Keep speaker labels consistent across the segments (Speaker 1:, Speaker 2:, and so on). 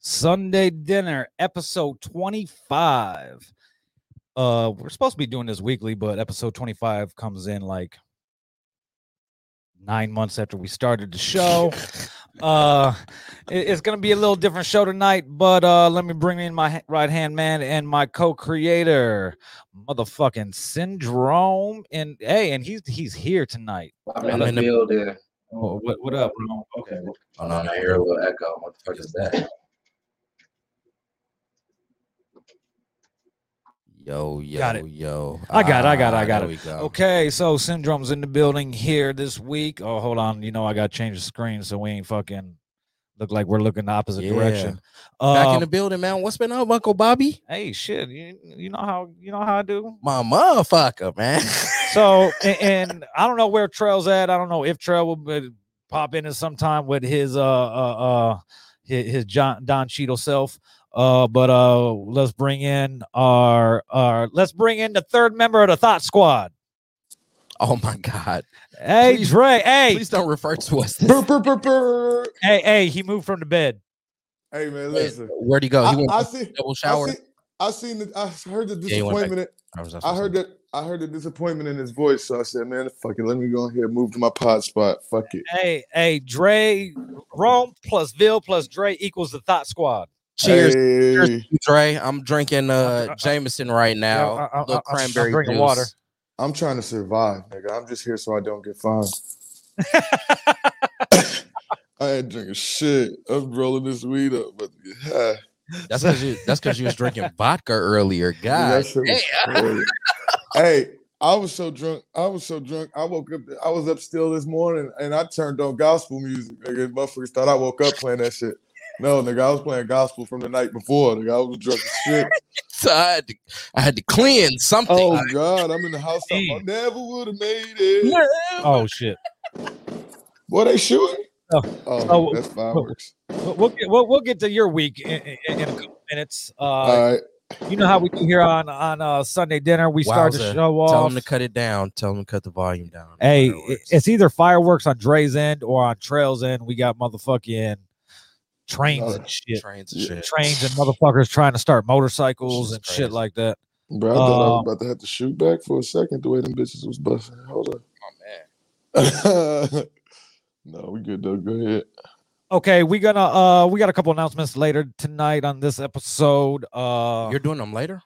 Speaker 1: Sunday Dinner, episode 25. Uh, we're supposed to be doing this weekly, but episode 25 comes in like nine months after we started the show. uh, it- it's gonna be a little different show tonight, but uh, let me bring in my right hand man and my co-creator, motherfucking Syndrome, and hey, and he's he's here tonight.
Speaker 2: I'm in
Speaker 1: Hello.
Speaker 2: the building.
Speaker 1: Oh, what what up? Rome?
Speaker 2: Okay. Hold on, I hear a little echo. What the fuck is that?
Speaker 3: Yo, yo,
Speaker 1: Got it.
Speaker 3: yo.
Speaker 1: I got it, I got it, I
Speaker 3: Ah,
Speaker 1: got it.
Speaker 3: there we go.
Speaker 1: Okay, so Syndrome's in the building here this week. Oh, hold on. You know, I got to change the screen so we ain't fucking look like we're looking the opposite
Speaker 3: Yeah.
Speaker 1: direction.
Speaker 3: Back in
Speaker 1: Um,
Speaker 3: the building, man. What's been up, Uncle Bobby?
Speaker 1: hey, shit. You, you know how you know how I do.
Speaker 3: My motherfucker, man.
Speaker 1: So, and, and I don't know where Trail's at. I don't know if Trail will be, pop in at some time with his uh uh uh his, his John Don Cheadle self. Uh, but uh, let's bring in our our let's bring in the third member of the Thought Squad.
Speaker 3: oh my God.
Speaker 1: Hey,
Speaker 3: Please-
Speaker 1: Dre. Hey,
Speaker 3: Please don't refer to us. this-
Speaker 4: Brr, brr, brr, brr.
Speaker 1: Hey, hey, he moved from the bed.
Speaker 4: Hey man, listen.
Speaker 3: Where'd he go? Oh, He
Speaker 4: I,
Speaker 3: went
Speaker 4: I
Speaker 3: to
Speaker 4: see.
Speaker 3: double
Speaker 4: I
Speaker 3: shower.
Speaker 4: see. I seen. The, I heard the
Speaker 3: Yeah, he went back.
Speaker 4: disappointment.
Speaker 3: I, was-
Speaker 4: I heard that. I heard the disappointment in his voice. So I said, "Man, fuck it. Let me go in here, and move to my pod spot. Fuck it."
Speaker 1: Hey, hey, Dre, Rome plus Ville plus Dre equals the Thought Squad.
Speaker 3: Cheers.
Speaker 4: Hey.
Speaker 3: Cheers to you, Dre. I'm drinking
Speaker 1: I- I-
Speaker 3: uh Jameson right now.
Speaker 1: I- I- I-
Speaker 3: Little
Speaker 1: I'm
Speaker 3: cranberry
Speaker 1: drinking
Speaker 3: juice.
Speaker 1: water.
Speaker 4: I'm trying to survive, nigga. I'm just here so I don't get fined. I ain't drinking shit. I'm rolling this weed up, but yeah,
Speaker 3: That's because you that's because you was drinking vodka earlier. God.
Speaker 4: that shit was crazy. hey, I was so drunk. I was so drunk. I woke up. I was up still this morning, and I turned on gospel music. Nigga, motherfuckers thought I woke up playing that shit. No, nigga, I was playing gospel from the night before. Nigga, I was drunk as shit.
Speaker 3: So I had to I had to cleanse something.
Speaker 4: Oh God, I'm in the house. I'm, I
Speaker 1: Damn.
Speaker 4: never would have made it.
Speaker 1: oh shit.
Speaker 4: Boy, they shooting.
Speaker 1: Oh.
Speaker 4: Oh,
Speaker 1: Oh,
Speaker 4: that's fireworks.
Speaker 1: We'll we'll get we'll, we'll get to your week in, in, in a couple minutes. Uh,
Speaker 4: All right.
Speaker 1: you know how we do here on on uh, Sunday dinner. We start the
Speaker 3: Wowza.
Speaker 1: show
Speaker 3: Tell
Speaker 1: off.
Speaker 3: him to cut it down. Tell him to cut the volume down.
Speaker 1: Hey, i-
Speaker 3: Fireworks.
Speaker 1: it's either fireworks on Dre's end or on Trail's end. We got motherfucking trains and shit,
Speaker 3: trains and
Speaker 4: Yeah.
Speaker 3: shit.
Speaker 1: trains and motherfuckers trying to start motorcycles
Speaker 3: Jesus
Speaker 1: and shit
Speaker 3: Christ.
Speaker 1: like that.
Speaker 4: Bro, I thought I
Speaker 1: Um,
Speaker 4: was about to have to shoot back for a second the way them bitches was busting. Hold on. no, we good though. Go ahead.
Speaker 1: Okay, we gonna uh we got a couple announcements later tonight on this episode. Uh
Speaker 3: You're doing them later?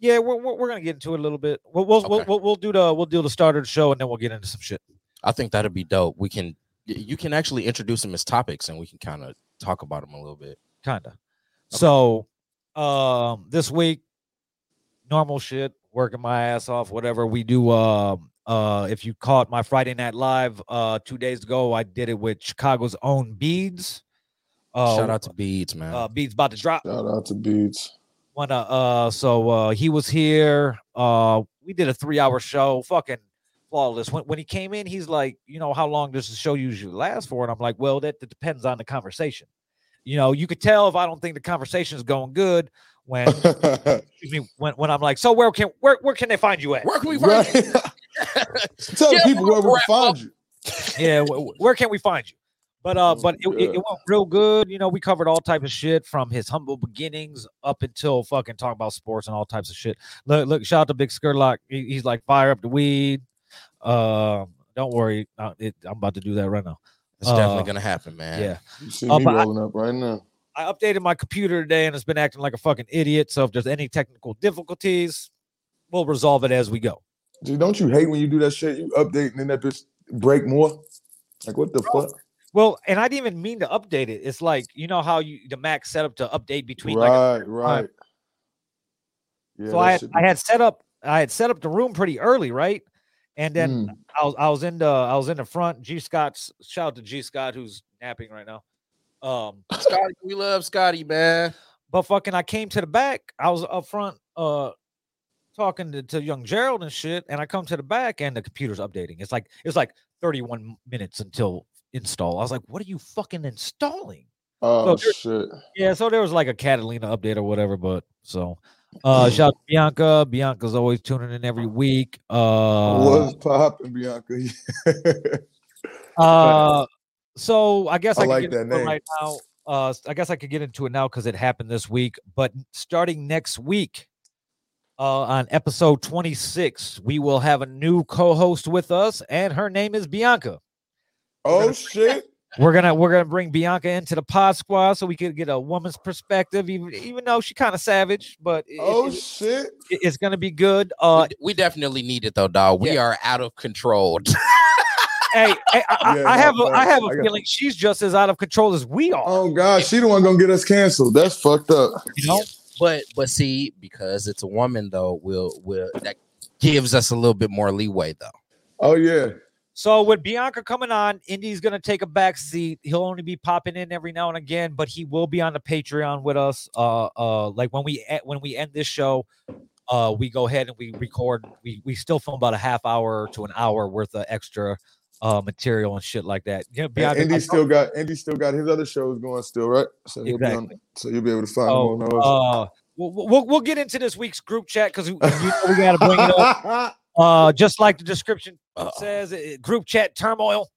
Speaker 1: yeah, we're, we're, we're gonna get into it a little bit. We'll we'll, we'll
Speaker 3: Okay.
Speaker 1: we'll we'll do the we'll do the starter of the show and then we'll get into some shit.
Speaker 3: I think that'd be dope. We can y- you can actually introduce them as topics and we can kind of talk about them a little bit.
Speaker 1: Kinda. So um this week, normal shit, working my ass off, whatever. We do um uh if you caught my Friday night live uh two days ago, I did it with Chicago's own beads. Uh
Speaker 3: Shout out to Beads, man.
Speaker 1: uh, beads about to drop.
Speaker 4: Shout out to Beats.
Speaker 1: wanna uh so uh he was here uh we did a three hour show fucking flawless when, when he came in he's like you know how long does the show usually last for and i'm like well that, that depends on the conversation you know you could tell if i don't think the conversation is going good when excuse me when, when i'm like so where can where, where can they find you at
Speaker 3: Where can we find
Speaker 4: Right.
Speaker 3: you?
Speaker 4: Tell the
Speaker 3: Yeah,
Speaker 4: people where we can
Speaker 3: wrap
Speaker 4: find you.
Speaker 1: yeah wh- wh- where can we find you but uh
Speaker 4: Oh,
Speaker 1: but it, it, it went real good you know we covered all type of shit from his humble beginnings up until fucking talking about sports and all types of shit look look shout out to big skurlock He- he's like fire up the weed um don't worry uh, it, i'm about to do that right now
Speaker 3: It's
Speaker 1: Uh,
Speaker 3: definitely gonna happen, man.
Speaker 1: yeah
Speaker 4: You see
Speaker 1: Oh,
Speaker 4: me
Speaker 1: but I-
Speaker 4: rolling up right now.
Speaker 1: i updated my computer today and it's been acting like a fucking idiot so if there's any technical difficulties we'll resolve it as we go
Speaker 4: Dude, don't you hate when you do that shit? You update and then that bitch break more. Like what the fuck?
Speaker 1: well and i didn't even mean to update it it's like you know how you the mac set up to update between like a
Speaker 4: Right, right. Yeah,
Speaker 1: so I
Speaker 4: that
Speaker 1: had,
Speaker 4: shit
Speaker 1: I
Speaker 4: be-
Speaker 1: had set up I had set up the room pretty early, right? And then
Speaker 4: Mm.
Speaker 1: I was I was in the I was in the front. G Scott's shout out to G Scott who's napping right now. Um,
Speaker 3: Scotty, we love Scotty, man.
Speaker 1: but fucking I came to the back. I was up front uh talking to, to young Gerald and shit, and I come to the back and the computer's updating. It's like it's like 31 minutes until install. I was like, what are you fucking installing?
Speaker 4: Oh
Speaker 1: so-
Speaker 4: shit.
Speaker 1: Yeah, so there was like a Catalina update or whatever, but so uh shout out to Bianca. Bianca's always tuning in every week. Uh,
Speaker 4: was popping, Bianca.
Speaker 1: uh so I guess I,
Speaker 4: I
Speaker 1: can
Speaker 4: like
Speaker 1: get
Speaker 4: that
Speaker 1: into it
Speaker 4: name.
Speaker 1: right now. Uh, s- I guess I could get into it now because it happened this week. But n- starting next week, uh, on episode 26, we will have a new co-host with us, and her name is Bianca.
Speaker 4: Oh shit!
Speaker 1: We're gonna we're gonna bring Bianca into the pod squad so we could get a woman's perspective, even even though she kind of savage, but it-
Speaker 4: Oh
Speaker 1: it-
Speaker 4: shit!
Speaker 1: it- it's gonna be good. Uh,
Speaker 3: we definitely need it though, dog. We
Speaker 1: Yeah.
Speaker 3: are out of control.
Speaker 1: hey, hey, I, I-
Speaker 4: Yeah,
Speaker 1: I
Speaker 4: no,
Speaker 1: have a I
Speaker 4: facts.
Speaker 1: have
Speaker 4: I
Speaker 1: a
Speaker 4: got-
Speaker 1: feeling she's just as out of control as we are.
Speaker 4: Oh god, she the one gonna get us canceled. That's fucked up.
Speaker 1: you know,
Speaker 3: but but see, because it's a woman though, will will that gives us a little bit more leeway though.
Speaker 4: Oh yeah.
Speaker 1: So with Bianca coming on, Indy's gonna take a back seat. He'll only be popping in every now and again, but he will be on the Patreon with us. Uh, uh, like when we e- when we end this show, uh, we go ahead and we record. We we still film about a half hour to an hour worth of extra uh material and shit like that. Yeah,
Speaker 4: And
Speaker 1: Bianca, I
Speaker 4: Indy
Speaker 1: know-
Speaker 4: still got Indy still got his other shows going still, right? So he'll be on, so you'll be able to find
Speaker 1: Oh,
Speaker 4: him on those.
Speaker 1: uh, we'll, we'll we'll get into this week's group chat because we, uh, you know we gotta bring it up. Uh, just like the description says, it, group chat turmoil.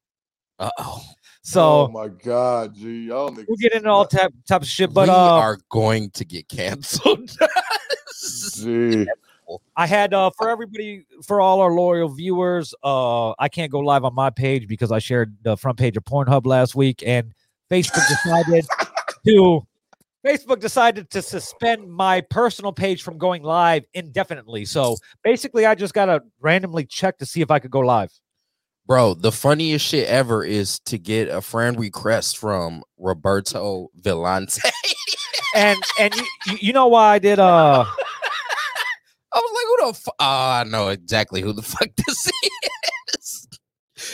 Speaker 3: Uh oh.
Speaker 1: So.
Speaker 4: oh my god, G, y'all niggas.
Speaker 1: We'll get into all type, types of shit, but uh,
Speaker 3: we are going to get canceled.
Speaker 4: G.
Speaker 1: I had uh, for everybody, for all our loyal viewers, uh, I can't go live on my page because I shared the front page of Pornhub last week, and Facebook decided to Facebook decided to suspend my personal page from going live indefinitely. So basically, I just gotta randomly check to see if I could go live.
Speaker 3: Bro, the funniest shit ever is to get a friend request from Roberto Villante.
Speaker 1: And and you, you- you know why I did? Uh,
Speaker 3: I was like, who the fuck? Oh, I know exactly who the fuck this is.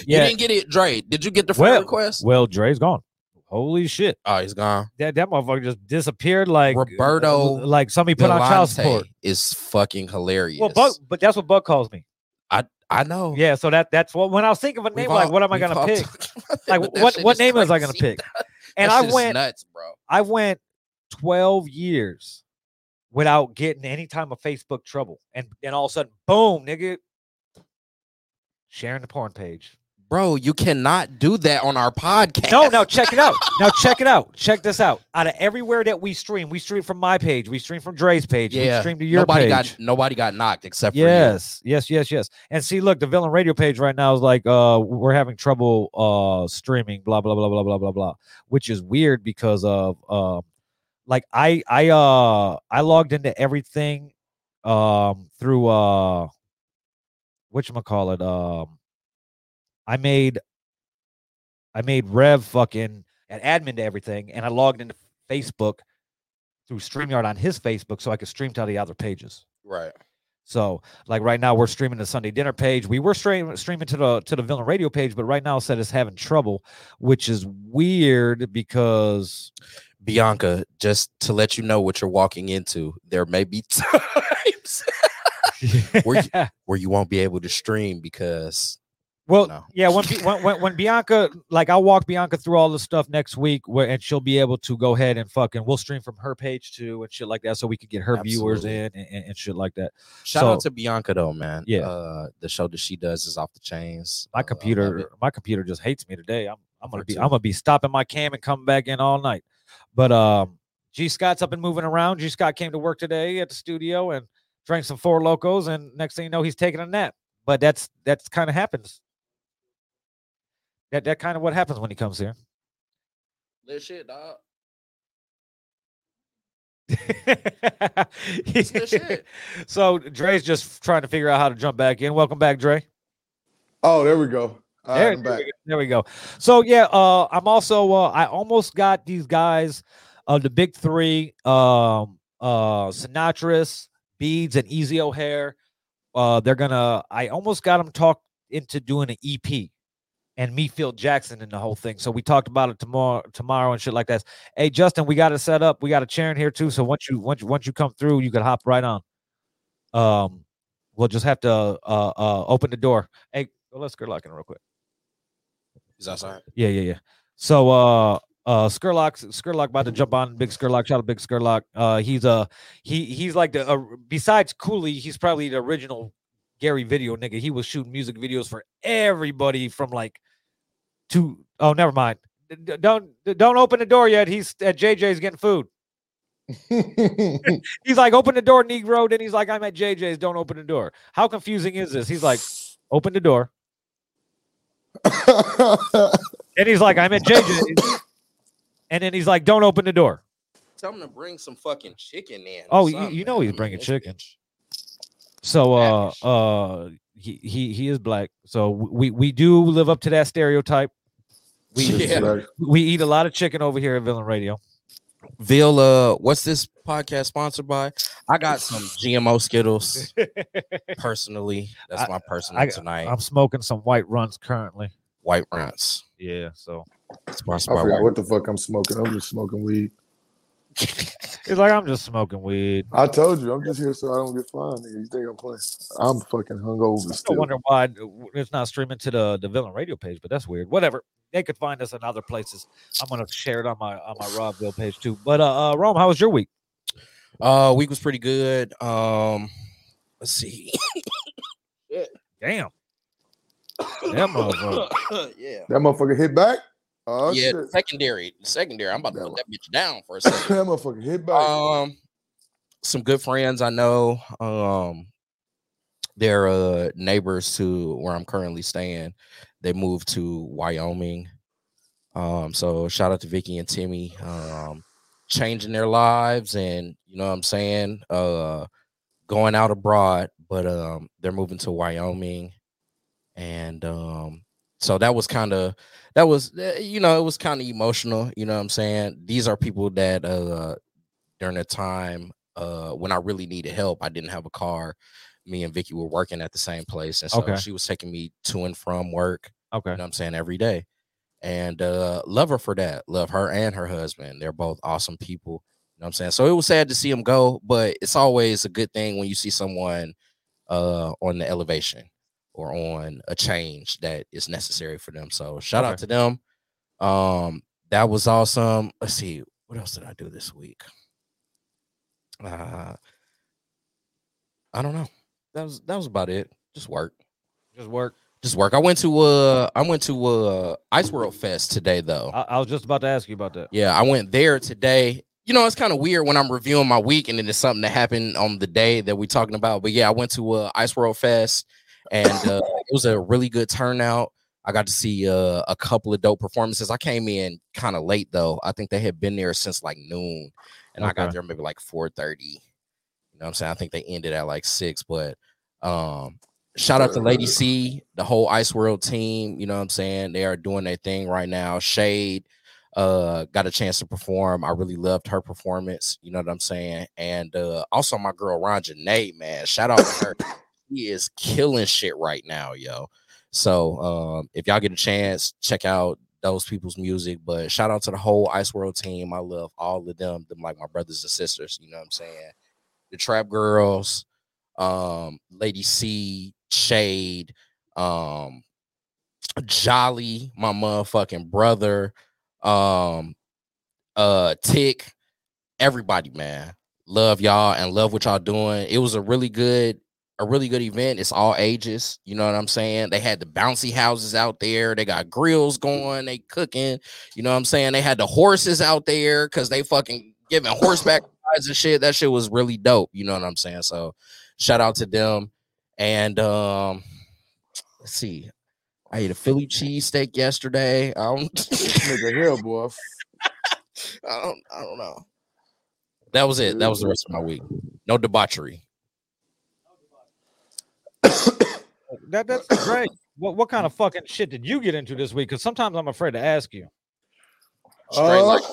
Speaker 3: You
Speaker 1: yeah.
Speaker 3: didn't get it, Dre. Did you get the friend
Speaker 1: Well-
Speaker 3: request?
Speaker 1: Well, Dre's gone. Holy shit!
Speaker 3: Oh, he's gone.
Speaker 1: That that motherfucker just disappeared like uh,
Speaker 3: Roberto
Speaker 1: like somebody put on child support.
Speaker 3: Vellante is fucking hilarious.
Speaker 1: Well, Bug, but that's what Bug calls me.
Speaker 3: I know.
Speaker 1: Yeah, so that that's what when I was thinking of a
Speaker 3: Oh. We've
Speaker 1: name, like
Speaker 3: all-
Speaker 1: what am I
Speaker 3: we've
Speaker 1: gonna
Speaker 3: all
Speaker 1: pick?
Speaker 3: talked about it,
Speaker 1: Like
Speaker 3: but that
Speaker 1: what
Speaker 3: shit
Speaker 1: what
Speaker 3: is
Speaker 1: name was I gonna
Speaker 3: crazy.
Speaker 1: pick? And
Speaker 3: That
Speaker 1: I
Speaker 3: shit is
Speaker 1: went
Speaker 3: nuts, bro.
Speaker 1: I went twelve years without getting any time of Facebook trouble, and and all of a sudden, boom, nigga, sharing the porn page.
Speaker 3: Bro, you cannot do that on our podcast.
Speaker 1: No, now check it out. Now check it out. Check this out. Out of everywhere that we stream, we stream from my page, we stream from Dre's page, we
Speaker 3: Yeah,
Speaker 1: stream to your
Speaker 3: Nobody
Speaker 1: page.
Speaker 3: got nobody got knocked except for you.
Speaker 1: Yes, yes, yes, yes. And see, look, the villain radio page right now is like, uh, we're having trouble uh streaming, blah blah blah blah blah blah blah, which is weird because of um, like I I uh I logged into everything, um through uh, which call it um, I made, I made Rev fucking an admin to everything, and I logged into Facebook through Streamyard on his Facebook so I could stream to the other pages.
Speaker 3: Right.
Speaker 1: So, like right now, we're streaming the Sunday dinner page. We were stream, streaming to the to the Villain Radio page, but right now it said it's having trouble, which is weird because
Speaker 3: Bianca, just to let you know what you're walking into, there may be times Were you- where you won't be able to stream because
Speaker 1: well,
Speaker 3: No.
Speaker 1: yeah, when, Bi- when when when Bianca like I'll walk Bianca through all the stuff next week, where and she'll be able to go ahead and fucking we'll stream from her page too and shit like that, so we could get her viewers in
Speaker 3: Absolutely.
Speaker 1: and, and, and shit like that.
Speaker 3: shout out
Speaker 1: So-
Speaker 3: to Bianca though, man.
Speaker 1: Yeah.
Speaker 3: Uh the show that she does is off the chains.
Speaker 1: My
Speaker 3: Uh, I love it.
Speaker 1: computer, my computer just hates me today. I'm I'm gonna
Speaker 3: Her
Speaker 1: be
Speaker 3: too.
Speaker 1: I'm gonna be stopping my cam and coming back in all night. But um, G Scott's up and moving around. G Scott came to work today at the studio and drank some four locos, and next thing you know, he's taking a nap. But that's that's kind of happens. That that kind of what happens when he comes here.
Speaker 3: Lit shit, dog. good shit.
Speaker 1: so Dre's just trying to figure out how to jump back in. Welcome back, Dre.
Speaker 4: Oh, there we go. All
Speaker 1: There,
Speaker 4: right, I'm
Speaker 1: there
Speaker 4: back.
Speaker 1: we go, there we go. So yeah, uh, I'm also uh, I almost got these guys of the big three, um, uh, Sinatra's, Beads, and Easy O'Hare. Uh, they're gonna. I almost got them talked into doing an EP, and me, Phil Jackson, and the whole thing. So we talked about it tomorrow, tomorrow, and shit like that. Hey, Justin, we got it set up. We got a chair in here too. So once you once you, once you come through, you can hop right on. Um, we'll just have to uh uh open the door. Hey, let's go lock in real quick.
Speaker 3: Is that sorry?
Speaker 1: Yeah, yeah, yeah. So uh uh Skurlock Skurlock about to jump on Big Skurlock. Shout out Big Skurlock. Uh he's uh he he's like the uh, besides Cooley, he's probably the original Gary video nigga. He was shooting music videos for everybody from like two oh never mind. d- don't d- don't open the door yet. He's at JJ's getting food. He's like, open the door, Negro. Then he's like, I'm at JJ's. Don't open the door. How confusing is this? He's like, open the door. And he's like, I'm at JJ's. and then he's like, don't open the door.
Speaker 3: Tell him to bring some fucking chicken in. or
Speaker 1: Oh, you-
Speaker 3: something.
Speaker 1: you know he's
Speaker 3: I mean,
Speaker 1: bringing
Speaker 3: this
Speaker 1: chicken.
Speaker 3: bitch-
Speaker 1: So uh
Speaker 3: Average.
Speaker 1: uh he he he is black. So we we do live up to that stereotype. We
Speaker 3: Yeah.
Speaker 4: Right.
Speaker 1: we eat a lot of chicken over here at Villain Radio.
Speaker 3: Vil, uh, what's this podcast sponsored by? I got some GMO Skittles personally. That's
Speaker 1: I-
Speaker 3: my personal
Speaker 1: I-
Speaker 3: tonight.
Speaker 1: I'm smoking some white runs currently.
Speaker 3: White Rants.
Speaker 1: Yeah, so
Speaker 3: Sponsored
Speaker 4: I
Speaker 3: by
Speaker 4: forgot
Speaker 3: White.
Speaker 4: what the fuck I'm smoking. I'm just smoking weed.
Speaker 1: it's like I'm just smoking weed.
Speaker 4: I told you, I'm just here so I don't get fined. nigga. You think I'm playing? I'm fucking hungover
Speaker 1: I
Speaker 4: still.
Speaker 1: wonder why it's not streaming to the the Villain Radio page, but that's weird. Whatever. They could find us in other places. I'm gonna share it on my on my Robville page too. But uh, uh Rome, how was your week?
Speaker 3: Uh, week was pretty good. Um, let's see.
Speaker 1: Damn. That motherfucker.
Speaker 3: yeah.
Speaker 4: That motherfucker hit back. Oh
Speaker 3: yeah,
Speaker 4: shit!
Speaker 3: secondary, secondary. I'm about to
Speaker 4: That
Speaker 3: put
Speaker 4: one. Oh,
Speaker 3: that bitch down for a
Speaker 4: that
Speaker 3: second.
Speaker 4: motherfucker hit back.
Speaker 3: um, some good friends I know. Um, they're uh, neighbors to where I'm currently staying. They moved to Wyoming. Um, so shout out to Vicky and Timmy. Um, changing their lives and you know what I'm saying. Uh, going out abroad, but um, they're moving to Wyoming, and um, so that was kind of that was eh, you know it was kind of emotional. You know what I'm saying. These are people that uh during a time uh when I really needed help. I didn't have a car. Me and Vicky were working at the same place, and so
Speaker 1: Okay.
Speaker 3: she was taking me to and from work. You
Speaker 1: Okay.
Speaker 3: know what I'm saying? Every day. And uh love her for that. Love her and her husband. They're both awesome people. You know what I'm saying? So it was sad to see them go, but it's always a good thing when you see someone uh on the elevation or on a change that is necessary for them. So shout out
Speaker 1: Okay.
Speaker 3: to them. Um that was awesome. Let's see, what else did I do this week? Uh I don't know. That was that was about it. Just work
Speaker 1: Just work.
Speaker 3: just work. I went to uh I went to uh Ice World Fest today though.
Speaker 1: I, I was just about to ask you about that.
Speaker 3: yeah, I went there today. You know, it's kind of weird when I'm reviewing my week and then it's something that happened on the day that we're talking about. But yeah, I went to uh Ice World Fest and uh, it was a really good turnout. I got to see uh, a couple of dope performances. I came in kind of late though. I think they had been there since like noon, and I got
Speaker 1: Okay.
Speaker 3: there maybe like four thirty. You know what I'm saying? I think they ended at like six, but um shout out to Lady C, the whole Ice World team. You know what I'm saying? They are doing their thing right now. Shade uh got a chance to perform. I really loved her performance. You know what I'm saying? And uh also my girl Ron Janae, man. Shout out to her. She is killing shit right now, yo. So um if y'all get a chance, check out those people's music. But shout out to the whole Ice World team. I love all of them, them like my brothers and sisters, you know what I'm saying? The Trap Girls, um Lady C, Shade, um Jolly, my motherfucking brother, um uh Tick, everybody, man. Love y'all and love what y'all doing. It was a really good a really good event. It's all ages, you know what I'm saying? They had the bouncy houses out there. They got grills going, they cooking, you know what I'm saying? They had the horses out there cuz they fucking giving horseback rides and shit. That shit was really dope, you know what I'm saying? So, shout out to them. And um, let's see, I ate a Philly cheesesteak yesterday. I don't,
Speaker 4: Nigga, hell, boy.
Speaker 3: I don't, I don't know. That was it. That was the rest of my week. No debauchery.
Speaker 1: That that's great. What what kind of fucking shit did you get into this week? Because sometimes I'm afraid to ask you.
Speaker 3: Straight
Speaker 4: Uh,
Speaker 3: like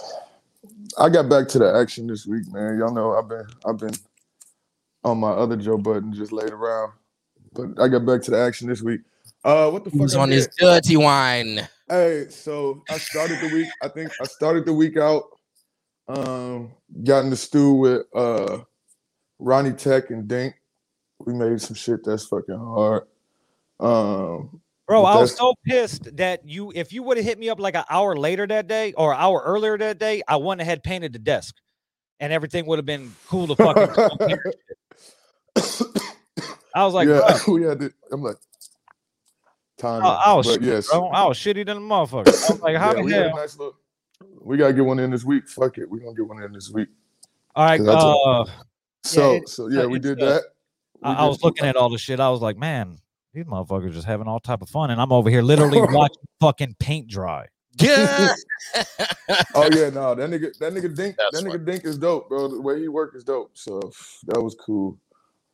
Speaker 4: I got back to the action this week, man. Y'all know I've been I've been on my other Joe Button just laid around, but I got back to the action this week. Uh, what the fuck?
Speaker 3: he's
Speaker 4: I
Speaker 3: on
Speaker 4: did?
Speaker 3: his dirty wine.
Speaker 4: Hey, so I started the week. I think I started the week out. Um, got in the stew with uh Ronnie Tech and Dink. We made some shit that's fucking hard. Um,
Speaker 1: Bro, I was
Speaker 4: That's-
Speaker 1: so pissed that you if you would have hit me up like an hour later that day or an hour earlier that day, I wouldn't have painted the desk. And everything would have been cool to fucking I was like,
Speaker 4: yeah,
Speaker 1: "Bro,
Speaker 4: we had to. I'm like, Tiny.
Speaker 1: I, I was,
Speaker 4: but
Speaker 1: shitty,
Speaker 4: yes.
Speaker 1: bro. I was shitty than a motherfucker. I was like, how
Speaker 4: Yeah, we
Speaker 1: the
Speaker 4: got a
Speaker 1: hell?
Speaker 4: nice little- we gotta get one in this week. Fuck it, we gonna get one in this week.
Speaker 1: All right,
Speaker 4: 'cause that's a-
Speaker 1: uh,
Speaker 4: So,
Speaker 1: it-
Speaker 4: so yeah, we
Speaker 1: it's
Speaker 4: did
Speaker 1: a-
Speaker 4: that.
Speaker 1: I,
Speaker 4: We
Speaker 1: I
Speaker 4: did-
Speaker 1: was looking at all the shit. I was like, man, these motherfuckers just having all type of fun, and I'm over here literally watching fucking paint dry.
Speaker 3: Yeah.
Speaker 4: Oh yeah, no, that nigga, that nigga Dink,
Speaker 3: That's
Speaker 4: that nigga
Speaker 3: funny.
Speaker 4: Dink is dope, bro. The way he work is dope. So that was cool.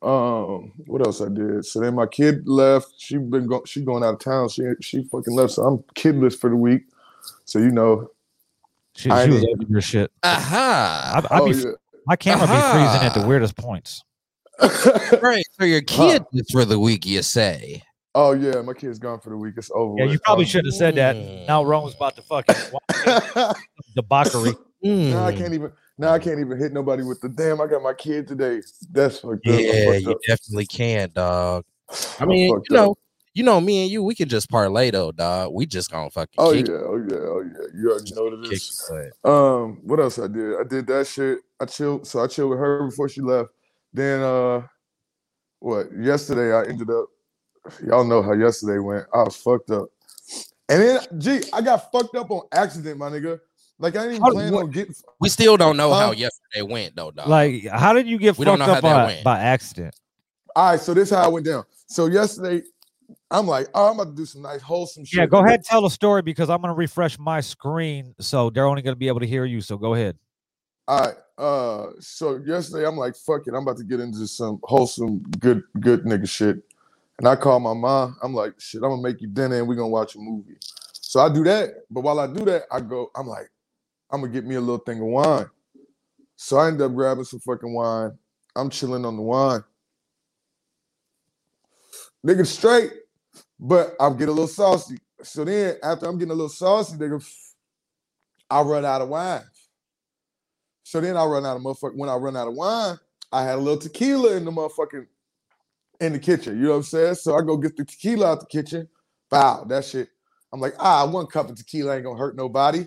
Speaker 4: Um, what else I did? So then my kid left. She been go- she going out of town. She she fucking left. So I'm kidless for the week. So you know,
Speaker 1: She,
Speaker 4: I
Speaker 1: she was
Speaker 4: didn't-
Speaker 1: over your shit. I,
Speaker 3: Aha.
Speaker 1: I
Speaker 4: oh
Speaker 1: be,
Speaker 4: yeah.
Speaker 1: My camera be freezing at the
Speaker 3: Aha.
Speaker 1: weirdest points.
Speaker 4: oh,
Speaker 3: Right. So your kid is for the week, you say.
Speaker 4: oh yeah, my kid's gone for the week. It's over.
Speaker 1: Yeah, you
Speaker 4: with.
Speaker 1: probably
Speaker 4: Um,
Speaker 1: should have said that. Now
Speaker 3: Mm.
Speaker 1: Rome's about to fucking watch debauchery.
Speaker 4: now I
Speaker 3: Mm.
Speaker 4: can't even. Now I can't even hit nobody with the damn. I got my kid today. That's fucked up. I'm
Speaker 3: Yeah,
Speaker 4: fucked
Speaker 3: you
Speaker 4: up.
Speaker 3: definitely can, dog. I
Speaker 4: I'm
Speaker 3: mean,
Speaker 4: fucked
Speaker 3: you
Speaker 4: up.
Speaker 3: know, you know, me and you, we can just parlay though, dog. We just gonna fucking
Speaker 4: Oh yeah,
Speaker 3: kick,
Speaker 4: oh yeah, oh yeah. You already know what it
Speaker 3: kick
Speaker 4: is.
Speaker 3: butt.
Speaker 4: Um, what else I did? I did that shit. I chilled. So I chilled with her before she left. Then uh, what? Yesterday I ended up. Y'all know how yesterday went. I was fucked up. And then, gee, I got fucked up on accident, my nigga. Like I didn't even
Speaker 1: How-
Speaker 4: plan
Speaker 1: what-
Speaker 4: on getting.
Speaker 3: We still don't know how
Speaker 4: Huh?
Speaker 3: yesterday went though, dog.
Speaker 1: Like, how did you get
Speaker 3: We don't
Speaker 1: fucked
Speaker 3: know how
Speaker 1: up
Speaker 3: that
Speaker 1: by,
Speaker 3: went.
Speaker 1: by accident?
Speaker 4: All right, so this how it went down. So yesterday, I'm like, oh, I'm about to do some nice wholesome shit.
Speaker 1: Yeah, go
Speaker 4: nigga.
Speaker 1: ahead, tell the story because I'm gonna refresh my screen, so they're only gonna be able to hear you. So go ahead.
Speaker 4: All right. Uh, so yesterday I'm like, fuck it, I'm about to get into some wholesome, good, good nigga shit. And I call my mom. I'm like, shit, I'm gonna make you dinner and we're gonna watch a movie. So I do that. But while I do that, I go, I'm like, I'm gonna get me a little thing of wine. So I end up grabbing some fucking wine. I'm chilling on the wine. Nigga straight, but I'm getting a little saucy. So then after I'm getting a little saucy, nigga, I run out of wine. So then I run out of motherfucker. When I run out of wine, I had a little tequila in the motherfucking in the kitchen. You know what I'm saying? So I go get the tequila out the kitchen. Wow, that shit. I'm like, ah, one cup of tequila ain't gonna hurt nobody.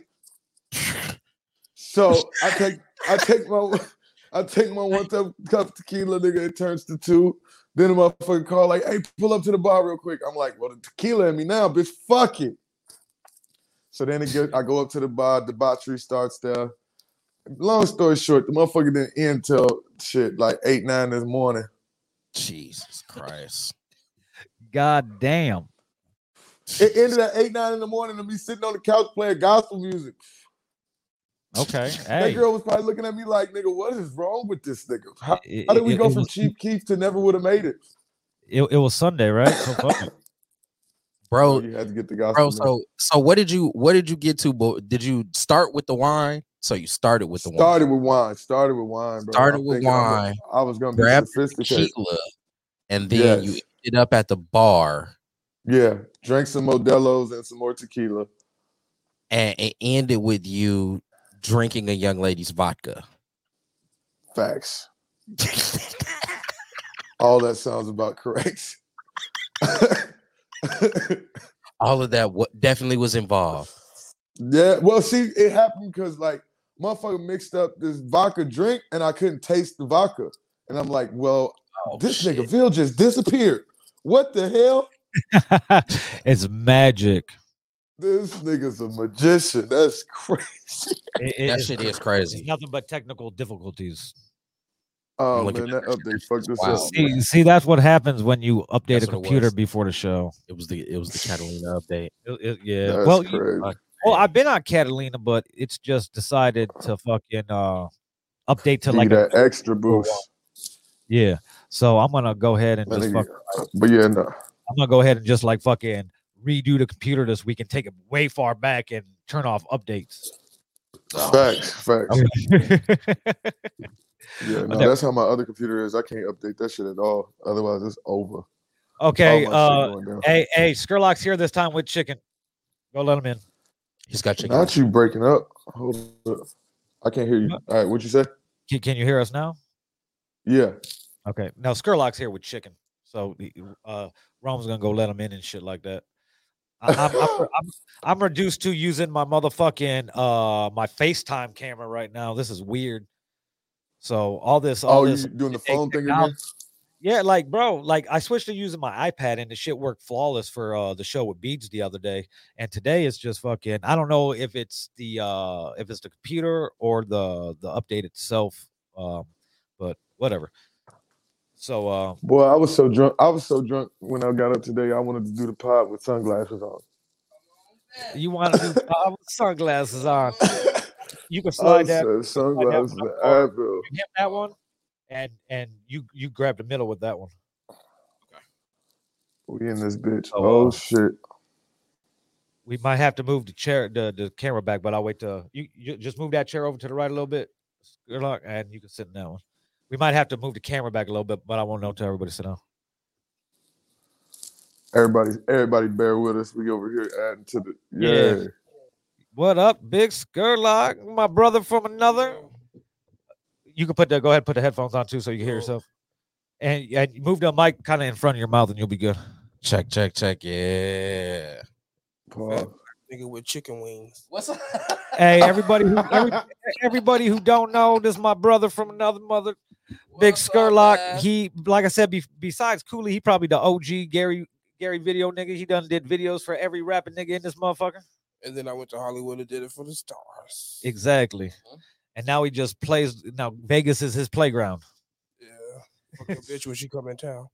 Speaker 4: So I take I take my I take my one cup cup of tequila, nigga. It turns to two. Then the motherfucker call like, hey, pull up to the bar real quick. I'm like, well, the tequila in me now, bitch. Fuck it. So then it get, I go up to the bar. Debauchery starts there long story short, the motherfucker didn't end till shit like eight nine this morning.
Speaker 3: Jesus Christ.
Speaker 1: God damn.
Speaker 4: It ended at eight nine in the morning and me sitting on the couch playing gospel music.
Speaker 1: Okay.
Speaker 4: That
Speaker 1: Hey.
Speaker 4: girl was probably looking at me like, "Nigga, what is wrong with this nigga? How,
Speaker 1: it-
Speaker 4: how did we
Speaker 1: it-
Speaker 4: go
Speaker 1: it
Speaker 4: from
Speaker 1: was-
Speaker 4: cheap Keith to never would have made it?"
Speaker 1: It, it was Sunday, right? So fuck it.
Speaker 3: Bro,
Speaker 4: you had to get the gospel.
Speaker 3: bro,
Speaker 4: music.
Speaker 3: so so what did you what did you get to? But did you start with the wine? So you started with the wine.
Speaker 4: started with wine. Started with wine, bro.
Speaker 3: Started
Speaker 4: I'm
Speaker 3: with
Speaker 4: thinking I'm-
Speaker 3: wine.
Speaker 4: I was gonna be
Speaker 3: Grabbed
Speaker 4: sophisticated.
Speaker 3: Tequila, and then you
Speaker 4: Yes.
Speaker 3: ended up at the bar
Speaker 4: Yeah, drank some Modelo's and some more tequila.
Speaker 3: and it ended with you drinking a young lady's vodka.
Speaker 4: Facts. All that sounds about correct.
Speaker 3: All of that what definitely was involved.
Speaker 4: Yeah, well, see, it happened because like motherfucker mixed up this vodka drink, and I couldn't taste the vodka, and I'm like, well,
Speaker 3: Oh,
Speaker 4: this
Speaker 3: shit.
Speaker 4: nigga Phil just disappeared. What the hell?
Speaker 1: it's magic.
Speaker 4: This nigga's a magician. That's crazy.
Speaker 1: It- it-
Speaker 3: that
Speaker 1: it's-
Speaker 3: shit is
Speaker 1: it's
Speaker 3: crazy.
Speaker 1: nothing but technical difficulties.
Speaker 4: Oh
Speaker 3: looking
Speaker 4: man, that update fucked us
Speaker 3: Wow.
Speaker 4: up.
Speaker 1: See, see, that's what happens when you update
Speaker 3: Oh, That's
Speaker 1: a
Speaker 3: what it
Speaker 1: computer
Speaker 3: was.
Speaker 1: before the show.
Speaker 3: It was the it was the Catalina update.
Speaker 1: It- it- yeah.
Speaker 4: That's
Speaker 1: well, you- uh,
Speaker 4: crazy.
Speaker 1: well, I've been on Catalina, but it's just decided to fucking uh update to
Speaker 4: Give you
Speaker 1: like a,
Speaker 4: that extra boost.
Speaker 1: yeah. So I'm gonna go ahead and
Speaker 4: That
Speaker 1: just
Speaker 4: nigga-
Speaker 1: fuck,
Speaker 4: But yeah, no.
Speaker 1: I'm gonna go ahead and just like fucking redo the computer this week and take it way far back and turn off updates.
Speaker 3: Oh,
Speaker 4: Facts, facts. Yeah, no,
Speaker 1: never-
Speaker 4: that's how my other computer is. I can't update that shit at all. Otherwise, it's over.
Speaker 1: okay.
Speaker 4: All my
Speaker 1: Uh,
Speaker 4: shit going down.
Speaker 1: hey, hey, Skurlock's here this time with chicken. Go let him in.
Speaker 3: He's got chicken.
Speaker 4: Not you breaking up. Hold up. I can't hear you. All right, what you say?
Speaker 1: Can, can you hear us now?
Speaker 4: Yeah.
Speaker 1: Okay. Now Skurlock's here with chicken, so he- uh, Rome's gonna go let him in and shit like that. I, I'm, I'm, I'm, I'm reduced to using my motherfucking uh my FaceTime camera right now. This is weird. So all this, all
Speaker 4: Oh, you
Speaker 1: this.
Speaker 4: doing the
Speaker 1: fake
Speaker 4: phone thing
Speaker 1: technology-
Speaker 4: again?
Speaker 1: Yeah, like bro, like I switched to using my iPad and the shit worked flawless for uh the show with Beads the other day. And today it's just fucking I don't know if it's the uh if it's the computer or the the update itself. Um, but whatever. So uh
Speaker 4: Boy, I was so drunk. I was so drunk when I got up today. I wanted to do the pod with sunglasses on.
Speaker 1: you want to do uh, with sunglasses on. You can
Speaker 4: I
Speaker 1: slide that
Speaker 4: said sunglasses
Speaker 1: one.
Speaker 4: I bro.
Speaker 1: hit that one and and you you grab the middle with that one.
Speaker 4: We in this bitch.
Speaker 1: Oh,
Speaker 4: Oh
Speaker 1: wow.
Speaker 4: shit.
Speaker 1: We might have to move the chair, the, the camera back, but I'll wait to you, you. Just move that chair over to the right a little bit. Good luck, and you can sit in that one. We might have to move the camera back a little bit, but I won't know till everybody sit down.
Speaker 4: Everybody, everybody, bear with us. We over here adding to the
Speaker 1: Yeah.
Speaker 4: yeah.
Speaker 1: What up, Big Skurlock, my brother from another? You can put the go ahead, and put the headphones on too, so you can hear yourself. And and you move the mic kind of in front of your mouth, and you'll be good.
Speaker 3: Check, check, check. Yeah.
Speaker 4: Pause.
Speaker 5: Nigga with chicken wings.
Speaker 3: What's up?
Speaker 1: Hey, everybody, who, every, everybody who don't know, this is my brother from another mother. Big Skurlock, he like I said, be, besides Cooley, he probably the OG Gary Gary video nigga. He done did videos for every rapping nigga in this motherfucker.
Speaker 5: And then I went to Hollywood and did it for the stars.
Speaker 1: Exactly. And now he just plays. Now Vegas is his playground.
Speaker 5: yeah. Fuck your bitch when she come in town.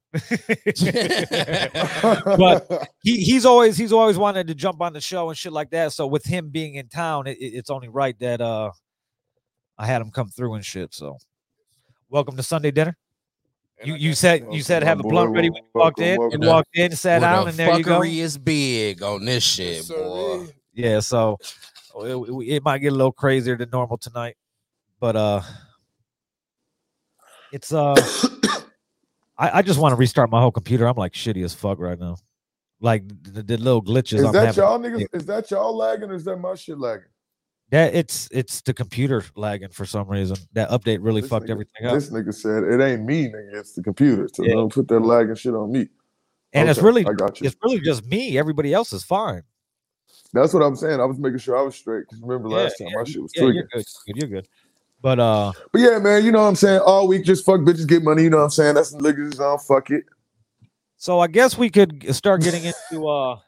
Speaker 1: he he's always he's always wanted to jump on the show and shit like that. So with him being in town, it, it- it's only right that uh I had him come through and shit. So welcome to Sunday dinner.
Speaker 5: And
Speaker 1: You
Speaker 5: I
Speaker 1: you
Speaker 5: got-
Speaker 1: said you said
Speaker 4: Welcome,
Speaker 1: have
Speaker 4: my
Speaker 1: a
Speaker 4: boy.
Speaker 1: blunt ready when you walked
Speaker 4: Welcome,
Speaker 1: in.
Speaker 4: welcome.
Speaker 1: You walked in, sat
Speaker 3: That
Speaker 1: down,
Speaker 3: out
Speaker 1: and there you go.
Speaker 3: is big on this shit,
Speaker 5: Yes,
Speaker 3: boy.
Speaker 5: sirree.
Speaker 1: Yeah, so oh, it, it- it might get a little crazier than normal tonight, but uh, it's uh, I, I just want to restart my whole computer. I'm like shitty as fuck right now. Like the, the little glitches.
Speaker 4: Is
Speaker 1: I'm
Speaker 4: that
Speaker 1: having.
Speaker 4: y'all niggas? Is that y'all lagging or is that my shit lagging?
Speaker 1: That it's it's the computer lagging for some reason. That update really
Speaker 4: This
Speaker 1: fucked
Speaker 4: nigga-
Speaker 1: everything up,
Speaker 4: This nigga said it ain't me, nigga. It's the computer. So
Speaker 1: Yeah.
Speaker 4: don't put that lagging shit on me.
Speaker 1: and it's
Speaker 4: Okay,
Speaker 1: really
Speaker 4: I got you.
Speaker 1: it's really just me. Everybody else is fine.
Speaker 4: That's what I'm saying. I was making sure I was straight. 'cause remember
Speaker 1: Yeah,
Speaker 4: last time my shit was
Speaker 1: Yeah,
Speaker 4: tweaking.
Speaker 1: you're good. You're good. You're good. But uh,
Speaker 4: But yeah, man, you know what I'm saying? All week, just fuck bitches, get money. You know what I'm saying? That's niggas on. Fuck it.
Speaker 1: So I guess we could g- start getting into uh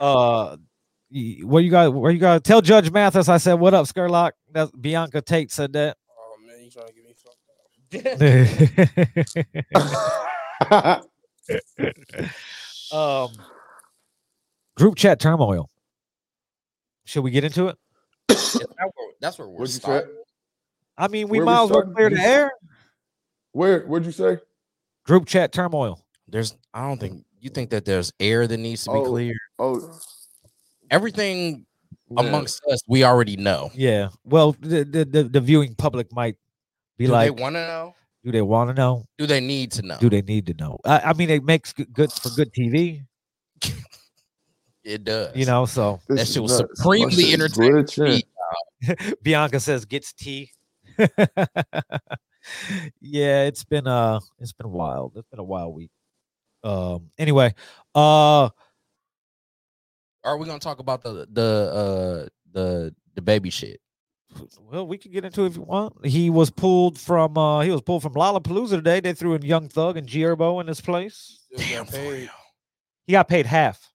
Speaker 1: uh y- where you guys where you guys tell Judge Mathis I said what up Skurlock. That's Bianca Tate said that.
Speaker 5: Oh man, you trying to get me fucked up.
Speaker 1: um group chat turmoil. Should we get into it?
Speaker 3: That's where we're
Speaker 4: What'd you say?
Speaker 3: starting.
Speaker 1: I mean we
Speaker 4: Where we
Speaker 1: might as well
Speaker 4: starting?
Speaker 1: clear the air.
Speaker 4: Where? What'd you say?
Speaker 1: Group chat turmoil.
Speaker 3: There's I don't think you think that there's air that needs to be
Speaker 4: Oh.
Speaker 3: clear.
Speaker 4: Oh,
Speaker 3: Everything
Speaker 4: yeah.
Speaker 3: amongst us, we already know.
Speaker 1: Yeah. Well the the, the, the viewing public might be
Speaker 3: do
Speaker 1: like
Speaker 3: they want to know?
Speaker 1: do they want to know?
Speaker 3: Do they need to know?
Speaker 1: Do they need to know? I, I mean it makes g- good for good TV,
Speaker 3: it does.
Speaker 1: you know, so
Speaker 4: This
Speaker 3: That
Speaker 4: is
Speaker 3: shit was
Speaker 4: nuts. My
Speaker 3: supremely
Speaker 4: shit is
Speaker 3: entertaining to
Speaker 4: glitching.
Speaker 3: me.
Speaker 1: Bianca says gets tea. yeah, it's been uh it's been wild. It's been a wild week. Um anyway, uh
Speaker 3: Are we gonna talk about the the uh the the baby shit?
Speaker 1: well we can get into it if you want. He was pulled from uh he was pulled from Lollapalooza today. They threw in Young Thug and Gierbo in his place.
Speaker 5: Still got
Speaker 3: Damn, for
Speaker 5: paid.
Speaker 3: real.
Speaker 1: He got paid half.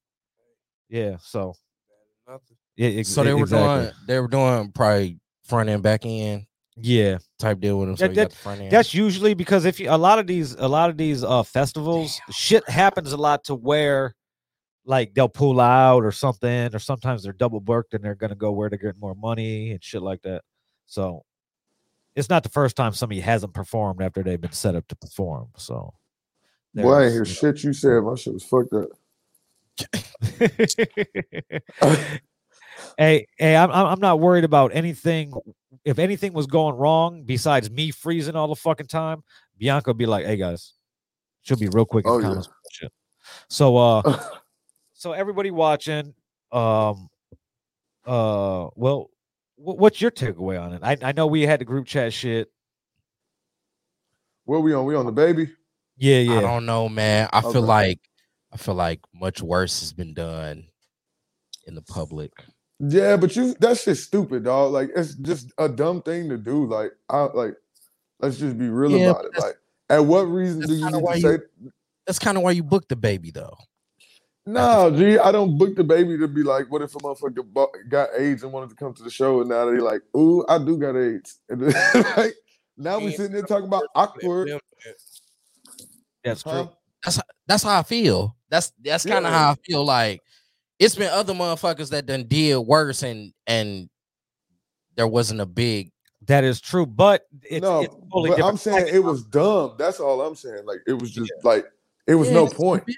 Speaker 1: Yeah, so
Speaker 5: Nothing.
Speaker 1: yeah, ex-
Speaker 3: so they were
Speaker 1: exactly.
Speaker 3: doing they were doing probably front end back end
Speaker 1: yeah.
Speaker 3: type deal with them. So
Speaker 1: That-
Speaker 3: you got the front end.
Speaker 1: That's usually because if you, a lot of these a lot of these uh festivals shit happens a lot to where like they'll pull out or something or sometimes they're double booked and they're gonna go where they're getting more money and shit like that. So it's not the first time somebody hasn't performed after they've been set up to perform. So
Speaker 4: Boy, I
Speaker 1: there's-
Speaker 4: ain't hear shit you said. My shit was fucked up.
Speaker 1: hey, hey, I'm I'm I'm not worried about anything. If anything was going wrong besides me freezing all the fucking time, Bianca would be like, "Hey guys," she'll be real quick in
Speaker 4: Oh,
Speaker 1: the
Speaker 4: yeah.
Speaker 1: comments. Shit. So, uh, so everybody watching, um, uh, well, wh- what's your takeaway on it? I I know we had the group chat shit.
Speaker 4: Where we on? We on the baby?
Speaker 1: Yeah,
Speaker 3: I
Speaker 1: yeah.
Speaker 3: don't know, man. I
Speaker 4: Okay.
Speaker 3: feel like I feel like much worse has been done in the public.
Speaker 4: Yeah, but you that shit's stupid, dog. Like it's just a dumb thing to do. Like I like let's just be real
Speaker 3: Yeah,
Speaker 4: about it. Like At what reason do
Speaker 3: That's
Speaker 4: you
Speaker 3: kinda
Speaker 4: need
Speaker 3: why
Speaker 4: to
Speaker 3: you-
Speaker 4: say
Speaker 3: That's kind of why you booked the baby though.
Speaker 4: No, G, I don't book the baby to be like, what if a motherfucker bu- got AIDS and wanted to come to the show, and now they like, ooh, I do got AIDS, and then, like now we
Speaker 5: Yeah.
Speaker 4: sitting there talking about awkward.
Speaker 5: Them-
Speaker 1: That's true.
Speaker 4: huh?
Speaker 3: That's how I feel. That's that's kind of
Speaker 4: Yeah.
Speaker 3: how I feel. Like it's been other motherfuckers that done did worse and and there wasn't a big
Speaker 1: That is true. But it's,
Speaker 4: No,
Speaker 1: it's totally
Speaker 4: but
Speaker 1: different.
Speaker 4: I'm saying it was dumb. That's all I'm saying. Like it was just like it was
Speaker 3: Yeah,
Speaker 4: no
Speaker 3: it's-
Speaker 4: point.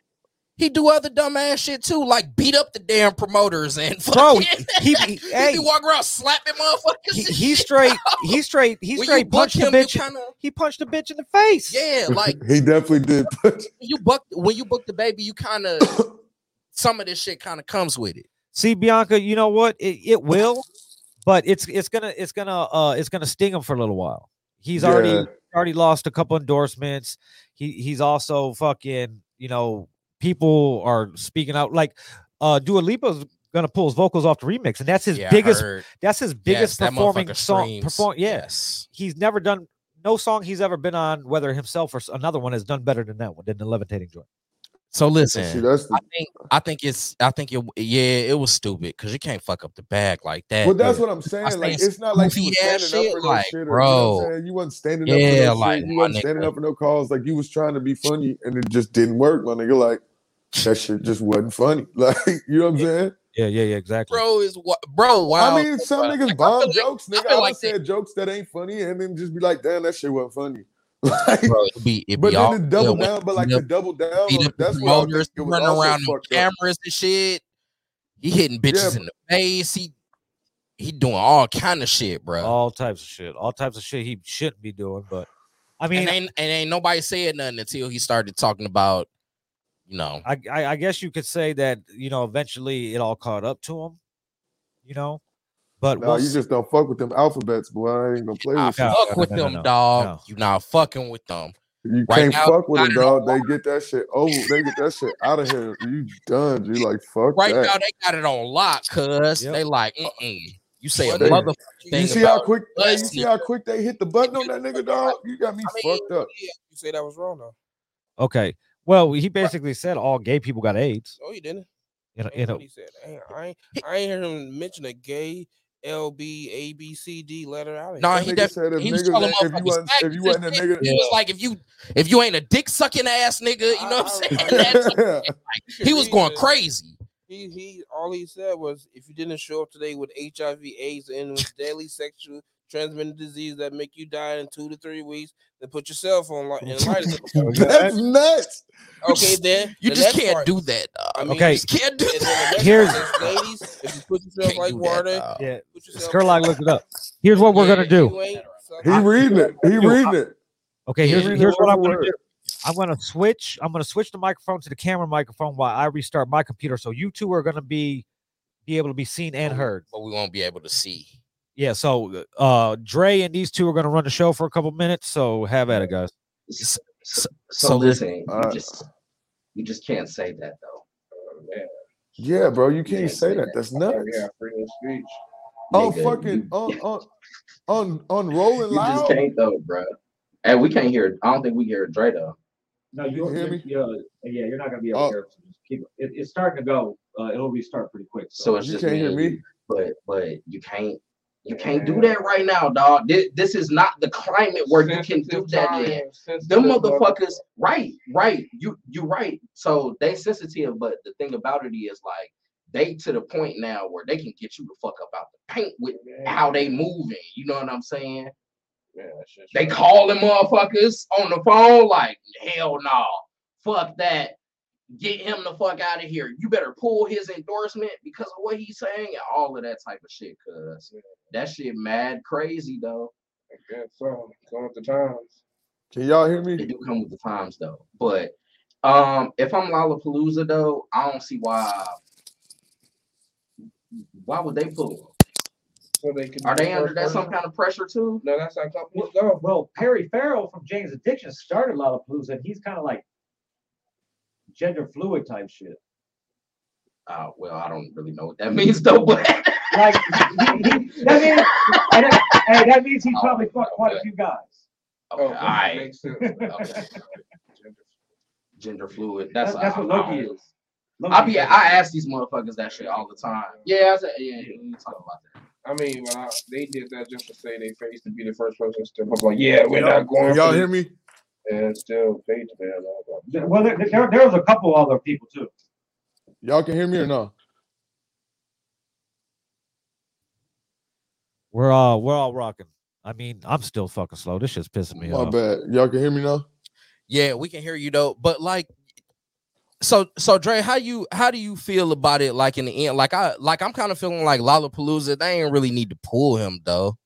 Speaker 3: He do other dumb ass shit too, like beat up the damn promoters and
Speaker 1: Bro,
Speaker 3: fucking-
Speaker 1: he, he,
Speaker 3: he
Speaker 1: hey,
Speaker 3: be walking around slapping motherfuckers.
Speaker 1: he,
Speaker 3: and
Speaker 1: he
Speaker 3: shit.
Speaker 1: straight, he straight, he
Speaker 3: When you
Speaker 1: straight
Speaker 3: book
Speaker 1: punched the
Speaker 3: him, you
Speaker 1: bitch.
Speaker 3: kinda-
Speaker 1: he punched the bitch in the face.
Speaker 3: yeah, like
Speaker 4: he definitely did. Put,
Speaker 3: when you book when you book the baby, you kind of some of this shit kind of comes with it.
Speaker 1: See, Bianca, you know what? It, it will, but it's it's gonna it's gonna uh it's gonna sting him for a little while. He's already already lost a couple endorsements. He he's also fucking, you know, people are speaking out like uh Dua Lipa's gonna pull his vocals off the remix, and that's his
Speaker 3: Yeah, I
Speaker 1: biggest
Speaker 3: heard.
Speaker 1: that's his biggest
Speaker 3: Yes, that
Speaker 1: performing
Speaker 3: motherfucker
Speaker 1: song
Speaker 3: screams.
Speaker 1: perform yeah.
Speaker 3: Yes.
Speaker 1: He's never done no song he's ever been on, whether himself or s- another one, has done better than that one, than the levitating joint.
Speaker 3: So
Speaker 4: See,
Speaker 3: listen,
Speaker 4: that's the,
Speaker 3: I think I think it's I think it yeah it was stupid because you can't fuck up the bag like that.
Speaker 4: well, that's
Speaker 3: dude.
Speaker 4: what I'm saying.
Speaker 3: say
Speaker 4: Like
Speaker 3: it's
Speaker 4: it's not like you
Speaker 3: goofy
Speaker 4: was
Speaker 3: ass
Speaker 4: standing
Speaker 3: shit,
Speaker 4: up for
Speaker 3: like,
Speaker 4: no shit, or,
Speaker 3: bro.
Speaker 4: You, know what I'm saying? you wasn't standing
Speaker 3: Yeah,
Speaker 4: up for no
Speaker 3: like,
Speaker 4: shit. You
Speaker 3: my
Speaker 4: wasn't
Speaker 3: nigga.
Speaker 4: standing up for no cause. Like you was trying to be funny, and it just didn't work, my nigga. Like that shit just wasn't funny. Like you know what I'm saying?
Speaker 1: Yeah, yeah, yeah, exactly.
Speaker 3: bro is what bro. Wow.
Speaker 4: I mean, some
Speaker 3: Like, I
Speaker 4: niggas
Speaker 3: feel
Speaker 4: bomb
Speaker 3: like-
Speaker 4: jokes,
Speaker 3: feel
Speaker 4: nigga. I,
Speaker 3: like
Speaker 4: like said jokes that ain't funny, and then just be like, damn, that shit wasn't funny. Like,
Speaker 3: bro, it'd be, it'd
Speaker 4: but
Speaker 3: be
Speaker 4: then
Speaker 3: all
Speaker 4: the double
Speaker 3: good.
Speaker 4: down, but like
Speaker 3: beat
Speaker 4: the
Speaker 3: up-
Speaker 4: double down, on
Speaker 3: beat
Speaker 4: it,
Speaker 3: up the
Speaker 4: that's what I
Speaker 3: promoters,
Speaker 4: think it was
Speaker 3: running
Speaker 4: also
Speaker 3: around in
Speaker 4: fucked up.
Speaker 3: cameras and shit. He hitting bitches
Speaker 4: Yeah.
Speaker 3: in the face. He he doing all kind of shit, bro.
Speaker 1: all types of shit, all types of shit he shouldn't be doing. But I mean,
Speaker 3: and ain't and ain't nobody said nothing until he started talking about, you know,
Speaker 1: I, I I guess you could say that you know eventually it all caught up to him, you know. But
Speaker 4: No, you
Speaker 1: once,
Speaker 4: just don't fuck with them alphabets, boy. I ain't gonna play
Speaker 3: I
Speaker 4: with you.
Speaker 1: No,
Speaker 3: fuck
Speaker 1: no,
Speaker 3: with
Speaker 1: no, no,
Speaker 3: them,
Speaker 1: no,
Speaker 3: dog.
Speaker 1: no.
Speaker 3: You not fucking with them.
Speaker 4: You
Speaker 3: Right
Speaker 4: can't
Speaker 3: now,
Speaker 4: fuck with
Speaker 3: not
Speaker 4: them,
Speaker 3: at all.
Speaker 4: dog. They get that shit over. They get that shit out of here. You done? You like fuck
Speaker 3: Right
Speaker 4: that.
Speaker 3: now, they got it on lock, cuz
Speaker 1: Yep.
Speaker 3: they like, Mm-mm. you say a
Speaker 4: They-
Speaker 3: motherfucker.
Speaker 4: you
Speaker 3: thing
Speaker 4: see how
Speaker 3: about
Speaker 4: quick? hey, you
Speaker 3: us,
Speaker 4: see how quick they hit the button on that nigga, dog? You got me
Speaker 3: I mean,
Speaker 4: fucked up.
Speaker 5: Yeah, you say that was wrong though.
Speaker 1: okay, well, he basically said all gay people got AIDS.
Speaker 5: No, Oh, you didn't.
Speaker 1: You know,
Speaker 5: Ain't
Speaker 1: you know
Speaker 5: what he said. I ain't, I ain't, I ain't heard him mention a gay L B A B C D letter. I didn't
Speaker 3: Nah,
Speaker 5: hear
Speaker 3: he
Speaker 4: That nigga
Speaker 3: def-
Speaker 4: said if
Speaker 3: he was
Speaker 4: niggas
Speaker 3: telling
Speaker 4: ain't- if you
Speaker 3: motherfuckers
Speaker 4: wasn't
Speaker 3: back
Speaker 4: if you
Speaker 3: to
Speaker 4: wasn't a
Speaker 3: this
Speaker 4: nigga,
Speaker 3: He was like, if you if you ain't a dick sucking ass nigga, you know what I'm saying? That's what-
Speaker 5: that.
Speaker 3: he was going
Speaker 5: Jesus.
Speaker 3: crazy.
Speaker 5: He, he all he said was if you didn't show up today with HIV AIDS and with daily sexual transmitted disease that make you die in two to three weeks, then put your cell phone li- in line.
Speaker 4: that's nuts.
Speaker 5: okay, then
Speaker 3: You
Speaker 5: the
Speaker 3: just
Speaker 5: next
Speaker 3: can't
Speaker 5: part-
Speaker 3: do that. Dog.
Speaker 5: I mean,
Speaker 1: Okay.
Speaker 3: you just can't do
Speaker 5: and then the
Speaker 3: that.
Speaker 5: next
Speaker 1: Here's-
Speaker 5: part is, ladies, if you put yourself
Speaker 3: Can't
Speaker 5: like
Speaker 3: do
Speaker 5: water,
Speaker 3: that, dog.
Speaker 1: yeah,
Speaker 5: put yourself
Speaker 1: Skurlock looked it up. Here's what we're
Speaker 5: Yeah,
Speaker 1: gonna
Speaker 5: you
Speaker 1: do.
Speaker 5: ain't sucking
Speaker 4: He reading it. He reading it.
Speaker 1: Okay, here's,
Speaker 4: read it
Speaker 1: here's what
Speaker 4: word
Speaker 1: I'm
Speaker 4: for
Speaker 1: gonna
Speaker 4: word.
Speaker 1: do. I'm gonna switch. I'm gonna switch the microphone to the camera microphone while I restart my computer. So you two are gonna be be able to be seen and heard.
Speaker 3: But we won't be able to see.
Speaker 1: Yeah. So uh Dre and these two are gonna run the show for a couple minutes. So have at it, guys.
Speaker 2: So,
Speaker 3: so-
Speaker 2: listen, you
Speaker 4: Uh,
Speaker 2: just you just can't say that though. Yeah,
Speaker 4: Yeah, bro, you
Speaker 2: you
Speaker 4: can't say that. That's nuts.
Speaker 2: We got freedom of speech.
Speaker 1: Oh,
Speaker 4: On
Speaker 2: Nigga,
Speaker 4: fucking
Speaker 2: you-
Speaker 4: on on on on rolling
Speaker 2: You just
Speaker 4: loud.
Speaker 2: can't though, bro. And we can't hear. I don't think we hear Dre though.
Speaker 6: No,
Speaker 4: You
Speaker 6: you,
Speaker 4: hear me?
Speaker 6: you, you yeah, you're not gonna be able
Speaker 4: Oh.
Speaker 6: to hear. it, so just keep it. It's starting to go. Uh, it'll restart pretty quick.
Speaker 2: So
Speaker 6: So,
Speaker 2: it's
Speaker 4: You
Speaker 2: just
Speaker 4: can't hear
Speaker 2: and
Speaker 4: me.
Speaker 2: you, But but you can't you can't do that right now, dog. This, this is not the climate where you can do
Speaker 5: sensitive
Speaker 2: that
Speaker 5: time,
Speaker 2: in.
Speaker 5: sensitive
Speaker 2: Them
Speaker 5: mother-
Speaker 2: motherfuckers, right, right. You you right. So they sensitive, but the thing about it is like they to the point now where they can get you the fuck up out the paint with how they moving. You know what I'm saying?
Speaker 5: Yeah, that shit's
Speaker 2: They
Speaker 5: right.
Speaker 2: calling motherfuckers on the phone like, hell no, fuck that. Get him the fuck out of here. You better pull his endorsement because of what he's saying and all of that type of shit. Cause that shit mad crazy though.
Speaker 5: I guess so. Going with the times.
Speaker 4: Can y'all hear
Speaker 2: It
Speaker 4: me?
Speaker 2: do come with the times though. But um, if I'm Lollapalooza though, I don't see why. Why would they pull him?
Speaker 5: So they can
Speaker 2: Are
Speaker 5: be the
Speaker 2: they under
Speaker 5: first
Speaker 2: that some
Speaker 5: person-
Speaker 2: kind of pressure too?
Speaker 5: No, that's how companies
Speaker 6: well,
Speaker 5: go.
Speaker 6: well, Perry Farrell from James Addiction started Lollapalooza, and he's kind of like gender fluid type shit.
Speaker 2: Uh, well, I don't really know what that means though. But
Speaker 6: Like, he, he, that means, and that, hey, that means he probably fucked quite a few guys.
Speaker 2: Okay, all right.
Speaker 7: Makes sense. Okay.
Speaker 2: Okay.
Speaker 7: Gender-
Speaker 2: Gender fluid.
Speaker 6: That's,
Speaker 2: That's
Speaker 6: that's what
Speaker 2: I- I don't-
Speaker 6: Loki is. Loki
Speaker 2: I be
Speaker 6: is-
Speaker 2: I ask these motherfuckers that shit all the time. Yeah, I said, yeah, yeah, we talk about that.
Speaker 7: I mean, well, I- they did that just to say they faced to be the first person to step up. Like, yeah, we're not going.
Speaker 4: Y'all
Speaker 7: for
Speaker 4: hear me?
Speaker 7: this. And still, Paige, man. I don't know.
Speaker 6: Well, there, there, there was a couple other people too.
Speaker 4: Y'all can hear me or no?
Speaker 1: We're all we're all rocking. I mean, I'm still fucking slow. This shit's pissing me
Speaker 4: My
Speaker 1: off.
Speaker 4: bad. Y'all can hear me now?
Speaker 3: Yeah, we can hear you though. But like, so so Dre, how you how do you feel about it? Like in the end, like I like I'm kind of feeling like Lollapalooza. They ain't really need to pull him though.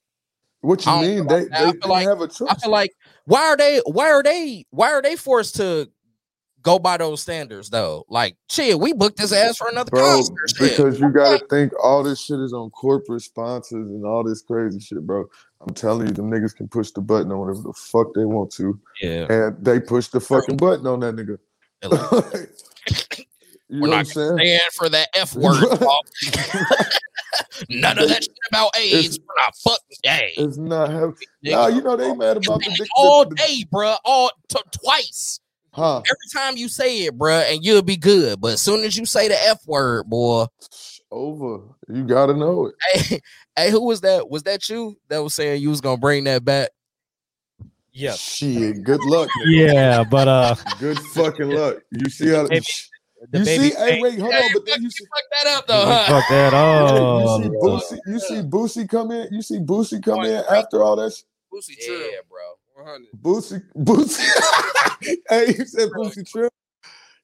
Speaker 4: What you
Speaker 3: I don't feel
Speaker 4: mean? They,
Speaker 3: like- I
Speaker 4: they
Speaker 3: feel
Speaker 4: didn't
Speaker 3: like-
Speaker 4: have a
Speaker 3: I
Speaker 4: choice.
Speaker 3: feel like why are they why are they why are they forced to go by those standards though? Like, shit, we booked his ass for another
Speaker 4: bro,
Speaker 3: concert. shit.
Speaker 4: because you got to think all this shit is on corporate sponsors and all this crazy shit, bro. I'm telling you, them niggas can push the button on whatever the fuck they want to,
Speaker 1: Yeah.
Speaker 4: and they push the fucking button on that nigga. you know
Speaker 3: We're
Speaker 4: what I'm
Speaker 3: not
Speaker 4: saying?
Speaker 3: stand for that F word. dog. None of that shit about AIDS. We're not fucking gay.
Speaker 4: It's not have.
Speaker 3: nigga.
Speaker 4: Nah, you know they mad about the dick.
Speaker 3: all
Speaker 4: the-
Speaker 3: day, bruh. All t- twice.
Speaker 4: huh?
Speaker 3: Every time you say it, bruh, and you'll be good. But as soon as you say the F word, boy,
Speaker 4: Over. You gotta know it.
Speaker 3: hey, hey, who was that? Was that you that was saying you was gonna bring that back?
Speaker 1: Yeah.
Speaker 4: Shit. Good luck. nigga.
Speaker 1: Yeah, but uh
Speaker 4: Good fucking luck. You see how?
Speaker 1: Baby- the
Speaker 4: you
Speaker 1: baby
Speaker 4: see? Hey, wait, hold on. But then you see.
Speaker 3: Fuck that up
Speaker 1: Hey,
Speaker 3: though, huh?
Speaker 1: fuck that
Speaker 4: you see
Speaker 1: up.
Speaker 4: Boosie, you see Boosie come in. You see Boosie come in
Speaker 5: Right.
Speaker 4: after all that. Sh-
Speaker 5: Boosie,
Speaker 3: Yeah,
Speaker 5: true.
Speaker 3: bro.
Speaker 5: 100.
Speaker 4: Boosie, Boosie. hey, you said Boosie Trill.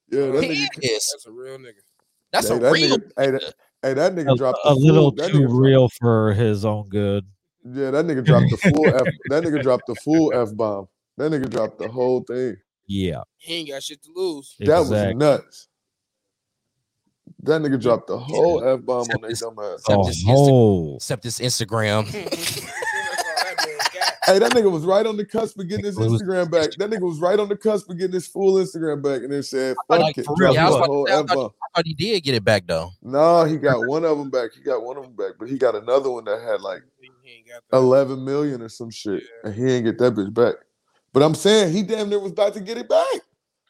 Speaker 4: Yeah, that
Speaker 3: He
Speaker 4: nigga.
Speaker 3: is.
Speaker 5: That's a real nigga.
Speaker 3: That's
Speaker 4: hey,
Speaker 3: a
Speaker 4: that
Speaker 3: real.
Speaker 4: Nigga, hey, that, hey, that nigga
Speaker 1: A,
Speaker 4: dropped the
Speaker 1: a little
Speaker 4: full, that
Speaker 1: too
Speaker 4: nigga dropped-
Speaker 1: real for his own good.
Speaker 4: yeah, that nigga dropped the full f. That nigga dropped the full f bomb. That nigga dropped the whole thing.
Speaker 1: Yeah.
Speaker 5: He ain't got shit to lose.
Speaker 4: That
Speaker 1: exact-
Speaker 4: was nuts. That nigga dropped the whole f bomb on their dumb ass.
Speaker 3: Except
Speaker 1: a
Speaker 3: this Insta-
Speaker 1: whole.
Speaker 3: Except this Instagram.
Speaker 5: That's all that man got.
Speaker 4: Hey, that nigga was right on the cusp of getting his
Speaker 1: It was-
Speaker 4: Instagram back. That nigga was right on the cusp of getting his full Instagram back, and then said,
Speaker 3: I
Speaker 4: "Fuck
Speaker 3: thought he-
Speaker 4: it,
Speaker 3: for
Speaker 1: real,
Speaker 4: drop
Speaker 1: yeah, I was
Speaker 4: the
Speaker 3: about to
Speaker 4: whole
Speaker 3: say, I
Speaker 4: f bomb."
Speaker 3: I thought he did get it back though.
Speaker 4: No, he got one of them back. He got one of them back, but he got another one that had like
Speaker 5: He ain't got that.
Speaker 4: 11 million or some shit, and he ain't get that bitch back. But I'm saying he damn near was about to get it back.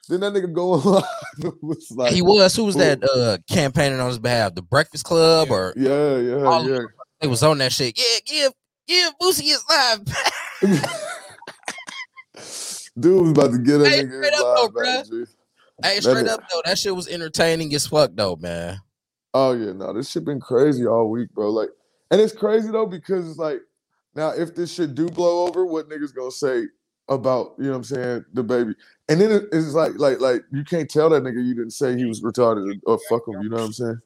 Speaker 4: Then that nigga go on live. and was like,
Speaker 3: He was. Who was
Speaker 4: who-
Speaker 3: that uh campaigning on his behalf? The Breakfast Club
Speaker 5: Yeah.
Speaker 3: or
Speaker 4: Yeah,
Speaker 3: All
Speaker 4: yeah,
Speaker 3: they was on that shit. Yeah, give give Boosie his live back.
Speaker 4: yeah. Dude was about to get that
Speaker 3: Hey,
Speaker 4: nigga
Speaker 3: straight
Speaker 4: his
Speaker 3: up
Speaker 4: live
Speaker 3: though,
Speaker 4: back. G.
Speaker 3: Hey,
Speaker 4: That
Speaker 3: straight
Speaker 4: is-
Speaker 3: up though, that shit was entertaining as fuck though, man.
Speaker 4: Oh yeah, no, this shit been crazy all week, bro. Like, and it's crazy though because it's like, now if this shit do blow over, what niggas gonna say about you know what I'm saying the baby? And then it- it's like, like, like you can't tell that nigga you didn't say he was retarded or fuck him. You know what I'm saying?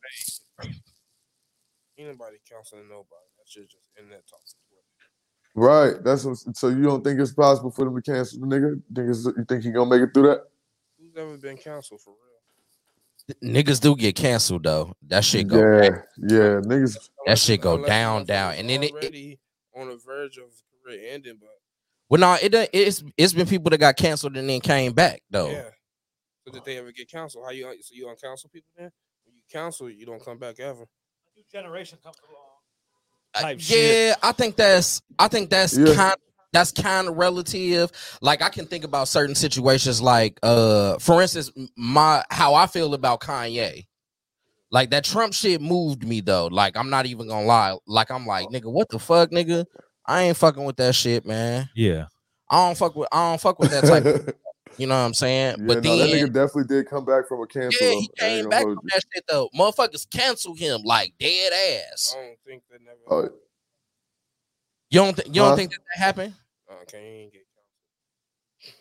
Speaker 5: Anybody counseling nobody. That shit just in that talk.
Speaker 4: Right. That's what, so you don't think it's possible for them to cancel the nigga? Think it's, you think he gonna make it through that?
Speaker 5: Who's ever been counseled for real?
Speaker 3: Niggas do get canceled though. That shit go
Speaker 4: yeah, yeah, niggas.
Speaker 3: That shit go
Speaker 5: Unless
Speaker 3: down,
Speaker 5: somebody
Speaker 3: down,
Speaker 5: was
Speaker 3: and then it- it-
Speaker 5: already on the verge of career ending, but
Speaker 3: well no, it done- it's it's been people that got canceled and then came back
Speaker 4: Oh.
Speaker 3: though.
Speaker 5: yeah. So did they ever get counseled? How you so you uncounsel people then? When you counsel, you don't come back ever.
Speaker 6: New generation comes along.
Speaker 3: Uh,
Speaker 1: Type
Speaker 3: yeah,
Speaker 1: shit.
Speaker 3: I think that's I think that's
Speaker 4: Yeah.
Speaker 3: kind that's kind of relative. Like I can think about certain situations like uh for instance m- my how I feel about Kanye. Like that Trump shit moved me though. Like I'm not even going to lie. Like I'm like, nigga, what the fuck, nigga? I ain't fucking with that shit, man.
Speaker 1: Yeah.
Speaker 3: I don't fuck with I don't fuck with that type. of- you know what I'm saying?
Speaker 4: yeah,
Speaker 3: but
Speaker 4: no,
Speaker 3: then
Speaker 4: that nigga definitely did come back from a cancel.
Speaker 3: yeah,
Speaker 4: though.
Speaker 3: he
Speaker 4: I ain't
Speaker 3: came
Speaker 4: gonna
Speaker 3: back
Speaker 4: hold
Speaker 3: from that shit though. Motherfuckers cancel him like dead ass.
Speaker 5: I don't think that never.
Speaker 4: Oh.
Speaker 3: You don't think you don't
Speaker 4: Huh?
Speaker 3: think that, that happened?
Speaker 5: Uh, can you ain't get counseled?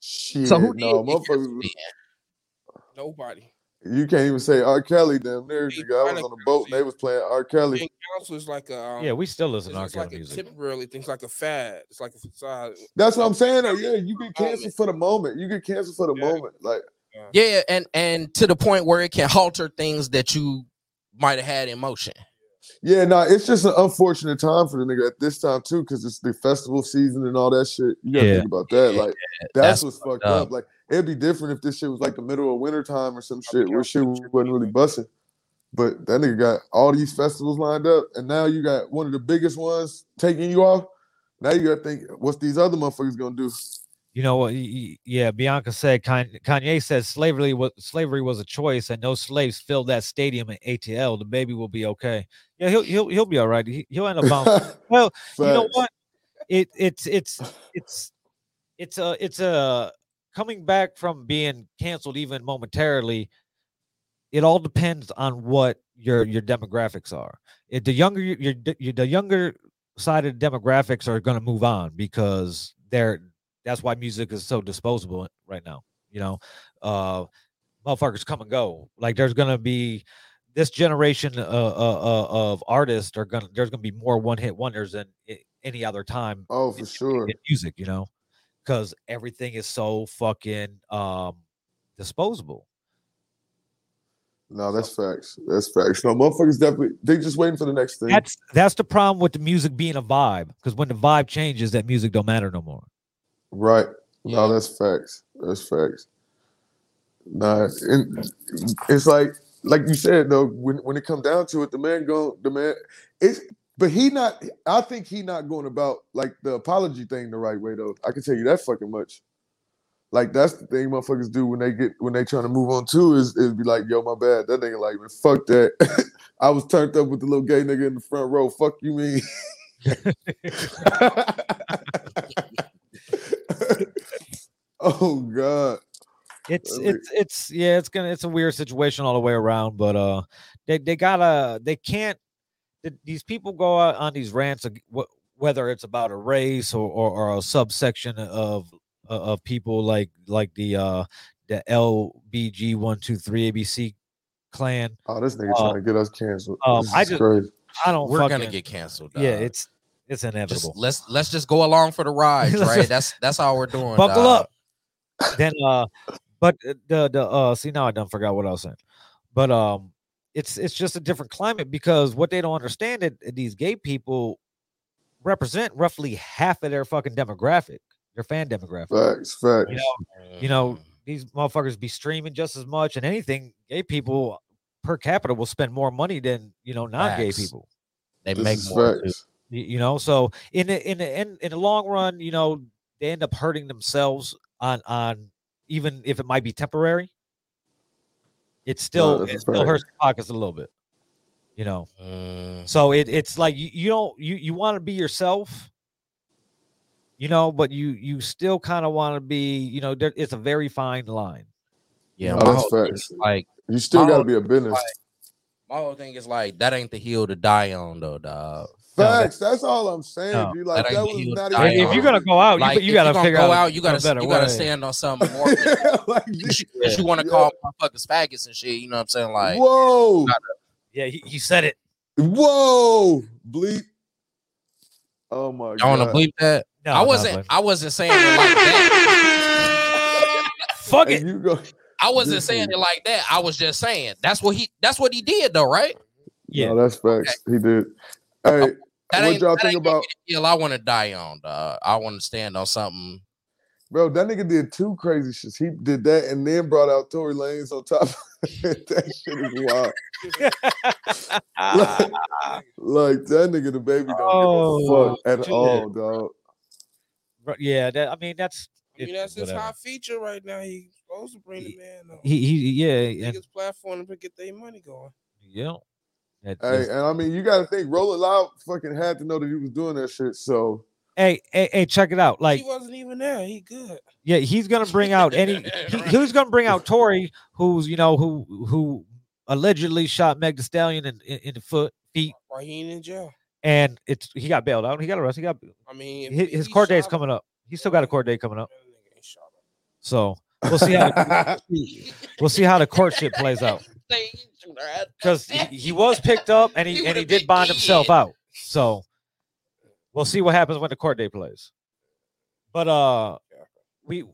Speaker 4: Shit,
Speaker 3: so who
Speaker 4: no,
Speaker 3: did get canceled
Speaker 4: motherfuckers.
Speaker 3: then?
Speaker 5: Nobody.
Speaker 4: You can't even say R. Kelly. Damn near,
Speaker 5: They
Speaker 4: nigga. I
Speaker 5: tryna
Speaker 4: was on a boat and they was playing R. Kelly.
Speaker 5: Being counseled is like a um,
Speaker 1: Yeah, we still listen
Speaker 5: it's,
Speaker 1: to R.
Speaker 5: it's like
Speaker 1: Kelly
Speaker 5: a
Speaker 1: music.
Speaker 5: temporarily thing. It's like a fad. It's like a facade.
Speaker 4: That's what I'm saying. Though, yeah, you get
Speaker 5: Moment.
Speaker 4: canceled for the moment. You get canceled for the
Speaker 5: Yeah.
Speaker 4: moment. Like,
Speaker 3: Yeah, and and to the point where it can halter things that you might have had in motion.
Speaker 4: yeah, nah, it's just an unfortunate time for the nigga at this time too, because it's the festival season and all that shit. You gotta
Speaker 1: Yeah.
Speaker 4: think about that. Like, that's,
Speaker 3: That's
Speaker 4: what's fucked
Speaker 3: up.
Speaker 4: up. Like, it'd be different if this shit was like the middle of winter time or some shit where shit wasn't really busting. But that nigga got all these festivals lined up, and now you got one of the biggest ones taking you off. Now you gotta think, what's these other motherfuckers gonna do?
Speaker 1: You know what? y- y- Yeah, Bianca said Kan- Kanye said slavery was slavery was a choice, and no slaves filled that stadium at ATL. The baby will be okay. Yeah, he'll he'll he'll be all right. He, he'll end up bouncing. Well, you know
Speaker 4: Facts.
Speaker 1: what? It it's it's it's it's a it's a coming back from being canceled even momentarily. It all depends on what your your demographics are. It, the younger you- your d- your the younger side of demographics are going to move on because they're that's why music is so disposable right now. You know, uh, motherfuckers come and go. Like there's going to be this generation uh, uh, uh, of artists are gonna there's gonna be more one hit wonders than i- any other time
Speaker 4: Oh, for sure.
Speaker 1: in music, you know, because everything is so fucking um disposable.
Speaker 4: No, that's facts. That's facts. No, motherfuckers definitely they just waiting for the next thing.
Speaker 1: That's that's the problem with the music being a vibe. Because when the vibe changes, that music don't matter no more.
Speaker 4: right.
Speaker 5: Yeah.
Speaker 4: No, that's facts. That's facts. Nah, and it's like like you said though, when when it comes down to it, the man go the man it's but he not I think he not going about like the apology thing the right way though. I can tell you that fucking much. Like that's the thing motherfuckers do when they get when they trying to move on too is is be like, yo, my bad. That nigga like man, fuck that. I was turned up with the little gay nigga in the front row. Fuck you mean. oh God.
Speaker 1: It's
Speaker 4: Really?
Speaker 1: it's it's yeah, it's gonna it's a weird situation all the way around, but uh they they gotta they can't th- these people go out on these rants ag- wh- whether it's about a race or, or, or a subsection of of- of people like like the uh the LBG one two three ABC clan.
Speaker 4: Oh, this nigga
Speaker 1: Uh,
Speaker 4: trying to get us canceled.
Speaker 1: um,
Speaker 4: this
Speaker 1: I
Speaker 4: is
Speaker 1: just-
Speaker 4: crazy.
Speaker 1: I don't
Speaker 3: We're gonna
Speaker 1: Oh, fucking-
Speaker 3: get canceled.
Speaker 1: yeah,
Speaker 3: dog.
Speaker 1: it's it's
Speaker 3: just
Speaker 1: inevitable.
Speaker 3: let's let's just go along for the ride,
Speaker 1: Let's
Speaker 3: right?
Speaker 1: just-
Speaker 3: That's that's how we're doing.
Speaker 1: Buckle
Speaker 3: dog.
Speaker 1: up. then uh but uh, the the uh see now I done forgot what I was saying. But um it's it's just a different climate because what they don't understand it uh, these gay people represent roughly half of their fucking demographic, their fan demographic.
Speaker 4: Facts, facts.
Speaker 1: You know, you know, these motherfuckers be streaming just as much and anything gay people per capita will spend more money than you know non-gay
Speaker 3: Facts.
Speaker 1: people
Speaker 3: they
Speaker 4: This
Speaker 3: make
Speaker 4: is
Speaker 3: more. too.
Speaker 4: facts.
Speaker 1: y- you know so in the in the in, in the long run you know they end up hurting themselves on on even if it might be temporary it still
Speaker 4: that's a
Speaker 1: it still
Speaker 4: fact.
Speaker 1: hurts the pockets a little bit you know
Speaker 3: Mm,
Speaker 1: so it, it's like you, you don't you you want to be yourself you know but you you still kind of want to be you know there, it's a very fine line
Speaker 3: yeah,
Speaker 4: No,
Speaker 3: my
Speaker 4: Oh, that's
Speaker 3: whole thing
Speaker 4: facts.
Speaker 3: is, like
Speaker 4: You still
Speaker 3: My
Speaker 4: got to
Speaker 3: whole-
Speaker 4: be a business.
Speaker 3: my whole thing is like that ain't the hill to die on though, dog.
Speaker 1: no, that-
Speaker 4: Facts. that's all I'm saying.
Speaker 1: no,
Speaker 4: You like
Speaker 3: that
Speaker 4: that,
Speaker 3: ain't
Speaker 4: was
Speaker 3: you
Speaker 4: not
Speaker 3: dying.
Speaker 4: even.
Speaker 1: if you're gonna go out Oh, you-
Speaker 3: Like
Speaker 1: you,
Speaker 3: if
Speaker 1: gotta
Speaker 3: you gonna
Speaker 1: figure
Speaker 3: go
Speaker 1: out,
Speaker 3: out, you gotta
Speaker 1: a better
Speaker 3: you gotta
Speaker 1: way.
Speaker 3: stand on something more.
Speaker 4: like
Speaker 3: That
Speaker 4: this,
Speaker 3: you, that you want to
Speaker 4: Yeah.
Speaker 3: call motherfuckers faggots and shit. You know what I'm saying? Like,
Speaker 4: whoa,
Speaker 1: yeah he, he said it
Speaker 4: whoa, bleep. Oh my
Speaker 3: I want to
Speaker 4: god.
Speaker 3: believe that.
Speaker 1: no
Speaker 3: I
Speaker 1: no,
Speaker 3: wasn't.
Speaker 1: but-
Speaker 3: I wasn't saying it like that.
Speaker 1: fuck it
Speaker 4: And you go.
Speaker 3: I wasn't saying it like that. I was just saying that's what he. That's what he did though, right?
Speaker 1: yeah
Speaker 4: No, that's facts. He did. Hey,
Speaker 3: That
Speaker 4: what
Speaker 3: ain't-
Speaker 4: y'all
Speaker 3: that
Speaker 4: think
Speaker 3: ain't gonna
Speaker 4: about?
Speaker 3: be the hill I want to die on. Dog. I want to stand on something.
Speaker 4: Bro, that nigga did two crazy shits. He did that and then brought out Tory Lanez on top. that shit is wild. like, like, that nigga, the baby don't
Speaker 1: Oh,
Speaker 4: give a fuck at
Speaker 1: shit.
Speaker 4: all, dog.
Speaker 1: Right, Yeah, that, I mean that's
Speaker 5: I mean,
Speaker 1: it-
Speaker 5: that's his
Speaker 1: whatever.
Speaker 5: hot feature right now. He's supposed to bring the man on.
Speaker 1: He he yeah and,
Speaker 5: His platform to get their money going.
Speaker 1: yeah. That-
Speaker 4: Hey, uh,
Speaker 1: that's-
Speaker 4: and I mean, you got to think, Rolling Loud fucking had to know that he was doing that shit. So,
Speaker 1: Hey, hey, hey, check it out. Like,
Speaker 5: he wasn't even there. He good.
Speaker 1: yeah, he's gonna bring out any. He, he was gonna bring out Tori, who's you know who who allegedly shot Meg Thee Stallion in, in, in the foot feet,
Speaker 5: Why he ain't in jail?
Speaker 1: and it's he got bailed out. He got arrested. He got
Speaker 5: I mean, if
Speaker 1: his,
Speaker 5: he-
Speaker 1: his
Speaker 5: he
Speaker 1: court date's
Speaker 5: shot-
Speaker 1: coming up. He still got a court date coming up,
Speaker 5: That nigga ain't shot him.
Speaker 1: so we'll see how the- we'll see how the court shit plays out. because he, he was picked up and he,
Speaker 3: He
Speaker 1: and he
Speaker 3: would've
Speaker 1: did
Speaker 3: been
Speaker 1: bond himself
Speaker 3: dead.
Speaker 1: out. So we'll see what happens when the court day plays. But uh, we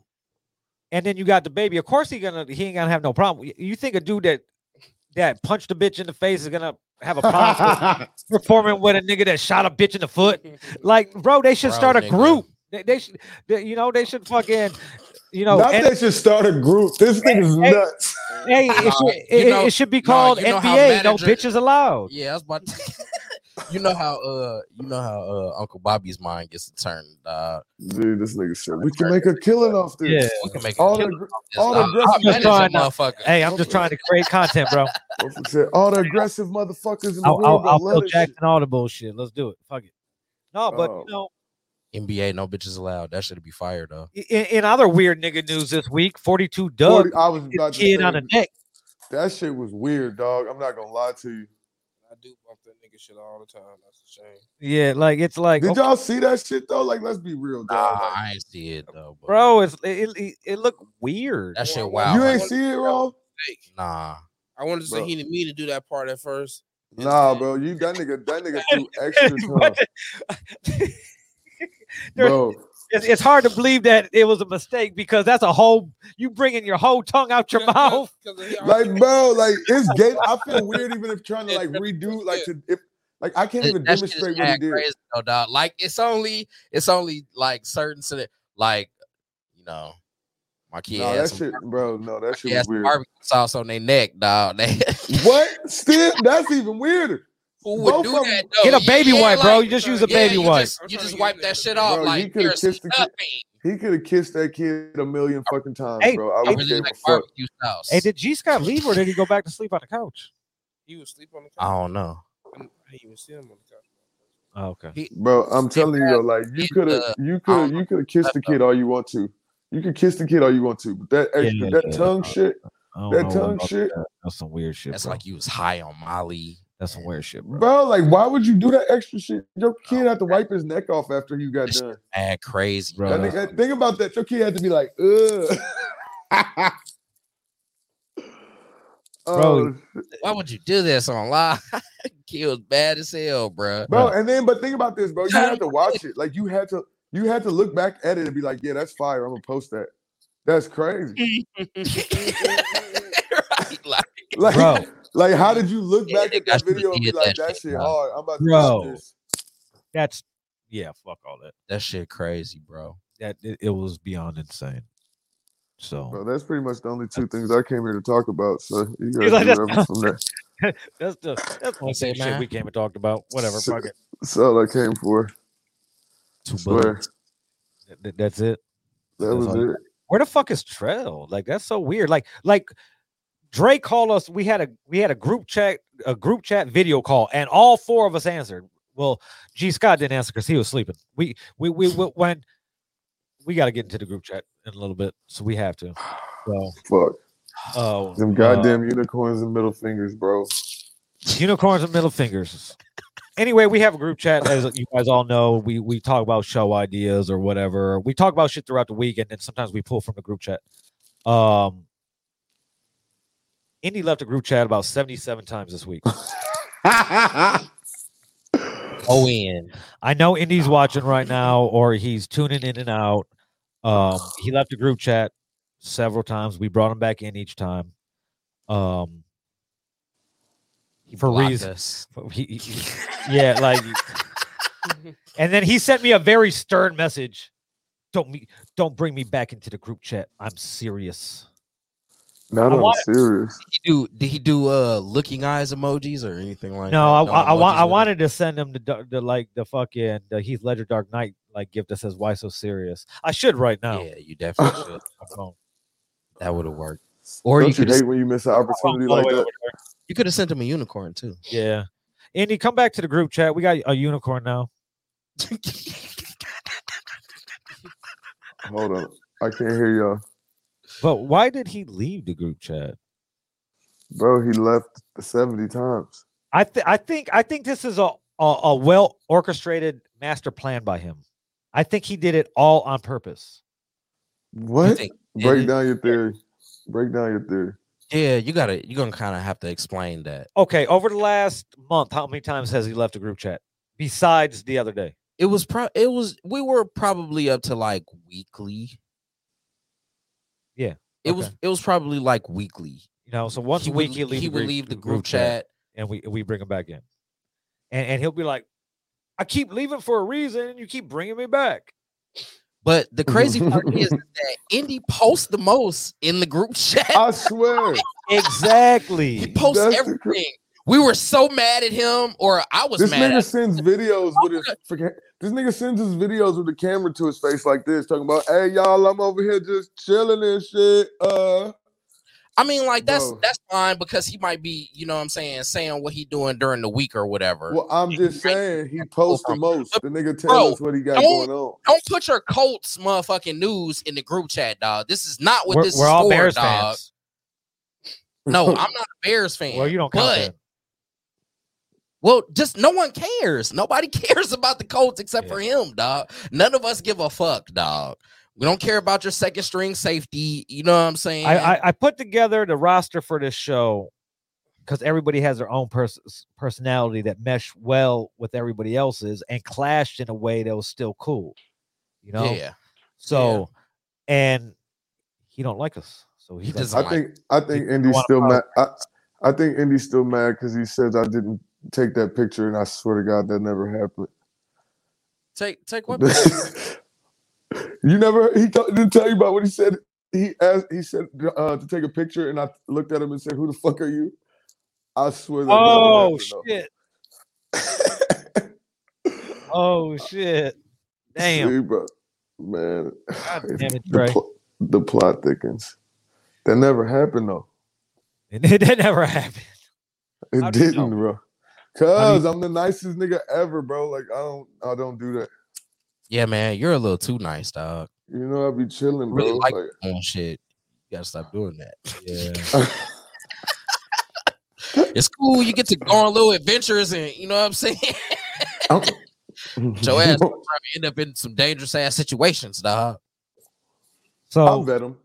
Speaker 1: and then you got the baby. Of course he gonna he ain't gonna have no problem. Y- You think a dude that that punched a bitch in the face is gonna have a problem with performing with a nigga that shot a bitch in the foot? Like, bro, they should
Speaker 3: Bro,
Speaker 1: start a
Speaker 3: nigga.
Speaker 1: group. They, they should, they- you know, they should fucking, you know,
Speaker 4: not
Speaker 1: and-
Speaker 4: that should start a group. This nigga's
Speaker 1: hey,
Speaker 4: nuts.
Speaker 1: hey, it should,
Speaker 3: you
Speaker 1: it,
Speaker 3: know-
Speaker 1: it should be
Speaker 3: nah,
Speaker 1: called
Speaker 3: you know how
Speaker 1: NBA. no
Speaker 3: manager-
Speaker 1: bitches allowed.
Speaker 3: Yeah, I was about. To, You know how uh you know how uh Uncle Bobby's mind gets to turn. Uh,
Speaker 4: Dude, this nigga said we can make a killing off this.
Speaker 1: Yeah.
Speaker 3: we can make a
Speaker 4: All the
Speaker 3: killing
Speaker 4: gr-
Speaker 3: off this.
Speaker 4: all the
Speaker 3: I'll- I'll
Speaker 1: I'm just
Speaker 3: manage a
Speaker 1: trying to-
Speaker 3: motherfucker.
Speaker 1: Hey, I'm just trying to create content, bro.
Speaker 4: Wilfred said, all the aggressive motherfuckers in the
Speaker 1: I'll,
Speaker 4: world.
Speaker 1: I'll,
Speaker 4: don't
Speaker 1: I'll
Speaker 4: love
Speaker 1: Phil
Speaker 4: this
Speaker 1: Jackson all the bullshit. Let's do it. Fuck it. No, but
Speaker 4: Oh.
Speaker 1: you know,
Speaker 3: NBA, no bitches allowed. That should be fired though.
Speaker 1: i- in, in other weird nigga news this week, 42
Speaker 4: shit.
Speaker 1: Doug
Speaker 4: 40 I was
Speaker 1: hit
Speaker 4: about to
Speaker 1: kid
Speaker 4: say,
Speaker 1: on the neck.
Speaker 4: that shit was weird, dog. I'm not gonna lie to you.
Speaker 5: I do bump that nigga shit all the time. That's a shame.
Speaker 1: Yeah, like it's like, oh,
Speaker 4: Did
Speaker 1: okay,
Speaker 4: y'all see that shit though? Like, let's be real, dog.
Speaker 3: Nah, I ain't see it though, but
Speaker 1: bro, it's, it, it, it looked weird.
Speaker 3: that shit
Speaker 5: You
Speaker 3: wild.
Speaker 4: you ain't
Speaker 5: I-
Speaker 4: see it, bro.
Speaker 5: Jake,
Speaker 3: nah.
Speaker 5: I wanted to say
Speaker 4: Bro.
Speaker 5: he needed me to do that part at first.
Speaker 4: Nah, bro. You that nigga, that nigga threw extra time, bro.
Speaker 1: it's, it's hard to believe that it was a mistake because that's a whole you bringing your whole tongue out
Speaker 4: Oh,
Speaker 1: your mouth.
Speaker 4: Like, bro, like it's gay. I feel weird even if trying to like redo, like to if like I can't even
Speaker 3: That shit is
Speaker 4: demonstrate what he
Speaker 3: mad
Speaker 4: did.
Speaker 3: crazy though, dog. Like it's only it's only like certain sit- like you know my kid
Speaker 4: Nah,
Speaker 3: had
Speaker 4: that
Speaker 3: some,
Speaker 4: shit, bro. No, that
Speaker 3: he
Speaker 4: shit
Speaker 3: had
Speaker 4: was
Speaker 3: some
Speaker 4: weird.
Speaker 3: barbecue sauce on their neck, dog. They,
Speaker 4: What? Still, that's even weirder.
Speaker 3: who would
Speaker 4: Both
Speaker 3: do
Speaker 4: of 'em-
Speaker 3: that? Though?
Speaker 1: Get a baby
Speaker 3: yeah,
Speaker 1: wipe, bro.
Speaker 3: like,
Speaker 1: You just
Speaker 5: I'm
Speaker 1: use a
Speaker 5: sorry.
Speaker 3: yeah,
Speaker 1: baby
Speaker 3: you
Speaker 1: wipe.
Speaker 3: Just, you
Speaker 5: I'm
Speaker 3: just
Speaker 5: trying to
Speaker 3: wipe
Speaker 5: get
Speaker 3: that
Speaker 5: it.
Speaker 3: shit off.
Speaker 4: Bro, you
Speaker 3: like
Speaker 4: coulda
Speaker 3: there's
Speaker 4: kissed the kid.
Speaker 3: nothing.
Speaker 4: He could have kissed that kid a million fucking times,
Speaker 1: Hey,
Speaker 4: bro. I
Speaker 3: I
Speaker 4: would have
Speaker 3: really
Speaker 4: gave
Speaker 3: like
Speaker 4: a fuck.
Speaker 3: barbecue sauce.
Speaker 1: Hey, did G Scott leave or did he go back to sleep on the couch?
Speaker 5: He was asleep on the
Speaker 3: I
Speaker 5: couch.
Speaker 3: don't know.
Speaker 5: I didn't even see him on the couch.
Speaker 1: Oh, okay.
Speaker 4: Bro, I'm telling you, though, like you
Speaker 3: It's,
Speaker 4: could have,
Speaker 3: uh,
Speaker 4: you
Speaker 3: I
Speaker 4: could,
Speaker 3: don't
Speaker 4: have you could have kissed the kid all you want to. You could kiss the kid all you want to, but that
Speaker 1: Yeah,
Speaker 4: extra, that
Speaker 1: yeah,
Speaker 4: tongue
Speaker 1: uh,
Speaker 4: shit,
Speaker 1: I don't
Speaker 4: That
Speaker 1: know
Speaker 4: tongue
Speaker 1: about
Speaker 4: shit?
Speaker 1: that. That's some weird shit.
Speaker 3: That's
Speaker 1: bro.
Speaker 3: like you was high on Molly.
Speaker 1: that's some weird shit, bro.
Speaker 4: bro. Like, why would you do that extra shit? Your
Speaker 1: Oh,
Speaker 4: kid had to wipe his neck off after you got
Speaker 3: That shit
Speaker 4: done.
Speaker 3: Mad crazy,
Speaker 1: Bro,
Speaker 4: That
Speaker 3: dawg.
Speaker 4: nigga- think about that. Your kid had to be like, ugh.
Speaker 1: Bro,
Speaker 4: Oh,
Speaker 3: Why would you do this on live? Kills bad as hell, bro.
Speaker 4: bro. And then, but think about this, bro. You had to watch it. Like you had to, you had to look back at it and be like, yeah, that's fire. I'm gonna post that. That's
Speaker 3: Mm.
Speaker 4: crazy.
Speaker 3: right, like,
Speaker 4: Like,
Speaker 1: Bro.
Speaker 4: like how did you look
Speaker 3: Yeah,
Speaker 4: back at
Speaker 3: I
Speaker 4: that
Speaker 3: should've
Speaker 4: video and be
Speaker 3: did
Speaker 4: like,
Speaker 3: that
Speaker 4: that
Speaker 3: shit,
Speaker 4: shit
Speaker 3: bro.
Speaker 4: hard. I'm about to
Speaker 1: Bro.
Speaker 4: do this.
Speaker 1: that's yeah, fuck all that.
Speaker 3: that shit crazy, bro.
Speaker 1: That it, it was beyond insane. So
Speaker 4: Bro, that's pretty much the only two things I came here to talk about. So you
Speaker 1: He's
Speaker 4: guys
Speaker 1: like,
Speaker 4: do
Speaker 1: "That's
Speaker 4: whatever from there.
Speaker 1: that's the that's one
Speaker 3: What's
Speaker 1: same
Speaker 3: that,
Speaker 1: shit
Speaker 3: man?
Speaker 1: we came and talked about. Whatever,
Speaker 4: So-
Speaker 1: fuck it.
Speaker 4: That's all I came for.
Speaker 3: Two
Speaker 4: Swear.
Speaker 3: bullets.
Speaker 1: That- that- that's it.
Speaker 4: That
Speaker 1: That's
Speaker 4: was
Speaker 1: all you
Speaker 4: it.
Speaker 1: Where the fuck is Trail? Like that's so weird. Like like Dre called us. We had a we had a group chat a group chat video call, and all four of us answered. Well, G Scott didn't answer because he was sleeping. We we we, we when we got to get into the group chat in a little bit, so we have to. So
Speaker 4: Fuck.
Speaker 1: oh,
Speaker 4: Them goddamn unicorns and middle fingers, bro.
Speaker 1: unicorns and middle fingers. Anyway, we have a group chat, as you guys all know. We we talk about show ideas or whatever. We talk about shit throughout the week, and then sometimes we pull from the group chat. Um, Indy left a group chat about seventy-seven times this week.
Speaker 3: O N.
Speaker 1: I know Indy's watching right now, or he's tuning in and out. Um, he left a group chat several times. We brought him back in each time. Um,
Speaker 3: He
Speaker 1: For
Speaker 3: blocked
Speaker 1: reason-
Speaker 3: us.
Speaker 1: but he- he- yeah, like, and then he sent me a very stern message. Don't me, don't bring me back into the group chat. I'm serious.
Speaker 4: Not
Speaker 1: I
Speaker 4: on
Speaker 1: wanna-
Speaker 4: serious.
Speaker 3: Did he do did he do uh looking eyes emojis or anything like
Speaker 1: No, I,
Speaker 3: that?
Speaker 1: I, I want,
Speaker 3: emojis
Speaker 1: I
Speaker 3: with it?
Speaker 1: wanted to send him the, dark- the like the fucking the Heath Ledger Dark Knight like gift that says "Why so serious?" I should right now.
Speaker 3: Yeah, you definitely should.
Speaker 1: My phone.
Speaker 3: That would have worked. Or you
Speaker 4: Don't you,
Speaker 3: could
Speaker 4: hate when you miss an opportunity
Speaker 1: All the
Speaker 4: like
Speaker 1: way
Speaker 4: that?
Speaker 1: over there.
Speaker 3: you could have sent him a unicorn too.
Speaker 1: Yeah. Andy, come back to the group chat. We got a unicorn now.
Speaker 4: Hold on. I can't hear y'all.
Speaker 1: But why did he leave the group chat?
Speaker 4: Bro, he left 70 times.
Speaker 1: I th- I think I think this is a, a a well orchestrated master plan by him. I think he did it all on purpose.
Speaker 3: You
Speaker 4: What?
Speaker 3: think-
Speaker 4: Break down your theory. Break down your theory.
Speaker 3: yeah, you gotta you're gonna kinda have to explain that.
Speaker 1: Okay, over the last month, how many times has he left the group chat? Besides the other day.
Speaker 3: It was pro it was we were probably up to like weekly.
Speaker 1: Yeah,
Speaker 3: It was
Speaker 1: okay.
Speaker 3: it was probably like weekly.
Speaker 1: You know, so once
Speaker 3: he
Speaker 1: a week
Speaker 3: would,
Speaker 1: he'll leave
Speaker 3: he
Speaker 1: the
Speaker 3: would
Speaker 1: group,
Speaker 3: leave the group chat.
Speaker 1: and we we bring him back in. And and he'll be like, I keep leaving for a reason, and you keep bringing me back.
Speaker 3: But the crazy part is that Indy posts the most in the group chat.
Speaker 4: I swear.
Speaker 1: Exactly.
Speaker 3: He posts
Speaker 4: Oh, That's the cra-
Speaker 3: everything. We were so mad at him, or I was
Speaker 4: This
Speaker 3: mad.
Speaker 4: nigga
Speaker 3: At
Speaker 4: sends videos with his freaking- this nigga sends his videos with the camera to his face like this, talking about, hey y'all, I'm over here just chilling and shit. Uh
Speaker 3: I mean, like that's
Speaker 4: Bro.
Speaker 3: that's fine because he might be, you know, what I'm saying, saying what he doing during the week or whatever.
Speaker 4: well, I'm just saying he posts the most. The nigga tells us what he got
Speaker 3: don't-
Speaker 4: going on.
Speaker 3: Don't put your Colts motherfucking news in the group chat, dog. This is not what
Speaker 1: We're,
Speaker 3: this is
Speaker 1: we're all
Speaker 3: for,
Speaker 1: Bears
Speaker 3: dog.
Speaker 1: fans.
Speaker 3: No, I'm not a Bears fan.
Speaker 1: Well, you don't count
Speaker 3: but-
Speaker 1: that.
Speaker 3: Well, just no one cares. Nobody cares about the Colts except for him, dog. None of us give a fuck, dog. We don't care about your second string safety. You know what I'm saying?
Speaker 1: I, I I put together the roster for this show because everybody has their own pers- personality that meshed well with everybody else's and clashed in a way that was still cool. You know,
Speaker 3: yeah.
Speaker 1: so and he don't like us, so
Speaker 3: He
Speaker 1: he does.
Speaker 3: doesn't-
Speaker 1: Like,
Speaker 4: I
Speaker 3: like-
Speaker 4: think I think Indy's
Speaker 1: wanna
Speaker 4: still
Speaker 1: follow.
Speaker 4: mad. I, I think Indy's still mad because he says I didn't take that picture, and I swear to God that never happened.
Speaker 3: Take take what?
Speaker 4: you never he t- didn't tell you about what he said. He asked he said uh, to take a picture, and I looked at him and said, "Who the fuck are you?" I swear. That
Speaker 1: oh
Speaker 4: never
Speaker 1: shit!
Speaker 4: happened, though.
Speaker 1: Oh shit! Damn!
Speaker 4: See, bro. man,
Speaker 1: God damn it,
Speaker 4: the,
Speaker 1: Trey!
Speaker 4: pl- the plot thickens. That never happened though.
Speaker 1: And it, that never happened.
Speaker 4: It
Speaker 1: How do you
Speaker 4: didn't,
Speaker 1: know?
Speaker 4: bro. Cause I'm the nicest nigga ever, bro. Like I don't, I don't do that.
Speaker 3: Yeah, man, you're a little too nice, dog.
Speaker 4: You know, I be chilling, bro.
Speaker 3: Really
Speaker 4: like,
Speaker 3: like- Oh shit. You gotta stop doing that. Yeah. it's cool. You get to go on little adventures and you know what I'm saying? Joe ass
Speaker 4: No,
Speaker 3: end up in some dangerous ass situations, dog.
Speaker 1: So Oh,
Speaker 4: I'll vet him.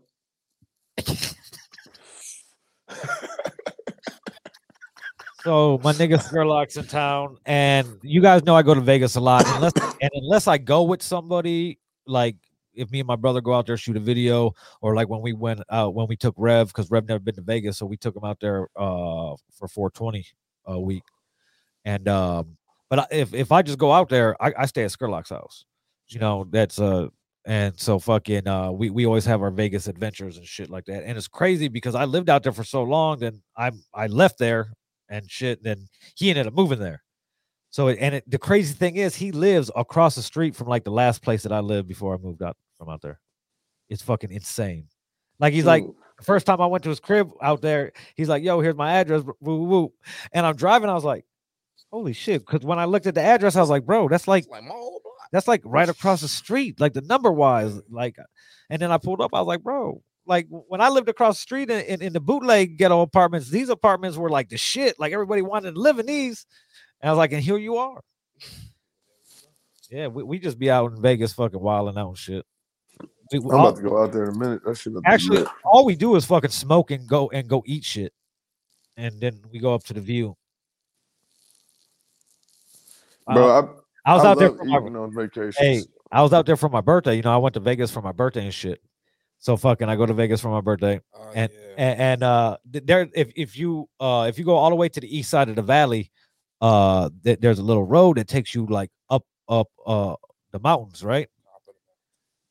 Speaker 1: So my nigga Sherlock's in town, and you guys know I go to Vegas a lot. Unless and unless I go with somebody, like if me and my brother go out there shoot a video, or like when we went out when we took Rev because Rev never been to Vegas, so we took him out there uh for 420 a week. And um, but I- if if I just go out there, I, I stay at Sherlock's house. You know that's uh and so fucking uh we we always have our Vegas adventures and shit like that. And it's crazy because I lived out there for so long, then I I left there and shit. And then he ended up moving there. So it, and it, the crazy thing is, he lives across the street from like the last place that I lived before I moved out from out there. It's fucking insane. Like he's like the first time I went to his crib out there, he's like, "Yo, here's my address." Woo, woo, woo. And I'm driving, I was like, "Holy shit!" Because when I looked at the address, I was like, "Bro, that's like
Speaker 3: It's like my whole block.
Speaker 1: that's like right across the street, like the number wise, like. uh," And then I pulled up. I was like, bro, like w- when I lived across the street in, in, in the bootleg ghetto apartments, these apartments were like the shit. Like everybody wanted to live in these. And I was like, and here you are. Yeah, we, we just be out in Vegas, fucking wilding out and shit. We, we-
Speaker 4: I'm
Speaker 1: all,
Speaker 4: about to go out there in a minute. That shit.
Speaker 1: oh. actually, all we do is fucking smoke and go and go eat shit, and then we go up to the view. I-
Speaker 4: bro, I,
Speaker 1: uh, I was out there
Speaker 4: love
Speaker 1: for my
Speaker 4: eating on vacation.
Speaker 1: Hey, I was out there for my birthday. You know, I went to Vegas for my birthday and shit. So fucking, I go to Vegas for my birthday,
Speaker 5: Oh, yeah.
Speaker 1: and, and uh, th- there if if you uh if you go all the way to the east side of the valley, uh, th- there's a little road that takes you like up up uh the mountains, right?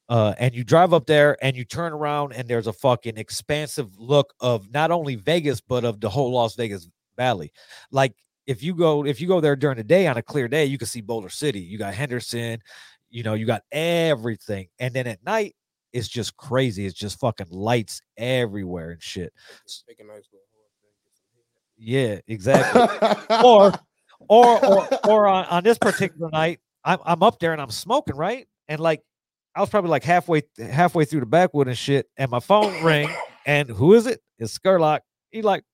Speaker 1: Uh, and you drive up there and you turn around and there's a fucking expansive look of not only Vegas but of the whole Las Vegas Valley. Like if you go if you go there during the day on a clear day, you can see Boulder City. You got Henderson, you know, you got everything. And then at night, it's just crazy. It's just fucking lights everywhere and shit.
Speaker 5: Take a nice little walk, man, get some heat.
Speaker 1: Yeah, exactly. or or or, or on, on this particular night, I'm I'm up there and I'm smoking, right? And like I was probably like halfway halfway through the backwood and shit, and my phone rang, and who is it? It's Skurlock. He like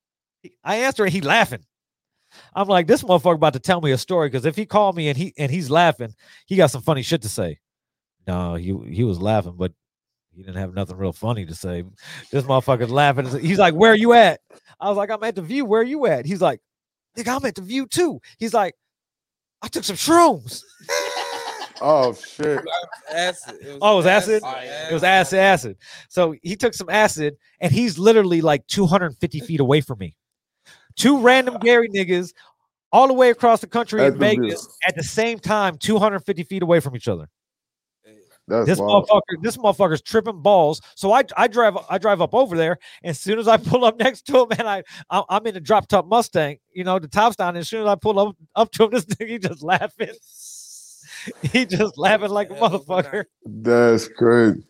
Speaker 1: he- I answer and he laughing. I'm like, this motherfucker about to tell me a story because if he called me and he and he's laughing, he got some funny shit to say. No, he he was laughing, but he didn't have nothing real funny to say. This motherfucker's laughing. He's like, "Where you at?" I was like, "I'm at the view. Where you at?" He's like, "Nigga, I'm at the view too." He's like, "I took some shrooms."
Speaker 4: oh shit!
Speaker 5: Acid. It was
Speaker 1: Oh, it was acid?
Speaker 5: acid.
Speaker 1: It was acid, acid. So he took some acid, and he's literally like 250 feet away from me. Two random Gary niggas, all the way across the country
Speaker 4: At
Speaker 1: in
Speaker 4: the view.
Speaker 1: Vegas at the same time, 250 feet away from each other.
Speaker 5: Hey,
Speaker 4: That's
Speaker 1: This
Speaker 4: wild.
Speaker 1: motherfucker, this motherfucker's tripping balls. So I, I drive, I drive up over there, and as soon as I pull up next to him, and I, I I'm in a drop top Mustang, you know, the top's down. And as soon as I pull up up to him, this nigga he just laughing. He just laughing like a
Speaker 5: Hell of a
Speaker 1: motherfucker.
Speaker 4: That's crazy,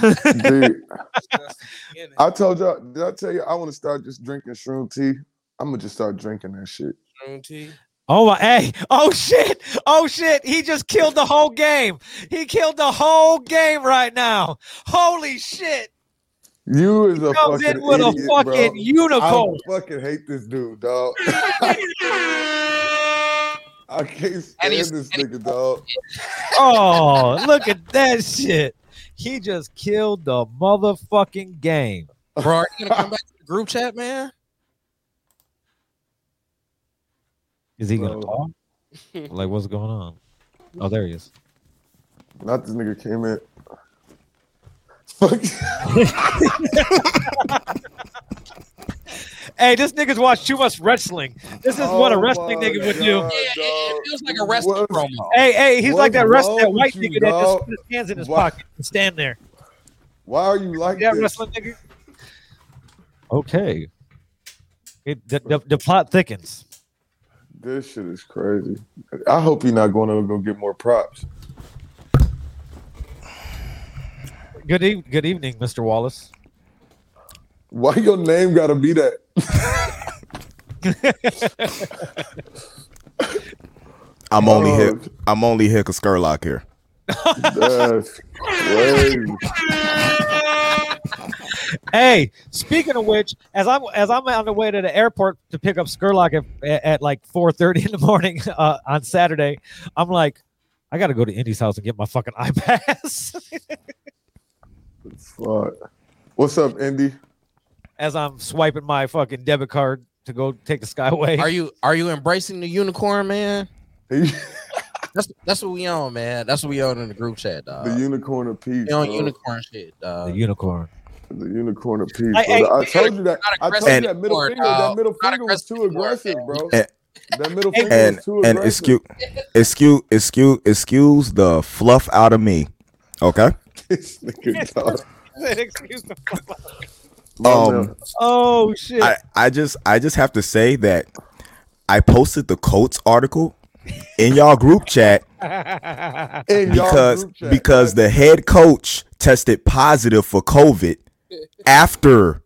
Speaker 4: dude.
Speaker 3: Uh,
Speaker 4: I told y'all. Did I tell you I want to start just drinking shroom tea? I'm gonna just start drinking that shit.
Speaker 1: Oh my hey. Oh shit. Oh shit. He just killed the whole game. He killed the whole game right now. Holy shit.
Speaker 4: You is a
Speaker 1: Comes
Speaker 4: fucking
Speaker 1: in with
Speaker 4: idiot,
Speaker 1: a fucking
Speaker 4: bro.
Speaker 1: unicorn.
Speaker 4: I fucking hate this dude, dog. I can't stand
Speaker 3: And he's-
Speaker 4: this nigga, dog.
Speaker 1: Oh, look at that shit. He just killed the motherfucking game.
Speaker 3: Bro, are you gonna come back to the group chat, man?
Speaker 1: Is he gonna
Speaker 4: Bro.
Speaker 1: talk? Like what's going on? Oh, there he is.
Speaker 4: Not this nigga came in. Fuck.
Speaker 1: Hey, this nigga's watched too much wrestling. This is what a
Speaker 4: Oh
Speaker 1: wrestling
Speaker 4: my
Speaker 1: nigga would
Speaker 4: God,
Speaker 1: do.
Speaker 3: Yeah, it, it
Speaker 4: dog.
Speaker 3: feels like a wrestling
Speaker 4: What's-
Speaker 3: promo.
Speaker 1: Hey, hey, he's like
Speaker 4: What's
Speaker 1: that rest,
Speaker 4: wrong
Speaker 1: that
Speaker 4: with
Speaker 1: white
Speaker 4: you,
Speaker 1: nigga that just
Speaker 4: dog?
Speaker 1: put his hands in his
Speaker 4: Why-
Speaker 1: pocket and stand there.
Speaker 4: Why are you like
Speaker 1: Yeah,
Speaker 4: this?
Speaker 1: wrestling nigga. Okay. It, the, the, the plot thickens.
Speaker 4: This shit is crazy. I hope he's not going to go get more props.
Speaker 1: Good eve- good evening, Mr. Wallace.
Speaker 4: Why your name gotta be that?
Speaker 8: I'm only here.
Speaker 4: Dog,
Speaker 8: I'm only here because Skurlock here.
Speaker 4: That's crazy.
Speaker 1: Hey, speaking of which, as I'm as I'm on the way to the airport to pick up Skurlock at, at, at like 4:30 in the morning uh, on Saturday, I'm like, I got to go to Indy's house and get my fucking iPass.
Speaker 4: Fuck. What's up, Indy?
Speaker 1: as I'm swiping my fucking debit card to go take the Skyway.
Speaker 3: Are you are you embracing the unicorn, man?
Speaker 4: He-
Speaker 3: That's that's what we on, man. That's what we on in the group chat, dog.
Speaker 8: Uh,
Speaker 4: the unicorn of peace.
Speaker 3: we on
Speaker 4: bro.
Speaker 3: unicorn shit,
Speaker 1: the
Speaker 3: dog.
Speaker 1: unicorn.
Speaker 4: The unicorn of peace.
Speaker 1: Hey, hey,
Speaker 4: brother. I
Speaker 3: hey,
Speaker 4: told you that.
Speaker 3: not
Speaker 4: I told you
Speaker 3: aggressive
Speaker 4: that middle
Speaker 3: anymore,
Speaker 4: finger. That
Speaker 1: uh,
Speaker 3: dog.
Speaker 4: middle
Speaker 3: Not
Speaker 4: finger was
Speaker 3: aggressive
Speaker 4: too
Speaker 3: anymore,
Speaker 4: aggressive, bro.
Speaker 8: And-
Speaker 4: That middle
Speaker 1: Hey,
Speaker 4: finger
Speaker 8: And
Speaker 4: was too
Speaker 8: and
Speaker 4: aggressive.
Speaker 8: excuse excuse excuse excuse the fluff out of me. Okay.
Speaker 4: This nigga dog.
Speaker 1: Excuse the fuck.
Speaker 8: Um,
Speaker 1: Oh shit.
Speaker 8: I, I just I just have to say that I posted the Colts article in y'all group chat
Speaker 4: In y'all
Speaker 8: because
Speaker 4: group chat,
Speaker 8: because the head coach tested positive for COVID after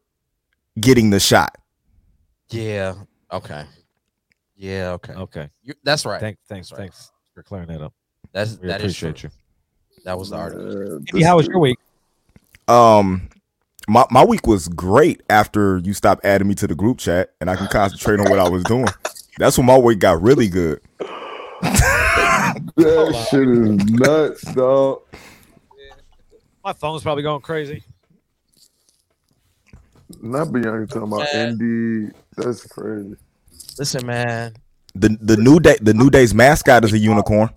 Speaker 8: getting the shot.
Speaker 3: Yeah. Okay. Yeah. Okay.
Speaker 1: okay.
Speaker 3: You, that's right.
Speaker 1: Oh. Thank, thanks,
Speaker 3: That's right.
Speaker 1: thanks for clearing that up.
Speaker 3: that's
Speaker 1: We
Speaker 3: that is true.
Speaker 1: appreciate you.
Speaker 3: That was the
Speaker 4: Yeah,
Speaker 3: article.
Speaker 1: Andy, how was
Speaker 4: this
Speaker 1: your week?
Speaker 8: Um my, my week was great after you stopped adding me to the group chat and I can concentrate on what I was doing. That's when my week got really good.
Speaker 4: That shit is nuts, dog.
Speaker 1: My phone's probably going crazy.
Speaker 4: Not Bianca talking about Indy. That's crazy.
Speaker 3: Listen, man.
Speaker 8: The the new day the new day's mascot is a unicorn.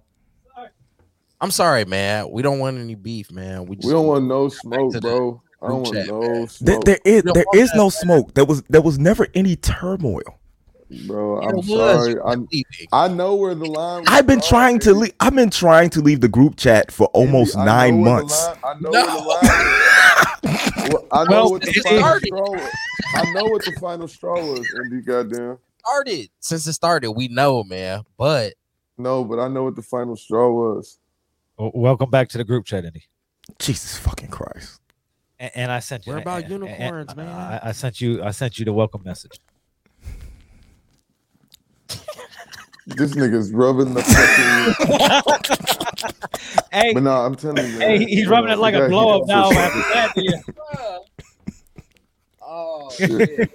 Speaker 3: I'm sorry, man. We don't want any beef, man. We just
Speaker 4: We don't want no smoke,
Speaker 3: to the
Speaker 4: bro. I don't
Speaker 3: group chat,
Speaker 4: want no
Speaker 8: There,
Speaker 4: smoke,
Speaker 8: there is
Speaker 3: Yo,
Speaker 8: there
Speaker 3: what
Speaker 8: is no smoke. There was there was never any turmoil.
Speaker 4: bro.
Speaker 3: It
Speaker 4: I'm
Speaker 3: was
Speaker 4: sorry.
Speaker 3: you
Speaker 4: I
Speaker 3: leaving.
Speaker 4: I know where the line.
Speaker 8: I've been
Speaker 4: was
Speaker 8: trying to
Speaker 4: already.
Speaker 8: leave. I've been trying to leave the group chat for
Speaker 4: Andy,
Speaker 8: almost
Speaker 4: I know
Speaker 8: nine
Speaker 4: where the
Speaker 8: months.
Speaker 4: line- I know
Speaker 3: No.
Speaker 4: where the line. is. well, I know
Speaker 1: Well,
Speaker 4: what the
Speaker 1: it
Speaker 4: final
Speaker 3: started.
Speaker 4: straw was. I know what the final straw was, Indy. Goddamn.
Speaker 3: started since it started. We know, man. But
Speaker 4: No, but I know what the final straw was.
Speaker 1: W- Welcome back to the group chat, Andy.
Speaker 8: Jesus fucking Christ!
Speaker 1: And, and I sent you.
Speaker 3: We're about
Speaker 1: and- and- and
Speaker 3: unicorns,
Speaker 1: I-
Speaker 3: man.
Speaker 1: I, I sent you. I sent you the welcome message.
Speaker 4: This nigga's rubbing the fucking.
Speaker 1: Hey,
Speaker 4: but no, I'm telling you.
Speaker 1: hey,
Speaker 4: man,
Speaker 1: he's rubbing it like
Speaker 4: you
Speaker 1: a
Speaker 4: gotta
Speaker 1: blow up
Speaker 4: keep
Speaker 1: now.
Speaker 4: consistent.
Speaker 1: After that, yeah.
Speaker 5: Oh,
Speaker 4: shit,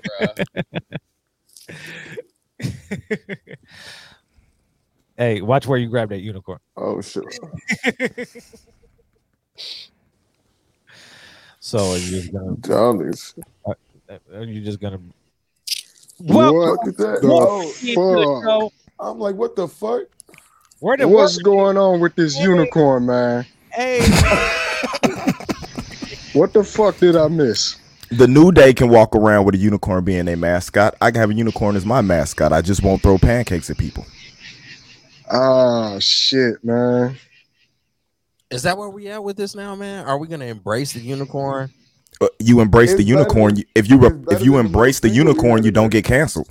Speaker 1: Hey, watch where you grab that unicorn.
Speaker 4: Oh shit.
Speaker 1: So are you just gonna?
Speaker 4: Y'all niggas.
Speaker 1: Are you just gonna?
Speaker 4: What
Speaker 1: Welcome
Speaker 4: the fuck is that?
Speaker 1: the
Speaker 4: Oh,
Speaker 1: to the
Speaker 7: fuck?
Speaker 1: show.
Speaker 4: I'm like, what the fuck?
Speaker 1: Where the
Speaker 7: What's going on with this unicorn, man?
Speaker 1: Hey,
Speaker 7: What the fuck did I miss?
Speaker 8: The new day can walk around with a unicorn being their mascot. I can have a unicorn as my mascot. I just won't throw pancakes at people.
Speaker 7: Ah, shit, man.
Speaker 3: Is that where we at with this now, man? Are we gonna embrace the unicorn?
Speaker 8: Uh, You embrace the
Speaker 4: It's better
Speaker 8: unicorn.
Speaker 4: than-
Speaker 8: you- If you re-
Speaker 4: it's better
Speaker 8: if you
Speaker 4: than the
Speaker 8: embrace the
Speaker 4: single
Speaker 8: unicorn, you
Speaker 4: reason.
Speaker 8: don't get canceled.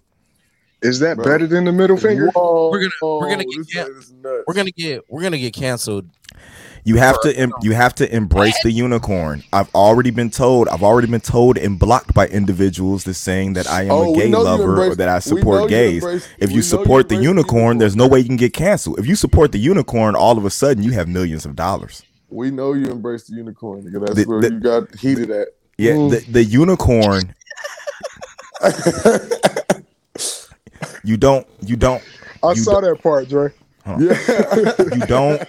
Speaker 9: Is that
Speaker 4: Bro.
Speaker 9: better than the middle finger?
Speaker 4: Whoa,
Speaker 3: We're gonna- we're gonna get
Speaker 4: this
Speaker 3: ca-
Speaker 4: man is nuts.
Speaker 3: We're gonna get we're gonna get canceled.
Speaker 8: You have to em- you have to embrace the unicorn. I've already been told. I've already been told and blocked by individuals that's saying that I am
Speaker 4: Oh,
Speaker 8: a
Speaker 4: we
Speaker 8: gay
Speaker 4: know you
Speaker 8: lover or
Speaker 4: embrace-
Speaker 8: that I
Speaker 4: we know
Speaker 8: support gays.
Speaker 4: embrace-
Speaker 8: If
Speaker 4: we know
Speaker 8: you support the
Speaker 4: embrace
Speaker 8: unicorn, there's no way you can get canceled. If you support the unicorn, all of a sudden you have millions of dollars.
Speaker 4: we know you embrace the unicorn. Nigga. That's
Speaker 8: The-
Speaker 4: where
Speaker 8: the-
Speaker 4: you got heated at.
Speaker 8: Yeah,
Speaker 4: Mm.
Speaker 8: the, the unicorn. You don't. You don't.
Speaker 9: I
Speaker 8: You
Speaker 9: saw that part, Dre.
Speaker 4: yeah.
Speaker 8: You don't.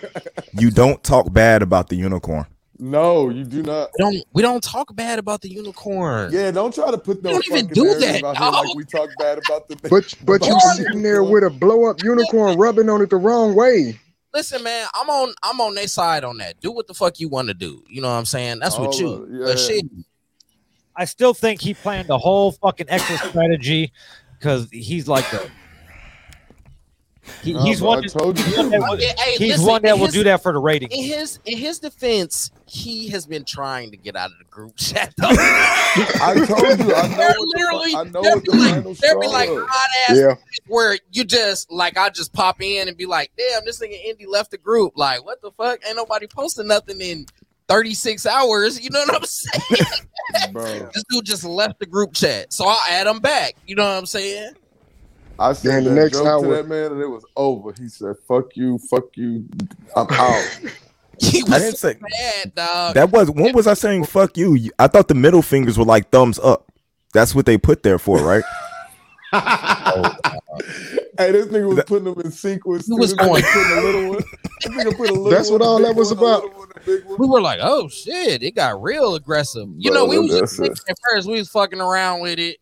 Speaker 8: You don't talk bad about the unicorn.
Speaker 4: no, you do not.
Speaker 3: We don't we don't talk bad about the unicorn.
Speaker 4: Yeah, don't try to put no
Speaker 3: don't even
Speaker 4: fucking
Speaker 3: do
Speaker 4: narrative
Speaker 3: that,
Speaker 4: out here like
Speaker 3: dog.
Speaker 4: we talk bad about the
Speaker 9: But but you
Speaker 3: Yes.
Speaker 9: sitting there with a blow up unicorn rubbing on it the wrong way.
Speaker 3: Listen, man, I'm on I'm on their side on that. Do what the fuck you want to do. You know what I'm saying? That's what
Speaker 4: All
Speaker 3: you.
Speaker 4: right,
Speaker 3: But
Speaker 4: yeah.
Speaker 3: shit,
Speaker 1: I still think he planned the whole fucking exit strategy because he's like the. He,
Speaker 4: No,
Speaker 1: he's
Speaker 4: bro,
Speaker 1: one.
Speaker 4: Oh, I told you.
Speaker 1: that will-
Speaker 3: Yeah, hey,
Speaker 1: he's
Speaker 3: listen,
Speaker 1: one that
Speaker 3: in
Speaker 1: will
Speaker 3: his-
Speaker 1: do that for the ratings.
Speaker 3: In his in his defense, he has been trying to get out of the group chat. Though.
Speaker 4: I told you. I know
Speaker 3: They're
Speaker 4: what
Speaker 3: literally-
Speaker 4: the, I know
Speaker 3: they're
Speaker 4: what the
Speaker 3: like-
Speaker 4: final
Speaker 3: There'd
Speaker 4: straw
Speaker 3: be like
Speaker 4: was.
Speaker 3: odd ass
Speaker 9: Yeah.
Speaker 3: where you just like I just pop in and be like, damn, this nigga Indy left the group. Like, what the fuck? Ain't nobody posting nothing in 36 hours. You know what I'm saying?
Speaker 4: Bro,
Speaker 3: This dude just left the group chat. So I'll add him back. You know what I'm saying?
Speaker 4: I said
Speaker 9: Then the
Speaker 4: that
Speaker 9: next
Speaker 4: joke to
Speaker 9: hour-
Speaker 4: that man, and it was over. He said, "Fuck you, fuck you, I'm out."
Speaker 3: He
Speaker 8: I
Speaker 3: was
Speaker 8: didn't say
Speaker 3: mad, dog.
Speaker 8: that was. When was I saying fuck you? You- I thought the middle fingers were like thumbs up. That's what they put there for, right?
Speaker 4: Hey, this nigga was putting them in sequence.
Speaker 3: He
Speaker 4: too.
Speaker 3: was
Speaker 4: This nigga
Speaker 3: going-
Speaker 4: putting a little one. This nigga put a little
Speaker 9: That's
Speaker 4: one,
Speaker 9: what
Speaker 4: a
Speaker 9: all
Speaker 4: big
Speaker 9: that was
Speaker 4: one, a little
Speaker 9: about.
Speaker 4: one, a big one.
Speaker 3: we were like, oh shit, it got real aggressive. You
Speaker 4: Bro,
Speaker 3: know, we was just
Speaker 4: that's it.
Speaker 3: thinking at first we was fucking around with it.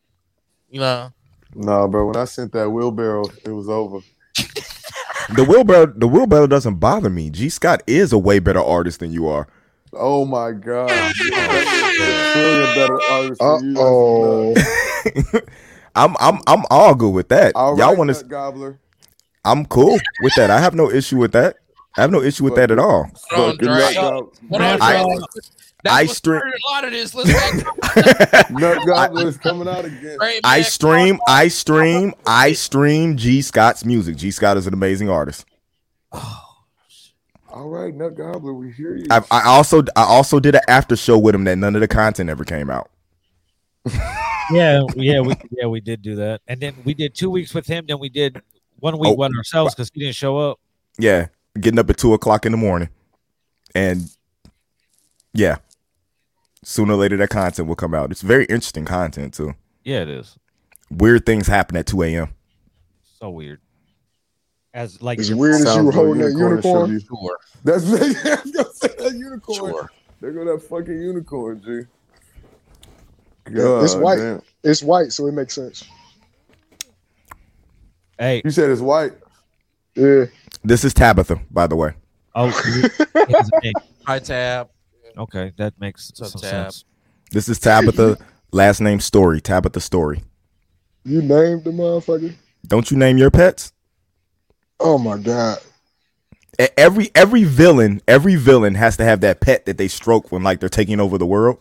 Speaker 3: You know,
Speaker 4: Nah, bro. When I sent that wheelbarrow, it was over.
Speaker 8: The wheelbarrow. The wheelbarrow doesn't bother me. G. Scott is a way better artist than you are.
Speaker 4: Oh my god. Trillion better artists
Speaker 9: Uh
Speaker 4: than you. That's nuts.
Speaker 9: oh.
Speaker 8: I'm I'm I'm all good with that.
Speaker 4: All
Speaker 8: Y'all
Speaker 4: right,
Speaker 8: want
Speaker 4: Nut
Speaker 8: to?
Speaker 4: gobbler?
Speaker 8: I'm cool with that. I have no issue with that. I have no issue with that at all.
Speaker 3: Hold on,
Speaker 4: Look, good
Speaker 3: Dre.
Speaker 4: Nut,
Speaker 3: Yo,
Speaker 4: Gob-
Speaker 3: hold
Speaker 4: Nut
Speaker 3: on,
Speaker 8: I-
Speaker 3: Dre.
Speaker 4: Gobbler.
Speaker 3: That's
Speaker 8: I
Speaker 3: what
Speaker 8: string-
Speaker 3: started a lot of this. Let's back up,
Speaker 4: Nut gobbler is coming out again.
Speaker 3: Dre,
Speaker 8: I
Speaker 3: man.
Speaker 8: stream, I stream, I stream G Scott's music. G Scott is an amazing artist.
Speaker 1: Oh.
Speaker 4: All right, nut gobbler, we hear you.
Speaker 8: I, I also I also did an after show with him that none of the content ever came out.
Speaker 1: Yeah, yeah, we yeah we did do that, and then we did two weeks with him. Then we did one week
Speaker 8: Oh.
Speaker 1: one ourselves because he didn't show up.
Speaker 8: Yeah, getting up at two o'clock in the morning, and yeah, sooner or later that content will come out. It's very interesting content too.
Speaker 1: Yeah, it is
Speaker 8: Weird things happen at two a.m.
Speaker 1: so weird. As like
Speaker 9: As
Speaker 1: your-
Speaker 9: weird as you
Speaker 4: Sounds
Speaker 9: were
Speaker 4: like
Speaker 9: holding that
Speaker 4: unicorn
Speaker 9: unicorn.
Speaker 4: should be-
Speaker 3: Sure,
Speaker 4: That's I was gonna say that unicorn.
Speaker 3: sure.
Speaker 4: There go that fucking unicorn, G.
Speaker 9: Yeah, it's white.
Speaker 4: damn.
Speaker 9: It's white, so it makes sense.
Speaker 1: hey,
Speaker 4: You said it's white.
Speaker 9: Yeah.
Speaker 8: This is Tabitha, by the way.
Speaker 1: oh, it's a dick.
Speaker 3: Hi tab.
Speaker 1: okay, that makes
Speaker 3: What's up,
Speaker 1: some
Speaker 3: Tab?
Speaker 1: sense.
Speaker 8: This is Tabitha. Last name Story. Tabitha Story.
Speaker 9: You named the motherfucker.
Speaker 8: Don't you name your pets?
Speaker 9: Oh my god.
Speaker 8: E- every every villain every villain has to have that pet that they stroke when like they're taking over the world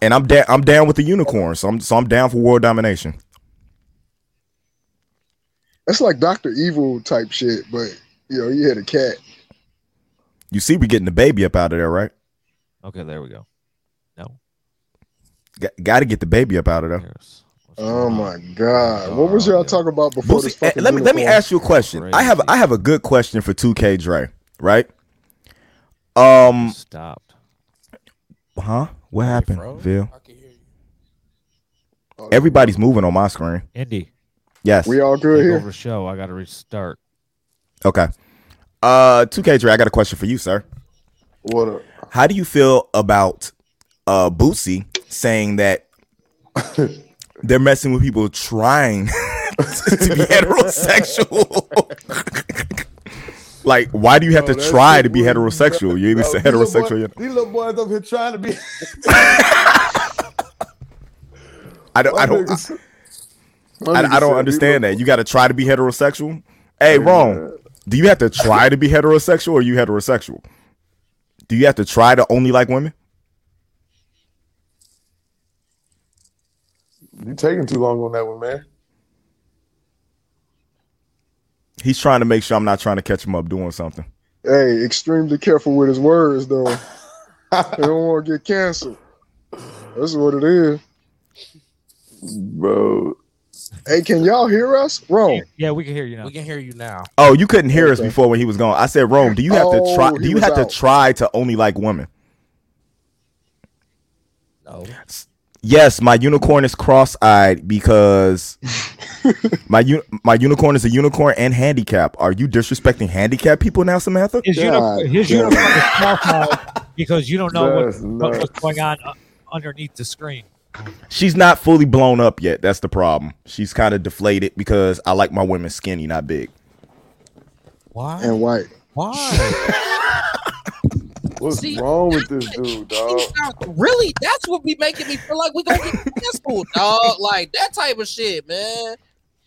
Speaker 8: and i'm down i'm down with the unicorn so i'm so i'm down for world domination
Speaker 9: That's like Doctor Evil type shit, but you know, you had a cat.
Speaker 8: you see we're getting the baby up out of there right
Speaker 1: Okay, there we go. No,
Speaker 8: G- gotta get the baby up out of there
Speaker 1: here's- what's
Speaker 9: Oh
Speaker 1: going
Speaker 9: my
Speaker 1: on?
Speaker 9: god. What was y'all talking about before
Speaker 8: Boosie,
Speaker 9: this
Speaker 8: eh,
Speaker 9: fucking
Speaker 8: let me let me
Speaker 9: unicorn?
Speaker 8: ask you a question i have i have a good question for 2k Dre right um
Speaker 1: Stopped.
Speaker 8: huh what
Speaker 3: Hey,
Speaker 8: happened
Speaker 3: bro.
Speaker 8: Vil?
Speaker 5: I can hear you.
Speaker 9: Oh,
Speaker 8: everybody's moving on my screen
Speaker 1: Indy,
Speaker 8: yes
Speaker 9: We all good
Speaker 1: take
Speaker 9: here.
Speaker 1: over show. I got to restart.
Speaker 8: okay uh 2k Dre, i got a question for you sir
Speaker 4: What up?
Speaker 8: How do you feel about uh Bootsy saying that they're messing with people trying to be heterosexual? like, why do you have
Speaker 4: Bro,
Speaker 8: to
Speaker 4: oh, that
Speaker 8: try
Speaker 4: shit
Speaker 8: to be
Speaker 4: was
Speaker 8: heterosexual? You either
Speaker 4: Bro,
Speaker 8: say
Speaker 4: these little boy-
Speaker 8: heterosexual. you-
Speaker 4: These little boys up here trying to be.
Speaker 8: I don't.
Speaker 4: My
Speaker 8: I don't.
Speaker 4: niggas-
Speaker 8: I,
Speaker 4: my
Speaker 8: I
Speaker 4: niggas
Speaker 8: don't
Speaker 4: said,
Speaker 8: understand
Speaker 4: these
Speaker 8: that. You got to try to be heterosexual. Hey,
Speaker 4: little-
Speaker 8: wrong. Do you have to try to be heterosexual or are you heterosexual? Do you have to try to only like women?
Speaker 4: You taking too long on that one, man.
Speaker 8: He's trying to make sure I'm not trying to catch him up doing something.
Speaker 9: Hey, extremely careful with his words though. they don't want to get canceled. That's what it is.
Speaker 4: Bro.
Speaker 9: Hey, can y'all hear us? Rome.
Speaker 1: Yeah, we can hear you now.
Speaker 3: We can hear you now.
Speaker 8: Oh, you couldn't hear us
Speaker 9: Okay.
Speaker 8: before when he was gone. I said, Rome, do you have to
Speaker 9: Oh,
Speaker 8: try
Speaker 9: he
Speaker 8: do you
Speaker 9: was
Speaker 8: have
Speaker 9: out.
Speaker 8: to try to only like women?
Speaker 3: No.
Speaker 8: Yes, my unicorn is cross-eyed because my u- my unicorn is a unicorn and handicap. Are you disrespecting handicap people now, Samantha?
Speaker 1: His,
Speaker 9: God
Speaker 1: uniform, his
Speaker 9: damn.
Speaker 1: uniform is small because you don't know what,
Speaker 4: That's
Speaker 1: what-
Speaker 4: nuts.
Speaker 1: what's going on uh, underneath the screen.
Speaker 8: She's not fully blown up yet. That's the problem. She's kind of deflated because I like my women skinny, not big.
Speaker 1: Why?
Speaker 9: And Oh, white.
Speaker 1: Why?
Speaker 4: What's
Speaker 3: See,
Speaker 4: wrong with this dude, dog?
Speaker 3: Really? That's what be making me feel like we gonna get canceled, dog. Like that type of shit, man.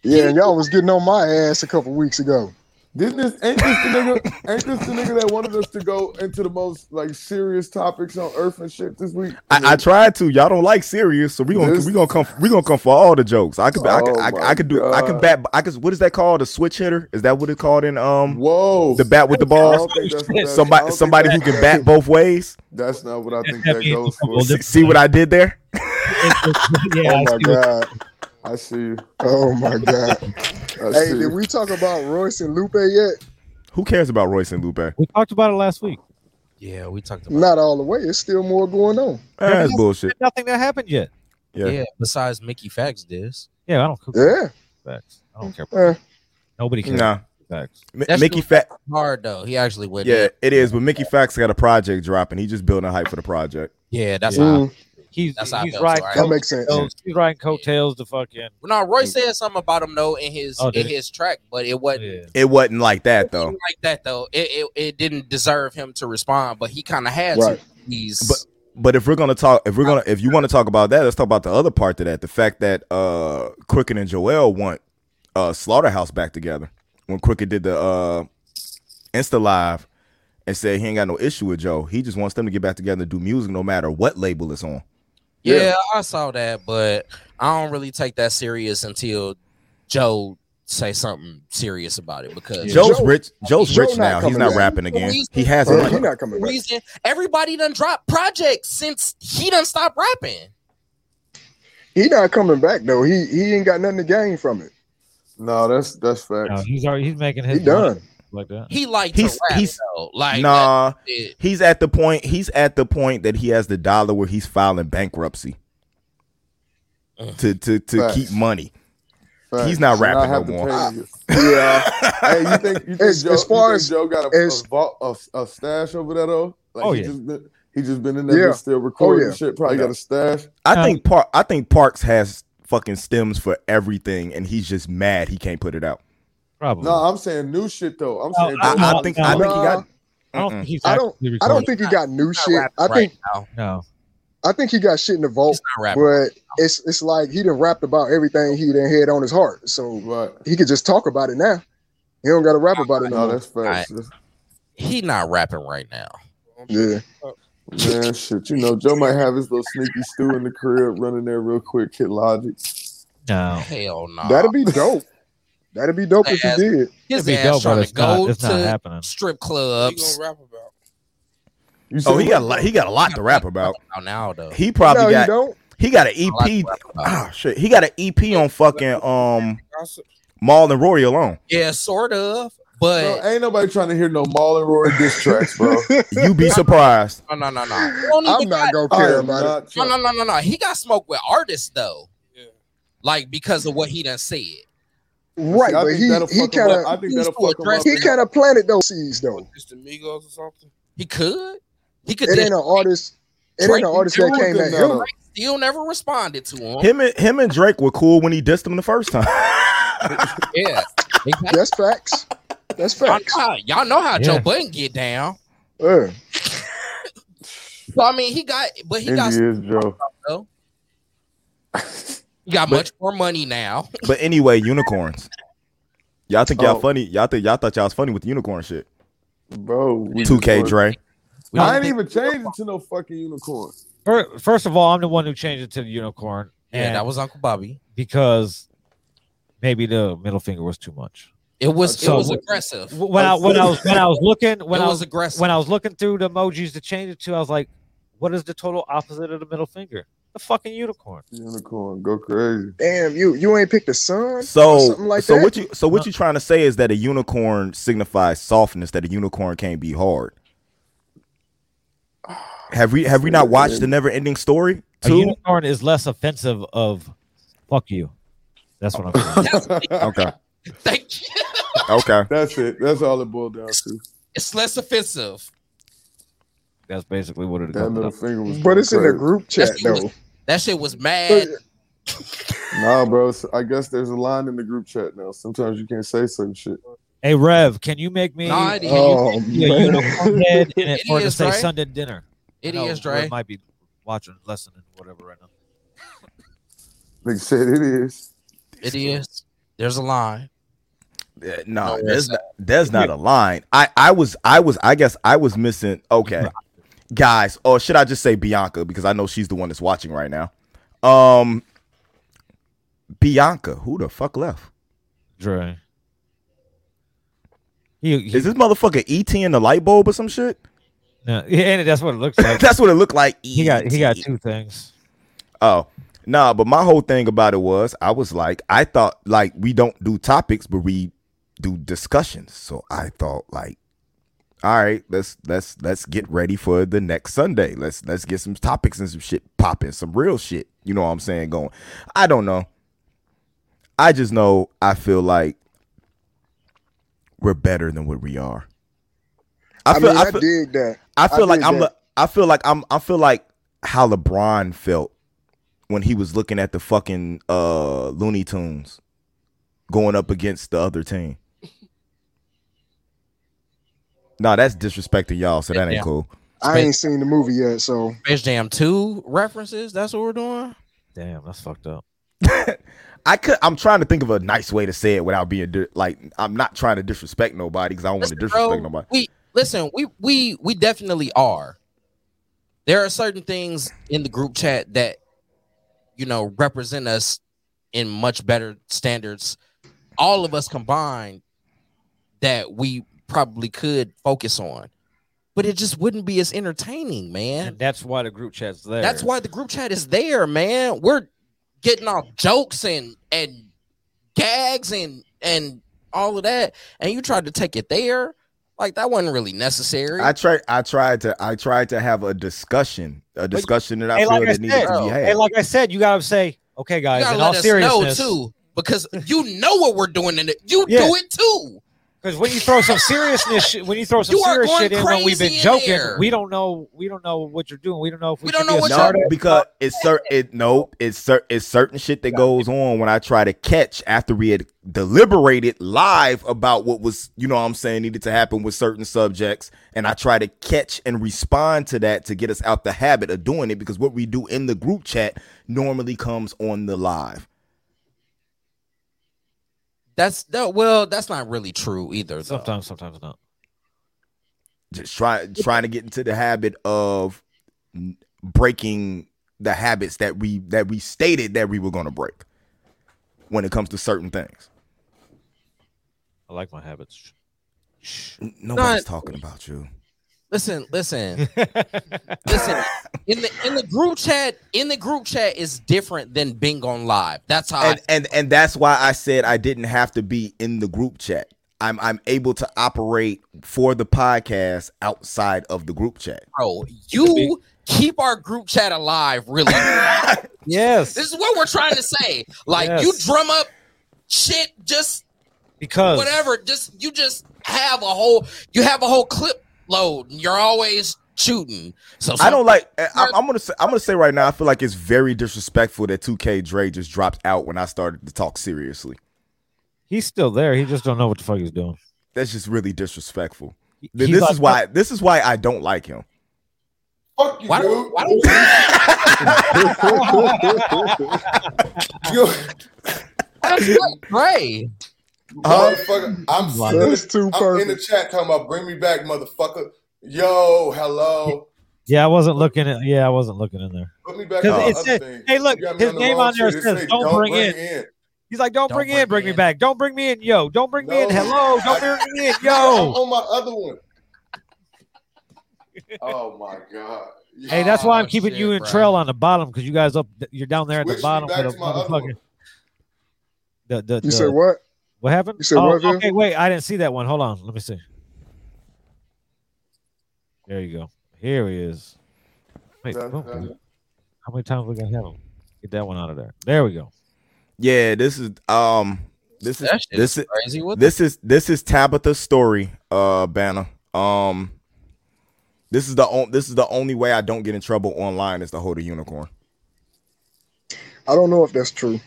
Speaker 9: Yeah, and y'all was getting on my ass a couple weeks ago.
Speaker 4: Didn't this ain't this the nigga ain't this the nigga that wanted us to go into the most like serious topics on earth and shit this week?
Speaker 9: Mm-hmm.
Speaker 8: I, I tried to. Y'all don't like serious, so we gonna
Speaker 4: This-
Speaker 8: we gonna come we gonna come for all the jokes. I could I could,
Speaker 4: Oh
Speaker 8: I,
Speaker 4: my
Speaker 8: I could do I
Speaker 4: God.
Speaker 8: could bat I could what is that called? A switch hitter? Is that what it's called in um
Speaker 4: Whoa.
Speaker 8: the bat with the
Speaker 4: I
Speaker 8: ball?
Speaker 4: don't think that's what that- I don't
Speaker 8: Somebody
Speaker 4: think
Speaker 8: somebody who
Speaker 4: that's
Speaker 8: can
Speaker 4: what
Speaker 8: bat
Speaker 4: that-
Speaker 8: both ways.
Speaker 4: That's not what I think
Speaker 1: That
Speaker 4: that
Speaker 1: means
Speaker 4: goes for.
Speaker 1: double
Speaker 8: See, see what I did there?
Speaker 1: yeah,
Speaker 9: oh
Speaker 1: I
Speaker 9: my
Speaker 1: see what-
Speaker 9: god.
Speaker 4: I see you.
Speaker 9: Oh my god.
Speaker 4: I
Speaker 9: hey,
Speaker 4: see
Speaker 9: did
Speaker 4: you.
Speaker 9: we talk about Royce and Lupe yet?
Speaker 8: Who cares about Royce and Lupe?
Speaker 1: we talked about it last week.
Speaker 3: Yeah, we talked about
Speaker 9: Not all the way. It's still more going on.
Speaker 8: That's bullshit.
Speaker 1: There's nothing that happened yet.
Speaker 8: Yeah.
Speaker 3: yeah. Besides Mickey Facts, this
Speaker 1: Yeah, I don't care
Speaker 9: Yeah.
Speaker 1: about facts. I don't care. About
Speaker 9: Uh,
Speaker 1: Nobody cares
Speaker 8: Nah.
Speaker 1: about facts.
Speaker 8: M-
Speaker 3: That's
Speaker 8: Mickey
Speaker 3: true.
Speaker 8: Fat.
Speaker 3: hard though. He actually went.
Speaker 8: Yeah, it is. But Mickey Fax got a project dropping. He just building hype for the project.
Speaker 3: yeah. That's how.
Speaker 9: mm,
Speaker 1: He's
Speaker 3: That's how I
Speaker 1: he's
Speaker 3: felt,
Speaker 1: riding
Speaker 3: too,
Speaker 9: that
Speaker 3: alright.
Speaker 1: coattails.
Speaker 9: makes sense.
Speaker 1: He's riding coattails to fucking
Speaker 3: No, Roy said something about him though in his
Speaker 1: Oh, did
Speaker 3: in
Speaker 1: he?
Speaker 3: his track, but it wasn't
Speaker 1: yeah.
Speaker 8: It wasn't like that
Speaker 3: it
Speaker 8: though.
Speaker 3: wasn't like that though. It, it it didn't deserve him to respond, but he kind of had
Speaker 9: Right.
Speaker 3: to. He's
Speaker 8: But if we're gonna talk, if we're gonna, if you want to talk about that, let's talk about the other part to that. The fact that uh Crooked and Joel want uh Slaughterhouse back together when Crooked did the uh Insta live and said he ain't got no issue with Joe. He just wants them to get back together and do music no matter what label it's on.
Speaker 3: yeah, I saw that, but I don't really take that serious until Joe say something serious about it because
Speaker 9: Yeah.
Speaker 8: Joe's
Speaker 9: Joe-
Speaker 8: rich. Joe's
Speaker 9: Joe
Speaker 8: rich
Speaker 9: not
Speaker 8: now. He's
Speaker 9: coming
Speaker 8: not
Speaker 9: back.
Speaker 8: rapping again. He has
Speaker 9: Uh,
Speaker 8: money.
Speaker 9: he not coming back.
Speaker 3: reason everybody done dropped projects since he done stopped rapping.
Speaker 9: He not coming back though. He he ain't got nothing to gain from it.
Speaker 4: No, that's that's
Speaker 1: No,
Speaker 4: facts.
Speaker 1: he's already he's making
Speaker 9: He
Speaker 1: his money
Speaker 9: done.
Speaker 1: like that.
Speaker 3: He like
Speaker 8: He's-
Speaker 3: to rap
Speaker 8: he's-
Speaker 3: though. Like
Speaker 8: Nah,
Speaker 3: that shit-
Speaker 8: he's at the point. He's at the point that he has the dollar where he's filing bankruptcy
Speaker 3: Ugh.
Speaker 8: to to to
Speaker 4: Facts.
Speaker 8: keep money.
Speaker 4: Facts.
Speaker 8: He's not
Speaker 4: And I
Speaker 8: rapping
Speaker 4: have
Speaker 8: no
Speaker 4: to
Speaker 8: more.
Speaker 4: tell you.
Speaker 9: Yeah.
Speaker 4: hey, you think you think
Speaker 9: As-
Speaker 4: Joe,
Speaker 9: as far
Speaker 4: you think
Speaker 9: as-
Speaker 4: Joe got a,
Speaker 9: as-
Speaker 4: a, vault- a, a stash over there though? Like
Speaker 1: Oh,
Speaker 4: he
Speaker 1: yeah.
Speaker 4: just been he just been in there
Speaker 9: Yeah. Oh,
Speaker 4: bitch still recording
Speaker 9: yeah.
Speaker 4: shit. Probably
Speaker 8: Yeah.
Speaker 4: got a stash.
Speaker 8: I
Speaker 1: Um,
Speaker 8: think Park. I think Parks has fucking stems for everything, and he's just mad he can't put it out.
Speaker 1: Probably.
Speaker 4: No, I'm saying new shit though. I'm
Speaker 1: No,
Speaker 4: saying
Speaker 1: I-
Speaker 4: Joe-
Speaker 8: I, I
Speaker 1: No,
Speaker 8: think.
Speaker 1: no.
Speaker 8: I think he got.
Speaker 1: I don't
Speaker 8: Mm-mm.
Speaker 1: think he's
Speaker 9: I don't-
Speaker 1: actively
Speaker 9: I don't
Speaker 1: recording.
Speaker 9: think he got new
Speaker 3: not
Speaker 9: shit.
Speaker 3: rapping
Speaker 9: I
Speaker 3: right
Speaker 9: think
Speaker 3: now.
Speaker 1: no.
Speaker 9: I think he got shit in the vault,
Speaker 3: He's not rapping.
Speaker 9: but it's it's like he done rapped about everything he done had on his heart. So
Speaker 4: Right.
Speaker 9: he could just talk about it now. He don't gotta rap about it no
Speaker 4: No,
Speaker 9: more.
Speaker 4: that's facts. That's-
Speaker 3: he not rapping right now.
Speaker 9: Yeah.
Speaker 4: Man, shit, you know, Joe might have his little sneaky stew in the crib running there real quick, hit logic.
Speaker 1: No.
Speaker 3: Hell no.
Speaker 9: That'd be dope. That'd be dope if he
Speaker 3: Ass.
Speaker 9: did.
Speaker 3: his
Speaker 1: It'd be
Speaker 3: ass
Speaker 1: dope, but
Speaker 3: trying
Speaker 1: it's
Speaker 3: to go
Speaker 1: not, it's not
Speaker 3: to
Speaker 1: happening.
Speaker 3: strip
Speaker 5: What you
Speaker 3: clubs.
Speaker 5: gonna rap about?
Speaker 4: You
Speaker 8: Oh, he
Speaker 4: see-
Speaker 8: got. A lot, he got a lot to rap about.
Speaker 3: About now though.
Speaker 8: He probably
Speaker 9: no, you
Speaker 8: got.
Speaker 9: don't.
Speaker 8: He got an
Speaker 3: A lot to
Speaker 8: EP.
Speaker 3: rap about.
Speaker 8: Ah, shit. He got an EP on fucking um
Speaker 5: Gossip.
Speaker 8: Maul and Rory alone.
Speaker 3: Yeah, sort of. But
Speaker 4: Bro, ain't nobody trying to hear no Maul and Rory diss tracks, bro.
Speaker 8: You'd be surprised.
Speaker 3: no, no, no, no. He don't even
Speaker 9: I'm not
Speaker 3: got-
Speaker 9: gonna
Speaker 4: I
Speaker 9: care
Speaker 4: am
Speaker 9: about it.
Speaker 4: not trying-
Speaker 3: no, no, no, no, no. He got smoked with artists though,
Speaker 5: Yeah.
Speaker 3: like because of what he done said.
Speaker 9: Right,
Speaker 4: See, I
Speaker 9: but
Speaker 4: think
Speaker 9: he
Speaker 4: that'll
Speaker 9: he
Speaker 4: fuck him up.
Speaker 9: kind of
Speaker 4: I think that'll fuck him up.
Speaker 9: he kind of planted those seeds though.
Speaker 5: What, It's the Migos or something.
Speaker 3: He could. He could.
Speaker 9: It ain't
Speaker 3: Just,
Speaker 9: an artist. It ain't
Speaker 3: Drake
Speaker 9: an artist that
Speaker 4: Doing
Speaker 9: came
Speaker 4: them
Speaker 9: at
Speaker 4: now,
Speaker 9: him.
Speaker 4: though.
Speaker 3: still never responded to him.
Speaker 8: Him and him and Drake were cool when he dissed him the first time.
Speaker 3: Yeah. Exactly.
Speaker 9: That's facts. That's
Speaker 3: Y'all
Speaker 9: facts.
Speaker 3: know how, y'all know how
Speaker 1: Yeah.
Speaker 3: Joe Budden get down.
Speaker 9: Yeah.
Speaker 3: So I mean, he got, but he got,
Speaker 4: Indy is Joe.
Speaker 3: he got
Speaker 8: But-
Speaker 3: much more money now.
Speaker 8: but anyway, unicorns. Y'all think y'all
Speaker 9: Oh.
Speaker 8: funny? Y'all think y'all thought y'all was funny with the unicorn shit?
Speaker 9: bro.
Speaker 8: Two K Dre.
Speaker 4: I ain't even changed it to no fucking unicorn.
Speaker 1: Fir- First of all, I'm the one who changed it to the unicorn.
Speaker 3: Yeah,
Speaker 1: and
Speaker 3: that was Uncle Bobby.
Speaker 1: because maybe the middle finger was too much.
Speaker 3: It was
Speaker 1: So-
Speaker 3: it was aggressive. It
Speaker 1: Wh- When I when I was when I was looking when I
Speaker 3: was
Speaker 1: was
Speaker 3: aggressive.
Speaker 1: when I was looking through the emojis to change it to, I was like, what is the total opposite of the middle finger? The fucking unicorn.
Speaker 4: Unicorn, go crazy.
Speaker 9: Damn, you you ain't picked the sun. or
Speaker 8: So,
Speaker 9: something like
Speaker 8: so
Speaker 9: that.
Speaker 8: what you so
Speaker 1: Uh,
Speaker 8: what you trying to say is that a unicorn signifies softness, that a unicorn can't be hard. Have we have we not watched the never ending story?
Speaker 1: A
Speaker 8: Too
Speaker 1: unicorn is less offensive of fuck you. That's what I'm saying.
Speaker 8: okay,
Speaker 3: Thank you.
Speaker 8: okay.
Speaker 4: That's it. That's all it boiled down to.
Speaker 3: It's less offensive.
Speaker 1: That's basically what it
Speaker 4: That
Speaker 1: comes
Speaker 4: middle
Speaker 1: up.
Speaker 4: finger was.
Speaker 9: But
Speaker 4: going
Speaker 9: it's in the
Speaker 4: crazy.
Speaker 9: group chat
Speaker 3: That's-
Speaker 9: though.
Speaker 3: That shit was mad.
Speaker 4: Nah, bro. so I guess there's a line in the group chat now. Sometimes you can't say certain shit.
Speaker 1: Hey Rev, can you make me
Speaker 3: Nah, it is.
Speaker 9: Oh
Speaker 1: be a unicorn
Speaker 9: man.
Speaker 1: head and it,
Speaker 3: It
Speaker 1: for it to
Speaker 3: is,
Speaker 1: say
Speaker 3: right?
Speaker 1: Sunday dinner? I
Speaker 3: It
Speaker 1: know
Speaker 3: is,
Speaker 1: Rev
Speaker 3: Dre.
Speaker 1: Might be watching, listening, whatever right now.
Speaker 4: They said it is.
Speaker 3: It is. There's a line.
Speaker 8: Yeah, No,
Speaker 3: No,
Speaker 8: that's
Speaker 3: it's-
Speaker 8: not, that's not a line. I I was I was I guess I was missing. Okay, guys, or should I just say Bianca because I know she's the one that's watching right now. Um, Bianca, who the fuck left?
Speaker 1: Dre. He, he,
Speaker 8: Is this motherfucker ET in the light bulb or some shit?
Speaker 1: no, yeah, and that's what it looks like.
Speaker 8: That's what it looked like.
Speaker 1: he got he got
Speaker 8: ET.
Speaker 1: two things.
Speaker 8: Oh. Nah, but my whole thing about it was I was like, I thought like we don't do topics, but we do discussions. So I thought like, all right, let's let's let's get ready for the next Sunday. Let's let's get some topics and some shit popping, some real shit. You know what I'm saying? Going. I don't know. I just know I feel like we're better than what we are.
Speaker 9: I, mean, I, dig that.
Speaker 8: I feel
Speaker 9: I
Speaker 8: like
Speaker 9: did
Speaker 8: I'm.
Speaker 9: that.
Speaker 8: the- I feel like I'm. I feel like how LeBron felt when he was looking at the fucking uh Looney Tunes going up against the other team. No, that's disrespecting y'all, so that ain't
Speaker 3: Yeah.
Speaker 8: cool.
Speaker 9: I ain't seen the movie yet, so
Speaker 3: Space Jam 2 references. That's what we're doing.
Speaker 1: Damn, that's fucked up.
Speaker 8: I could. I'm trying to think of a nice way to say it without being di- like I'm not trying to disrespect nobody because I don't want to
Speaker 3: Listen,
Speaker 8: disrespect
Speaker 3: bro,
Speaker 8: nobody.
Speaker 3: We listen, we we we definitely are. There are certain things in the group chat that you know represent us in much better standards. All of us combined that we probably could focus on. But it just wouldn't be as entertaining, man.
Speaker 1: And that's why the group chat's there.
Speaker 3: That's why the group chat is there, man. We're getting off jokes and and gags and and all of that, and you tried to take it there, like that wasn't really necessary.
Speaker 8: I try. I tried to. I tried to have a discussion. A discussion that I
Speaker 1: hey,
Speaker 8: feel
Speaker 1: like I
Speaker 8: that needed to
Speaker 3: said,
Speaker 8: be had.
Speaker 1: Hey, like I said, you gotta say, okay,
Speaker 3: you
Speaker 1: guys,
Speaker 3: gotta
Speaker 1: in all
Speaker 3: let us know
Speaker 1: seriousness,
Speaker 3: too, because you know what we're doing, and you
Speaker 1: Yeah.
Speaker 3: do it too.
Speaker 1: because when you throw some seriousness, shit, when you throw some
Speaker 3: You are
Speaker 1: serious
Speaker 3: going
Speaker 1: shit in when we've been
Speaker 3: crazy in
Speaker 1: joking,
Speaker 3: there.
Speaker 1: we don't know, we don't know what you're doing. We don't know if we,
Speaker 3: We don't
Speaker 1: should
Speaker 3: know
Speaker 1: be a
Speaker 3: what
Speaker 8: no,
Speaker 1: starter.
Speaker 8: because it's cer- it no, it's cer- it's certain shit that goes on when I try to catch after we had deliberated live about what was, you know what I'm saying, needed to happen with certain subjects. And I try to catch and respond to that to get us out the habit of doing it because what we do in the group chat normally comes on the live.
Speaker 3: That's that. Well, that's not really true either. though.
Speaker 1: Sometimes, sometimes not.
Speaker 8: Just try trying to get into the habit of n- breaking the habits that we that we stated that we were gonna break when it comes to certain things.
Speaker 1: I like my habits.
Speaker 8: N- Nobody's talking about you.
Speaker 3: Listen, listen.
Speaker 1: yeah,
Speaker 3: Listen, in the in the group chat, in the group chat is different than being on live. That's how. I,
Speaker 8: And, and and that's why I said I didn't have to be in the group chat. I'm I'm able to operate for the podcast outside of the group chat.
Speaker 3: bro, you keep our group chat alive. Really,
Speaker 1: yes,
Speaker 3: this is what we're trying to say. Like
Speaker 1: Yes.
Speaker 3: you drum up shit, just
Speaker 1: because
Speaker 3: whatever. Just you just have a whole you have a whole clip load, and you're always shooting. So
Speaker 8: I don't like. I, I'm- I'm gonna say, I'm gonna say right now. I feel like it's very disrespectful that 2K Dre just dropped out when I started to talk seriously.
Speaker 1: he's still there. He just don't know what the fuck he's doing.
Speaker 8: That's just really disrespectful.
Speaker 1: He-
Speaker 8: Th-
Speaker 1: he's
Speaker 8: This
Speaker 1: like,
Speaker 8: is why. This is why I don't like him.
Speaker 7: Fuck you,
Speaker 3: Why
Speaker 7: dude.
Speaker 3: don't, why don't you
Speaker 7: You-
Speaker 3: that's like Dre?
Speaker 10: Motherfucker, I'm sitting
Speaker 9: That's too
Speaker 10: I'm in the
Speaker 9: perfect.
Speaker 10: chat talking about bring me back, motherfucker. Yo, hello.
Speaker 1: Yeah, I wasn't looking at. Yeah, I wasn't looking in there.
Speaker 10: Put me back
Speaker 1: 'Cause
Speaker 10: on
Speaker 1: it
Speaker 10: other
Speaker 1: said-
Speaker 10: things.
Speaker 1: hey, look,
Speaker 10: You got me
Speaker 1: his
Speaker 10: the
Speaker 1: name
Speaker 10: wrong
Speaker 1: on there
Speaker 10: shit. It
Speaker 1: says,
Speaker 10: say,
Speaker 1: "Don't bring in." He's like, don't,
Speaker 3: Don't
Speaker 1: bring, in,
Speaker 3: bring
Speaker 1: bring me
Speaker 3: in.
Speaker 1: back. Don't bring me in, yo. Don't bring me in.
Speaker 10: No.
Speaker 1: Hello, don't
Speaker 10: I-
Speaker 1: bring me in,
Speaker 10: I'm
Speaker 1: yo.
Speaker 10: on my other one. Oh my god.
Speaker 1: Hey, that's why I'm
Speaker 3: Oh,
Speaker 1: keeping you
Speaker 3: shit,
Speaker 1: in
Speaker 3: bro.
Speaker 1: trail on the bottom because you guys up, you're down there at
Speaker 10: Switch
Speaker 1: the
Speaker 10: me
Speaker 1: bottom
Speaker 10: back
Speaker 1: with a
Speaker 10: to my other
Speaker 1: motherfucker.
Speaker 10: one.
Speaker 1: The, the,
Speaker 9: You
Speaker 1: the-
Speaker 9: said what?
Speaker 1: what happened?
Speaker 9: you said
Speaker 1: oh,
Speaker 9: what, Viv?
Speaker 1: okay, wait, I didn't see that one. Hold on, let me see. There you go. Here he is. Wait,
Speaker 10: That's-
Speaker 1: oh,
Speaker 10: that's-
Speaker 1: how many times we gonna have him? Get that one out of there. There we go.
Speaker 8: Yeah, this is um this is
Speaker 3: That shit
Speaker 8: this is
Speaker 3: crazy. What
Speaker 8: this is this is Tabitha's story, uh Banner. Um this is the on, this is the only way I don't get in trouble online is to hold a unicorn.
Speaker 9: I don't know if that's true.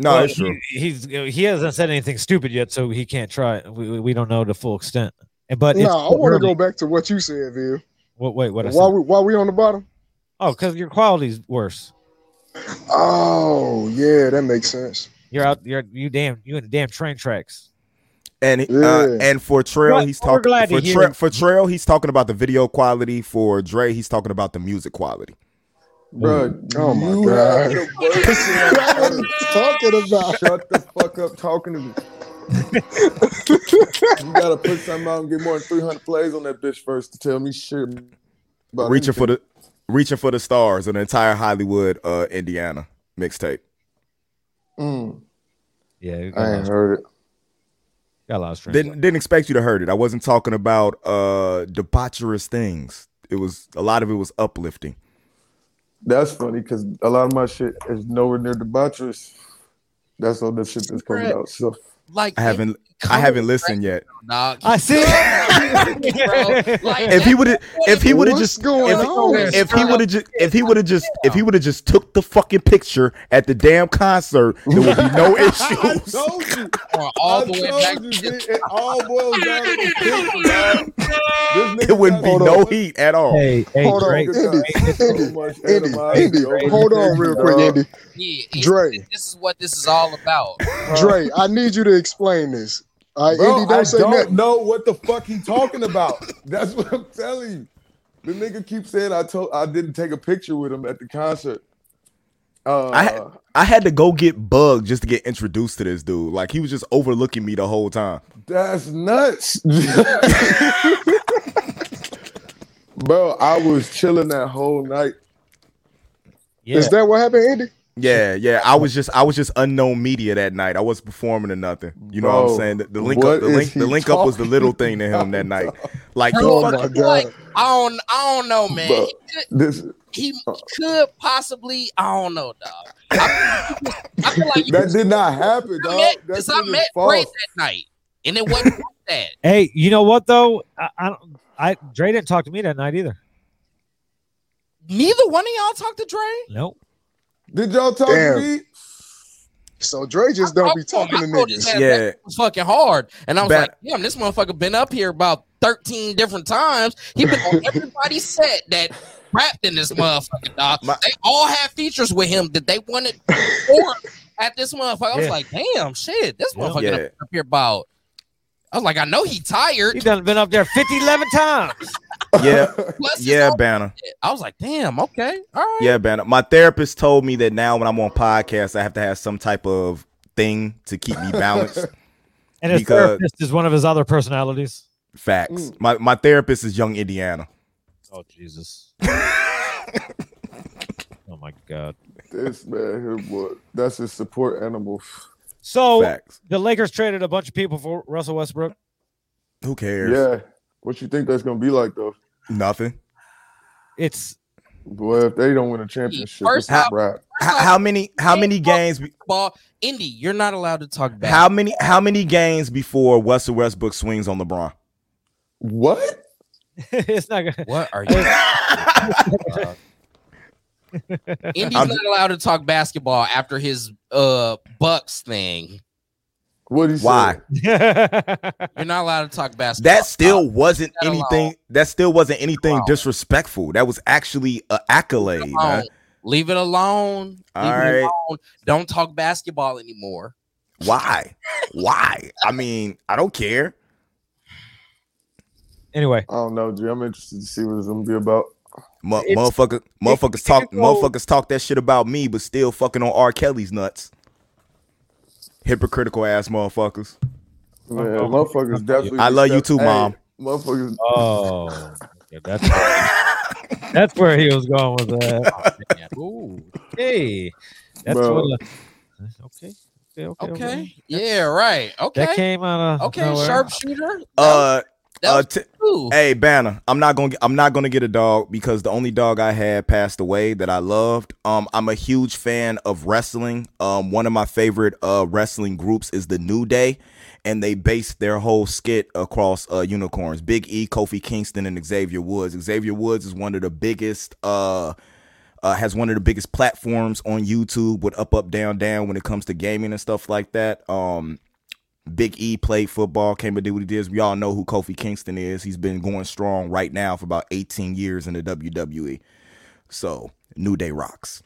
Speaker 8: No,
Speaker 1: Well,
Speaker 8: it's true.
Speaker 1: He, he's he hasn't said anything stupid yet, so he can't try it. We, we- we don't know the full extent. And but
Speaker 9: No,
Speaker 1: it's
Speaker 9: nah, I
Speaker 1: still
Speaker 9: want to
Speaker 1: early.
Speaker 9: go back to what you said, Viv.
Speaker 1: Wha- wait, what I
Speaker 9: Why
Speaker 1: said?
Speaker 9: we why we on the bottom?
Speaker 1: Oh, because your quality's worse.
Speaker 9: Oh yeah, that makes sense.
Speaker 1: You're out. You're you damn. You in the damn train tracks.
Speaker 8: And uh,
Speaker 9: Yeah.
Speaker 8: and for Trail,
Speaker 1: Well,
Speaker 8: he's
Speaker 1: we're
Speaker 8: talking
Speaker 1: glad to
Speaker 8: for,
Speaker 1: hear
Speaker 8: Tra-
Speaker 1: it.
Speaker 8: for Trail, he's talking about the video quality. For Dre, he's talking about the music quality.
Speaker 4: Bro,
Speaker 9: Oh, my
Speaker 4: you have
Speaker 9: God.
Speaker 4: the worst shit I've
Speaker 9: what are
Speaker 4: heard.
Speaker 9: you talking about?
Speaker 4: Shut the fuck up talking to me. You gotta put something out and get more than 300 plays on that bitch first to tell me shit about
Speaker 8: reaching for
Speaker 4: anything.
Speaker 8: the reaching for the stars, an entire Hollywood, uh, Indiana mixtape.
Speaker 4: Mm,
Speaker 1: Yeah, you got,
Speaker 4: I
Speaker 1: a lot
Speaker 4: ain't
Speaker 1: of,
Speaker 4: heard it.
Speaker 1: got a lot of strength.
Speaker 8: Didn't didn't expect you to heard it. I wasn't talking about uh debaucherous things. It was a lot of it was uplifting.
Speaker 4: That's funny because a lot of my shit is nowhere near debaucherous. That's all the shit that's coming
Speaker 3: Bruh.
Speaker 4: out. So
Speaker 3: Like
Speaker 8: I haven't I haven't listened yet.
Speaker 3: Nah,
Speaker 1: I see.
Speaker 3: Bro, like-
Speaker 8: If he would have if he would have
Speaker 9: What's
Speaker 8: just
Speaker 9: going
Speaker 8: if,
Speaker 9: on?
Speaker 8: if he would have just if he would have just if he would have just took the fucking picture at the damn concert, there would be no
Speaker 4: I
Speaker 8: issues.
Speaker 4: told you.
Speaker 3: going all
Speaker 4: I
Speaker 3: the
Speaker 4: told
Speaker 3: way back.
Speaker 4: you, bitch, it all boils down to the picture, dog. This
Speaker 8: It
Speaker 4: nigga
Speaker 8: wouldn't be
Speaker 4: got-
Speaker 8: no heat at all.
Speaker 1: hey, hey,
Speaker 9: Hold
Speaker 1: Drake.
Speaker 9: on, Indy,
Speaker 4: So
Speaker 9: Indy,
Speaker 4: much
Speaker 9: Indy,
Speaker 4: animosity
Speaker 9: Indy.
Speaker 4: over the
Speaker 9: Hold on,
Speaker 4: picture,
Speaker 9: real quick,
Speaker 4: dog.
Speaker 9: Indy.
Speaker 3: Yeah,
Speaker 9: Dre.
Speaker 3: it's- this is what this is all about.
Speaker 9: Dre, I need you to explain this. All right,
Speaker 4: Bro,
Speaker 9: Indy,
Speaker 4: I
Speaker 9: don't say
Speaker 4: don't
Speaker 9: nothing.
Speaker 4: know what the fuck he talking about. That's what I'm telling you. The nigga keeps saying I told I didn't take a picture with him at the concert. Uh,
Speaker 8: I I had to go get bugged just to get introduced to this dude. Like he was just overlooking me the whole time.
Speaker 4: that's nuts, bro. I was chilling that whole night.
Speaker 1: Yeah,
Speaker 9: Is that what happened, Indy?
Speaker 8: Yeah, yeah. I was just I was just unknown media that night. I wasn't performing or nothing. You know what I'm
Speaker 4: Bro,
Speaker 8: saying? The, the link
Speaker 4: what
Speaker 8: up the
Speaker 4: is
Speaker 8: link
Speaker 4: he
Speaker 8: the link up was the little
Speaker 4: talking
Speaker 8: thing to him that night. Like you
Speaker 3: Bro,
Speaker 9: Oh
Speaker 8: fuck
Speaker 9: my
Speaker 3: I feel like
Speaker 9: god.
Speaker 3: I don't, I don't know, man.
Speaker 4: Bro,
Speaker 3: He could,
Speaker 4: this
Speaker 3: he, he could possibly, I don't know, dog. I feel like you just- I feel like you
Speaker 4: that did not
Speaker 3: I
Speaker 4: happen,
Speaker 3: met,
Speaker 4: dog. That
Speaker 3: cause
Speaker 4: shit
Speaker 3: I
Speaker 4: is
Speaker 3: met Ray
Speaker 4: false.
Speaker 3: that night, and it wasn't like that.
Speaker 1: Hey, you know what though? I, I don't. I Dre didn't talk to me that night either.
Speaker 3: Neither one of y'all talked to Dre.
Speaker 1: Nope.
Speaker 4: Did y'all talk
Speaker 9: Damn.
Speaker 4: to me?
Speaker 9: So Dre just don't
Speaker 3: I'm
Speaker 9: be
Speaker 3: talking-
Speaker 9: talking
Speaker 3: I
Speaker 9: to
Speaker 3: told this
Speaker 9: niggas.
Speaker 3: man
Speaker 8: Yeah.
Speaker 3: that was fucking hard, and I was
Speaker 8: Bat-
Speaker 3: like, damn, this motherfucker been up here about thirteen different times. He been on everybody's set that rapped in this motherfucker, dog.
Speaker 8: My-
Speaker 3: they all had features with him that they wanted for at this motherfucker. I was
Speaker 1: Yeah.
Speaker 3: like, damn, shit, this
Speaker 1: Yeah.
Speaker 3: motherfucker
Speaker 8: Yeah.
Speaker 3: up up here about. I was like, I know he tired.
Speaker 1: He done been up there 50, 11 times.
Speaker 8: yeah,
Speaker 3: Plus his
Speaker 8: yeah,
Speaker 3: own
Speaker 8: Banner.
Speaker 3: shit. I was like, damn, okay, all right.
Speaker 8: Yeah, Banner. My therapist told me that now when I'm on podcasts, I have to have some type of thing to keep me balanced.
Speaker 1: And his
Speaker 8: Because-
Speaker 1: therapist is one of his other personalities.
Speaker 8: Facts.
Speaker 3: Mm.
Speaker 8: My my therapist is young Indiana.
Speaker 1: Oh Jesus. oh my God.
Speaker 4: This man here, boy. That's his support animal.
Speaker 3: Oh.
Speaker 1: So
Speaker 8: Facts.
Speaker 1: the Lakers traded a bunch of people for Russell Westbrook.
Speaker 8: Who cares?
Speaker 4: Yeah. What you think that's gonna be like though?
Speaker 8: Nothing.
Speaker 1: It's
Speaker 4: Boy, if they don't win a championship,
Speaker 3: First
Speaker 4: it's a
Speaker 3: off-
Speaker 4: wrap.
Speaker 8: How, how many how
Speaker 3: oh.
Speaker 8: many games we-
Speaker 3: Ball, Indy, you're not allowed to talk back.
Speaker 8: How many how many games before Russell Westbrook swings on LeBron?
Speaker 4: What?
Speaker 1: it's not gonna
Speaker 3: What are you? Uh, Indy's
Speaker 8: I'm-
Speaker 3: not allowed to talk basketball after his uh Bucks thing.
Speaker 4: What he
Speaker 8: Why?
Speaker 4: said?
Speaker 3: You're not allowed to talk basketball.
Speaker 8: That still wasn't
Speaker 3: that alone.
Speaker 8: anything. That still wasn't anything
Speaker 3: alone.
Speaker 8: disrespectful. That was actually an accolade,
Speaker 3: Leave it alone.
Speaker 8: man.
Speaker 3: Leave it alone. Leave
Speaker 8: All
Speaker 3: it
Speaker 8: right.
Speaker 3: alone. Don't talk basketball anymore.
Speaker 8: Why? Why? I mean, I don't care.
Speaker 1: Anyway,
Speaker 4: I don't know, G. I'm interested to see what it's gonna be about.
Speaker 8: Mu-
Speaker 4: It's-
Speaker 8: motherfuckers, motherfuckers talk, motherfuckers talk that shit about me, but still fucking on R. Kelly's nuts. Hypocritical ass motherfuckers.
Speaker 4: Man, motherfuckers definitely.
Speaker 8: I
Speaker 4: be
Speaker 8: love you
Speaker 4: step-
Speaker 8: too,
Speaker 4: Hey,
Speaker 8: mom.
Speaker 4: Motherfuckers.
Speaker 1: Oh, yeah, that's
Speaker 8: Uh,
Speaker 1: that's where he was going with that.
Speaker 3: Oh,
Speaker 1: Ooh, hey, that's
Speaker 3: Bro.
Speaker 1: what. uh, okay. Okay, okay, okay.
Speaker 3: Okay. Yeah, right. Okay.
Speaker 1: came out of
Speaker 3: Okay,
Speaker 1: nowhere.
Speaker 3: sharpshooter.
Speaker 8: Uh,
Speaker 3: that
Speaker 8: uh,
Speaker 3: was
Speaker 8: t-
Speaker 3: cool.
Speaker 8: hey Banner, I'm not gonna get, I'm not gonna get a dog because the only dog I had passed away that I loved. Um, I'm a huge fan of wrestling. Um, one of my favorite uh wrestling groups is the New Day, and they base their whole skit across uh unicorns. Big E, Kofi Kingston, and Xavier Woods. Xavier Woods is one of the biggest uh uh, has one of the biggest platforms on YouTube with up up down down when it comes to gaming and stuff like that. Um, Big E played football, came to do what he did. We all know who Kofi Kingston is. He's been going strong right now for about 18 years in the WWE. So New Day rocks.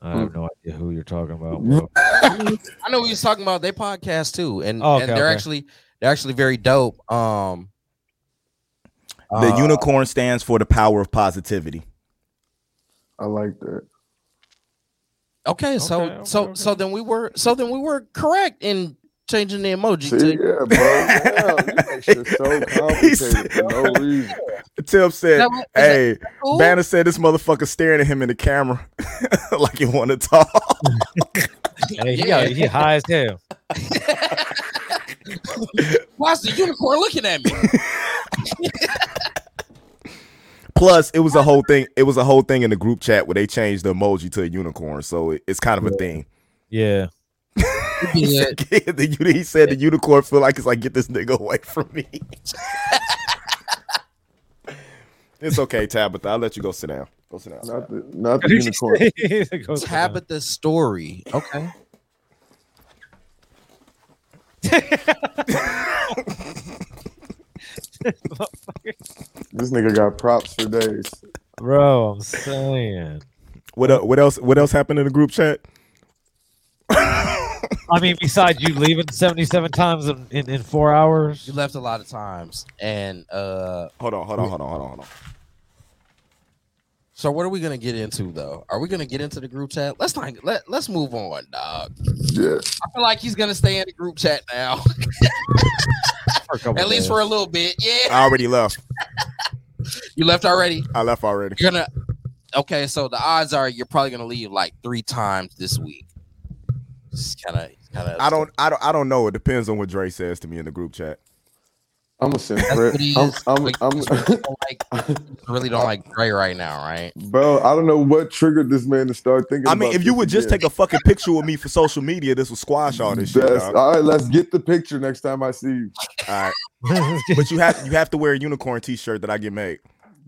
Speaker 1: I have no idea who you're talking about. Will.
Speaker 3: I know what he's talking about. They podcast too, and,
Speaker 1: Oh, okay,
Speaker 3: and they're
Speaker 1: okay.
Speaker 3: actually they're actually very dope. Um,
Speaker 8: The
Speaker 3: uh,
Speaker 8: unicorn stands for the power of positivity.
Speaker 4: I like that.
Speaker 3: Okay, so so so then we were so then we were correct in changing the emoji.
Speaker 4: See,
Speaker 3: to,
Speaker 4: yeah, bro. Damn, you make shit so complicated for no reason.
Speaker 8: Tim said,
Speaker 3: That was- is
Speaker 8: "Hey,
Speaker 3: that cool?
Speaker 8: Banner said this motherfucker staring at him in the camera like he want to talk."
Speaker 1: Hey, he, out- he high as hell.
Speaker 3: Why's the unicorn looking at me?
Speaker 8: Plus, it was a whole thing. It was a whole thing in the group chat where they changed the emoji to a unicorn, so it- it's kind of a thing.
Speaker 1: Yeah.
Speaker 8: He said, the, uni- he said the unicorn feel like it's like get this nigga away from me. it's okay, Tabitha. I'll let you go sit down. Go sit down.
Speaker 4: Not the, not the unicorn.
Speaker 3: Tabitha story. Okay.
Speaker 4: This nigga got props for days.
Speaker 1: Bro, I'm saying.
Speaker 8: What el- what else? What else happened in the group chat?
Speaker 1: I mean, besides you leaving 77 times in, in, in four hours.
Speaker 3: You left a lot of times, and uh,
Speaker 8: hold on, hold on, hold on, hold on, hold on.
Speaker 3: So what are we gonna get into though? Are we gonna get into the group chat? Let's not let let's move on, dog.
Speaker 4: Yeah.
Speaker 3: I feel like he's gonna stay in the group chat now, at least for a little bit. Yeah,
Speaker 8: I already left.
Speaker 3: you left already.
Speaker 8: I left already.
Speaker 3: You're gonna okay. So the odds are you're probably gonna leave like three times this week. Just kind of, kind of.
Speaker 8: I don't. I don't. I don't know. It depends on what Dre says to me in the group chat.
Speaker 4: I'm gonna send Fred. I'm, I'm, I'm,
Speaker 3: really don't like Dre right now, right?
Speaker 4: bro. I don't know what triggered this man to start thinking.
Speaker 8: I mean,
Speaker 4: about
Speaker 8: if you
Speaker 4: this
Speaker 8: would just
Speaker 4: again.
Speaker 8: take a fucking picture with me for social media, this would squash all this shit.
Speaker 4: That's-
Speaker 8: dog.
Speaker 4: all right, let's get the picture next time I see you.
Speaker 8: All right. but you have you have to wear a unicorn t-shirt that I get made.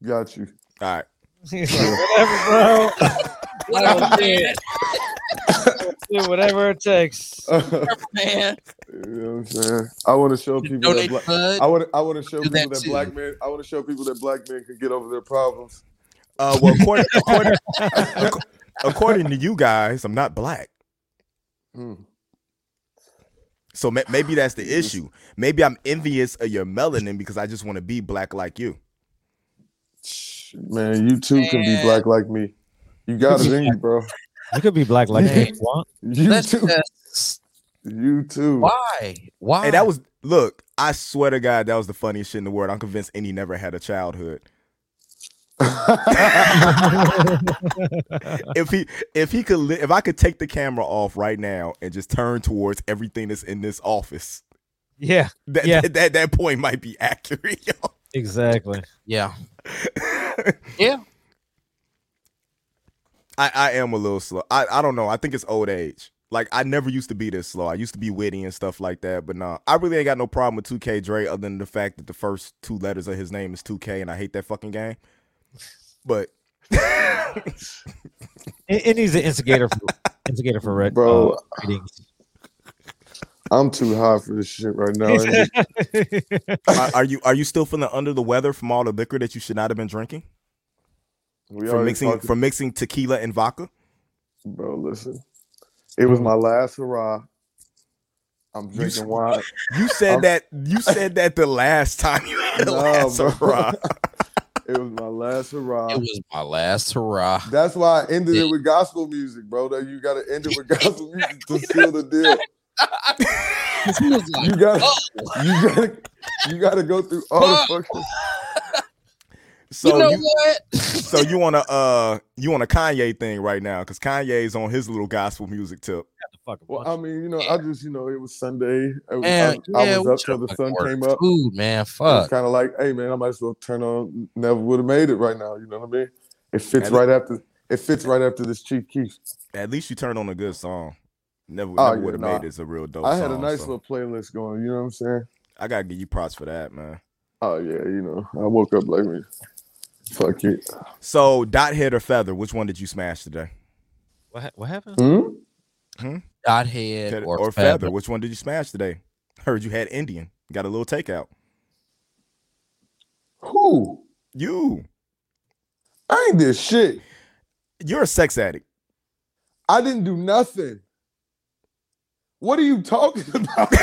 Speaker 4: Got you.
Speaker 8: All right.
Speaker 1: Whatever, bro. Whatever, man. Do whatever it takes.
Speaker 3: man.
Speaker 4: You know what I'm saying? I want to show people that
Speaker 3: donate
Speaker 4: black.
Speaker 3: blood,
Speaker 4: I want. I want to show
Speaker 3: do
Speaker 4: people that,
Speaker 3: that too.
Speaker 4: black men. I want to show people that black men can get over their problems.
Speaker 8: Uh, well, according, according, ac- according to you guys, I'm not black.
Speaker 4: Hmm.
Speaker 8: So ma- maybe that's the issue. Maybe I'm envious of your melanin because I just want to be black like you.
Speaker 4: Man, you too can be
Speaker 3: Man.
Speaker 4: black like me. You got it in you, bro.
Speaker 1: You could be black like
Speaker 3: Man.
Speaker 1: you want.
Speaker 4: You
Speaker 3: Let's
Speaker 4: too.
Speaker 3: just-
Speaker 4: You too.
Speaker 3: why? Why?
Speaker 8: Hey, that was look. I swear to God, that was the funniest shit in the world. I'm convinced any never had a childhood. If he if he could li- if I could take the camera off right now and just turn towards everything that's in this office,
Speaker 1: yeah,
Speaker 8: that
Speaker 1: Yeah.
Speaker 8: that, that, that point might be accurate. yo.
Speaker 1: exactly.
Speaker 3: yeah, yeah.
Speaker 8: I, I am a little slow. I, I don't know. I think it's old age. Like I never used to be this slow. I used to be witty and stuff like that. But nah, I really ain't got no problem with 2K Dre other than the fact that the first two letters of his name is 2K and I hate that fucking game. But
Speaker 1: It, it needs an instigator for instigator for red.
Speaker 4: Bro.
Speaker 1: uh, ratings.
Speaker 4: I'm too high for this shit right now. It
Speaker 8: are, are you are you still feeling under the weather from all the liquor that you should not have been drinking?
Speaker 4: We
Speaker 8: From
Speaker 4: already
Speaker 8: mixing
Speaker 4: talked-
Speaker 8: from mixing tequila and vodka?
Speaker 4: bro. Listen, It was my last hurrah. I'm drinking wine.
Speaker 8: You said
Speaker 4: I'm-
Speaker 8: that. You said that the last time you had a
Speaker 4: No,
Speaker 8: last
Speaker 4: bro.
Speaker 8: hurrah.
Speaker 4: It was my last hurrah.
Speaker 3: It was my last hurrah.
Speaker 4: That's why I ended it with gospel music, bro. That you gotta end it with gospel music to seal the deal. You gotta,
Speaker 3: Oh.
Speaker 4: you gotta, you gotta go through all the fucking.
Speaker 8: So
Speaker 3: know
Speaker 8: what? so you want to uh you want a Kanye thing right now because Kanye's on his little gospel music tip.
Speaker 4: Well, um, I mean, you know, I just, you know, it was Sunday. I was,
Speaker 3: Yeah,
Speaker 4: I,
Speaker 3: yeah,
Speaker 4: was
Speaker 3: we
Speaker 4: up till the
Speaker 3: should've
Speaker 4: sun
Speaker 3: fucking
Speaker 4: came
Speaker 3: ordered
Speaker 4: up.
Speaker 3: food, man, fuck.
Speaker 4: It's kind of like, hey, man, I might as well turn on. Never would have made it right now. You know what I mean? It fits
Speaker 8: At
Speaker 4: right after. It fits right after this Chief Keef.
Speaker 8: At least you turned on a good song. Never,
Speaker 4: Oh,
Speaker 8: never
Speaker 4: yeah,
Speaker 8: would have
Speaker 4: nah.
Speaker 8: made this a real dope.
Speaker 4: I had a
Speaker 8: song,
Speaker 4: nice
Speaker 8: so
Speaker 4: little playlist going. You know what I'm saying?
Speaker 8: I gotta give you props for that, man.
Speaker 4: Oh yeah, you know, I woke up like me. Fuck it.
Speaker 8: So dot head or feather, which one did you smash today?
Speaker 1: What, ha- what happened?
Speaker 4: Hmm?
Speaker 3: Dot head
Speaker 8: Feather
Speaker 3: or,
Speaker 8: or feather.
Speaker 3: feather.
Speaker 8: Which one did you smash today? Heard you had Indian. Got a little takeout.
Speaker 4: Who?
Speaker 8: You.
Speaker 4: I ain't did shit.
Speaker 8: You're a sex addict.
Speaker 4: I didn't do nothing. What are you talking about?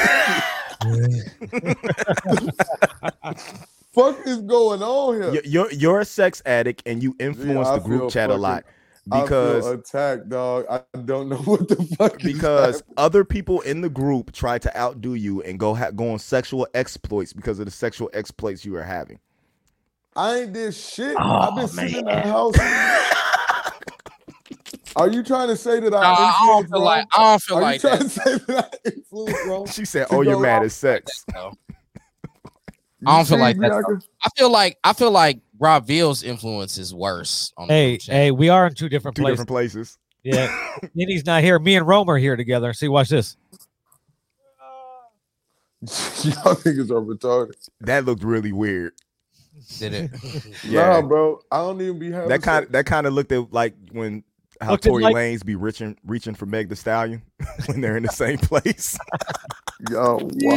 Speaker 4: Fuck is going on here?
Speaker 8: You're, you're you're a sex addict and you
Speaker 4: Gee,
Speaker 8: influence
Speaker 4: I
Speaker 8: the group
Speaker 4: feel
Speaker 8: chat a
Speaker 4: fucking-
Speaker 8: lot
Speaker 4: I feel
Speaker 8: because
Speaker 4: attacked, dog. I don't know what the fuck. is
Speaker 8: because other people in the group try to outdo you and go ha- go on sexual exploits because of the sexual exploits you are having.
Speaker 4: I ain't did shit. I've been sitting in that house. Are you trying to say that I
Speaker 3: Nah, I don't
Speaker 4: influence
Speaker 3: feel
Speaker 4: wrong?
Speaker 3: like I don't feel
Speaker 4: Are
Speaker 3: like
Speaker 4: you trying
Speaker 3: that.
Speaker 4: to say that I influence wrong?
Speaker 8: She said,
Speaker 4: To
Speaker 8: "Oh, you're
Speaker 4: go
Speaker 8: mad
Speaker 4: off
Speaker 8: at sex."
Speaker 3: though.
Speaker 4: You
Speaker 3: I don't feel
Speaker 4: see,
Speaker 3: like that.
Speaker 4: Bianca?
Speaker 3: though. I feel like I feel like Rob Vill's influence is worse on the
Speaker 1: Hey,
Speaker 3: group chat.
Speaker 1: hey, we are in two different
Speaker 8: Two
Speaker 1: places.
Speaker 8: different places.
Speaker 1: Yeah, Nini's not here. Me and Rome are here together. See, watch this.
Speaker 4: Y'all niggas are retarded.
Speaker 8: That looked really weird.
Speaker 3: Did it?
Speaker 8: Yeah,
Speaker 4: Nah, bro. I don't even be having
Speaker 8: that kind
Speaker 4: sex.
Speaker 8: that kind of looked at like when how
Speaker 1: Looked at
Speaker 8: Tory
Speaker 1: like-
Speaker 8: Lanez be reaching reaching for Meg the Stallion when they're in the same place.
Speaker 4: Yo, wow.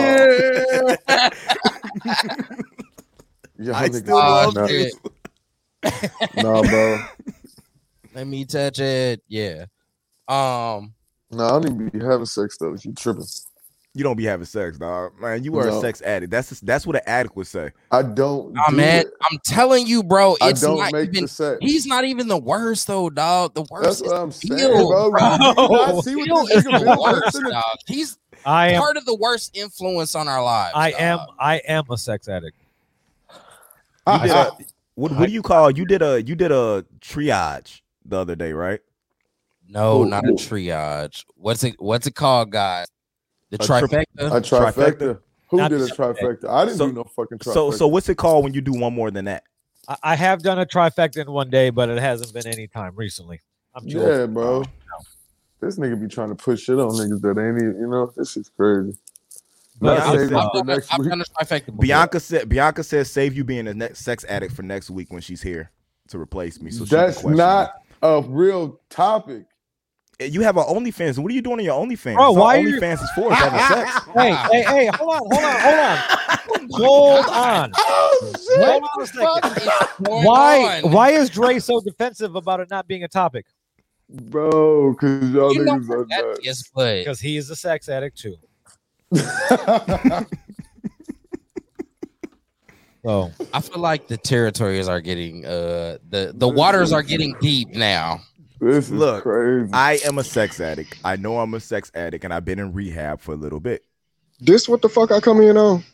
Speaker 4: Y'all
Speaker 8: I
Speaker 4: niggas
Speaker 8: still
Speaker 4: are
Speaker 8: love
Speaker 4: nuts.
Speaker 8: you.
Speaker 3: shit.
Speaker 4: Nah, bro.
Speaker 3: Let me touch it. Yeah. Um.
Speaker 4: Nah, I don't even be having sex though. You tripping?
Speaker 8: You don't be having sex, dog. Man, you are a
Speaker 4: No.
Speaker 8: sex addict. That's just, that's what an addict would say.
Speaker 4: I don't.
Speaker 3: Nah,
Speaker 4: do
Speaker 3: man.
Speaker 4: it.
Speaker 3: I'm telling you, bro.
Speaker 4: I
Speaker 3: It's
Speaker 4: don't
Speaker 3: not
Speaker 4: make
Speaker 3: even.
Speaker 4: the sex.
Speaker 3: He's not even the worst though, dog. The
Speaker 4: That's
Speaker 3: worst
Speaker 4: what
Speaker 3: is
Speaker 4: I'm saying,
Speaker 3: Bill,
Speaker 4: bro.
Speaker 3: bro.
Speaker 4: You- you not see
Speaker 3: Bill
Speaker 4: what
Speaker 3: is
Speaker 4: this nigga been
Speaker 3: the
Speaker 4: through? This
Speaker 3: worst,
Speaker 4: nigga-
Speaker 3: dog. He's
Speaker 1: I am,
Speaker 3: part of the worst influence on our lives.
Speaker 1: I
Speaker 3: dog.
Speaker 1: am, I am a sex addict.
Speaker 8: You did
Speaker 4: I-
Speaker 8: a what, what do you call you did a you did a triage the other day, right?
Speaker 3: No,
Speaker 4: Ooh,
Speaker 3: not a
Speaker 4: ooh.
Speaker 3: triage. What's it? What's it called, guys? The
Speaker 8: A trip-
Speaker 3: trifecta.
Speaker 4: I- a trifecta.
Speaker 8: Trifecta.
Speaker 4: Who
Speaker 1: Not
Speaker 4: did a
Speaker 1: the-
Speaker 4: trifecta? I didn't
Speaker 8: So-
Speaker 4: do no fucking trifecta.
Speaker 8: So so what's it called when you do one more than that?
Speaker 1: I, I have done a trifecta in one day, but it hasn't been any time recently. I'm too old.
Speaker 4: yeah, bro. This nigga be trying to push shit on niggas that ain't even. You know, this is crazy.
Speaker 1: But
Speaker 4: Let's
Speaker 1: I'm,
Speaker 4: save
Speaker 1: uh,
Speaker 4: it for next
Speaker 3: I've
Speaker 4: week.
Speaker 3: done a trifecta before.
Speaker 8: Bianca said Bianca says save you being a ne- sex addict for next week when she's here to replace me. So she can
Speaker 4: That's
Speaker 8: question
Speaker 4: not a real topic.
Speaker 8: me. Eh, you have an OnlyFans. What are you doing on your
Speaker 1: Bro,
Speaker 8: OnlyFans? That's all
Speaker 1: why are you-
Speaker 8: OnlyFans is for is having sex?
Speaker 1: hey, hey, hey, hold on, hold on, hold on. Hold on.
Speaker 3: What
Speaker 1: Hold on a
Speaker 3: the
Speaker 1: second.
Speaker 3: fuck is going
Speaker 1: Why
Speaker 3: on?
Speaker 1: why is Dre so defensive about it not being a topic?
Speaker 4: Bro, because y'all
Speaker 3: You know
Speaker 4: niggas are
Speaker 3: that
Speaker 4: nuts.
Speaker 3: is but
Speaker 1: Because he is a sex addict too. So
Speaker 3: I feel like the territories are getting uh the the waters are getting deep now.
Speaker 4: this is
Speaker 8: Look,
Speaker 4: crazy.
Speaker 8: I am a sex addict. I know I'm a sex addict and I've been in rehab for a little bit.
Speaker 9: This what the fuck I come in on?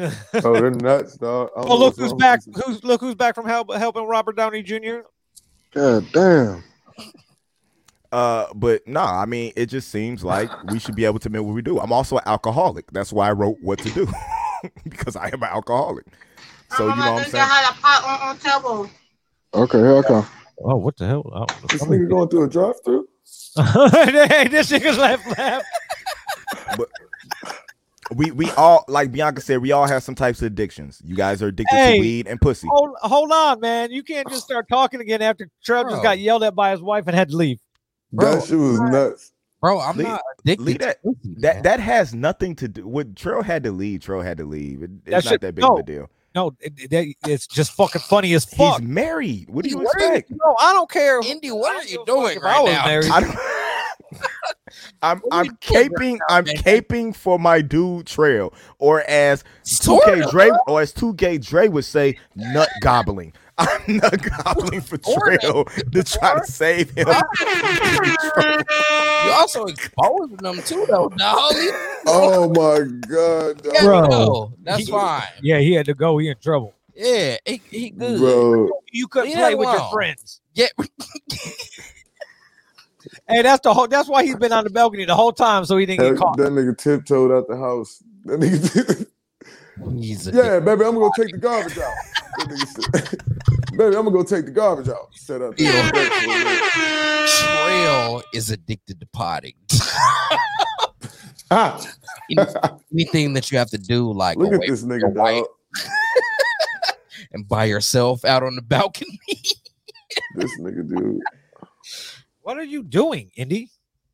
Speaker 4: oh, they're nuts, dog. I don't
Speaker 1: Oh
Speaker 4: know
Speaker 1: look who's
Speaker 4: what's wrong with
Speaker 1: back
Speaker 4: these-
Speaker 1: who's look who's back from help, helping Robert Downey Jr.
Speaker 9: God damn.
Speaker 8: Uh, but nah, I mean, it just seems like we should be able to admit what we do. I'm also an alcoholic. That's why I wrote what to do because I am an alcoholic. So you know what I'm saying.
Speaker 9: Okay, here I come.
Speaker 1: Oh, what the hell? Oh,
Speaker 4: This nigga going through a drive-through.
Speaker 1: hey, this nigga's left left.
Speaker 8: We we all like Bianca said. We all have some types of addictions. You guys are addicted
Speaker 1: Hey. Oh,
Speaker 8: to weed and pussy.
Speaker 1: Hold, hold on, man. You can't just start talking again after Trev
Speaker 3: Bro.
Speaker 1: just got yelled at by his wife and had to leave.
Speaker 3: Bro,
Speaker 4: that shit was nuts.
Speaker 3: Bro, I'm
Speaker 8: Leave-
Speaker 3: not addicted.
Speaker 8: leave that-
Speaker 3: to pussy, man.
Speaker 8: That that has nothing to do. What Trail had to leave. Trail had to leave. It-
Speaker 1: That
Speaker 8: it's
Speaker 1: shit-
Speaker 8: not that big
Speaker 1: no.
Speaker 8: of a deal.
Speaker 1: No, it, it- that- it's just fucking funny as fuck.
Speaker 8: He's married. What do you
Speaker 3: He's married.
Speaker 8: expect?
Speaker 1: no, I don't care.
Speaker 3: Indy, what are
Speaker 1: I
Speaker 3: you
Speaker 1: don't give a
Speaker 3: doing
Speaker 1: fuck if I
Speaker 3: right
Speaker 1: was
Speaker 3: now?
Speaker 1: married.
Speaker 8: I don't- I'm I'm caping I'm caping for my dude trail or as 2K Dre or as 2K Dre would say nut gobbling. I'm nut gobbling for trail to try to save him.
Speaker 3: You also exposing them too, though, dog.
Speaker 4: Oh my god,
Speaker 3: Yeah, Bro. no, that's fine.
Speaker 1: Yeah, he had to go. He in trouble.
Speaker 3: Yeah, he, he good.
Speaker 4: bro.
Speaker 1: You couldn't
Speaker 3: Leave
Speaker 1: play
Speaker 3: that
Speaker 1: with your
Speaker 3: alone.
Speaker 1: friends.
Speaker 3: Yeah.
Speaker 1: Hey, that's the whole. That's why he's been on the balcony the whole time, so he didn't
Speaker 4: That,
Speaker 1: get caught.
Speaker 4: that nigga tiptoed out the house. That nigga,
Speaker 3: He's a
Speaker 4: yeah, baby, I'm gonna go take the garbage out. That nigga said, baby, I'm gonna go take the garbage out. Set up.
Speaker 3: Trail is addicted to potting.
Speaker 4: Ah,
Speaker 3: Anything that you have to do, like
Speaker 4: look
Speaker 3: away
Speaker 4: at this
Speaker 3: your
Speaker 4: nigga,
Speaker 3: wife.
Speaker 4: dog.
Speaker 3: and by yourself out on the balcony.
Speaker 4: This nigga, dude.
Speaker 1: What are you doing, Indy?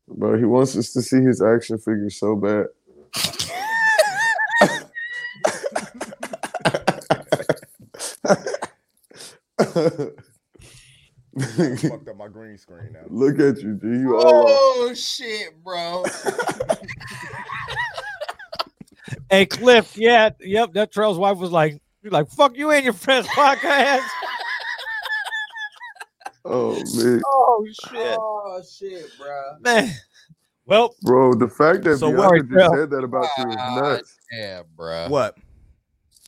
Speaker 4: Bro, he wants us to see his action figure so bad.
Speaker 8: Fucked up my green screen now.
Speaker 4: Look at you, G. You uh, all
Speaker 5: Oh,
Speaker 3: shit, bro!
Speaker 1: Hey, Cliff. Yeah, yep. That Trail's wife was like, "You like fuck you and your friends podcast."
Speaker 4: oh man,
Speaker 1: oh shit,
Speaker 5: Oh shit, bro.
Speaker 1: man. Well,
Speaker 4: bro. The fact that
Speaker 8: So what-
Speaker 4: Bianca just
Speaker 1: Sorry,
Speaker 4: said that about you is nuts.
Speaker 3: Yeah, bro.
Speaker 8: What?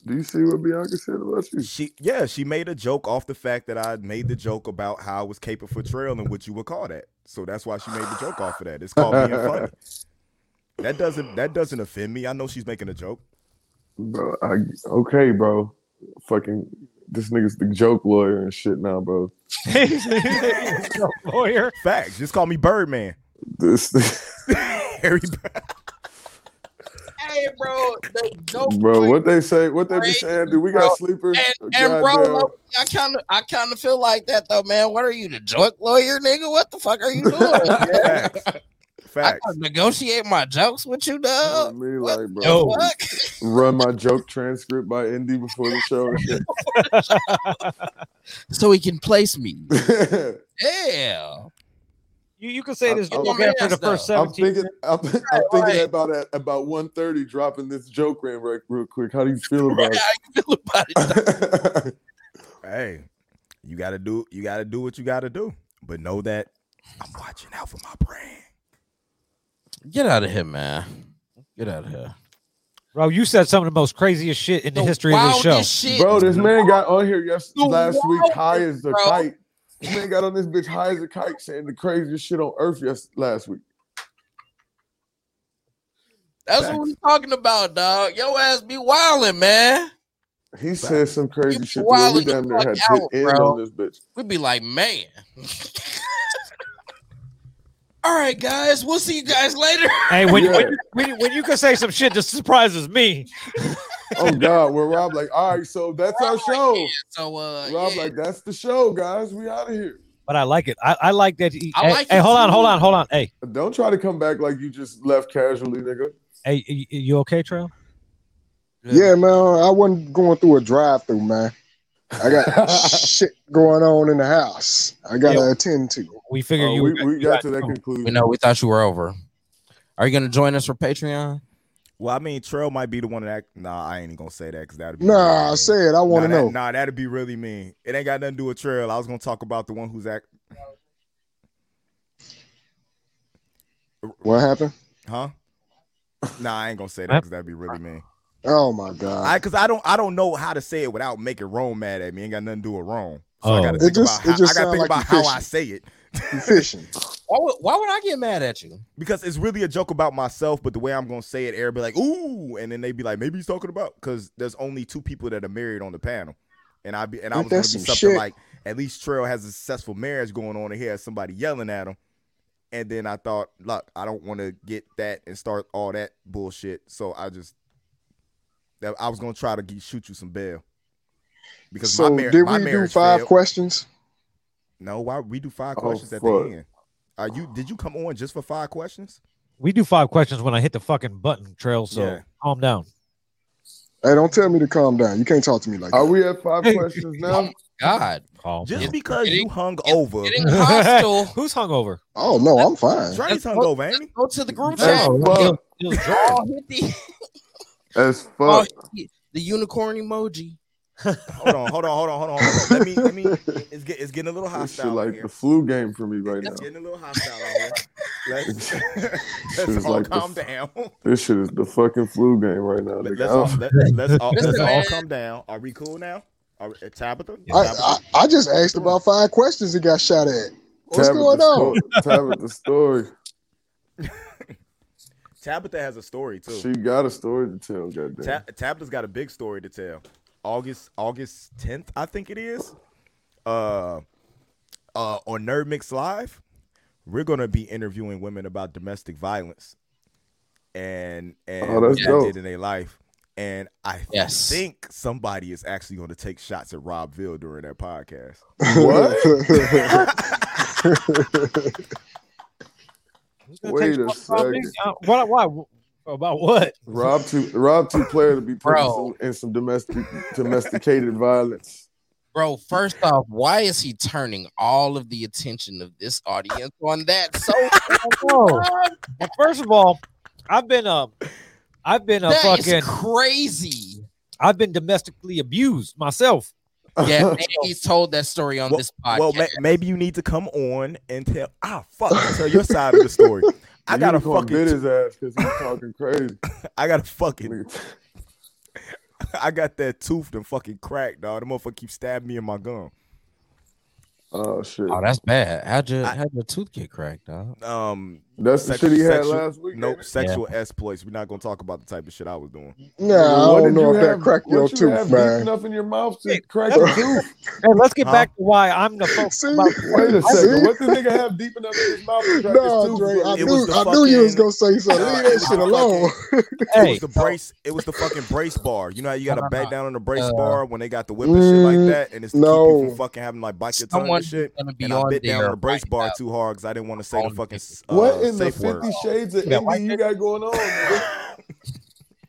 Speaker 4: Do you see what Bianca said about you?
Speaker 8: She yeah, she made a joke off the fact that I made the joke about how I was caping for trail and what you would call that. So that's why she made the joke off of that. It's called being funny. That doesn't that doesn't offend me. I know she's making a joke.
Speaker 4: Bro, I, okay, bro. Fucking this nigga's the joke lawyer and shit now, bro.
Speaker 1: lawyer.
Speaker 8: Facts. Just call me Birdman.
Speaker 4: This,
Speaker 8: Harry Bird.
Speaker 3: Hey, bro. the joke
Speaker 4: bro.
Speaker 3: was-
Speaker 4: What they say? What they be
Speaker 3: Crazy,
Speaker 4: saying? Do we
Speaker 3: bro.
Speaker 4: got sleepers? uh,
Speaker 3: And, and bro,
Speaker 4: Oh, Goddamn.
Speaker 3: low- I kind of, I kind of feel like that though, man. What are you, the joke lawyer, nigga? What the fuck are you doing? man?
Speaker 8: Facts.
Speaker 3: I
Speaker 8: Facts.
Speaker 3: gotta negotiate my jokes with you,
Speaker 4: You know what I
Speaker 3: dog.
Speaker 4: mean?
Speaker 3: what
Speaker 4: like, bro,
Speaker 1: Yo.
Speaker 3: Fuck.
Speaker 4: run my joke transcript by Indy before the show and shit.
Speaker 3: So he can place me.
Speaker 4: I'm
Speaker 3: Yeah.
Speaker 1: You you can say this
Speaker 4: I'm-
Speaker 1: joke after the
Speaker 3: I'm
Speaker 1: first seventeen.
Speaker 4: thinking, I'm, I'm thinking about at about 1.30 dropping this joke in right real quick. How do you feel about
Speaker 3: How you feel about it?
Speaker 4: it?
Speaker 8: Hey, you gotta do you gotta do what you gotta do. But know that I'm watching out for my brand.
Speaker 3: Get out of here, man. Get out of here.
Speaker 1: Bro, you said some of the most craziest shit in the, history of this show.
Speaker 3: wildest shit.
Speaker 4: bro, this man got on here yes,
Speaker 3: The
Speaker 4: last week
Speaker 3: wildest,
Speaker 4: high as a
Speaker 3: bro.
Speaker 4: kite. This man got on this bitch high as a kite saying the craziest shit on earth yes, last week.
Speaker 3: That's what we're talking about, dog. Yo ass be wildin', man.
Speaker 4: He said some crazy
Speaker 3: You
Speaker 4: shit. to where
Speaker 3: wildin'
Speaker 4: we damn
Speaker 3: the
Speaker 4: near
Speaker 3: fuck
Speaker 4: had to
Speaker 3: out,
Speaker 4: end
Speaker 3: bro.
Speaker 4: on this bitch.
Speaker 3: We'd be like, man. All right, guys. We'll see you guys later.
Speaker 1: Hey, when,
Speaker 4: Yeah.
Speaker 1: when, you- when, you- when you can say some shit that surprises me,
Speaker 4: Oh God, where Rob like, all right, so that's our show.
Speaker 3: So, uh,
Speaker 4: Rob
Speaker 3: yeah.
Speaker 4: like, that's the show, guys. We out of here.
Speaker 1: but I like it. I, I like that. He,
Speaker 3: I
Speaker 1: hey,
Speaker 3: like
Speaker 1: hey,
Speaker 3: it
Speaker 1: hold on,
Speaker 3: too.
Speaker 1: hold on, hold on. Hey,
Speaker 4: Don't try to come back like you just left casually, nigga.
Speaker 1: hey, you, you okay, Trail?
Speaker 9: Yeah, man. I wasn't going through a drive through, man. I got shit going on in the house. I gotta
Speaker 1: Yeah.
Speaker 9: attend to.
Speaker 1: We figure
Speaker 4: Oh,
Speaker 1: you.
Speaker 4: we, we
Speaker 1: you
Speaker 4: got to that
Speaker 1: trouble.
Speaker 4: conclusion.
Speaker 3: we know we thought you were over. Are you gonna join us for Patreon?
Speaker 8: Well, I mean, Trail might be the one that. Nah, I ain't gonna say that because that'd be. really
Speaker 9: Nah,
Speaker 8: mean.
Speaker 9: say it. I want to
Speaker 8: nah, that-
Speaker 9: know.
Speaker 8: nah, that'd be really mean. It ain't got nothing to do with Trail. I was gonna talk about the one who's act.
Speaker 9: What happened?
Speaker 8: Huh? Nah, I ain't gonna say that because that'd be really mean.
Speaker 9: Oh my god.
Speaker 8: I because I don't I don't know how to say it without making Rome mad at me. Ain't got nothing to do with Rome. So I
Speaker 1: Oh.
Speaker 8: gotta
Speaker 1: It
Speaker 8: think
Speaker 9: just-
Speaker 8: about
Speaker 9: it
Speaker 8: how,
Speaker 9: just
Speaker 8: I gotta
Speaker 9: sound
Speaker 8: think
Speaker 9: like
Speaker 8: about
Speaker 9: you
Speaker 8: how I
Speaker 9: fishing.
Speaker 8: say it
Speaker 9: You fishing.
Speaker 3: Why would, why would I get mad at you?
Speaker 8: because it's really a joke about myself. But the way I'm gonna say it, everybody like ooh, and then they be like, maybe he's talking about because there's only two people that are married on the panel, and I be and I
Speaker 9: Ain't
Speaker 8: was gonna
Speaker 9: that
Speaker 8: be
Speaker 9: some
Speaker 8: something
Speaker 9: shit?
Speaker 8: like at least Trail has a successful marriage going on, and he has somebody yelling at him. And then I thought, look, I don't want to get that and start all that bullshit. So I just that I was gonna try to get, shoot you some bail because
Speaker 9: So
Speaker 8: my, mar-
Speaker 9: did
Speaker 8: my
Speaker 9: we do
Speaker 8: marriage
Speaker 9: five
Speaker 8: failed.
Speaker 9: questions?
Speaker 8: No, why we do five
Speaker 4: Oh,
Speaker 8: questions at
Speaker 4: fuck.
Speaker 8: the end? Are you did you come on just for five questions?
Speaker 1: We do five questions when I hit the fucking button, Trail. So
Speaker 8: Yeah.
Speaker 1: calm down.
Speaker 9: Hey, don't tell me to calm down. You can't talk to me like
Speaker 8: Oh,
Speaker 4: Are
Speaker 9: that.
Speaker 4: we at five questions now?
Speaker 3: Oh God.
Speaker 8: Just
Speaker 3: It's
Speaker 8: because you
Speaker 3: getting-
Speaker 8: hung
Speaker 3: it's
Speaker 8: over.
Speaker 3: getting hostile.
Speaker 1: Who's hungover?
Speaker 9: Oh no, I'm fine.
Speaker 8: Drake's
Speaker 3: Let's
Speaker 8: hung
Speaker 3: go-
Speaker 8: over, ain't he?
Speaker 3: Go to the group
Speaker 4: As
Speaker 3: chat.
Speaker 4: fuck.
Speaker 1: Yo, Jordan.
Speaker 4: As
Speaker 3: Oh,
Speaker 4: fuck.
Speaker 3: he- the unicorn emoji.
Speaker 8: Hold on, hold on, hold on, hold on. Hold on. Let me, let me. It's, get, it's getting a little
Speaker 4: This shit
Speaker 8: hostile. out
Speaker 4: like
Speaker 8: here.
Speaker 4: the flu game for me right now.
Speaker 8: It's getting a little hostile. out here. Let's,
Speaker 4: It's
Speaker 8: let's all
Speaker 4: like the
Speaker 8: calm
Speaker 4: f-
Speaker 8: down.
Speaker 4: This shit is the fucking flu game right now.
Speaker 8: Let,
Speaker 4: nigga.
Speaker 8: let's
Speaker 4: I
Speaker 8: all,
Speaker 4: don't-
Speaker 8: let, let's all, let's
Speaker 3: Listen,
Speaker 8: all
Speaker 3: man.
Speaker 8: calm down. Are we cool now? Are we, uh, Tabitha?
Speaker 1: Yeah.
Speaker 9: I,
Speaker 8: Tabitha?
Speaker 9: I, I just asked about five questions and got shot at. What's
Speaker 4: Tabitha
Speaker 9: going on?
Speaker 4: Sto- Tabitha story.
Speaker 8: Tabitha has a story too.
Speaker 4: She got a story to tell. Goddamn.
Speaker 8: Ta- Tabitha's got a big story to tell. August August tenth, I think it is. Uh, uh, on Nerd Mix Live, we're gonna be interviewing women about domestic violence and and
Speaker 4: Oh,
Speaker 8: what
Speaker 4: that's
Speaker 8: they
Speaker 4: dope.
Speaker 8: did in their life. And I
Speaker 3: Yes.
Speaker 8: think somebody is actually going to take shots at Rob Ville during that podcast.
Speaker 4: What?
Speaker 1: Who's gonna take
Speaker 4: Wait a
Speaker 1: shots about me?
Speaker 4: second.
Speaker 1: Uh, Why? Why? About what?
Speaker 4: Rob two Rob two player to be put in
Speaker 3: Bro.
Speaker 4: some, in some domestic domesticated violence.
Speaker 3: Bro, first off, why is he turning all of the attention of this audience on that? So
Speaker 1: Oh, well, first of all, I've been um, I've been a
Speaker 3: that
Speaker 1: fucking,
Speaker 3: is crazy.
Speaker 1: I've been domestically abused myself.
Speaker 3: Yeah, maybe he's told that story on
Speaker 8: Well-
Speaker 3: this podcast.
Speaker 8: Well, ma- maybe you need to come on and tell ah fuck tell your side of the story. I got a
Speaker 4: You gonna bit
Speaker 8: fucking
Speaker 4: his ass because he's talking crazy.
Speaker 8: I got a fucking
Speaker 4: Nigga,
Speaker 8: I got that tooth and fucking cracked, dog. The motherfucker keep stabbing me in my gum.
Speaker 4: Oh shit.
Speaker 3: oh, that's bad. How'd your
Speaker 8: I-
Speaker 3: how'd your tooth get cracked, dog?
Speaker 8: Um,
Speaker 4: That's the
Speaker 8: sexu-
Speaker 4: shit he had
Speaker 8: sexu-
Speaker 4: last week.
Speaker 8: No
Speaker 4: ain't it?
Speaker 8: sexual exploits. We're not gonna talk about the type of shit I was doing.
Speaker 4: Nigga,
Speaker 9: Nah, I
Speaker 4: what
Speaker 9: don't
Speaker 4: did
Speaker 9: know
Speaker 4: you
Speaker 9: if that
Speaker 4: have-
Speaker 9: cracked
Speaker 4: what
Speaker 9: your
Speaker 4: you
Speaker 9: tooth,
Speaker 4: have Deep
Speaker 9: man.
Speaker 4: enough in your mouth to
Speaker 1: Hey,
Speaker 4: crack your
Speaker 1: that's-
Speaker 4: tooth.
Speaker 1: Hey, let's get
Speaker 8: Huh?
Speaker 1: back to why I'm the focus.
Speaker 9: See,
Speaker 1: About
Speaker 4: Wait a
Speaker 1: I-
Speaker 4: second.
Speaker 9: See?
Speaker 4: What this nigga have deep enough in his mouth to crack his
Speaker 9: No,
Speaker 4: tooth?
Speaker 9: Dre, I
Speaker 8: It
Speaker 9: knew
Speaker 8: was the
Speaker 9: I knew you was
Speaker 8: fucking-
Speaker 9: gonna say something.
Speaker 8: Nah,
Speaker 9: Leave
Speaker 8: it
Speaker 9: that
Speaker 8: was
Speaker 9: shit
Speaker 8: the
Speaker 9: alone.
Speaker 8: It
Speaker 1: hey,
Speaker 8: was the brace. It was the fucking brace bar. You know how you got to
Speaker 3: No, no,
Speaker 8: back
Speaker 3: no.
Speaker 8: down on the brace
Speaker 3: Uh,
Speaker 8: bar when they got the whip and shit like
Speaker 9: Mm,
Speaker 8: that, and it's to keep you
Speaker 9: no.
Speaker 8: from fucking having like bite your tongue
Speaker 3: Someone
Speaker 8: and
Speaker 3: who's
Speaker 8: shit.
Speaker 3: gonna be
Speaker 8: And I
Speaker 3: on
Speaker 8: bit down
Speaker 3: there
Speaker 8: on the brace
Speaker 3: right
Speaker 8: bar
Speaker 3: now.
Speaker 8: too hard because I didn't want to say the
Speaker 3: on
Speaker 8: fucking
Speaker 3: Facebook.
Speaker 8: uh,
Speaker 4: What in the
Speaker 8: safe word.
Speaker 4: Fifty Shades of
Speaker 1: Yeah, why
Speaker 4: Indie you got going on? Nigga?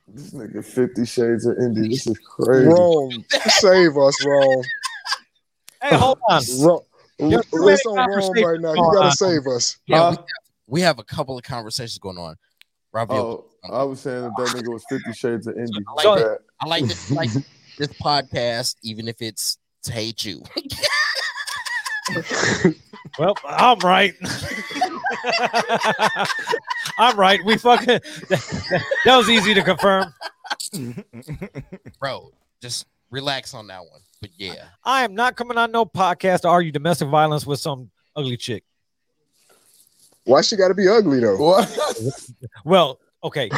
Speaker 4: This nigga Fifty Shades of Indie. This is crazy.
Speaker 9: Rome, save us, Rome.
Speaker 1: hey, hold on.
Speaker 9: Rome.
Speaker 1: There's too many
Speaker 9: It's on Rome right now. You
Speaker 1: going
Speaker 9: gotta
Speaker 1: on.
Speaker 9: save us.
Speaker 8: uh,
Speaker 3: Yeah, we,
Speaker 4: Huh?
Speaker 3: we have a couple of conversations going on. Robbie,
Speaker 4: Oh, I was saying that that nigga was Fifty Shades of Indie.
Speaker 3: I
Speaker 4: My
Speaker 1: like
Speaker 4: bad.
Speaker 3: I like this like this podcast, even if it's to hate you.
Speaker 1: Well, I'm right. I'm right. We fucking that, that- that was easy to confirm.
Speaker 3: Bro, just relax on that one. But yeah.
Speaker 1: I am not coming on no podcast to argue domestic violence with some ugly chick.
Speaker 9: Why she gotta be ugly though?
Speaker 4: What?
Speaker 1: Well, okay.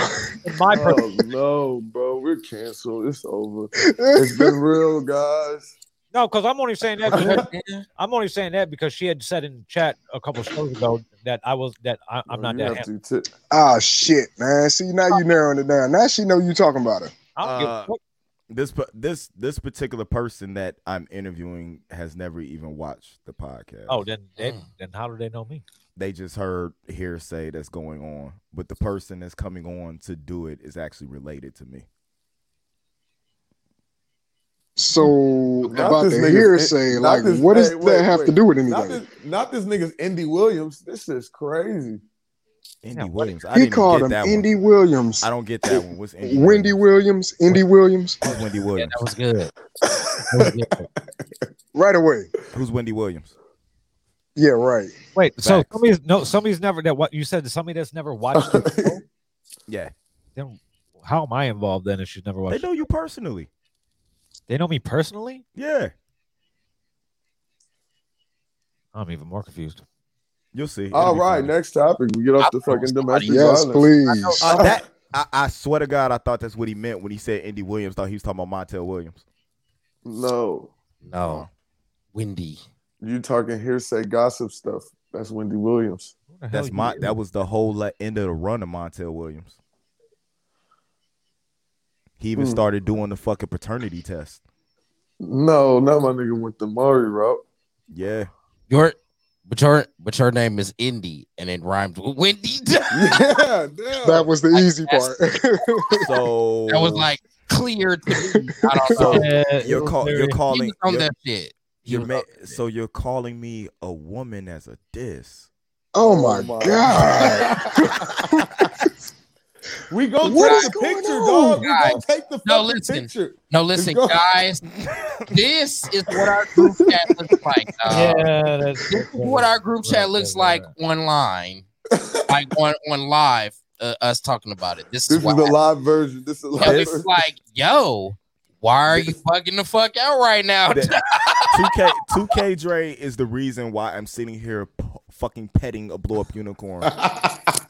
Speaker 1: In my per-
Speaker 4: Oh no, bro, we're canceled. It's over. It's been real, guys.
Speaker 1: no, because I'm only saying that because I'm only saying that because she had said in chat a couple shows ago that I was that I, I'm not
Speaker 4: Oh,
Speaker 8: Oh,
Speaker 4: you
Speaker 1: that.
Speaker 4: have
Speaker 1: handsome.
Speaker 4: to t-
Speaker 9: Ah shit, man. See now you narrowing it down. Now she know you talking about her.
Speaker 1: I don't give a
Speaker 8: Uh,
Speaker 1: fuck.
Speaker 8: this per- this this particular person that I'm interviewing has never even watched the podcast.
Speaker 1: Oh, then then, then how do they know me?
Speaker 8: they just heard hearsay that's going on, but the person that's coming on to do it is actually related to me.
Speaker 9: So
Speaker 4: Not
Speaker 9: about
Speaker 4: this
Speaker 9: the
Speaker 4: nigga's-
Speaker 9: hearsay,
Speaker 4: not
Speaker 9: like
Speaker 4: this-
Speaker 9: what does
Speaker 4: hey, wait,
Speaker 9: that have to
Speaker 4: wait.
Speaker 9: do with
Speaker 4: Not
Speaker 9: anything?
Speaker 4: this, not this nigga's Indy Williams. This is crazy.
Speaker 8: Indy
Speaker 1: what-
Speaker 8: Williams. I
Speaker 9: He
Speaker 8: didn't even
Speaker 9: called
Speaker 8: get
Speaker 9: him
Speaker 8: that one.
Speaker 9: Indy Williams.
Speaker 8: I don't get that one. What's Indy
Speaker 9: Wendy
Speaker 8: Williams?
Speaker 9: Williams, Indy Williams,
Speaker 8: Who's Wendy
Speaker 3: Yeah,
Speaker 8: Williams?
Speaker 3: that was good. That was good.
Speaker 9: right away.
Speaker 8: Who's Wendy Williams?
Speaker 9: Yeah, right.
Speaker 1: Wait, so
Speaker 8: Facts.
Speaker 1: somebody's no somebody's never that what you said somebody that's never watched it.
Speaker 8: Yeah.
Speaker 1: Then how am I involved then if she's never
Speaker 8: They
Speaker 1: watched? it?
Speaker 8: know you personally.
Speaker 1: They know me personally.
Speaker 8: Yeah.
Speaker 1: I'm even more confused.
Speaker 8: You'll see. It'll
Speaker 4: All
Speaker 8: be
Speaker 4: right,
Speaker 8: fine.
Speaker 4: next topic. We get off the fucking domestic
Speaker 9: Yes,
Speaker 4: violence.
Speaker 9: please.
Speaker 8: Uh, that I, I swear to God, I thought that's what he meant when he said Indy Williams. Thought he was talking about Montel Williams.
Speaker 4: No,
Speaker 3: No. Windy.
Speaker 4: you talking hearsay gossip stuff. That's Wendy Williams.
Speaker 1: Who the hell
Speaker 8: That's
Speaker 1: you
Speaker 8: my.
Speaker 1: is?
Speaker 8: That was the whole la- end of the run of Montel Williams. He even
Speaker 4: Hmm.
Speaker 8: started doing the fucking paternity test.
Speaker 4: No, not my nigga went the Murray route.
Speaker 8: Yeah.
Speaker 3: Your but your but your name is Indy and it rhymes with Wendy. that
Speaker 4: Yeah, damn.
Speaker 9: That was the easy part.
Speaker 8: So
Speaker 3: was like clear to me. I don't know.
Speaker 8: So
Speaker 1: Yeah, it
Speaker 8: you're
Speaker 1: was
Speaker 8: call,
Speaker 1: very-
Speaker 8: you're
Speaker 3: He
Speaker 8: calling
Speaker 3: was on
Speaker 8: you're,
Speaker 3: that shit.
Speaker 8: You're ma- so you're calling me a woman as a diss.
Speaker 9: Oh my, god.
Speaker 4: Oh, we gonna
Speaker 9: What
Speaker 4: take
Speaker 9: is
Speaker 4: the
Speaker 9: going
Speaker 4: picture,
Speaker 9: on?
Speaker 4: dog. We gonna
Speaker 3: Guys,
Speaker 4: take the
Speaker 3: no,
Speaker 4: fucking
Speaker 3: listen.
Speaker 4: picture.
Speaker 3: No, listen,
Speaker 4: go.
Speaker 3: guys. This is what our group chat looks like. dog.
Speaker 1: Yeah, that's
Speaker 3: This is what our group chat looks like online, like on on live. Uh, us talking about it. This,
Speaker 4: This
Speaker 3: is
Speaker 4: is
Speaker 3: what
Speaker 4: the live version. This is the
Speaker 3: Yeah,
Speaker 4: live
Speaker 3: it's
Speaker 4: version.
Speaker 3: like, yo, why are you fucking the fuck out right now?
Speaker 8: That- 2K 2K Dre is the reason why I'm sitting here p- fucking petting a blow up unicorn.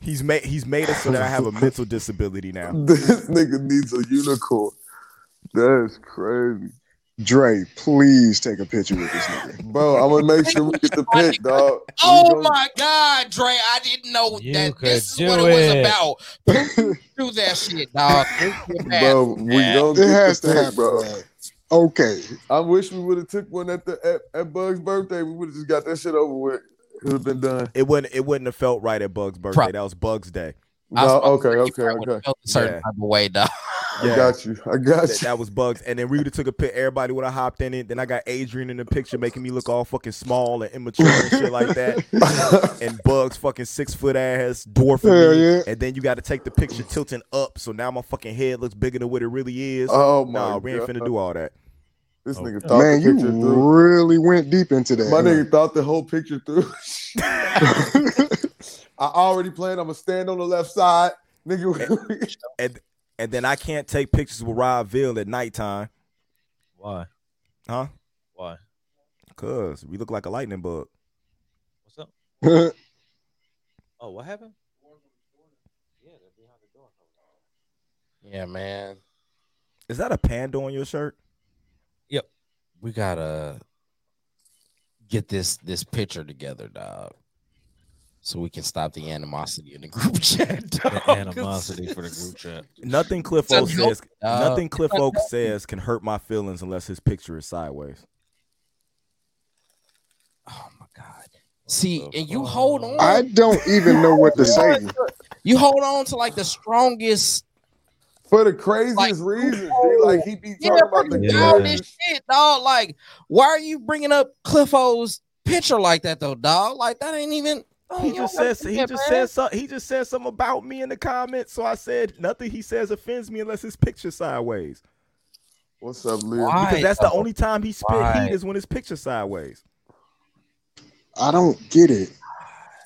Speaker 8: He's made he's made it so that I have a mental disability now.
Speaker 4: This nigga needs a unicorn. That is crazy.
Speaker 9: Dre, please take a picture with this nigga.
Speaker 4: Bro, I'm gonna make sure we get the pic, dog. We
Speaker 3: Oh
Speaker 4: gonna-
Speaker 3: my God, Dre! I didn't know
Speaker 1: You
Speaker 3: that.
Speaker 1: could
Speaker 3: This
Speaker 1: do
Speaker 3: is what it, was
Speaker 1: it.
Speaker 3: about. Putin, do that shit, dog.
Speaker 4: Bro, we
Speaker 3: Yeah.
Speaker 4: gonna
Speaker 9: It
Speaker 4: get
Speaker 9: has
Speaker 4: the
Speaker 9: to
Speaker 4: pic,
Speaker 9: happen.
Speaker 4: bro.
Speaker 9: man. Okay.
Speaker 4: I wish we would have took one at the at, at Bug's birthday. We would have just got that shit over with. It would have been done.
Speaker 8: It wouldn't it wouldn't have felt right at Bug's birthday.
Speaker 3: Prob-
Speaker 8: That was Bug's day.
Speaker 3: I was
Speaker 4: No, okay, okay,
Speaker 3: I would
Speaker 4: okay.
Speaker 3: feel a certain
Speaker 8: Yeah.
Speaker 3: type of way, dog.
Speaker 4: I
Speaker 8: Yeah.
Speaker 4: got you. I got
Speaker 8: That,
Speaker 4: you.
Speaker 8: that was Bugs, and then we would have took a pic. Everybody would have hopped in it. Then I got Adrian in the picture, making me look all fucking small and immature and shit like that. And Bugs fucking six foot ass dwarfing
Speaker 9: Hell
Speaker 8: me.
Speaker 9: yeah.
Speaker 8: And then you got to take the picture tilting up, so now my fucking head looks bigger than what it really is.
Speaker 4: oh my
Speaker 8: nah,
Speaker 4: god.
Speaker 8: we ain't finna do all that.
Speaker 4: This nigga thought
Speaker 9: Man,
Speaker 4: the
Speaker 9: you
Speaker 4: picture through.
Speaker 9: really went deep into that.
Speaker 4: My
Speaker 9: huh?
Speaker 4: nigga thought the whole picture through. I already planned. I'm gonna stand on the left side, nigga.
Speaker 8: And and then I can't take pictures with Rob Ville at nighttime,
Speaker 1: Why?
Speaker 8: huh?
Speaker 1: Why?
Speaker 8: Cause we look like a lightning bug.
Speaker 1: What's up? Oh, what happened? Yeah, they're behind the door.
Speaker 3: Yeah, man.
Speaker 8: Is that a panda on your shirt?
Speaker 3: We gotta get this this picture together, dog. So we can stop the animosity in the group chat. dog.
Speaker 1: The animosity for the group chat.
Speaker 8: Nothing Cliff
Speaker 3: It's
Speaker 8: Oak
Speaker 3: unhealthy,
Speaker 8: says.
Speaker 3: dog.
Speaker 8: nothing Cliff Oak says can hurt my feelings unless his picture is sideways.
Speaker 3: Oh my god. See, and you
Speaker 1: fuck?
Speaker 3: hold on.
Speaker 9: I don't even know what to say.
Speaker 3: you hold on to like the strongest.
Speaker 4: For the craziest reasons, dude. Like he be
Speaker 3: Yeah,
Speaker 4: talking about
Speaker 3: pretty
Speaker 4: the
Speaker 1: Yeah.
Speaker 4: craziest
Speaker 3: childish shit, dog. Like, why are you bringing up Cliffo's picture like that though, dog? Like that ain't even. oh, I don't
Speaker 8: He
Speaker 3: even
Speaker 8: just
Speaker 3: wanna
Speaker 8: says
Speaker 3: do
Speaker 8: he
Speaker 3: that, man.
Speaker 8: just said something. He just said something about me in the comments. So I said nothing he says offends me unless his picture sideways.
Speaker 4: What's up, Liz?
Speaker 3: Why?
Speaker 8: Because that's the
Speaker 3: though?
Speaker 8: only time he spit
Speaker 3: Why?
Speaker 8: heat is when his picture sideways.
Speaker 9: I don't get it.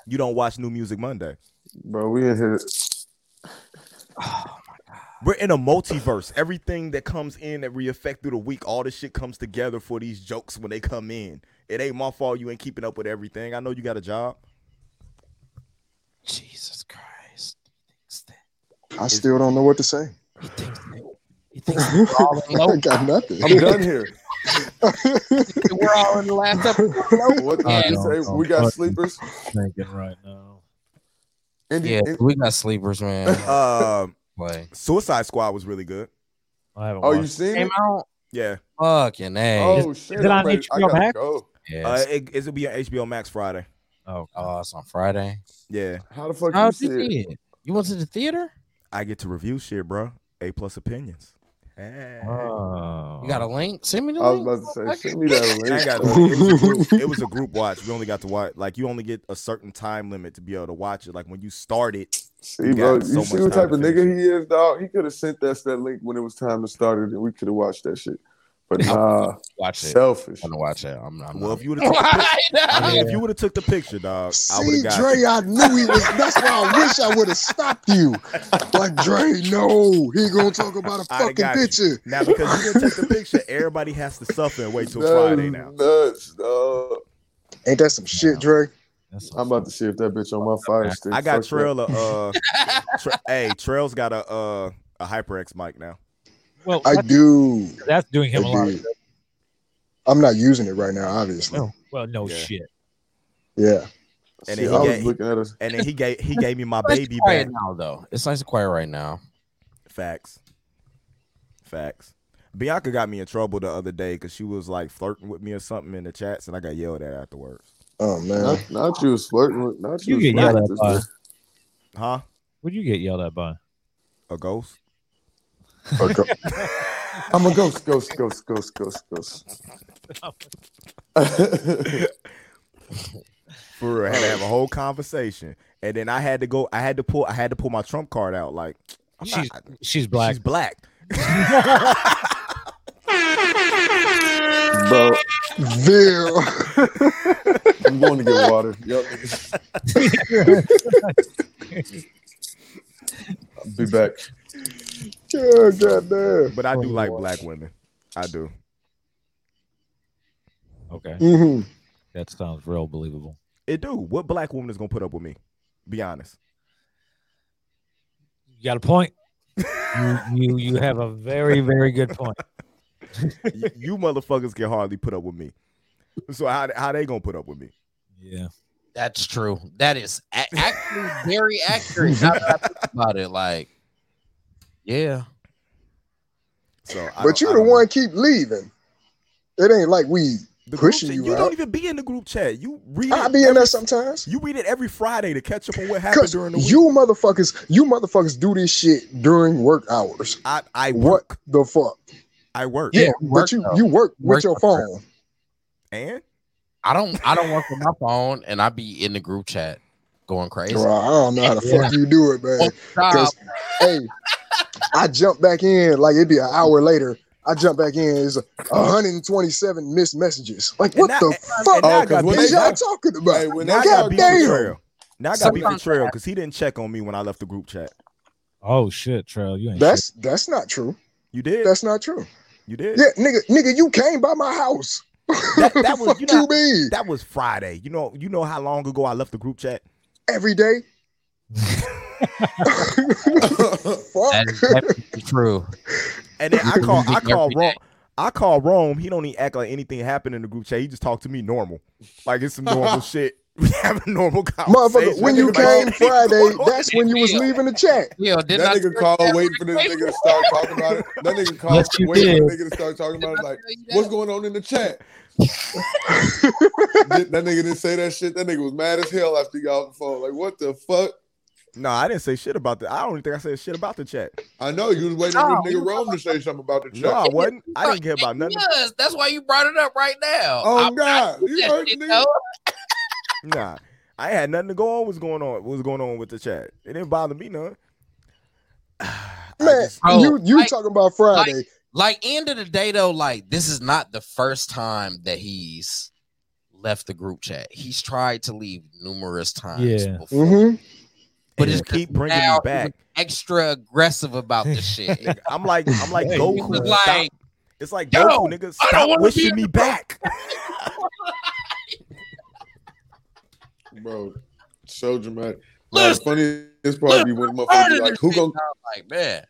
Speaker 8: You don't watch New Music Monday.
Speaker 4: Bro, we in here.
Speaker 8: We're in a multiverse. Everything that comes in that we affect through the week, all this shit comes together for these jokes when they come in. It ain't my fault you ain't keeping up with everything. I know you got a job.
Speaker 3: Jesus Christ. He thinks that.
Speaker 9: I still don't know what to say.
Speaker 3: He thinks that. He thinks that we're all in
Speaker 9: I
Speaker 3: low.
Speaker 9: got nothing.
Speaker 4: I'm done here.
Speaker 3: that We're all in the last episode.
Speaker 4: What
Speaker 3: Yeah.
Speaker 4: did you say? We got sleepers.
Speaker 1: Thinking right now.
Speaker 4: Indi-
Speaker 3: Yeah,
Speaker 4: in-
Speaker 3: we got sleepers, man.
Speaker 8: Um,
Speaker 3: Like,
Speaker 8: Suicide Squad was really good.
Speaker 1: I haven't.
Speaker 4: oh, you
Speaker 1: watched
Speaker 4: seen
Speaker 3: came
Speaker 4: it?
Speaker 3: out.
Speaker 8: Yeah,
Speaker 3: Fucking a.
Speaker 4: Oh shit!
Speaker 1: it on
Speaker 4: I'm ready. I
Speaker 1: HBO
Speaker 4: gotta
Speaker 1: Max?
Speaker 4: go.
Speaker 8: uh,
Speaker 3: Yes.
Speaker 8: it, it'll be on HBO Max Friday.
Speaker 1: Oh,
Speaker 3: oh, it's on Friday.
Speaker 8: Yeah,
Speaker 4: How the fuck
Speaker 3: How'd
Speaker 4: you see
Speaker 3: you
Speaker 4: it?
Speaker 3: see it? You went to the theater?
Speaker 8: I get to review shit, bro. A plus opinions. Hey.
Speaker 1: oh.
Speaker 3: You got a link? Send me the
Speaker 4: I was
Speaker 3: link.
Speaker 4: about to say, send me that
Speaker 8: I ain't
Speaker 4: link.
Speaker 8: got a
Speaker 4: bro.
Speaker 8: link. It was a, group, it was a group watch. We only got to watch like you only get a certain time limit to be able to watch it. Like when you start it,
Speaker 4: See, bro,
Speaker 8: got so
Speaker 4: you
Speaker 8: much
Speaker 4: see what type
Speaker 8: time to
Speaker 4: of
Speaker 8: finish
Speaker 4: nigga he is, dog. He could have sent us that link when it was time to start it, and we could have watched that shit. But
Speaker 3: I'll
Speaker 4: nah,
Speaker 3: watch it.
Speaker 4: selfish.
Speaker 3: I'm gonna watch it. I'm, I'm
Speaker 8: well,
Speaker 3: not.
Speaker 8: if you would have took, the pic- I mean, if
Speaker 1: Yeah.
Speaker 8: you would have took the picture, dog, I would
Speaker 9: See,
Speaker 8: have got.
Speaker 9: Dre,
Speaker 8: you.
Speaker 9: I knew he was. That's why I wish I would have stopped you. Like Dre, no, he gonna talk about a
Speaker 8: I done
Speaker 9: fucking
Speaker 8: got you.
Speaker 9: picture.
Speaker 8: Now because you didn't take the picture, everybody has to suffer and wait till
Speaker 4: That
Speaker 8: Friday
Speaker 4: is
Speaker 8: now.
Speaker 4: Nuts, dog.
Speaker 9: Ain't that some shit, Dre?
Speaker 1: That's
Speaker 4: I'm about to see if that bitch on my fire stick.
Speaker 8: I got
Speaker 4: Fuck that.
Speaker 8: Trail a uh, tra- hey Trail's got a uh a HyperX mic now.
Speaker 1: well,
Speaker 9: I
Speaker 1: that's,
Speaker 9: do.
Speaker 1: that's doing
Speaker 9: I
Speaker 1: him a lot.
Speaker 9: do.
Speaker 1: Of,
Speaker 9: I'm not using it right now, obviously.
Speaker 1: no, well, no
Speaker 8: Yeah.
Speaker 1: shit.
Speaker 9: Yeah.
Speaker 8: And
Speaker 4: See,
Speaker 8: then
Speaker 4: I
Speaker 8: he
Speaker 4: was
Speaker 8: got-
Speaker 4: looking at us.
Speaker 8: And then he gave he gave me my
Speaker 3: It's nice
Speaker 8: baby
Speaker 3: and quiet
Speaker 8: back.
Speaker 3: now, though. It's nice and quiet right now.
Speaker 8: Facts. Facts. Bianca got me in trouble the other day because she was like flirting with me or something in the chats, and I got yelled at afterwards.
Speaker 9: Oh man.
Speaker 4: Not, not you was flirting with. Not you.
Speaker 1: You
Speaker 4: was
Speaker 1: get yelled
Speaker 4: flirting
Speaker 1: at
Speaker 4: with
Speaker 1: by.
Speaker 4: this
Speaker 8: Huh?
Speaker 1: Would you get yelled at by?
Speaker 8: A ghost?
Speaker 9: Okay.
Speaker 4: nigga. I'm a ghost, ghost, ghost, ghost, ghost, ghost.
Speaker 8: For real, I had to have a whole conversation, and then I had to go. I had to pull. I had to pull my trump card out. Like I'm
Speaker 1: She's-
Speaker 8: not-
Speaker 1: she's black.
Speaker 8: She's black.
Speaker 4: bro.
Speaker 9: Bill.
Speaker 4: I'm going to get water. Yep. I'll be back.
Speaker 9: Yeah, goddamn.
Speaker 8: But I do like black women. I do.
Speaker 1: Okay.
Speaker 9: Mhm.
Speaker 1: That sounds real believable.
Speaker 8: It do. What black woman is gonna put up with me? Be honest.
Speaker 1: You got a point. you, you you have a very very good point.
Speaker 8: Y- you motherfuckers can hardly put up with me. So how how they gonna put up with me?
Speaker 1: Yeah.
Speaker 3: That's true. That is a- actually very accurate. Now that I think about it, like, yeah,
Speaker 8: So I
Speaker 9: But
Speaker 8: don't- I
Speaker 9: you the
Speaker 8: don't know.
Speaker 9: one keep leaving. It ain't like we
Speaker 8: The group
Speaker 9: pushing
Speaker 8: chat-
Speaker 9: you,
Speaker 8: you
Speaker 9: out.
Speaker 8: don't even be in the group chat. You read.
Speaker 9: I
Speaker 8: it
Speaker 9: be in
Speaker 8: every-
Speaker 9: there sometimes.
Speaker 8: You read it every Friday to catch up on what happened
Speaker 9: Cause
Speaker 8: during the week.
Speaker 9: you motherfuckers, you motherfuckers do this shit during work hours.
Speaker 8: I I
Speaker 9: What
Speaker 8: work.
Speaker 9: the fuck?
Speaker 8: I work.
Speaker 9: Yeah,
Speaker 3: we
Speaker 9: but
Speaker 3: work,
Speaker 9: you
Speaker 3: though.
Speaker 9: you work
Speaker 3: Work
Speaker 9: with your
Speaker 3: hours.
Speaker 9: phone.
Speaker 8: And
Speaker 3: I don't, I don't work with my phone, and I be in the group chat going crazy.
Speaker 9: Bro, I don't know how the fuck you do it, man.
Speaker 3: Oh,
Speaker 9: Because
Speaker 8: Um,
Speaker 9: hey, I jump back in like it'd be an hour later. I jump back in. It's 127 missed messages. Like
Speaker 8: And
Speaker 9: what
Speaker 8: I-
Speaker 9: the
Speaker 8: and I-
Speaker 9: fuck
Speaker 8: and I
Speaker 4: Oh, 'cause
Speaker 8: got
Speaker 4: when
Speaker 8: beef-
Speaker 9: is
Speaker 4: they-
Speaker 9: y'all talking about?
Speaker 4: Hey, when
Speaker 8: now I
Speaker 4: they
Speaker 8: got
Speaker 9: God
Speaker 8: beef
Speaker 9: damn.
Speaker 8: with Trail. Now I got beef with
Speaker 3: Sometimes-
Speaker 8: Trail because he didn't check on me when I left the group chat.
Speaker 1: Oh shit, Trail, you ain't shit.
Speaker 9: That's that's not true.
Speaker 8: You did.
Speaker 9: That's not true.
Speaker 8: you did.
Speaker 9: Yeah, nigga, nigga, you came by my house.
Speaker 8: That, that was
Speaker 9: fuck
Speaker 8: you,
Speaker 9: you,
Speaker 8: know,
Speaker 9: mean?
Speaker 8: That was Friday. You know. You know how long ago I left the group chat.
Speaker 9: Every day. fuck.
Speaker 3: That is definitely true.
Speaker 8: And then I
Speaker 3: You
Speaker 8: call
Speaker 3: lose
Speaker 8: I
Speaker 3: it
Speaker 8: call
Speaker 3: every
Speaker 8: Rome. I call Rome. He don't even act like anything happened in the group chat. He just talked to me normal, like it's some normal shit. We have a normal conversation.
Speaker 9: Motherfucker, when you came Friday, that's when you was leaving the chat.
Speaker 3: Yo, did
Speaker 4: that nigga called waiting for this nigga to start talking about it. That nigga called
Speaker 1: Yes, you
Speaker 4: waiting for the
Speaker 1: did.
Speaker 4: nigga to start talking about it. Like,
Speaker 3: tell you that?
Speaker 4: what's going on in the chat? Did- that nigga didn't say that shit. That nigga was mad as hell after he got off the phone. Like, what the fuck?
Speaker 8: No, I didn't say shit about that. I don't even think I said shit about the chat.
Speaker 4: I know you was waiting
Speaker 3: No,
Speaker 4: for the nigga Rome to say something about the chat.
Speaker 8: No, I wasn't. I didn't care about nothing.
Speaker 3: Yes, that's why you brought it up right now.
Speaker 4: Oh
Speaker 3: I'm-
Speaker 4: God, you
Speaker 3: that
Speaker 4: heard the
Speaker 3: shit,
Speaker 4: nigga?
Speaker 3: though.
Speaker 8: Nah, I had nothing to go on. What's going on? What's going on with the chat? It didn't bother me none. I
Speaker 9: Man,
Speaker 8: just-
Speaker 3: Bro,
Speaker 9: you you
Speaker 3: like-
Speaker 9: talking about Friday?
Speaker 3: like end of the day though like this is not the first time that he's left the group chat he's tried to leave numerous times
Speaker 1: Yeah.
Speaker 3: before
Speaker 9: hmm
Speaker 3: but
Speaker 8: and
Speaker 3: it's
Speaker 8: you keep
Speaker 3: just
Speaker 8: bringing me
Speaker 3: now he's
Speaker 8: back.
Speaker 3: extra aggressive about this shit
Speaker 8: Nigga, I'm like, I'm like
Speaker 1: Hey,
Speaker 3: he was
Speaker 8: Goku. Stop.
Speaker 3: like
Speaker 8: it's like
Speaker 3: "Yo,
Speaker 8: Goku, nigga.
Speaker 3: I don't
Speaker 8: Stop
Speaker 3: wanna be
Speaker 8: wishing
Speaker 3: in
Speaker 8: me back.
Speaker 4: bro. So dramatic. Now, the
Speaker 3: listen
Speaker 4: funniest part be when motherfuckers be like, "Who gon'
Speaker 3: like man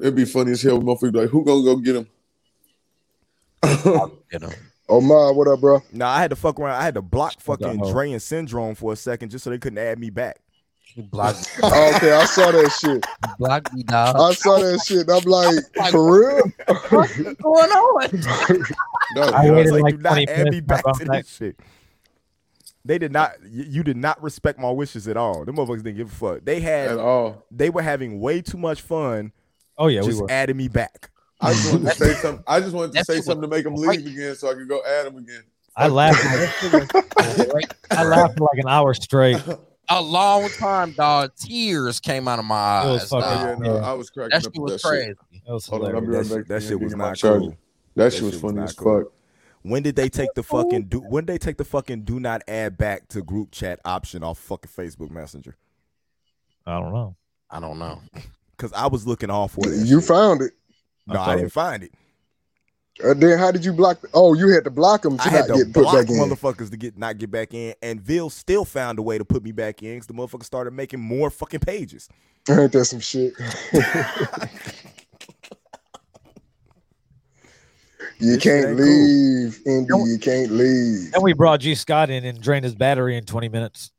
Speaker 4: It'd be funny as hell. when Motherfuckers be like, "Who gonna go get him?"
Speaker 3: you know
Speaker 9: Oh my, what up, bro?
Speaker 8: Nah, I had to fuck around. I had to block fucking
Speaker 1: hoe.
Speaker 8: Dre and Syndrome for a second just so they couldn't add me back.
Speaker 3: he blocked,
Speaker 9: Oh, okay, I saw that shit.
Speaker 3: he blocked me dog
Speaker 9: I saw that shit. I'm like, for real?
Speaker 3: what's going on
Speaker 4: No,
Speaker 1: I
Speaker 4: no.
Speaker 1: waited
Speaker 8: was like,
Speaker 1: like
Speaker 8: do not
Speaker 1: 20
Speaker 8: add me
Speaker 1: minutes,
Speaker 8: back
Speaker 1: bro.
Speaker 8: to this shit. They did not. y- You did not respect my wishes at all. Them motherfuckers didn't give a fuck. They
Speaker 4: at
Speaker 8: had.
Speaker 4: all.
Speaker 8: They were having way too much fun.
Speaker 1: Oh yeah, we
Speaker 8: just
Speaker 1: were.
Speaker 8: adding me back.
Speaker 4: I just wanted to say something. I just wanted to
Speaker 3: That
Speaker 4: say
Speaker 3: shit was
Speaker 4: something to make him
Speaker 3: great.
Speaker 4: leave again, so I could go at him again.
Speaker 1: I laughed. Like, I laughed for like an hour straight.
Speaker 3: a long time dog tears came out of my
Speaker 1: It was
Speaker 3: eyes
Speaker 1: fucking-
Speaker 4: Oh,
Speaker 3: dog.
Speaker 4: yeah, no,
Speaker 1: Yeah.
Speaker 4: I was cracking
Speaker 3: that
Speaker 4: up.
Speaker 3: shit
Speaker 4: at
Speaker 3: was
Speaker 4: that
Speaker 3: crazy
Speaker 4: Shit.
Speaker 1: That was
Speaker 4: Hold on, I'll
Speaker 1: hilarious.
Speaker 4: be right
Speaker 8: That shit,
Speaker 4: back.
Speaker 8: that
Speaker 4: to
Speaker 8: shit
Speaker 4: get
Speaker 8: was
Speaker 4: my
Speaker 8: not
Speaker 4: charger.
Speaker 8: cool.
Speaker 4: That
Speaker 8: That
Speaker 4: shit was
Speaker 8: shit was
Speaker 4: funny
Speaker 8: not
Speaker 4: as
Speaker 8: cool.
Speaker 4: fuck.
Speaker 8: When did they take the fucking do? When did they take the fucking do not add back to group chat option off fucking Facebook Messenger?
Speaker 1: I don't know.
Speaker 3: I don't know.
Speaker 8: Because I was looking all for that.
Speaker 9: You
Speaker 8: shit.
Speaker 9: found it.
Speaker 8: No,
Speaker 1: I
Speaker 8: I,
Speaker 1: thought
Speaker 8: didn't find it.
Speaker 9: Uh, then how did you block? Oh, you had to block him to
Speaker 8: I
Speaker 9: not
Speaker 8: had to
Speaker 9: get put
Speaker 8: block
Speaker 9: back in.
Speaker 8: motherfuckers to get not get back in, and Ville still found a way to put me back in because the motherfucker started making more fucking pages.
Speaker 9: Ain't that some shit? you
Speaker 8: This shit
Speaker 9: can't
Speaker 8: ain't cool.
Speaker 9: leave, Indy. You can't leave.
Speaker 1: Then we brought G Scott in and drained his battery in 20 minutes.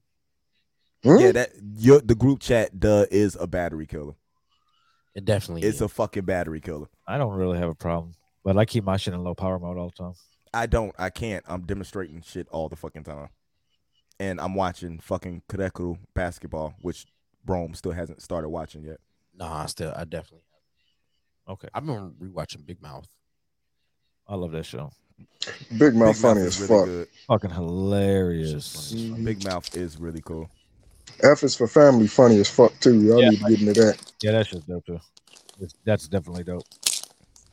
Speaker 9: Hmm?
Speaker 8: Yeah, that your the group chat duh is a battery killer.
Speaker 3: It definitely
Speaker 8: It's a fucking battery killer.
Speaker 1: I don't really have a problem, but I keep my shit in low power mode all the time.
Speaker 8: I don't. I can't. I'm demonstrating shit all the fucking time. And I'm watching fucking Kadekuru basketball, which Rome still hasn't started watching yet.
Speaker 3: no, I still I definitely
Speaker 1: Okay,
Speaker 3: I've been rewatching Big Mouth.
Speaker 1: I love that show.
Speaker 9: Big Mouth funny
Speaker 8: is
Speaker 9: as
Speaker 8: really
Speaker 9: fuck.
Speaker 8: good.
Speaker 1: Fucking hilarious.
Speaker 8: Big Mouth is really cool.
Speaker 9: F is for family funny as fuck too. Y'all
Speaker 1: Yeah.
Speaker 9: need to get into that.
Speaker 1: Yeah, that shit's dope too. It's- that's definitely dope.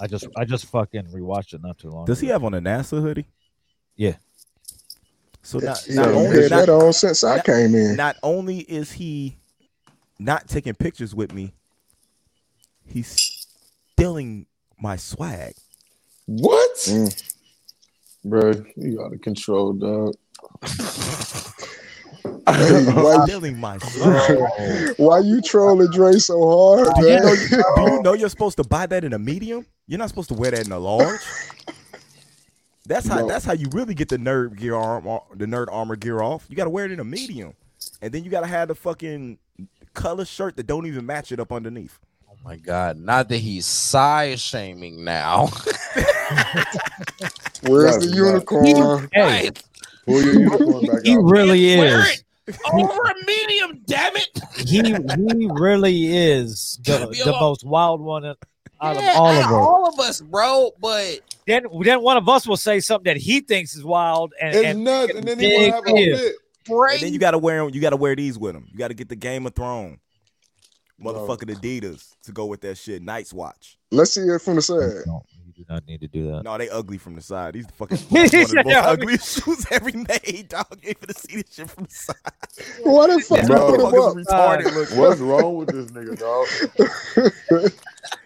Speaker 1: I just I just fucking rewatched it not too long.
Speaker 8: Does he
Speaker 1: ago.
Speaker 8: have on a NASA hoodie?
Speaker 1: Yeah.
Speaker 8: So
Speaker 9: Yeah,
Speaker 8: not,
Speaker 9: he
Speaker 8: not
Speaker 9: had
Speaker 8: only
Speaker 9: that
Speaker 8: not-
Speaker 9: on since I
Speaker 8: not-
Speaker 9: came in.
Speaker 8: Not only is he not taking pictures with me, he's stealing my swag.
Speaker 4: What?
Speaker 9: Mm.
Speaker 4: Bro, you got to control, dog.
Speaker 9: Hey, why,
Speaker 8: Stealing my swag.
Speaker 9: why you trolling Dre so hard?
Speaker 8: Do you,
Speaker 9: man?
Speaker 8: know, do you know you're supposed to buy that in a medium? You're not supposed to wear that in a large. That's how
Speaker 4: No.
Speaker 8: that's how you really get the nerd gear arm uh, the nerd armor gear off. You gotta wear it in a medium. And then you gotta have the fucking color shirt that don't even match it up underneath.
Speaker 3: Oh my god! Not that he's size shaming now.
Speaker 9: Where's the
Speaker 4: Right,
Speaker 9: unicorn?
Speaker 1: Hey,
Speaker 4: Pull your unicorn back
Speaker 1: he
Speaker 4: out.
Speaker 1: really
Speaker 3: Wear
Speaker 1: is.
Speaker 3: it over a medium. Damn it!
Speaker 1: He he really is the,
Speaker 3: Be
Speaker 1: the
Speaker 3: alone.
Speaker 1: most wild one out of
Speaker 3: Yeah,
Speaker 1: all of
Speaker 3: out of
Speaker 1: us.
Speaker 3: all of us, bro. But
Speaker 1: Then then one of us will say something that he thinks is wild and,
Speaker 4: It's
Speaker 1: and
Speaker 4: nuts. And then he want to have
Speaker 1: big
Speaker 4: a
Speaker 1: is.
Speaker 4: fit.
Speaker 3: pray.
Speaker 8: And then you gotta wear 'em- you gotta wear these with them. You gotta get the Game of Thrones, motherfucking Adidas to go with that shit. Night's Watch.
Speaker 9: Let's see it from the side.
Speaker 1: No, you do not need to do that.
Speaker 8: No, they ugly from the side. These the fucking one of the most
Speaker 1: Yeah, I mean-
Speaker 8: ugly shoes ever made, dog. You ain't finna see this shit from the side.
Speaker 9: Why the fuck you
Speaker 4: Bro.
Speaker 9: put him up?
Speaker 8: Motherfuckers retarded looking.
Speaker 4: What's wrong with this nigga, dog?
Speaker 8: Oh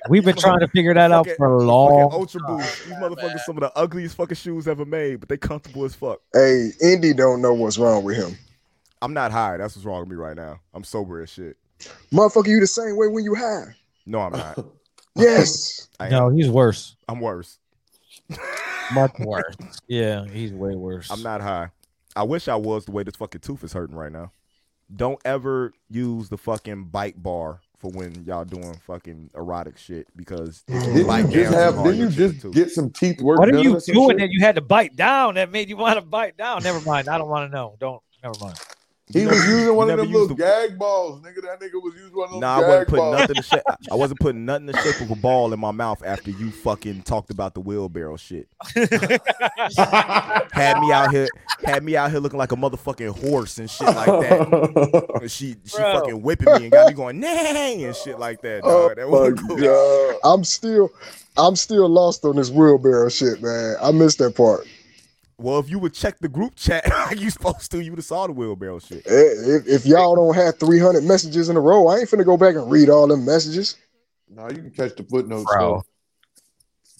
Speaker 1: We've been trying to figure that out
Speaker 8: Fucking-
Speaker 1: for a
Speaker 8: fucking
Speaker 1: long.
Speaker 8: Ultra Boost. These motherfuckers some of the ugliest fucking shoes ever made, but they comfortable as fuck.
Speaker 9: Hey, Indy don't know what's wrong with him.
Speaker 8: I'm not high. That's what's wrong with me right now. I'm sober as shit.
Speaker 9: Motherfucker, you the same way when you high.
Speaker 8: No, I'm not.
Speaker 9: Yes.
Speaker 8: I am.
Speaker 1: No, he's worse.
Speaker 8: I'm worse.
Speaker 1: Much worse. yeah, he's way worse.
Speaker 8: I'm not high. I wish I was the way this fucking tooth is hurting right now. Don't ever use the fucking bite bar for when y'all doing fucking erotic shit because it can
Speaker 4: Didn't
Speaker 8: bite
Speaker 4: you just
Speaker 8: down
Speaker 4: have?
Speaker 8: too hard
Speaker 4: Didn't
Speaker 8: your
Speaker 4: you
Speaker 8: shit
Speaker 4: just
Speaker 8: too.
Speaker 4: get some teeth work
Speaker 1: What are
Speaker 4: done?
Speaker 1: you
Speaker 4: or some
Speaker 1: doing
Speaker 4: shit?
Speaker 1: that you had to bite down that made you want to bite down? Never mind. I don't want to know. Don't. Never mind.
Speaker 4: He
Speaker 8: You
Speaker 4: was
Speaker 8: never- you
Speaker 4: using one of
Speaker 8: never
Speaker 4: them
Speaker 8: used
Speaker 4: little gag balls, nigga. That nigga was using one of them
Speaker 8: Nah, I
Speaker 4: gag
Speaker 8: wasn't putting
Speaker 4: balls.
Speaker 8: nothing to shape. I wasn't putting nothing to shape of a ball in my mouth after you fucking talked about the wheelbarrow shit. Had me out here, had me out here looking like a motherfucking horse and shit like
Speaker 4: Oh.
Speaker 8: that. And she she
Speaker 1: Bro.
Speaker 8: fucking whipping me and got me going nay and shit like that.
Speaker 4: Oh
Speaker 8: Dog. that
Speaker 4: my
Speaker 8: was cool.
Speaker 4: god!
Speaker 9: I'm still I'm still lost on this wheelbarrow shit, man. I missed that part.
Speaker 8: Well, if you would check the group chat like you supposed to, you would have saw the wheelbarrow shit.
Speaker 9: Eh, If, if y'all don't have 300 messages in a row, I ain't finna go back and read all them messages.
Speaker 4: Now you can catch the footnotes,
Speaker 3: Bro.
Speaker 4: bro.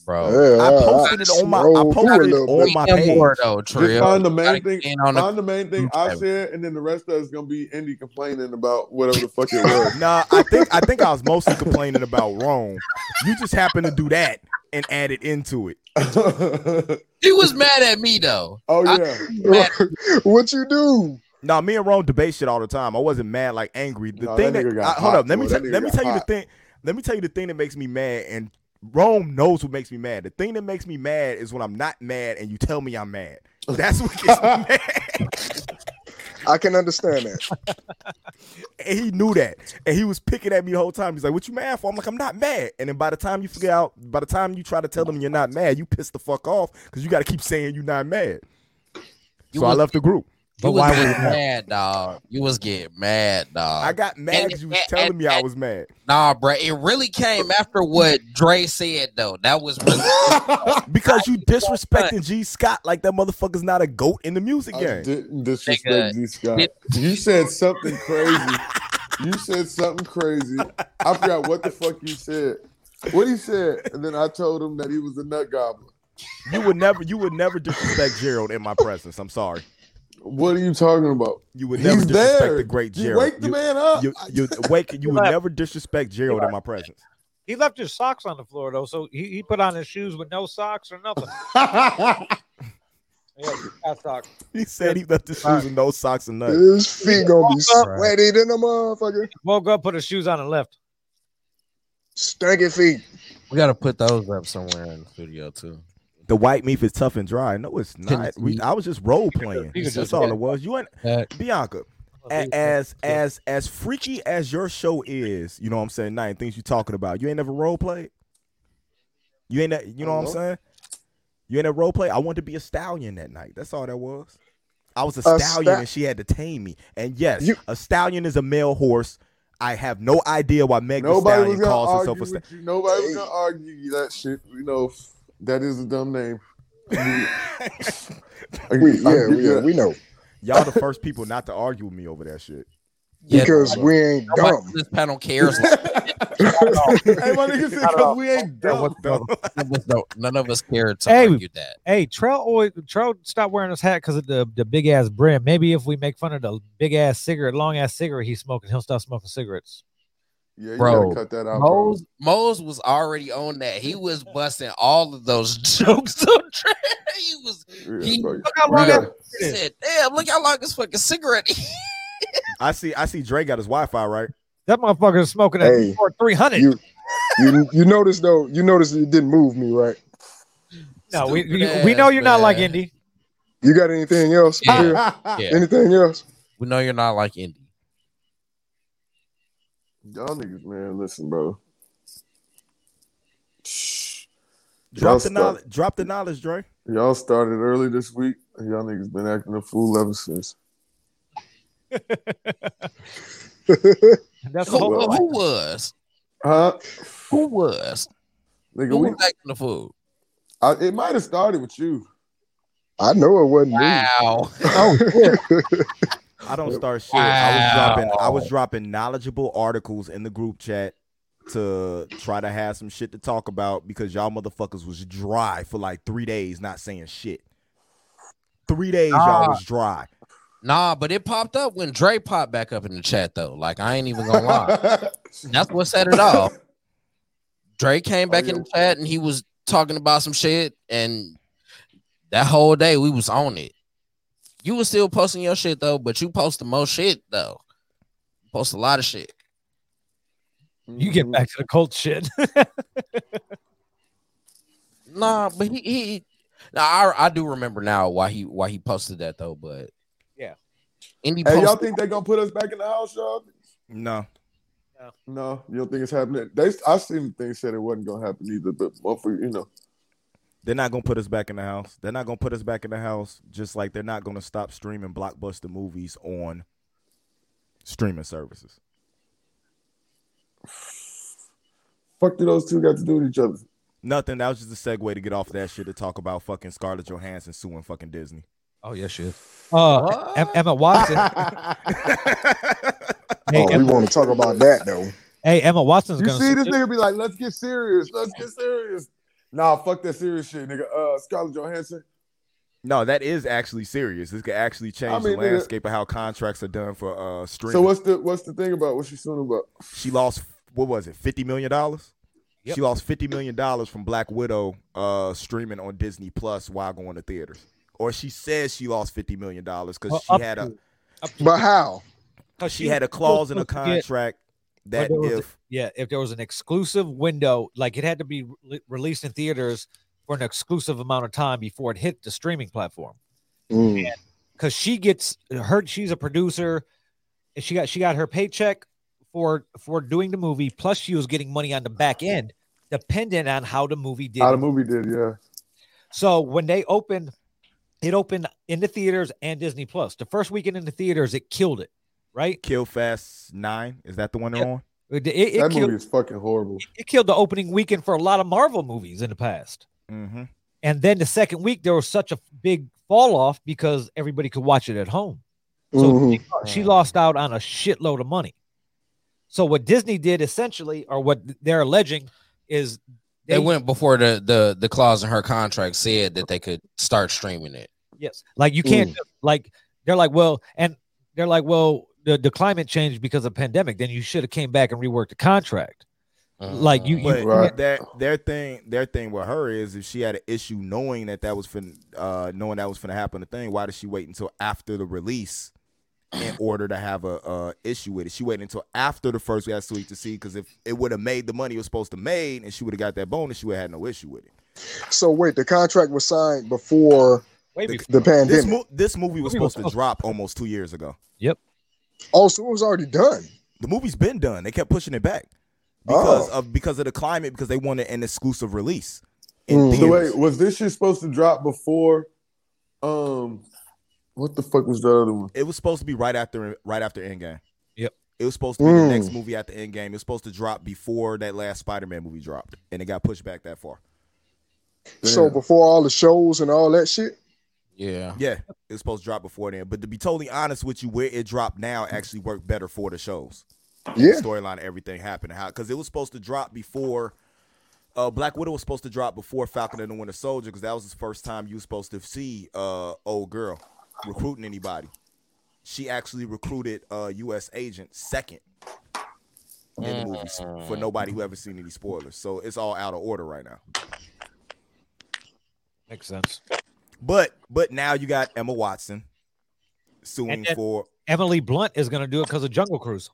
Speaker 3: Bro,
Speaker 9: Yeah,
Speaker 8: I posted it on my I
Speaker 9: scrolled through a
Speaker 8: posted it
Speaker 9: little
Speaker 8: on
Speaker 9: bit.
Speaker 8: my
Speaker 3: Damn
Speaker 8: page.
Speaker 3: word, though,
Speaker 4: Just
Speaker 3: Trill.
Speaker 4: find the main
Speaker 3: Gotta
Speaker 4: thing.
Speaker 3: get in on the-
Speaker 4: Find the main thing I said, and then the rest of it's gonna be Indy complaining about whatever the fuck it was.
Speaker 8: Nah, I think I think I was mostly complaining about Rome. You just happened to do that and add it into it.
Speaker 3: He was mad at me though.
Speaker 4: oh
Speaker 3: I-
Speaker 4: yeah,
Speaker 3: Mad-
Speaker 9: what you do?
Speaker 8: Nah, me and Rome debate shit all the time. I wasn't mad like angry. The
Speaker 4: Nah,
Speaker 8: thing
Speaker 4: that
Speaker 8: that,
Speaker 4: nigga got
Speaker 8: I- hold
Speaker 4: hot,
Speaker 8: up, let me
Speaker 4: boy. That
Speaker 8: t-
Speaker 4: nigga
Speaker 8: let me
Speaker 4: got
Speaker 8: tell you the
Speaker 4: hot.
Speaker 8: thing. Let me tell you the thing that makes me mad, and Rome knows what makes me mad. The thing that makes me mad is when I'm not mad and you tell me I'm mad. That's what gets me mad.
Speaker 9: I can understand that.
Speaker 8: And he knew that, and he was picking at me the whole time. He's like, "What you mad for?" I'm like, "I'm not mad." And then by the time you figure out, by the time you try to tell him you're not mad, you piss the fuck off because you got to keep saying you're not mad.
Speaker 3: You
Speaker 8: so I
Speaker 3: was-
Speaker 8: left the group.
Speaker 1: But
Speaker 3: you
Speaker 1: why
Speaker 3: was
Speaker 1: were you
Speaker 3: getting
Speaker 1: mad?
Speaker 3: mad, dog. You was getting mad, dog.
Speaker 8: I got mad
Speaker 3: And-
Speaker 8: because you was
Speaker 3: and-
Speaker 8: telling
Speaker 3: and-
Speaker 8: me I
Speaker 3: and-
Speaker 8: was mad.
Speaker 3: Nah, bro, it really came after what Dre said though. That was really
Speaker 8: Because you disrespecting G Scott like that motherfucker's not a goat in the music
Speaker 4: I
Speaker 8: game.
Speaker 4: didn't
Speaker 3: Nigga,
Speaker 4: disrespect G Scott.
Speaker 3: did-
Speaker 4: You said something crazy. you said something crazy. I forgot what the fuck you said. What he said, and then I told him that he was a nut goblin.
Speaker 8: You would never, you would never disrespect Gerald in my presence. I'm sorry.
Speaker 4: What are you talking about?
Speaker 8: You would
Speaker 4: He's
Speaker 8: never disrespect
Speaker 4: there.
Speaker 8: the great
Speaker 4: You
Speaker 8: Gerald.
Speaker 4: wake the man up.
Speaker 8: You, you, you- wake. You would
Speaker 1: Right.
Speaker 8: never disrespect Gerald in my presence.
Speaker 1: He left his socks on the floor though, so he, he put on his shoes with no socks or nothing. yeah, got socks.
Speaker 8: He said he left his shoes and no socks and nothing.
Speaker 9: His feet gonna be
Speaker 1: Right.
Speaker 9: sweaty than a motherfucker.
Speaker 1: Woke up, put his shoes on, and left.
Speaker 9: Stinky feet.
Speaker 3: we gotta put those up somewhere in the studio too.
Speaker 8: The white meat is tough and dry. No, it's not. We, I was just role playing.
Speaker 1: You could
Speaker 8: That's
Speaker 1: just-
Speaker 8: all it was. You ain't
Speaker 3: Heck.
Speaker 8: Bianca. a- As as as freaky as your show is, you know what I'm saying. Nine things you talking about. You ain't never role played. You ain't. that- You know what I'm
Speaker 4: Uh-huh.
Speaker 8: saying. You ain't a role play. I wanted to be a stallion that night. That's all that was. I was a,
Speaker 9: A
Speaker 8: stallion,
Speaker 9: sta-
Speaker 8: and she had to tame me. And yes, a stallion is a male horse. I have no idea why Meg Thee
Speaker 4: Nobody was
Speaker 8: Stallion
Speaker 4: gonna
Speaker 8: calls
Speaker 4: argue
Speaker 8: herself a stallion.
Speaker 4: with you. Nobody was gonna argue you that shit. You know, that is a dumb name.
Speaker 9: We- yeah, we- yeah, we know.
Speaker 8: Y'all the first people not to argue with me over that shit.
Speaker 9: Because we ain't
Speaker 3: Nobody
Speaker 9: dumb.
Speaker 3: on this panel cares.
Speaker 4: hey, my nigga said,
Speaker 3: Not at all.
Speaker 4: because we ain't
Speaker 3: None
Speaker 4: dumb.
Speaker 3: of us know- none of us know- none of us care to
Speaker 1: Hey.
Speaker 3: argue that.
Speaker 1: Hey, Trell, always, Trell stopped wearing his hat because of the, the big ass brim. Maybe if we make fun of the big ass cigarette, long ass cigarette he's smoking, he'll stop smoking cigarettes.
Speaker 4: Yeah, you
Speaker 3: Bro,
Speaker 4: gotta cut that out, bro.
Speaker 3: Mose, Mose was already on that. He was busting all of those jokes on Trey. He was.
Speaker 4: Yeah,
Speaker 3: He
Speaker 4: bro.
Speaker 1: Look how
Speaker 4: We
Speaker 1: long
Speaker 4: gotta-
Speaker 1: that is.
Speaker 3: said, "Damn, look how long this fucking cigarette." is."
Speaker 8: I see. I see. Dre got his Wi-Fi right.
Speaker 1: That motherfucker is smoking at
Speaker 9: Hey.
Speaker 1: three hundred.
Speaker 9: You you you notice though, you notice it didn't move me, right?
Speaker 1: No, we,
Speaker 3: Stupid
Speaker 1: we, we know
Speaker 3: ass,
Speaker 1: you're not like
Speaker 3: man.
Speaker 1: Indy.
Speaker 9: You got anything else?
Speaker 3: Yeah.
Speaker 9: Here?
Speaker 3: Yeah.
Speaker 9: Anything else?
Speaker 3: We know you're not like Indy.
Speaker 4: Y'all niggas, man, listen, bro. Y'all
Speaker 8: Drop the
Speaker 4: stuck.
Speaker 8: knowledge. Drop the knowledge, Dre.
Speaker 4: Y'all started early this week. and Y'all niggas been acting a fool ever since.
Speaker 1: That's the
Speaker 3: Who,
Speaker 1: whole
Speaker 3: who
Speaker 1: point.
Speaker 3: was?
Speaker 4: Huh?
Speaker 3: Who was?
Speaker 4: Nigga,
Speaker 3: Who
Speaker 4: we,
Speaker 3: was acting the food?
Speaker 4: I, it might have started with you.
Speaker 9: I know it wasn't Oh,
Speaker 3: Wow. Oh,
Speaker 9: me.
Speaker 8: I don't start shit. I was dropping. I was
Speaker 3: Wow.
Speaker 8: dropping knowledgeable articles in the group chat to try to have some shit to talk about because y'all motherfuckers was dry for like three days, not saying shit. Three days, y'all
Speaker 3: Nah.
Speaker 8: was dry.
Speaker 3: Nah, but it popped up when Dre popped back up in the chat though. Like I ain't even gonna lie. That's what set it off. Dre came
Speaker 4: Oh,
Speaker 3: back
Speaker 4: yeah.
Speaker 3: in the chat and he was talking about some shit, and that whole day we was on it. You was still posting your shit though, but you post the most shit though. You post a lot of shit.
Speaker 1: You get back to the cult shit.
Speaker 3: Nah, but he he. Now I I do remember now why he why he posted that though, but
Speaker 1: Yeah.
Speaker 3: Indy
Speaker 4: Hey, y'all
Speaker 3: posted.
Speaker 4: think they gonna put us back in the house, y'all?
Speaker 8: No,
Speaker 4: No, you don't think it's happening. They, I seen things said it wasn't gonna happen either, but motherfucker, you know,
Speaker 8: they're not gonna put us back in the house. They're not gonna put us back in the house. Just like they're not gonna stop streaming blockbuster movies on streaming services.
Speaker 4: fuck do those two got to do with each other?
Speaker 8: Nothing. That was just a segue to get off that shit to talk about fucking Scarlett Johansson suing fucking Disney.
Speaker 1: oh yeah, shit. Uh,
Speaker 3: What?
Speaker 1: Em- Emma Watson. hey,
Speaker 9: oh, we
Speaker 1: Emma,
Speaker 9: want to talk about that though.
Speaker 1: hey, Emma Watson's
Speaker 4: You
Speaker 1: gonna.
Speaker 4: see
Speaker 1: sue
Speaker 4: this
Speaker 1: too.
Speaker 4: nigga be like, let's get serious, let's get serious. Nah, fuck that serious shit, nigga. Uh, Scarlett Johansson.
Speaker 8: No, that is actually serious. This could actually change
Speaker 4: mean,
Speaker 8: the
Speaker 4: nigga-
Speaker 8: landscape of how contracts are done for uh streaming.
Speaker 4: So what's the what's the thing about what she suing about?
Speaker 8: she lost what was it, fifty million dollars?
Speaker 1: Yep.
Speaker 8: She lost fifty million dollars from Black Widow uh streaming on Disney Plus while going to theaters. Or she says she lost fifty million dollars because
Speaker 1: Well,
Speaker 8: she
Speaker 1: up
Speaker 8: had a
Speaker 1: to- up to-
Speaker 9: But how?
Speaker 1: 'cause
Speaker 8: she had a clause in the
Speaker 1: supposed to get-
Speaker 8: contract
Speaker 1: Well,
Speaker 8: that
Speaker 1: there was a-
Speaker 8: if
Speaker 1: yeah, if there was an exclusive window, like it had to be re- released in theaters for an exclusive amount of time before it hit the streaming platform.
Speaker 9: Mm.
Speaker 1: Because she gets her, she's a producer, and she got she got her paycheck for for doing the movie. Plus, she was getting money on the back end, dependent on how the movie did.
Speaker 4: How the movie did, yeah.
Speaker 1: So when they opened, it opened in the theaters and Disney Plus. The first weekend in the theaters, it killed it. Right?
Speaker 8: Kill Fast Nine, is that the one they're on?
Speaker 1: It, it- it
Speaker 4: that
Speaker 1: killed,
Speaker 4: movie is fucking horrible.
Speaker 1: it killed the opening weekend for a lot of Marvel movies in the past.
Speaker 8: Mm-hmm.
Speaker 1: And then the second week, there was such a big fall off because everybody could watch it at home. So
Speaker 9: Mhm.
Speaker 8: Mm-hmm.
Speaker 1: she lost out on a shitload of money. So what Disney did essentially, or what they're alleging, is
Speaker 3: They went before the the the clause in her contract said that they could start streaming it.
Speaker 1: Yes. Like you can't
Speaker 3: Mm.
Speaker 1: just- like they're like, well, and they're like, well, the, the climate changed because of pandemic. Then you should have came back and reworked the contract. Like you, you
Speaker 8: But
Speaker 4: Right.
Speaker 8: their their thing their thing with her is if she had an issue knowing that that was fin- uh knowing that was gonna happen the thing, why did she wait until after the release in order to have a uh issue with it? She waited until after the first last week to see because if it would have made the money it was supposed to made and she would have got that bonus, she would have had no issue with it.
Speaker 9: So wait, the contract was signed before
Speaker 1: way
Speaker 8: the-
Speaker 1: before.
Speaker 9: the
Speaker 8: This
Speaker 9: pandemic.
Speaker 8: mo- this movie was
Speaker 1: Movie was
Speaker 8: supposed to drop almost two years ago.
Speaker 9: Oh, so it was already done.
Speaker 8: The movie's been done. They kept pushing it back
Speaker 9: Oh.
Speaker 8: because of because of the climate because they wanted an exclusive release.
Speaker 4: So
Speaker 8: in theaters.
Speaker 4: wait, was this shit supposed to drop before? Um, what the fuck was the other one?
Speaker 8: It was supposed to be right after right after Endgame.
Speaker 1: Yep.
Speaker 8: It was supposed to be the next
Speaker 4: Mm.
Speaker 8: movie after Endgame. It was supposed to drop before that last Spider-Man movie dropped, and it got pushed back that far.
Speaker 9: So before all the shows and all that shit,
Speaker 3: Yeah.
Speaker 8: Yeah, it was supposed to drop before then. But to be totally honest with you, where it dropped now actually worked better for the shows.
Speaker 9: Yeah.
Speaker 8: The storyline, everything happened. How because it was supposed to drop before uh Black Widow was supposed to drop before Falcon and the Winter Soldier, because that was the first time you was supposed to see uh old girl recruiting anybody. She actually recruited uh US agent second in the movies for nobody who ever seen any spoilers. So it's all out of order right now.
Speaker 1: Makes sense.
Speaker 8: But but now you got Emma Watson suing
Speaker 1: then-
Speaker 8: for
Speaker 1: Emily Blunt is gonna do it because of Jungle Cruise.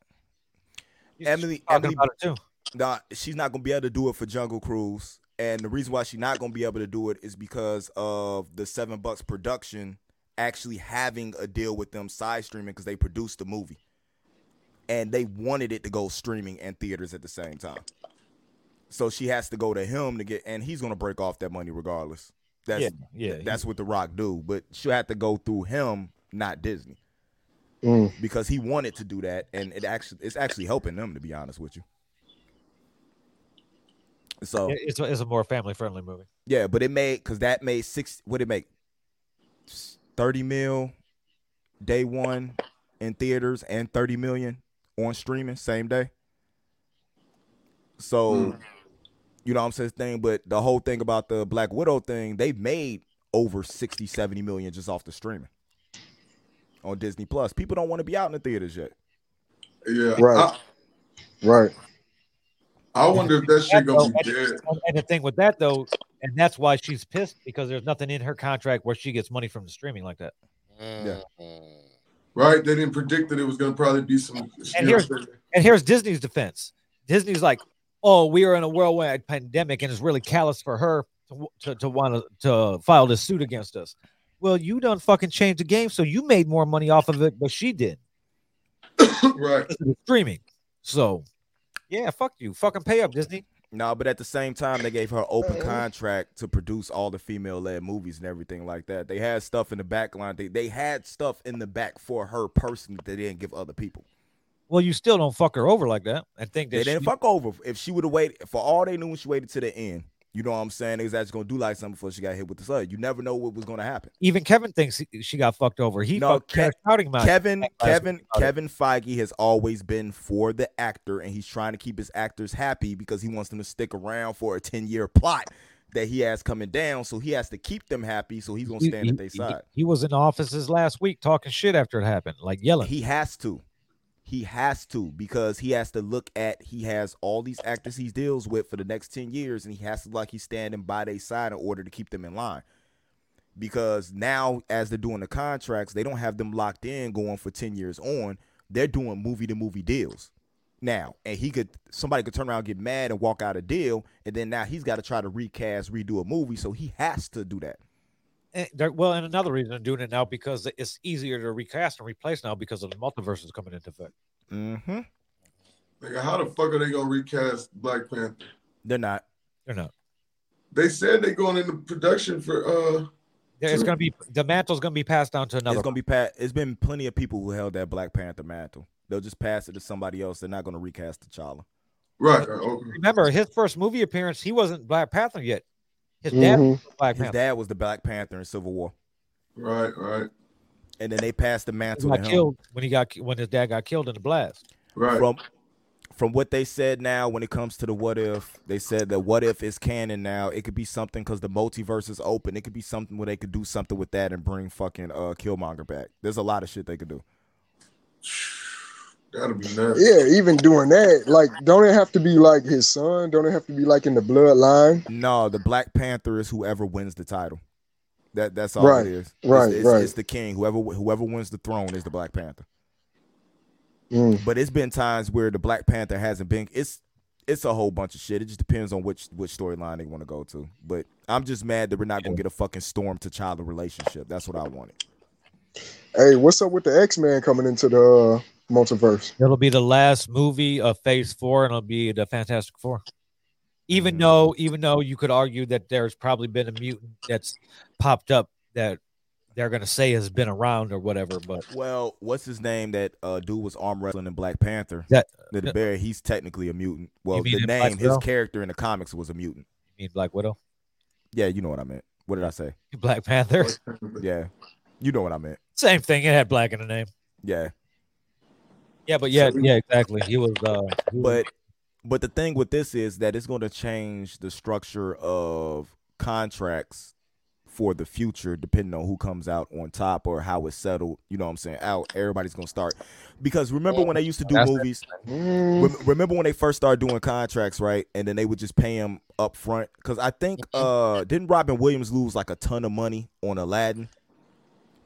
Speaker 8: Emily,
Speaker 1: talking
Speaker 8: Emily
Speaker 1: about it too.
Speaker 8: Nah, she's not gonna be able to do it for Jungle Cruise, and the reason why she's not gonna be able to do it is because of the Seven Bucks production actually having a deal with them side streaming because they produced the movie, and they wanted it to go streaming and theaters at the same time. So she has to go to him to get, and he's gonna break off that money regardless. That's
Speaker 1: Yeah, yeah, he-
Speaker 8: that's what The Rock do, but she'll have to go through him, not Disney,
Speaker 9: Mm.
Speaker 8: because he wanted to do that, and it actually it's actually helping them to be honest with you. So
Speaker 1: It- It's a, it's a more family friendly movie.
Speaker 8: yeah, but it made because that made six. What it make? Thirty mil day one in theaters and thirty million on streaming same day. So you know what I'm saying thing, but the whole thing about the Black Widow thing, they made over 60, 70 million just off the streaming on Disney Plus. People don't want to be out in the theaters yet.
Speaker 4: Yeah,
Speaker 9: Right. right?
Speaker 4: I, I wonder if that shit gonna be dead.
Speaker 1: And the thing with that though, and that's why she's pissed because there's nothing in her contract where she gets money from the streaming like that.
Speaker 4: Right? They didn't predict that it was gonna probably be some.
Speaker 1: And here's and here's Disney's defense. Disney's like, oh, we are in a worldwide pandemic, and it's really callous for her to to, to want to file this suit against us. Well, you done fucking changed the game, so you made more money off of it, but she did
Speaker 4: right.
Speaker 1: streaming. So, yeah, fuck you, fucking pay up, Disney.
Speaker 8: No, but at the same time, they gave her open contract to produce all the female led movies and everything like that. They had stuff in the back line. They, they had stuff in the back for her personally that they didn't give other people.
Speaker 1: Well, you still don't fuck her over like that and think that
Speaker 8: They didn't
Speaker 1: she-
Speaker 8: fuck over. If she would have waited, for all they knew when she waited to the end, you know what I'm saying? They was actually going to do like something before she got hit with the slug. You never know what was going to happen.
Speaker 1: Even Kevin thinks he- she got fucked over. He
Speaker 8: No,
Speaker 1: fucked her
Speaker 8: Ke-
Speaker 1: shouting match.
Speaker 8: Kevin,
Speaker 1: last
Speaker 8: Kevin,
Speaker 1: week about it.
Speaker 8: Kevin Feige has always been for the actor, and he's trying to keep his actors happy because he wants them to stick around for a ten-year plot that he has coming down. So he has to keep them happy. So he's gonna
Speaker 1: He-
Speaker 8: stand
Speaker 1: he-
Speaker 8: at their
Speaker 1: he-
Speaker 8: side.
Speaker 1: He, was in the offices last week talking shit after it happened, like yelling.
Speaker 8: He has to. He has to because he has to look at he has all these actors he deals with for the next 10 years and he has to like he's standing by their side in order to keep them in line. Because now as they're doing the contracts, they don't have them locked in going for 10 years on. They're doing movie to movie deals. Now, and he could somebody could turn around, get mad, and walk out a deal, and then now he's got to try to recast, redo a movie, so he has to do that.
Speaker 1: And Eh, there- well, and another reason I'm doing it now because it's easier to recast and replace now because of the multiverse is coming into effect.
Speaker 8: Mm-hmm.
Speaker 4: Nigga, how the fuck are they gonna recast Black Panther?
Speaker 8: They're not.
Speaker 1: They're not.
Speaker 4: They said they going into production for uh.
Speaker 1: There- It's gonna be the mantle's gonna be passed down to another.
Speaker 8: It's gonna be pat. It's been plenty of people who held that Black Panther mantle. They'll just pass it to somebody else. They're not gonna recast T'Challa.
Speaker 4: Right. right okay.
Speaker 1: Remember his first movie appearance, he wasn't Black Panther yet. His dad
Speaker 9: Mhm.
Speaker 1: was Black
Speaker 8: Mm-hmm. His
Speaker 1: Panther.
Speaker 8: dad was the Black Panther in Civil War,
Speaker 4: Right. Right.
Speaker 8: and then they passed the
Speaker 1: He
Speaker 8: mantle to
Speaker 1: got
Speaker 8: him.
Speaker 1: killed when he got ki- when his dad got killed in the blast.
Speaker 4: Right.
Speaker 8: From from what they said now, when it comes to the what if, they said that what if is canon now. It could be something because the multiverse is open. It could be something where they could do something with that and bring fucking uh Killmonger back. There's a lot of shit they could do.
Speaker 4: That'll be nuts.
Speaker 9: Yeah, even doing that, like, don't it have to be like his son? Don't it have to be like in the bloodline?
Speaker 8: No, the Black Panther is whoever wins the title. That that's all
Speaker 9: Right,
Speaker 8: it is. It's-
Speaker 9: right,
Speaker 8: it's,
Speaker 9: right.
Speaker 8: It's the king. Whoever whoever wins the throne is the Black Panther.
Speaker 9: Mm.
Speaker 8: But it's been times where the Black Panther hasn't been. It's it's a whole bunch of shit. It just depends on which which storyline they want to go to. But I'm just mad that we're not gonna get a fucking storm to child relationship. That's what I wanted.
Speaker 9: Hey, what's up with the X Men coming into the uh, multiverse?
Speaker 1: It'll be the last movie of Phase Four, and it'll be the Fantastic Four. even though even though you could argue that there's probably been a mutant that's popped up that they're gonna say has been around or whatever. But
Speaker 8: Well, what's his name? That uh, dude was arm wrestling in Black Panther.
Speaker 1: That-
Speaker 8: the, the bear. He's technically a mutant. Well,
Speaker 1: mean
Speaker 8: the
Speaker 1: in Black
Speaker 8: name, his
Speaker 1: Widow?
Speaker 8: character in the comics was a mutant.
Speaker 1: You mean Black Widow?
Speaker 8: Yeah, you know what I meant. What did I say?
Speaker 1: Black Panther,
Speaker 8: Yeah, you know what I meant.
Speaker 1: same thing. It had black in the name.
Speaker 8: Yeah,
Speaker 1: Yeah, but yeah, yeah, exactly. He was, uh, he was-
Speaker 8: but but the thing with this is that it's going to change the structure of contracts for the future depending on who comes out on top or how it's settled you know what i'm saying out everybody's going to start because remember when they used to do
Speaker 3: That's-
Speaker 8: movies
Speaker 9: Mm.
Speaker 8: Rem- remember when they first started doing contracts, right? And then they would just pay him up front because I think uh didn't Robin Williams lose like a ton of money on Aladdin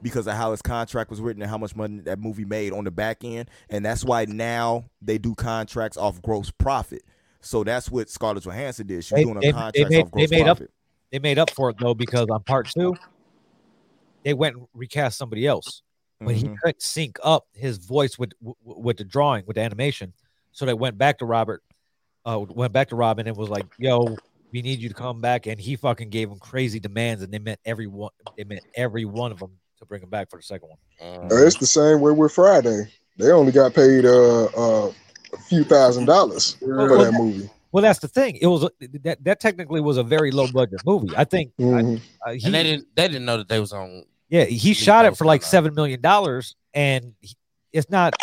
Speaker 8: because of how his contract was written and how much money that movie made on the back end, and that's why now they do contracts off gross profit. So that's what Scarlett Johansson did. She's
Speaker 1: they,
Speaker 8: doing a
Speaker 1: they- they
Speaker 8: contract
Speaker 1: made,
Speaker 8: off
Speaker 1: they
Speaker 8: gross
Speaker 1: made up
Speaker 8: profit.
Speaker 1: they made up for it though because on part two they went and recast somebody else, but he
Speaker 8: Mhm.
Speaker 1: couldn't sync up his voice with w- w- with the drawing with the animation, so they went back to Robert, uh, went back to Robin and was like, "Yo, we need you to come back," and he fucking gave him crazy demands, and they meant every one they meant every one of them to bring him back for the second one.
Speaker 2: Mm.
Speaker 9: Uh, it's the same way with Friday. They only got paid uh, uh, a few thousand dollars
Speaker 1: Well,
Speaker 9: for
Speaker 1: well,
Speaker 9: that
Speaker 1: that-
Speaker 9: movie.
Speaker 1: Well, that's the thing. It was a- that that technically was a very low budget movie. I think.
Speaker 9: Mhm.
Speaker 1: I, uh, he,
Speaker 3: And they didn't they didn't know that they was on
Speaker 1: Yeah, he shot it for like seven million dollars, and he- it's not.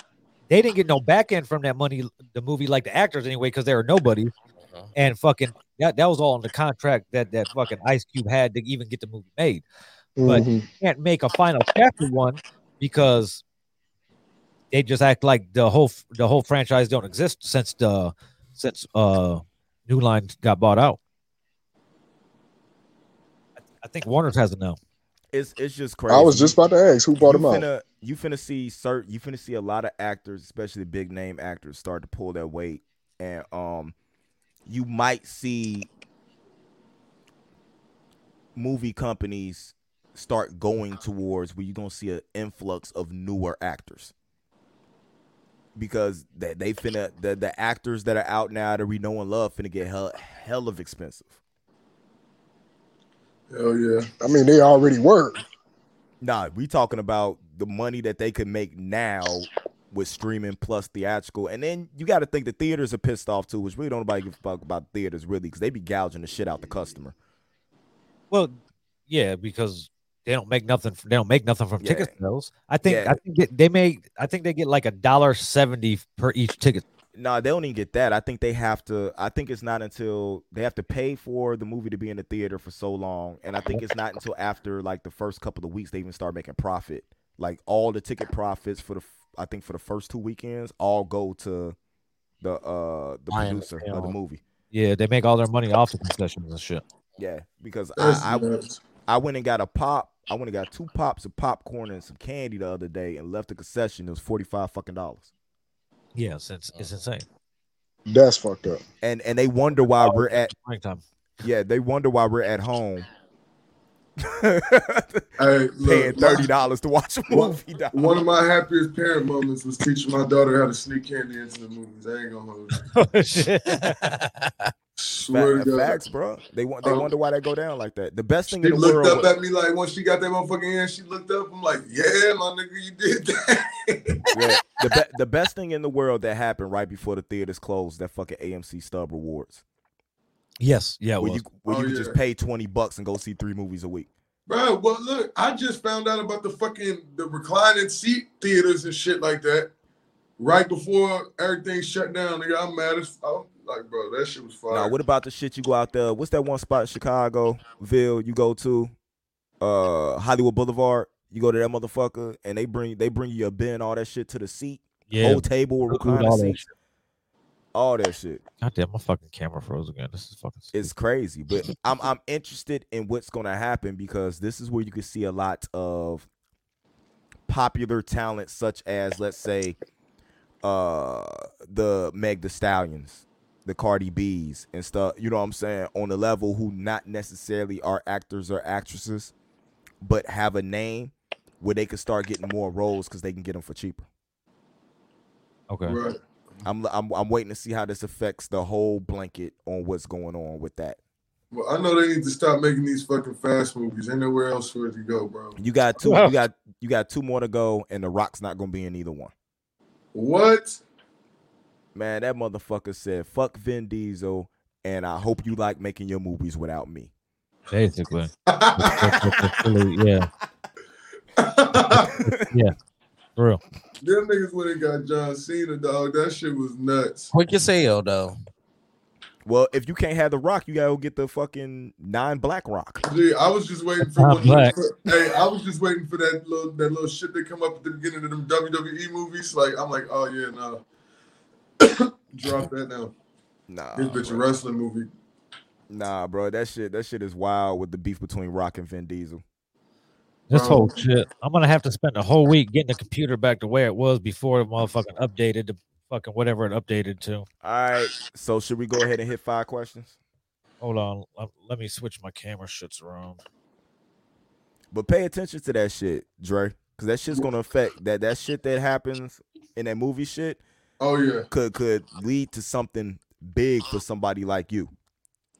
Speaker 1: They didn't get no back end from that money. The movie, like the actors anyway, because they were nobody.
Speaker 3: Mhm.
Speaker 1: And fucking that, that was all in the contract that that fucking Ice Cube had to even get the movie made. But you
Speaker 9: Mhm.
Speaker 1: can't make a final chapter one because they just act like the whole f- the whole franchise don't exist since the since uh New Line got bought out. I- I think Warner's has it now.
Speaker 8: It's it's just crazy.
Speaker 9: I was just about to ask who bought
Speaker 8: you
Speaker 9: him out.
Speaker 8: finna, You finna see cert. You finna see a lot of actors, especially big name actors, start to pull their weight, and um, you might see movie companies start going towards where you're gonna see an influx of newer actors because they, they finna the, the actors that are out now that we know and love finna get hell hell of expensive.
Speaker 4: Hell yeah.
Speaker 9: I mean, they already were.
Speaker 8: Nah, we talking about the money that they could make now with streaming plus theatrical, and then you got to think the theaters are pissed off too, which really don't nobody give a fuck about theaters really, because they be gouging the shit out the customer.
Speaker 1: Well, yeah, because they don't make nothing. They don't make nothing from ticket sales. I think.
Speaker 8: Yeah.
Speaker 1: I think they, they make. I think they get like a dollar seventy per each ticket.
Speaker 8: Nah, they don't even get that. I think they have to. I think it's not until they have to pay for the movie to be in the theater for so long, and I think it's not until after like the first couple of weeks they even start making profit. Like all the ticket profits for the, f- I think for the first two weekends, all go to the uh the
Speaker 3: Buying the
Speaker 8: producer of the
Speaker 3: film.
Speaker 8: movie.
Speaker 1: Yeah, they make all their money off the concessions and shit.
Speaker 8: Yeah, because
Speaker 4: That's
Speaker 8: I, I
Speaker 4: nuts.
Speaker 8: I went and got a pop. I went and got two pops of popcorn and some candy the other day and left the concession. It was forty five fucking dollars.
Speaker 1: Yeah, it's, it's, it's insane.
Speaker 9: That's fucked up.
Speaker 8: And and they wonder
Speaker 4: Oh.
Speaker 8: why we're at
Speaker 1: Springtime.
Speaker 8: yeah they wonder why we're at home
Speaker 4: Hey,
Speaker 8: paying
Speaker 4: look,
Speaker 8: thirty dollars to watch a
Speaker 4: One-
Speaker 8: movie. dog.
Speaker 4: my- one of my happiest parent moments was teaching my daughter how to sneak candy into the movies. I ain't gonna hold you.
Speaker 1: Oh,
Speaker 4: Swear
Speaker 8: Fa-
Speaker 4: to God.
Speaker 8: facts, bro. They want they
Speaker 4: Um,
Speaker 8: wonder why they go down like that. The best
Speaker 4: She
Speaker 8: thing in the
Speaker 4: looked
Speaker 8: world.
Speaker 4: up
Speaker 8: was-
Speaker 4: at me like once she got that motherfucking hand, she looked up. I'm like, yeah, my nigga, you did that.
Speaker 8: Yeah, the be- the best thing in the world that happened right before the theaters closed that fucking AMC stub rewards
Speaker 1: yes, yeah, it
Speaker 8: where
Speaker 1: was.
Speaker 8: you where
Speaker 4: Oh,
Speaker 8: you could
Speaker 4: yeah.
Speaker 8: just pay twenty bucks and go see three movies a week.
Speaker 4: Bro, well, look, I just found out about the fucking the reclining seat theaters and shit like that. Right before everything shut down, nigga, I'm mad as fuck. Like, bro, that shit was fire.
Speaker 8: Now, what about the shit you go out there? What's that one spot in Chicagoville you go to? Uh, Hollywood Boulevard. You go to that motherfucker, and they bring they bring you a bin, all that shit to the seat,
Speaker 1: yeah,
Speaker 8: whole table with
Speaker 1: Food, all
Speaker 8: recliner
Speaker 1: that
Speaker 8: seats, all that shit.
Speaker 1: God damn, my fucking camera froze again. This is fucking.
Speaker 8: It's crazy, but I'm I'm interested in what's gonna happen because this is where you can see a lot of popular talent, such as let's say, uh, the Meg The Stallions, the Cardi B's and stuff. You know what I'm saying? On the level who not necessarily are actors or actresses, but have a name where they can start getting more roles because they can get them for cheaper.
Speaker 1: okay.
Speaker 4: Right.
Speaker 8: I'm, I'm I'm waiting to see how this affects the whole blanket on what's going on with that.
Speaker 4: Well, I know they need to stop making these fucking fast movies. Ain't nowhere else for it to go, bro.
Speaker 8: You got two. You got you got two more to go, and the Rock's not gonna be in either one.
Speaker 4: What?
Speaker 8: Man, that motherfucker said, "Fuck Vin Diesel," and I hope you like making your movies without me.
Speaker 1: Basically. yeah. yeah. For real.
Speaker 4: Them niggas when they got John Cena, dog. That shit was nuts.
Speaker 3: Quick as hell, though.
Speaker 8: Well, if you can't have the Rock, you gotta go get the fucking nine Black Rock.
Speaker 4: Gee, I was just waiting for
Speaker 1: Not
Speaker 4: one of them-
Speaker 1: black.
Speaker 4: hey, I was just waiting for that little that little shit that come up at the beginning of them WWE movies. Like I'm like, oh yeah, no. Drop that now.
Speaker 8: Nah,
Speaker 4: This bitch a
Speaker 8: bro.
Speaker 4: wrestling movie.
Speaker 8: nah, bro. That shit, that shit is wild with the beef between Rock and Vin Diesel.
Speaker 1: This
Speaker 4: Bro.
Speaker 1: whole shit. I'm gonna have to spend the whole week getting the computer back to where it was before it motherfucking updated to fucking whatever it updated to.
Speaker 8: All right, so should we go ahead and hit five questions?
Speaker 1: Hold on. Let, let me switch my camera shits around.
Speaker 8: But pay attention to that shit, Dre, because that shit's gonna affect that that shit that happens in that movie shit
Speaker 4: Oh yeah.
Speaker 8: could could lead to something big for somebody like you.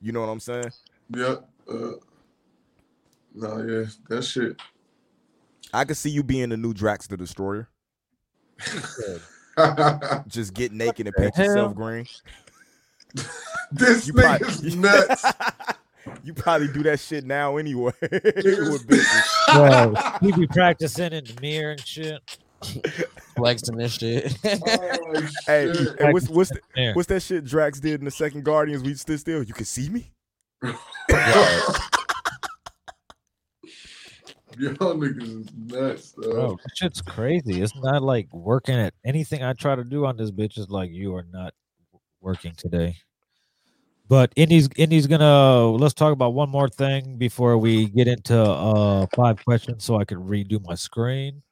Speaker 8: You know what I'm saying?
Speaker 4: Yeah. Uh, no, yeah. That shit.
Speaker 8: I could see you being the new Drax the Destroyer. Just get naked and
Speaker 1: the
Speaker 8: paint yourself
Speaker 1: hell?
Speaker 8: green.
Speaker 4: this
Speaker 8: You
Speaker 4: nigga's
Speaker 8: probably-
Speaker 4: nuts.
Speaker 8: You probably do that shit now anyway. with bitches.
Speaker 1: Bro, he be practicing in the mirror and shit.
Speaker 3: Flexing this shit.
Speaker 4: Oh,
Speaker 8: Hey,
Speaker 4: shit.
Speaker 8: and what's what's the,
Speaker 1: There.
Speaker 8: what's that shit Drax did in the second Guardians? We stood still. You can see me.
Speaker 4: Y'all niggas is nuts,
Speaker 1: Bro,
Speaker 4: though.
Speaker 1: that shit's crazy. It's not like working at anything I try to do on this bitch is like you are not working today. But Indy's Indy's gonna let's talk about one more thing before we get into uh five questions so I can redo my screen.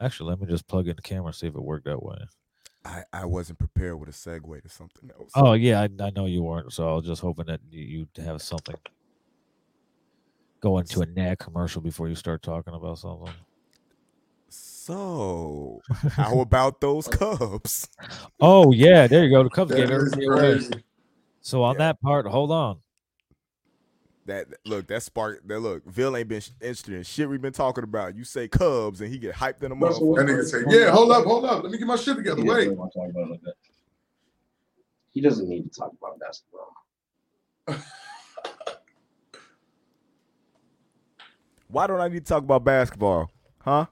Speaker 1: Actually, let me just plug in the camera, see if it worked that way.
Speaker 8: I, I wasn't prepared with a segue to something else.
Speaker 1: Oh yeah, I, I know you weren't, so I was just hoping that you, you have something. Go into a NAD commercial before you start talking about something.
Speaker 8: So how about those Cubs?
Speaker 1: Oh yeah, there you go. The Cubs gave
Speaker 4: That is
Speaker 1: everybody away.
Speaker 4: crazy.
Speaker 1: So on
Speaker 8: Yeah.
Speaker 1: that part, hold on.
Speaker 8: That look that spark that look. Vil ain't been sh- interested in shit we've been talking about. You say Cubs and he get hyped in the
Speaker 7: Russell
Speaker 8: motherfucker.
Speaker 4: That
Speaker 7: Wilson.
Speaker 4: nigga say, yeah, hold up, hold up. Let me get my shit together.
Speaker 2: He doesn't
Speaker 4: Wait.
Speaker 2: really want to talk about it like that. He doesn't need to talk about basketball.
Speaker 8: Why don't I need to talk about basketball? Huh?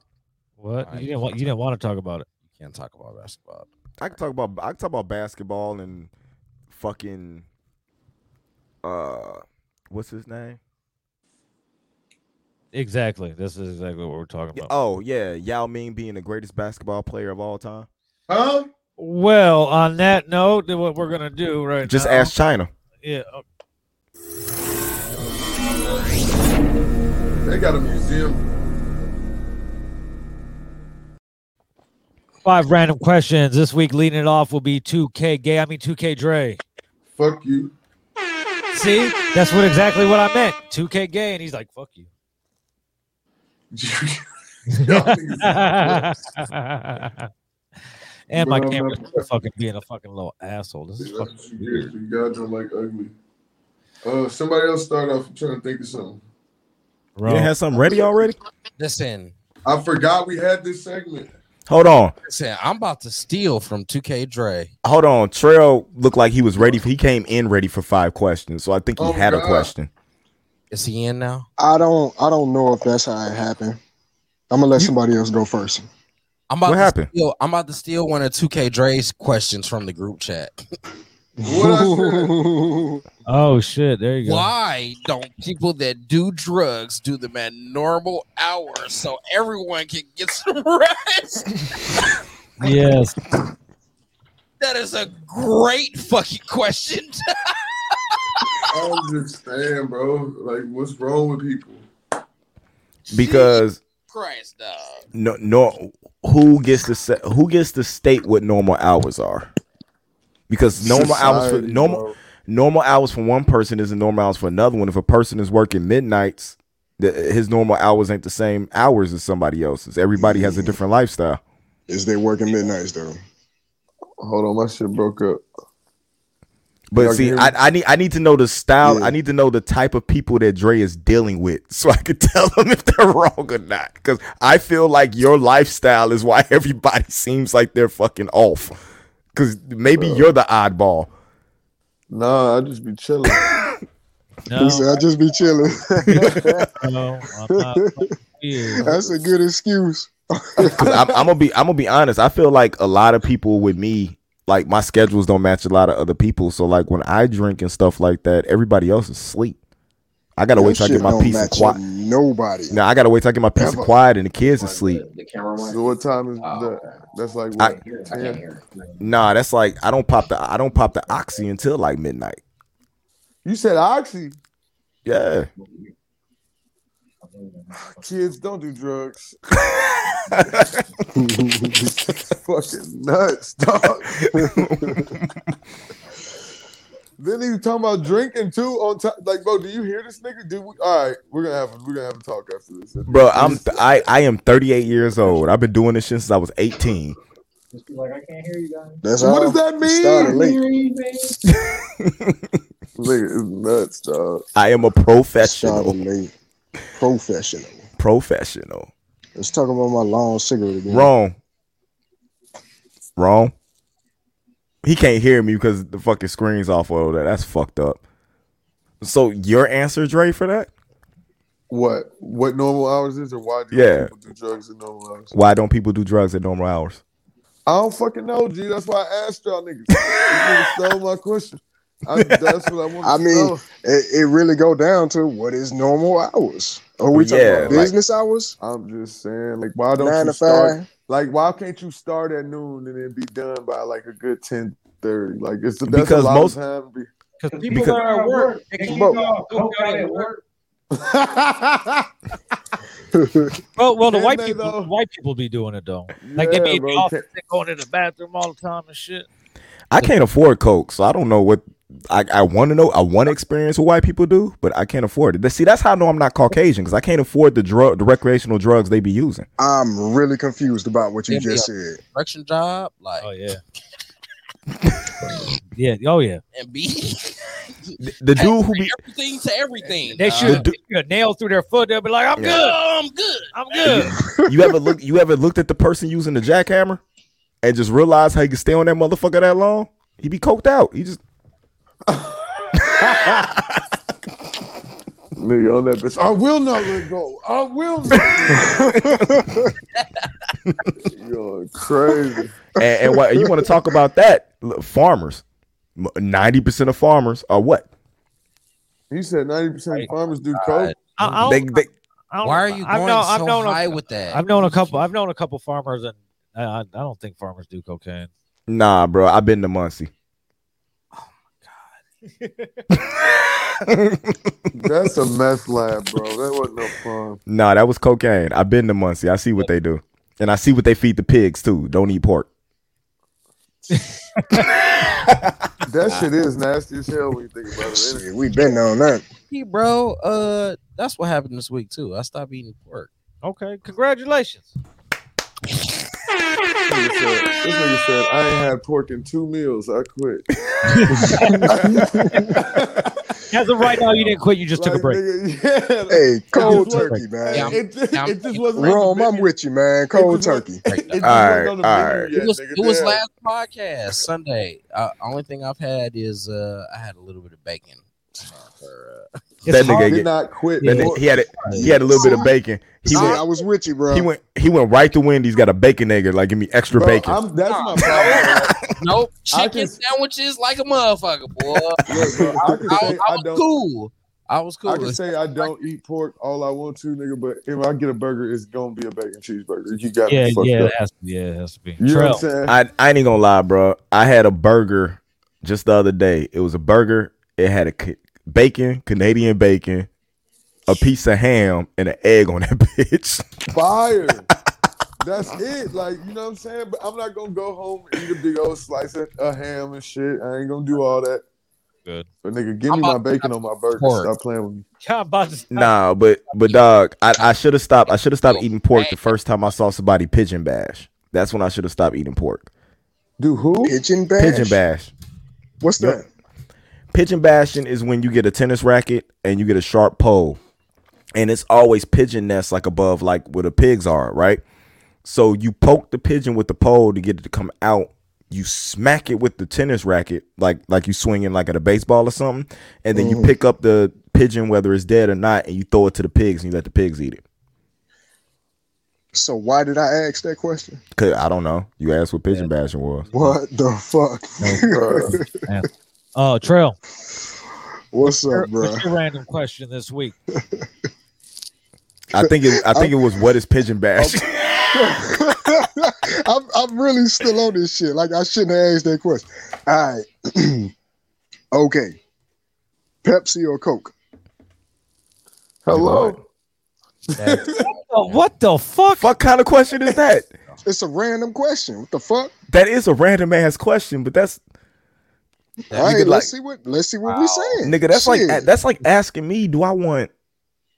Speaker 1: What
Speaker 3: Alright,
Speaker 1: you didn't want? You didn't want to talk about it.
Speaker 3: Can't talk about basketball.
Speaker 8: I can talk about I can talk about basketball and fucking uh what's his name?
Speaker 1: Exactly. This is exactly what we're talking
Speaker 8: Yeah,
Speaker 1: about.
Speaker 8: Oh yeah, Yao Ming being the greatest basketball player of all time.
Speaker 4: Huh?
Speaker 1: Well, on that note, then what we're gonna do right
Speaker 8: Just
Speaker 1: now?
Speaker 8: ask China.
Speaker 1: Yeah. oh,
Speaker 4: They got a museum.
Speaker 1: Five random questions this week. Leading it off will be 2K Gay. I mean 2K Dre.
Speaker 4: Fuck you.
Speaker 1: See, that's what exactly what I meant. 2K Gay, and he's like, "Fuck you."
Speaker 4: Y'all niggas is
Speaker 1: and my
Speaker 4: Bro,
Speaker 1: camera's
Speaker 4: bro.
Speaker 1: still fucking being a fucking little asshole. This is
Speaker 4: That's
Speaker 1: fucking
Speaker 4: what you
Speaker 1: weird.
Speaker 4: get. You guys don't like ugly. Uh, somebody else start off. I'm trying to think of something.
Speaker 8: You
Speaker 1: Bro,
Speaker 8: didn't have something ready already?
Speaker 3: Listen,
Speaker 4: I forgot we had this segment.
Speaker 8: Hold on.
Speaker 3: listen, I'm about to steal from 2K Dre.
Speaker 8: Hold on. Trail looked like he was ready. For, he came in ready for five questions. So I think he
Speaker 4: Oh,
Speaker 8: had a
Speaker 4: God.
Speaker 8: question.
Speaker 3: Is he in now?
Speaker 9: I don't I don't know if that's how it happened. I'm gonna let somebody else go first.
Speaker 3: I'm about
Speaker 8: What
Speaker 3: to
Speaker 8: happened?
Speaker 3: Steal, I'm about to steal one of 2K Dre's questions from the group chat.
Speaker 4: What I said.
Speaker 1: oh shit, there you go.
Speaker 3: Why don't people that do drugs do them at normal hours so everyone can get some rest?
Speaker 1: Yes,
Speaker 3: That is a great fucking question.
Speaker 4: I don't understand, bro. Like, what's wrong with people?
Speaker 8: Because
Speaker 3: Christ, dog.
Speaker 8: no, no, who gets to set, who gets to state what normal hours are? Because normal hours for
Speaker 4: Society,
Speaker 8: normal
Speaker 4: bro.
Speaker 8: normal hours for one person isn't normal hours for another one. If a person is working midnights, th- his normal hours ain't the same hours as somebody else's. Everybody has a different lifestyle.
Speaker 9: Is they working midnights though?
Speaker 4: Hold on, my shit broke up.
Speaker 8: But
Speaker 4: Y'all
Speaker 8: see,
Speaker 4: can hear me?
Speaker 8: I, I need I need to know the style.
Speaker 4: Yeah.
Speaker 8: I need to know the type of people that Dre is dealing with, so I can tell them if they're wrong or not. Because I feel like your lifestyle is why everybody seems like they're fucking off. Because maybe you're the oddball.
Speaker 4: Nah, I just be chilling.
Speaker 9: He said, I just be chilling.
Speaker 1: no, I'm not weird.
Speaker 9: That's a good excuse.
Speaker 8: Cause I'm, I'm gonna be I'm gonna be honest. I feel like a lot of people with me, like my schedules don't match a lot of other people. So like when I drink and stuff like that, everybody else is asleep. I gotta
Speaker 9: That
Speaker 8: wait till I
Speaker 9: shit
Speaker 8: get my
Speaker 9: don't
Speaker 8: piece of
Speaker 9: match
Speaker 8: quiet.
Speaker 9: Nobody.
Speaker 8: Now I gotta wait till I get my piece of
Speaker 9: Ever.
Speaker 8: quiet and the kids asleep.
Speaker 2: The, the camera
Speaker 4: so
Speaker 2: went.
Speaker 4: what time is
Speaker 2: Oh,
Speaker 4: that?
Speaker 2: okay.
Speaker 4: That's like
Speaker 2: I can't
Speaker 4: what?
Speaker 2: hear it. I
Speaker 4: 10?
Speaker 2: can't hear it.
Speaker 8: Nah, that's like I don't pop the I don't pop the oxy until like midnight.
Speaker 4: You said oxy.
Speaker 8: Yeah.
Speaker 4: Kids don't do drugs. Fucking nuts, dog. then he was talking about drinking too on top. Like, bro, do you hear this nigga? Do we? All right, we're gonna have a, we're gonna have a talk after this.
Speaker 8: Bro, I'm I, I am 38 years old. I've been doing this shit since I was 18.
Speaker 6: Just be like, I can't hear you guys.
Speaker 9: That's
Speaker 4: What
Speaker 9: all.
Speaker 4: does that
Speaker 9: It started
Speaker 4: mean?
Speaker 9: late.
Speaker 2: Hear you, man.
Speaker 4: Nigga is nuts, dog.
Speaker 8: I am a
Speaker 9: It started
Speaker 8: professional.
Speaker 9: late. Professional.
Speaker 8: Professional.
Speaker 9: Let's talk about my long cigarette again.
Speaker 8: Wrong. Wrong. He can't hear me because the fucking screen's off all that. That's fucked up. So your answer, Dre, for that?
Speaker 4: What what normal hours is or why do
Speaker 8: Yeah.
Speaker 4: people do drugs at normal hours?
Speaker 8: Why don't people do drugs at normal hours?
Speaker 4: I don't fucking know, G. That's why I asked y'all niggas. This nigga stole my question. I, that's what I want.
Speaker 9: I mean, It, it really go down to what is normal hours. Are we talking
Speaker 8: Yeah,
Speaker 9: about
Speaker 8: like-
Speaker 9: business hours?
Speaker 4: I'm just saying, like, why don't
Speaker 9: Nine
Speaker 4: you
Speaker 9: to
Speaker 4: start?
Speaker 9: five.
Speaker 4: Like, why can't you start at noon and then be done by like a good ten thirty? Like, it's that's
Speaker 8: Because
Speaker 4: a lot
Speaker 8: most-
Speaker 4: of time. To be...
Speaker 1: Because
Speaker 6: people
Speaker 8: Because-
Speaker 6: are at work. They keep
Speaker 9: Bro.
Speaker 6: all coke out at work.
Speaker 1: well, well, the
Speaker 4: Can
Speaker 1: white
Speaker 4: they,
Speaker 1: people,
Speaker 4: though?
Speaker 1: the white people be doing it though. Like they
Speaker 4: Yeah,
Speaker 1: be in the
Speaker 4: bro,
Speaker 1: office,
Speaker 4: can-
Speaker 1: they going to the bathroom all the time and shit.
Speaker 8: I can't afford coke, so I don't know what I, I want to know. I want to experience what white people do, but I can't afford it. But See, that's how I know I'm not Caucasian because I can't afford the drug, the recreational drugs they be using.
Speaker 9: I'm really confused about what you
Speaker 3: Yeah,
Speaker 9: just said.
Speaker 3: Construction job, like
Speaker 1: Oh yeah. yeah. Oh yeah.
Speaker 3: and be
Speaker 8: The, the dude who be
Speaker 3: everything to everything.
Speaker 1: They
Speaker 3: dog.
Speaker 1: shoot a nail through their foot. They'll be like, "I'm
Speaker 8: Yeah.
Speaker 1: good.
Speaker 3: Oh, I'm good.
Speaker 1: I'm good."
Speaker 8: you ever look you ever looked at the person using the jackhammer and just realize how he can stay on that motherfucker that long? He be coked out. He just
Speaker 4: nigga on that bitch. I will not let go. I will not. You're crazy.
Speaker 8: and, and what you want to talk about that? Look, farmers, ninety percent of farmers are what?
Speaker 4: He said ninety percent of farmers do
Speaker 3: God.
Speaker 4: coke.
Speaker 1: I, I don't,
Speaker 8: They, they,
Speaker 1: I don't,
Speaker 3: Why are you
Speaker 1: I've
Speaker 3: going
Speaker 1: known-
Speaker 3: so
Speaker 1: I've known a-
Speaker 3: high with that?
Speaker 1: I've known a couple. I've known a couple farmers, and I, I I don't think farmers do cocaine.
Speaker 8: nah, bro. I've been to Muncie.
Speaker 4: That's a meth lab, bro. That wasn't no fun.
Speaker 8: Nah, that was cocaine. I've been to Muncie. I see what they do. And I see what they feed the pigs too. Don't eat pork.
Speaker 4: That shit is nasty as hell when you think about it.
Speaker 9: Shit, we been on that.
Speaker 3: Hey, bro, uh, that's what happened this week too. I stopped eating pork.
Speaker 1: Okay, congratulations.
Speaker 4: This nigga said, this nigga said I ain't had pork in two meals. I quit.
Speaker 1: As of right now, you didn't quit. You just took a
Speaker 4: Like,
Speaker 1: break.
Speaker 4: nigga, yeah, like,
Speaker 9: Hey, cold
Speaker 4: just
Speaker 9: turkey,
Speaker 3: Yeah,
Speaker 9: man.
Speaker 3: I'm-
Speaker 4: it, just-
Speaker 3: yeah, I'm-
Speaker 4: it just wasn't.
Speaker 9: Rome, I'm with you, man. Cold
Speaker 4: It was-
Speaker 9: turkey.
Speaker 4: you. It just
Speaker 8: Alright,
Speaker 4: wasn't on the
Speaker 8: alright.
Speaker 4: menu
Speaker 3: it
Speaker 4: yet,
Speaker 3: was
Speaker 4: nigga.
Speaker 3: it was
Speaker 4: Damn.
Speaker 3: last podcast Sunday. Uh, only thing I've had is uh, I had a little bit of bacon. For, uh,
Speaker 8: That
Speaker 1: It's
Speaker 8: nigga
Speaker 1: hard.
Speaker 4: Did
Speaker 8: get-
Speaker 4: not quit.
Speaker 8: That
Speaker 1: Yeah.
Speaker 8: nigga- he had it. He had a little bit of bacon. He
Speaker 9: See,
Speaker 8: went.
Speaker 9: I was with you, bro.
Speaker 8: He went. He went right to Wendy's. Got a bacon egg. Like give me extra
Speaker 4: Bro,
Speaker 8: bacon.
Speaker 4: I'm, that's my
Speaker 3: Nah.
Speaker 4: problem.
Speaker 3: nope,
Speaker 4: I
Speaker 3: chicken
Speaker 4: can-
Speaker 3: sandwiches like a motherfucker, boy.
Speaker 4: bro. Look, bro, I can
Speaker 3: I, I
Speaker 4: say I
Speaker 3: was
Speaker 4: don't.
Speaker 3: cool. I was cool.
Speaker 4: I can say I don't eat pork all I want to, nigga. But if I get a burger, it's gonna be a bacon cheeseburger. You got
Speaker 1: Yeah,
Speaker 4: me fucked
Speaker 1: yeah,
Speaker 4: up.
Speaker 1: it has to be. Yeah, it has to be.
Speaker 4: You know what I'm
Speaker 1: Trail.
Speaker 4: saying?
Speaker 8: I I ain't even gonna lie, bro. I had a burger just the other day. It was a burger. It had a ca- bacon, Canadian bacon, a piece of ham, and an egg on that bitch.
Speaker 4: fire. That's it. Like, you know what I'm saying? But I'm not gonna go home and eat a big old slice of a ham and shit. I ain't gonna do all that.
Speaker 1: Good.
Speaker 4: But nigga, give
Speaker 3: I'm
Speaker 4: me my
Speaker 3: about-
Speaker 4: bacon on my burger.
Speaker 3: Pork.
Speaker 4: Stop playing with me.
Speaker 1: Yeah, I'm about to stop.
Speaker 8: Nah, but but dog, I, I should have stopped. I should have stopped eating pork the first time I saw somebody pigeon bash. That's when I should have stopped eating pork. Do who?
Speaker 9: Pigeon bash.
Speaker 8: Pigeon bash.
Speaker 9: What's that?
Speaker 8: Pigeon bashing is when you get a tennis racket and you get a sharp pole. And it's always pigeon nests like above like where the pigs are, right? So you poke the pigeon with the pole to get it to come out. You smack it with the tennis racket, like like you swinging like at a baseball or something, and then you
Speaker 9: Mhm.
Speaker 8: pick up the pigeon whether it's dead or not, and you throw it to the pigs and you let the pigs eat it.
Speaker 9: So why did I ask that question?
Speaker 8: Cause I don't know. You asked what pigeon bashing was.
Speaker 9: What the fuck?
Speaker 1: Oh, Trail.
Speaker 9: What's up, bro?
Speaker 1: What's your random question this week?
Speaker 8: I think it. I think it was what is pigeon bash.
Speaker 9: I'm, I'm really still on this shit. Like I shouldn't have asked that question. All right. okay. Pepsi or Coke?
Speaker 8: Hello.
Speaker 1: Oh, what the fuck?
Speaker 8: What kind of question is that?
Speaker 9: It's a random question. What the fuck?
Speaker 8: That is a random ass question, but that's
Speaker 9: All right,
Speaker 8: nigga, like,
Speaker 9: let's see what let's see what we saying.
Speaker 8: nigga, that's like
Speaker 9: Shit.
Speaker 8: that's like asking me, do I want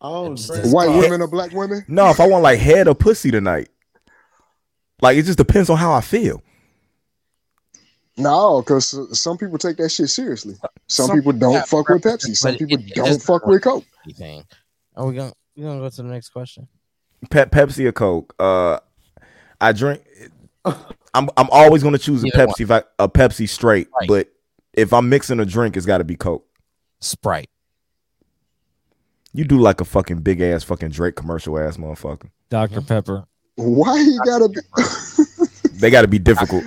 Speaker 4: Oh,
Speaker 9: white women or black women.
Speaker 8: no if I want like head or pussy tonight? Like it just depends on how I feel.
Speaker 9: No, because some people take that shit seriously. Some,
Speaker 3: Some-
Speaker 9: people don't
Speaker 3: yeah,
Speaker 9: fuck with Pepsi. Some
Speaker 3: but
Speaker 9: people
Speaker 3: it- it
Speaker 9: don't
Speaker 3: just-
Speaker 9: fuck with Coke.
Speaker 3: Anything. Are we going? We gonna go to the next question?
Speaker 8: Pe- Pepsi or Coke? Uh, I drink. I'm I'm always gonna choose a
Speaker 3: Either
Speaker 8: Pepsi if I, a Pepsi straight,
Speaker 3: Right.
Speaker 8: but if I'm mixing a drink, it's got to be Coke.
Speaker 3: Sprite.
Speaker 8: You do like a fucking big ass fucking Drake commercial ass motherfucker.
Speaker 1: Dr. Pepper.
Speaker 9: Why he gotta be?
Speaker 8: They got to be difficult.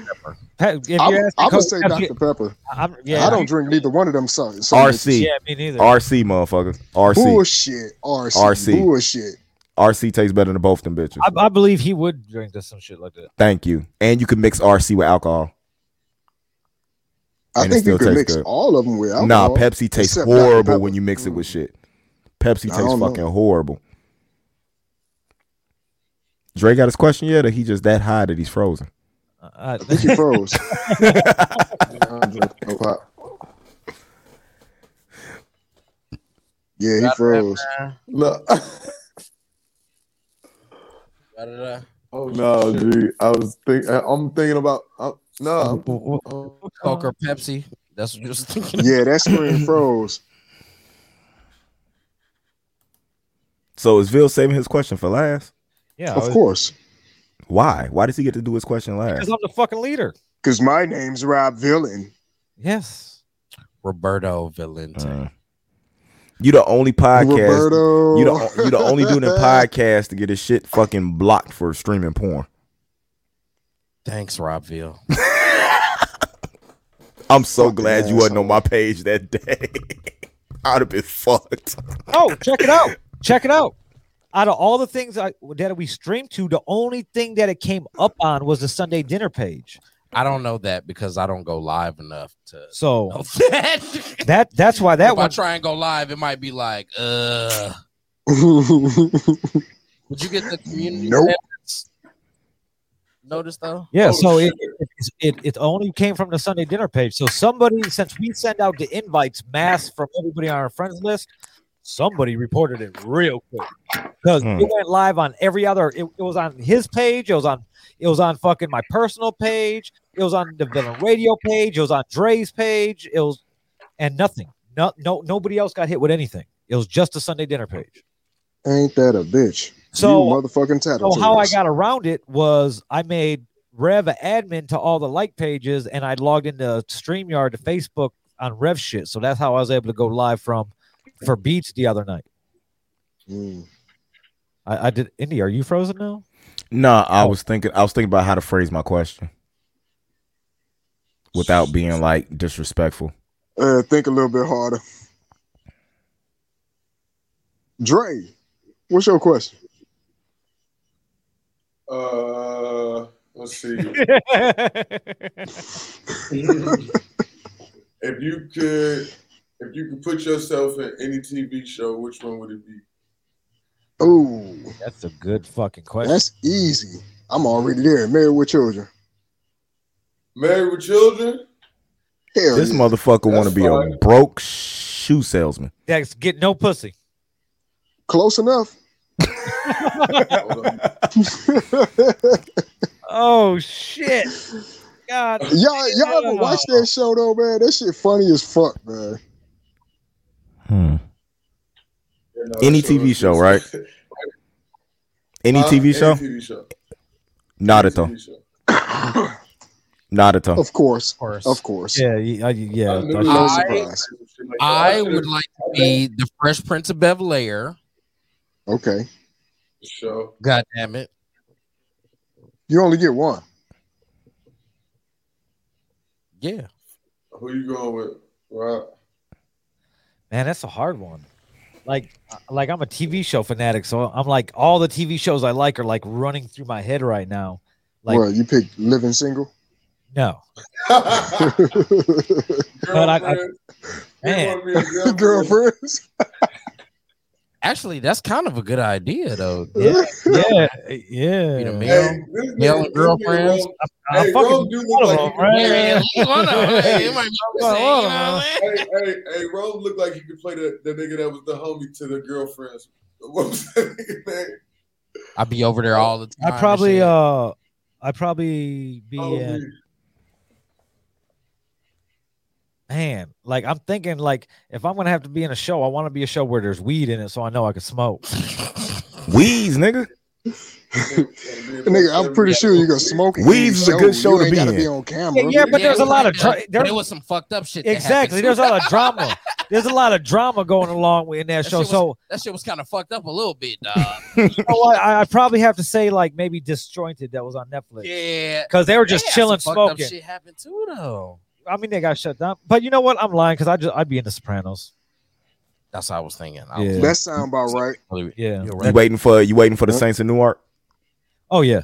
Speaker 1: Hey, if you're
Speaker 9: I'm,
Speaker 1: asking
Speaker 9: I'm gonna
Speaker 1: Coke,
Speaker 9: say
Speaker 1: Pepsi-
Speaker 9: Dr Pepper.
Speaker 1: I'm, yeah,
Speaker 9: I don't drink neither one of them. Son, son
Speaker 8: RC,
Speaker 1: Yeah, me neither.
Speaker 8: RC motherfucker, RC,
Speaker 9: bullshit. RC,
Speaker 8: RC.
Speaker 9: bullshit.
Speaker 8: RC tastes better than both them bitches.
Speaker 1: I, I believe he would drink to some shit like that.
Speaker 8: Thank you. And you can mix RC with alcohol.
Speaker 9: I
Speaker 8: And it
Speaker 9: think you
Speaker 8: still
Speaker 9: could
Speaker 8: tastes
Speaker 9: mix
Speaker 8: good.
Speaker 9: all of them with alcohol.
Speaker 8: nah, Pepsi tastes
Speaker 9: Except Dr.
Speaker 8: horrible
Speaker 9: Pepper. Mm.
Speaker 8: when you mix it with shit. Pepsi
Speaker 9: I
Speaker 8: tastes
Speaker 9: don't know.
Speaker 8: fucking horrible. Dre got his question yet, or he just that high that he's frozen?
Speaker 1: Uh,
Speaker 9: I think he froze. I don't drink no pop. yeah, he froze.
Speaker 4: No,
Speaker 3: Da-da-da.
Speaker 10: Oh,
Speaker 4: no, dude. I was thinking. I'm thinking about. I'm, no,
Speaker 1: Coke
Speaker 10: Oh,
Speaker 4: I'm-
Speaker 1: Uh-huh.
Speaker 3: Coke or Pepsi? That's what you was thinking.
Speaker 9: Yeah, that screen froze.
Speaker 8: So is Vil saving his question for last?
Speaker 1: Yeah,
Speaker 9: Of course,
Speaker 8: Why? Why does he get to do his question
Speaker 1: because
Speaker 8: last?
Speaker 1: I'm the fucking leader.
Speaker 9: because my name's Rob Villain.
Speaker 1: Yes.
Speaker 3: Roberto Valente.
Speaker 1: Uh-huh.
Speaker 8: Uh, you the only podcast.
Speaker 9: Roberto.
Speaker 8: You the you the only dude in podcast to get his shit fucking blocked for streaming porn.
Speaker 3: Thanks, Robville.
Speaker 8: I'm so
Speaker 9: Fucking
Speaker 8: glad you wasn't
Speaker 9: asshole.
Speaker 8: on my page that day. I'd have been fucked.
Speaker 1: Oh, check it out. Check it out. Out of all the things I, that we streamed to, the only thing that it came up on was the Sunday dinner page.
Speaker 3: I don't know that because I don't go live enough to
Speaker 1: So
Speaker 3: know that.
Speaker 1: that that's why that
Speaker 3: if I
Speaker 1: one.
Speaker 3: try and go live, it might be like, uh, would you get the community
Speaker 9: Nope.
Speaker 3: notice? notice though?
Speaker 1: Yeah,
Speaker 7: Oh,
Speaker 1: so
Speaker 7: shit.
Speaker 1: it, it, it it only came from the Sunday dinner page. So somebody, since we send out the invites mass from everybody on our friends list, somebody reported it real quick because
Speaker 8: Hmm.
Speaker 1: it went live on every other. It, it was on his page. It was on it was on fucking my personal page. It was on the villain radio page. It was on Dre's page. It was and nothing. No, no, nobody else got hit with anything. It was just the Sunday dinner page.
Speaker 9: Ain't that a bitch?
Speaker 1: So
Speaker 9: you motherfucking
Speaker 1: so
Speaker 9: tattletales.
Speaker 1: how I got around it was I made Rev an admin to all the like pages, and I logged into Streamyard to Facebook on Rev shit. So that's how I was able to go live from for Beats the other night.
Speaker 9: Mm.
Speaker 1: I, I did. Indy, are you frozen now?
Speaker 8: Nah, I was thinking. I was thinking about how to phrase my question without being like disrespectful.
Speaker 9: Uh, think a little bit harder. Dre, what's your question?
Speaker 10: Uh, let's see. If you could, if you could put yourself in any TV show, which one would it be?
Speaker 9: Oh,
Speaker 1: that's a good fucking question.
Speaker 9: that's easy. I'm already there. Married with children.
Speaker 10: Married with Children.
Speaker 9: Hell
Speaker 8: This
Speaker 9: yeah.
Speaker 8: motherfucker want to
Speaker 10: That's
Speaker 8: be a
Speaker 10: fine.
Speaker 8: broke shoe salesman.
Speaker 1: That's get no pussy.
Speaker 9: Close enough.
Speaker 10: Hold on.
Speaker 1: Oh shit! God.
Speaker 9: Y'all, y'all ever watch that show though, man? That shit funny as fuck, man.
Speaker 8: Any TV show, right? Any
Speaker 10: Huh?
Speaker 8: TV show?
Speaker 10: Any TV show.
Speaker 8: Naruto. Naruto.
Speaker 9: Of course,
Speaker 1: course.
Speaker 9: of course. Uh,
Speaker 1: Yeah, yeah, yeah.
Speaker 10: I knew it.
Speaker 1: that
Speaker 9: No
Speaker 1: shit-
Speaker 9: surprise.
Speaker 3: I would like to be the Fresh Prince of Bel Air.
Speaker 9: Okay,
Speaker 10: Show.
Speaker 3: God damn it.
Speaker 9: you only get one.
Speaker 3: Yeah.
Speaker 10: Who you going with? Right.
Speaker 1: Man, that's a hard one. Like, like I'm a TV show fanatic, so I'm like all the TV shows I like are like running through my head right now. Like,
Speaker 9: well, you pick living single.
Speaker 1: no,
Speaker 10: Girlfriend.
Speaker 1: I- I-
Speaker 10: you
Speaker 1: man,
Speaker 10: want me a girlfriend?
Speaker 9: Girlfriends.
Speaker 3: Actually, that's kind of a good idea, though.
Speaker 1: yeah, yeah,
Speaker 3: Be
Speaker 1: yeah.
Speaker 3: the male,
Speaker 10: Hey, this nigga-
Speaker 3: male and
Speaker 10: this nigga
Speaker 3: girlfriends.
Speaker 10: wrong.
Speaker 1: I'm
Speaker 10: Hey,
Speaker 1: fucking
Speaker 10: Rose do look
Speaker 1: all
Speaker 10: like
Speaker 1: of them,
Speaker 10: you
Speaker 1: right?
Speaker 10: can play.
Speaker 3: Yeah, leave one out. Hey, it might be the same, you know what I'm saying?
Speaker 10: Hey, hey, hey, Rose look like he could play the, the nigga that was the homie to the girlfriends. What was that nigga name?
Speaker 3: I'd be over there all the time.
Speaker 1: I
Speaker 3: and
Speaker 1: probably,
Speaker 3: shit.
Speaker 1: uh, I probably be
Speaker 10: Oh,
Speaker 1: at,
Speaker 10: man.
Speaker 1: man. Like, I'm thinking, like, if I'm gonna have to be in a show, I want to be a show where there's weed in it, so I know I can smoke.
Speaker 8: Weeds, nigga.
Speaker 9: Nigga, I'm pretty sure you can smoke. in
Speaker 8: Weeds is
Speaker 9: any
Speaker 8: a good show
Speaker 9: You
Speaker 8: to
Speaker 9: ain't
Speaker 8: be
Speaker 9: gotta
Speaker 8: in.
Speaker 9: be on camera.
Speaker 1: yeah, but
Speaker 3: Yeah,
Speaker 1: there's
Speaker 3: it
Speaker 1: a
Speaker 3: was
Speaker 1: lot
Speaker 3: like
Speaker 1: of
Speaker 3: that,
Speaker 1: tra-
Speaker 3: but
Speaker 1: there-
Speaker 3: it was some fucked up shit. that happened,
Speaker 1: Exactly.
Speaker 3: too.
Speaker 1: There's a lot of drama. There's a lot of drama going along with in that,
Speaker 3: That
Speaker 1: show.
Speaker 3: shit was-
Speaker 1: So
Speaker 3: that shit was kind of fucked up a little bit, dog.
Speaker 1: you know what? Oh, I, I probably have to say like maybe disjointed that was on Netflix
Speaker 3: yeah,
Speaker 1: because they were just
Speaker 3: Yeah,
Speaker 1: chilling,
Speaker 3: some fucked up
Speaker 1: smoking.
Speaker 3: Shit happened too, though.
Speaker 1: I mean, they got shut down. But you know what? I'm lying because I just I'd be in The Sopranos.
Speaker 3: That's what I was thinking. I was
Speaker 1: Yeah.
Speaker 9: That sound about right.
Speaker 3: totally-
Speaker 1: Yeah.
Speaker 3: You're
Speaker 8: You
Speaker 3: right.
Speaker 8: waiting for you waiting for the
Speaker 9: Huh?
Speaker 8: Saints in Newark?
Speaker 1: Oh yeah,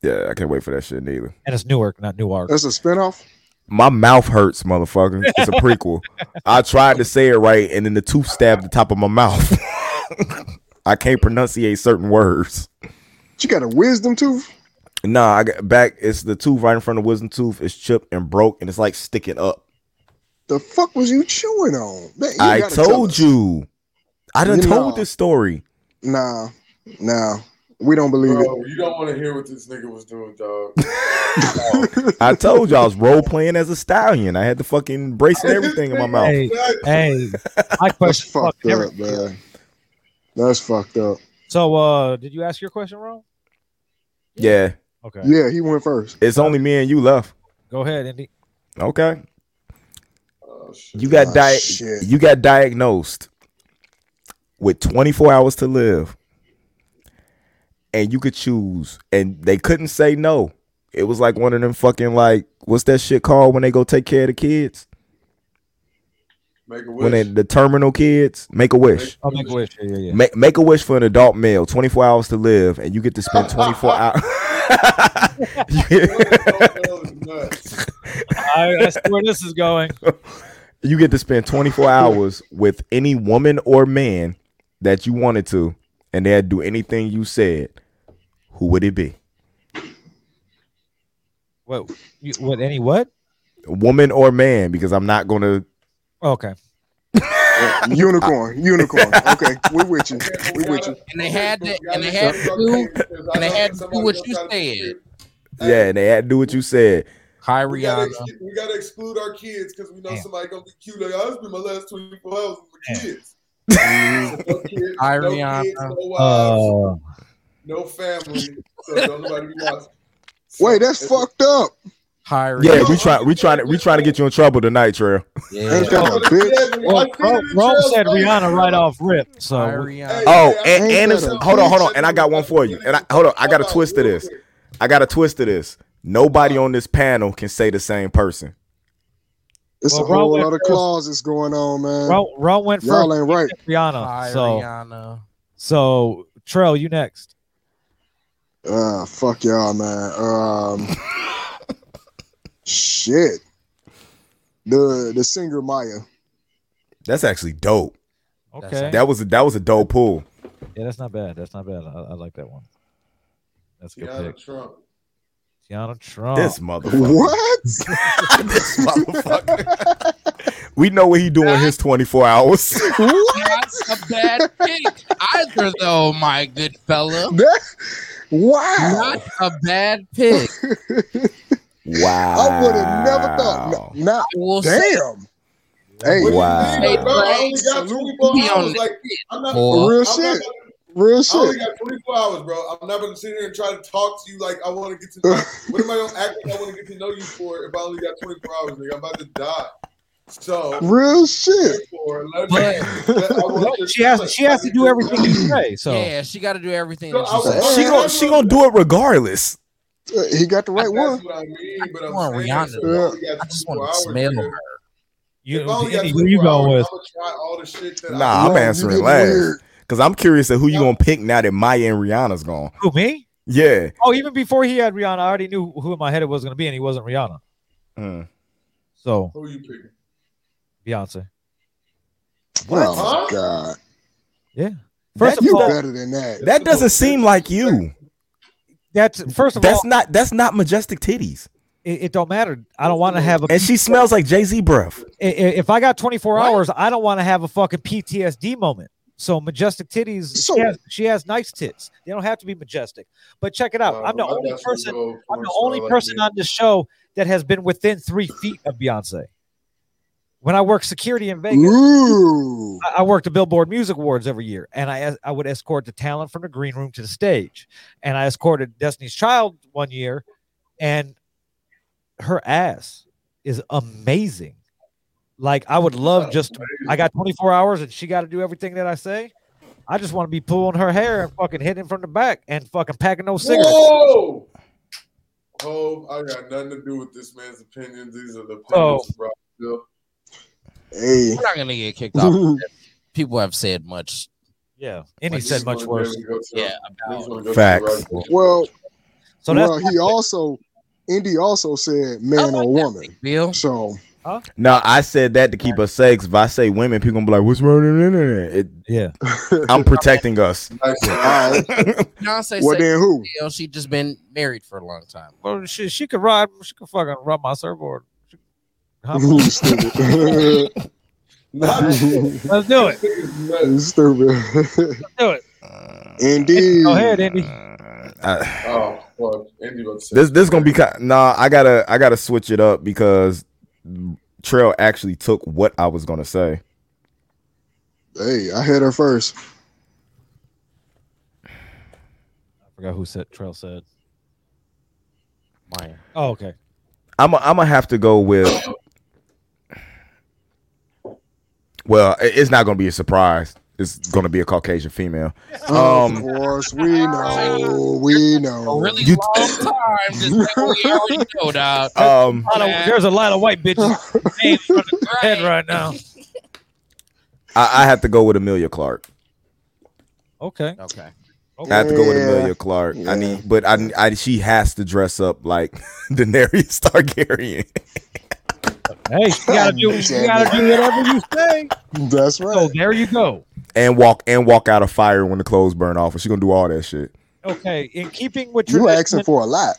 Speaker 8: Yeah, I can't wait for that shit neither.
Speaker 1: and it's Newark, not Newark.
Speaker 9: That's a spinoff.
Speaker 8: My mouth hurts, motherfucker. It's a prequel. I tried to say it right, and then the tooth stabbed the top of my mouth. I can't pronunciate certain words.
Speaker 9: You got a wisdom tooth.
Speaker 8: Nah, I got back. It's the tooth right in front of wisdom tooth. It's chipped and broke, and it's like sticking up.
Speaker 9: The fuck was you chewing on? Man, you
Speaker 8: I
Speaker 9: gotta tell
Speaker 8: told
Speaker 9: us.
Speaker 8: you. I done
Speaker 9: You
Speaker 8: told
Speaker 9: know.
Speaker 8: this story.
Speaker 9: Nah, nah, we don't believe
Speaker 10: Bro, you don't want to hear what this nigga was doing, dog.
Speaker 9: it.
Speaker 8: I told you I was role playing as a stallion. I had the fucking brace and everything in my mouth.
Speaker 1: Hey, hey, my
Speaker 9: That's
Speaker 1: question.
Speaker 9: fucked
Speaker 1: fucking
Speaker 9: up,
Speaker 1: everything.
Speaker 9: man. That's fucked up.
Speaker 1: So, uh, did you ask your question wrong?
Speaker 8: Yeah,
Speaker 1: Okay,
Speaker 9: Yeah, he went first.
Speaker 8: it's only me and you left.
Speaker 1: go ahead, Indy.
Speaker 8: Okay,
Speaker 10: Oh, shit.
Speaker 8: you got
Speaker 9: Ah,
Speaker 8: di-
Speaker 9: shit.
Speaker 8: you got diagnosed with 24 hours to live, and you could choose, and they couldn't say no. It was like one of them fucking like what's that shit called when they go take care of the kids
Speaker 10: Make a
Speaker 8: when they
Speaker 10: wish.
Speaker 8: the terminal kids make a wish.
Speaker 1: I'll make a wish. Yeah, yeah, yeah.
Speaker 8: Make make a wish for an adult male, 24 hours to live, and you get to spend 24 hours.
Speaker 10: That was nuts.
Speaker 1: I, I see where this is going.
Speaker 8: you get to spend 24 hours with any woman or man that you wanted to, and they'd do anything you said. Who would it be?
Speaker 1: What? You, what? Any what?
Speaker 8: Woman or man? Because I'm not gonna.
Speaker 1: Okay.
Speaker 9: unicorn, unicorn. Okay, we with you. We with you.
Speaker 3: And they had
Speaker 10: Okay,
Speaker 3: to-
Speaker 10: but
Speaker 3: and they
Speaker 10: gotta-
Speaker 3: had to do-
Speaker 10: because I
Speaker 3: and they
Speaker 10: know
Speaker 3: had to do
Speaker 10: somebody
Speaker 3: what
Speaker 10: else
Speaker 3: you
Speaker 10: gotta
Speaker 3: said.
Speaker 10: figure-
Speaker 8: Yeah, and they had to do what you said.
Speaker 3: Hi,
Speaker 10: We gotta,
Speaker 3: Rihanna.
Speaker 10: ex- we gotta exclude our kids because we know
Speaker 1: Damn.
Speaker 10: somebody gonna be cute. Like, I spent my last 24 hours with my
Speaker 1: Damn.
Speaker 10: kids. So no kids,
Speaker 3: Hi,
Speaker 10: no, kids
Speaker 3: Rihanna.
Speaker 10: no wives,
Speaker 1: Uh,
Speaker 10: no family. So don't nobody be watching. So
Speaker 9: Wait, that's
Speaker 10: if-
Speaker 9: fucked up.
Speaker 3: Hi,
Speaker 8: Yeah,
Speaker 3: Rihanna.
Speaker 8: we try, we trying, to, we trying to get you in trouble tonight, Trail.
Speaker 3: Yeah.
Speaker 9: Ain't that
Speaker 10: But
Speaker 9: a
Speaker 10: if-
Speaker 9: bitch?
Speaker 10: yeah,
Speaker 1: well,
Speaker 10: I seen
Speaker 1: Rome,
Speaker 10: it in
Speaker 1: Rome
Speaker 10: Trail's
Speaker 1: said
Speaker 10: face.
Speaker 1: Rihanna right off rip. So
Speaker 3: Hi,
Speaker 1: we-
Speaker 10: Hey,
Speaker 3: Rihanna.
Speaker 8: Oh,
Speaker 10: hey, I-
Speaker 8: and, and it's,
Speaker 9: that a
Speaker 8: hold on, hold on, and I got
Speaker 10: That
Speaker 8: one for you.
Speaker 10: nigga
Speaker 8: And I
Speaker 10: was
Speaker 8: hold on, I got a
Speaker 10: talking
Speaker 8: twist to
Speaker 10: real
Speaker 8: this.
Speaker 10: quick.
Speaker 8: I got a twist to this. Nobody on this panel can say the same person.
Speaker 9: It's
Speaker 1: Well,
Speaker 9: a
Speaker 1: Ron
Speaker 9: whole
Speaker 1: went
Speaker 9: lot of
Speaker 1: first.
Speaker 9: clauses going on, man.
Speaker 1: Ron, Ron went
Speaker 9: Y'all
Speaker 1: first.
Speaker 9: ain't right.
Speaker 1: Rihanna.
Speaker 3: Hi,
Speaker 1: so,
Speaker 3: Rihanna.
Speaker 1: so Trell, you next.
Speaker 9: Uh, fuck y'all, man. Um, shit. The the singer Maya.
Speaker 8: That's actually dope.
Speaker 1: Okay.
Speaker 3: That's-
Speaker 8: That was a, that was a dope pull.
Speaker 1: yeah, that's not bad. That's not bad. I, I like that one. That's a good
Speaker 10: Tiana
Speaker 1: pick.
Speaker 10: Trump.
Speaker 1: Tiana Trump.
Speaker 8: This motherfucker.
Speaker 9: What?
Speaker 8: this motherfucker. we know what he doing his 24 hours.
Speaker 9: what?
Speaker 3: Not a bad pick either, though, my good fella.
Speaker 9: That? Wow.
Speaker 3: Not a bad pick.
Speaker 8: Wow.
Speaker 9: I would have never thought. n- Not
Speaker 3: will
Speaker 9: damn.
Speaker 3: say-
Speaker 9: Hey,
Speaker 10: What do you
Speaker 8: Wow.
Speaker 10: mean, bro? I only got
Speaker 9: Salute.
Speaker 10: 24
Speaker 3: He on
Speaker 10: hours.
Speaker 3: the
Speaker 10: Like, I'm not,
Speaker 3: boy.
Speaker 9: For real
Speaker 10: I'm
Speaker 9: shit.
Speaker 10: not
Speaker 9: Real
Speaker 10: I only
Speaker 9: shit.
Speaker 10: got 24 hours, bro. I'm not going to sit here and try to talk to you like I want to get to know. what am I going to act like I want to get to know you for if I only got 24 hours? Nigga, I'm about to die. So,
Speaker 9: Real shit.
Speaker 10: therefore, let me.
Speaker 3: But
Speaker 10: Let, I want
Speaker 1: No,
Speaker 10: your
Speaker 1: she has
Speaker 10: input.
Speaker 1: she has
Speaker 10: I
Speaker 1: to
Speaker 10: need
Speaker 1: do
Speaker 10: your
Speaker 1: everything
Speaker 10: input.
Speaker 1: you say. So
Speaker 3: yeah, she got to do everything
Speaker 10: So
Speaker 3: that you
Speaker 10: I
Speaker 3: say.
Speaker 10: was-
Speaker 8: She gonna she gonna do it regardless.
Speaker 9: He got the right
Speaker 10: That's
Speaker 9: one.
Speaker 10: what I mean, but I'm
Speaker 3: want
Speaker 10: saying
Speaker 3: Rihanna
Speaker 10: so
Speaker 9: to-
Speaker 10: I only got
Speaker 3: I just want
Speaker 10: 24
Speaker 3: to
Speaker 10: hours,
Speaker 3: smell
Speaker 10: nigga.
Speaker 3: her.
Speaker 1: you,
Speaker 10: if I only got
Speaker 1: Andy,
Speaker 10: 24
Speaker 1: who you going
Speaker 10: hours,
Speaker 1: with?
Speaker 10: I'm gonna try all the shit that
Speaker 8: Nah,
Speaker 10: I
Speaker 8: I'm
Speaker 9: Yo, you
Speaker 8: answering
Speaker 9: getting
Speaker 8: last.
Speaker 9: weird.
Speaker 8: Cause I'm curious at who you gonna pick now that Maya and Rihanna's gone.
Speaker 1: Who me?
Speaker 8: Yeah.
Speaker 1: Oh, even before he had Rihanna, I already knew who in my head it was going to be, and he wasn't Rihanna.
Speaker 8: Mm.
Speaker 1: So
Speaker 10: who you picking?
Speaker 1: Beyonce.
Speaker 8: What?
Speaker 9: Oh
Speaker 10: Huh?
Speaker 9: God.
Speaker 1: Yeah. First
Speaker 8: That-
Speaker 1: of
Speaker 9: You
Speaker 1: all,
Speaker 9: better than that.
Speaker 8: That doesn't seem like you.
Speaker 1: that's first of
Speaker 8: That's
Speaker 1: all,
Speaker 8: not that's not majestic titties.
Speaker 1: it, it don't matter. I don't want to have a.
Speaker 8: And she smells like Jay Z breath.
Speaker 1: i- i- If I got 24
Speaker 3: What?
Speaker 1: hours, I don't want to have a fucking PTSD moment. So majestic titties.
Speaker 9: So-
Speaker 1: she, has, she has nice tits. They don't have to be majestic. But check it out. I'm the
Speaker 10: Uh, I
Speaker 1: only
Speaker 10: definitely
Speaker 1: person.
Speaker 10: go for
Speaker 1: I'm
Speaker 10: a
Speaker 1: the only
Speaker 10: star like
Speaker 1: person
Speaker 10: that.
Speaker 1: on this show that has been within three feet of Beyonce. When I worked security in Vegas,
Speaker 9: Ooh.
Speaker 1: I, I worked the Billboard Music Awards every year, and I es- I would escort the talent from the green room to the stage, and I escorted Destiny's Child one year, and her ass is amazing. Like I would love just I got 24 hours and she got to do everything that I say. I just want to be pulling her hair and fucking hitting from the back and fucking packing those cigarettes.
Speaker 10: Whoa! Oh, I got nothing to do with this man's opinions. These are the
Speaker 1: Oh.
Speaker 10: opinions, bro.
Speaker 9: Hey.
Speaker 3: We're not gonna get kicked off. People have said much.
Speaker 1: Yeah, and he said much worse.
Speaker 3: Yeah,
Speaker 10: Niggas
Speaker 3: about
Speaker 10: want to go
Speaker 8: Facts.
Speaker 10: To the right.
Speaker 9: well,
Speaker 1: So that's Oh,
Speaker 9: well, he also Indy also said
Speaker 3: I like
Speaker 9: man or
Speaker 3: that
Speaker 9: woman.
Speaker 3: big Bill.
Speaker 9: So
Speaker 8: No, I said that to keep us safe. If I say women, people gonna be like, "What's wrong?" with that?" It,
Speaker 1: yeah.
Speaker 8: I'm protecting us.
Speaker 10: Nice
Speaker 9: All
Speaker 10: man.
Speaker 9: right.
Speaker 3: Beyonce
Speaker 9: Well
Speaker 3: said
Speaker 9: then who?
Speaker 3: Bill, she just been married for a long time.
Speaker 1: Well, she she could ride. She could fucking rub my surfboard. Huh?
Speaker 9: You stupid.
Speaker 10: Not shit.
Speaker 1: Let's do it.
Speaker 10: This nigga's nuts.
Speaker 9: You stupid.
Speaker 1: Let's do it.
Speaker 9: Indeed.
Speaker 1: Go ahead, Andy.
Speaker 8: I-
Speaker 10: Oh, fuck. Andy about to say
Speaker 8: this this gonna be kind. Nah, I gotta I gotta switch it up because Trail actually took what I was gonna say.
Speaker 9: Hey, I had her first.
Speaker 1: I forgot who said Trail said.
Speaker 3: Maya.
Speaker 1: Oh, okay.
Speaker 8: I'm i I'm gonna have to go with. Well, i- it's not gonna be a surprise. It's gonna be a Caucasian female.
Speaker 9: Of
Speaker 8: Um,
Speaker 9: course,
Speaker 1: Oh,
Speaker 9: we know. We
Speaker 3: A
Speaker 9: know.
Speaker 3: really
Speaker 8: You-
Speaker 3: long time. Just like we already know, dog.
Speaker 8: um,
Speaker 1: lot of-
Speaker 3: Man.
Speaker 1: there's a lot of white bitches name in front of their head
Speaker 3: Right.
Speaker 1: right now.
Speaker 8: I, I have to go with Amelia Clark.
Speaker 1: Okay.
Speaker 3: Okay.
Speaker 8: I have to go with
Speaker 9: Yeah.
Speaker 8: Amelia Clark.
Speaker 9: Yeah.
Speaker 8: I need, but I, I she has to dress up like Daenerys Targaryen.
Speaker 1: Hey, she gotta do
Speaker 9: God
Speaker 1: she
Speaker 9: damn
Speaker 1: gotta
Speaker 9: it.
Speaker 1: do whatever you say.
Speaker 9: That's right.
Speaker 1: So there you go.
Speaker 8: and walk and walk out of fire when the clothes burn off, and she gonna do all that shit.
Speaker 1: Okay. In keeping with
Speaker 9: You
Speaker 1: tradition,
Speaker 9: asking for a lot.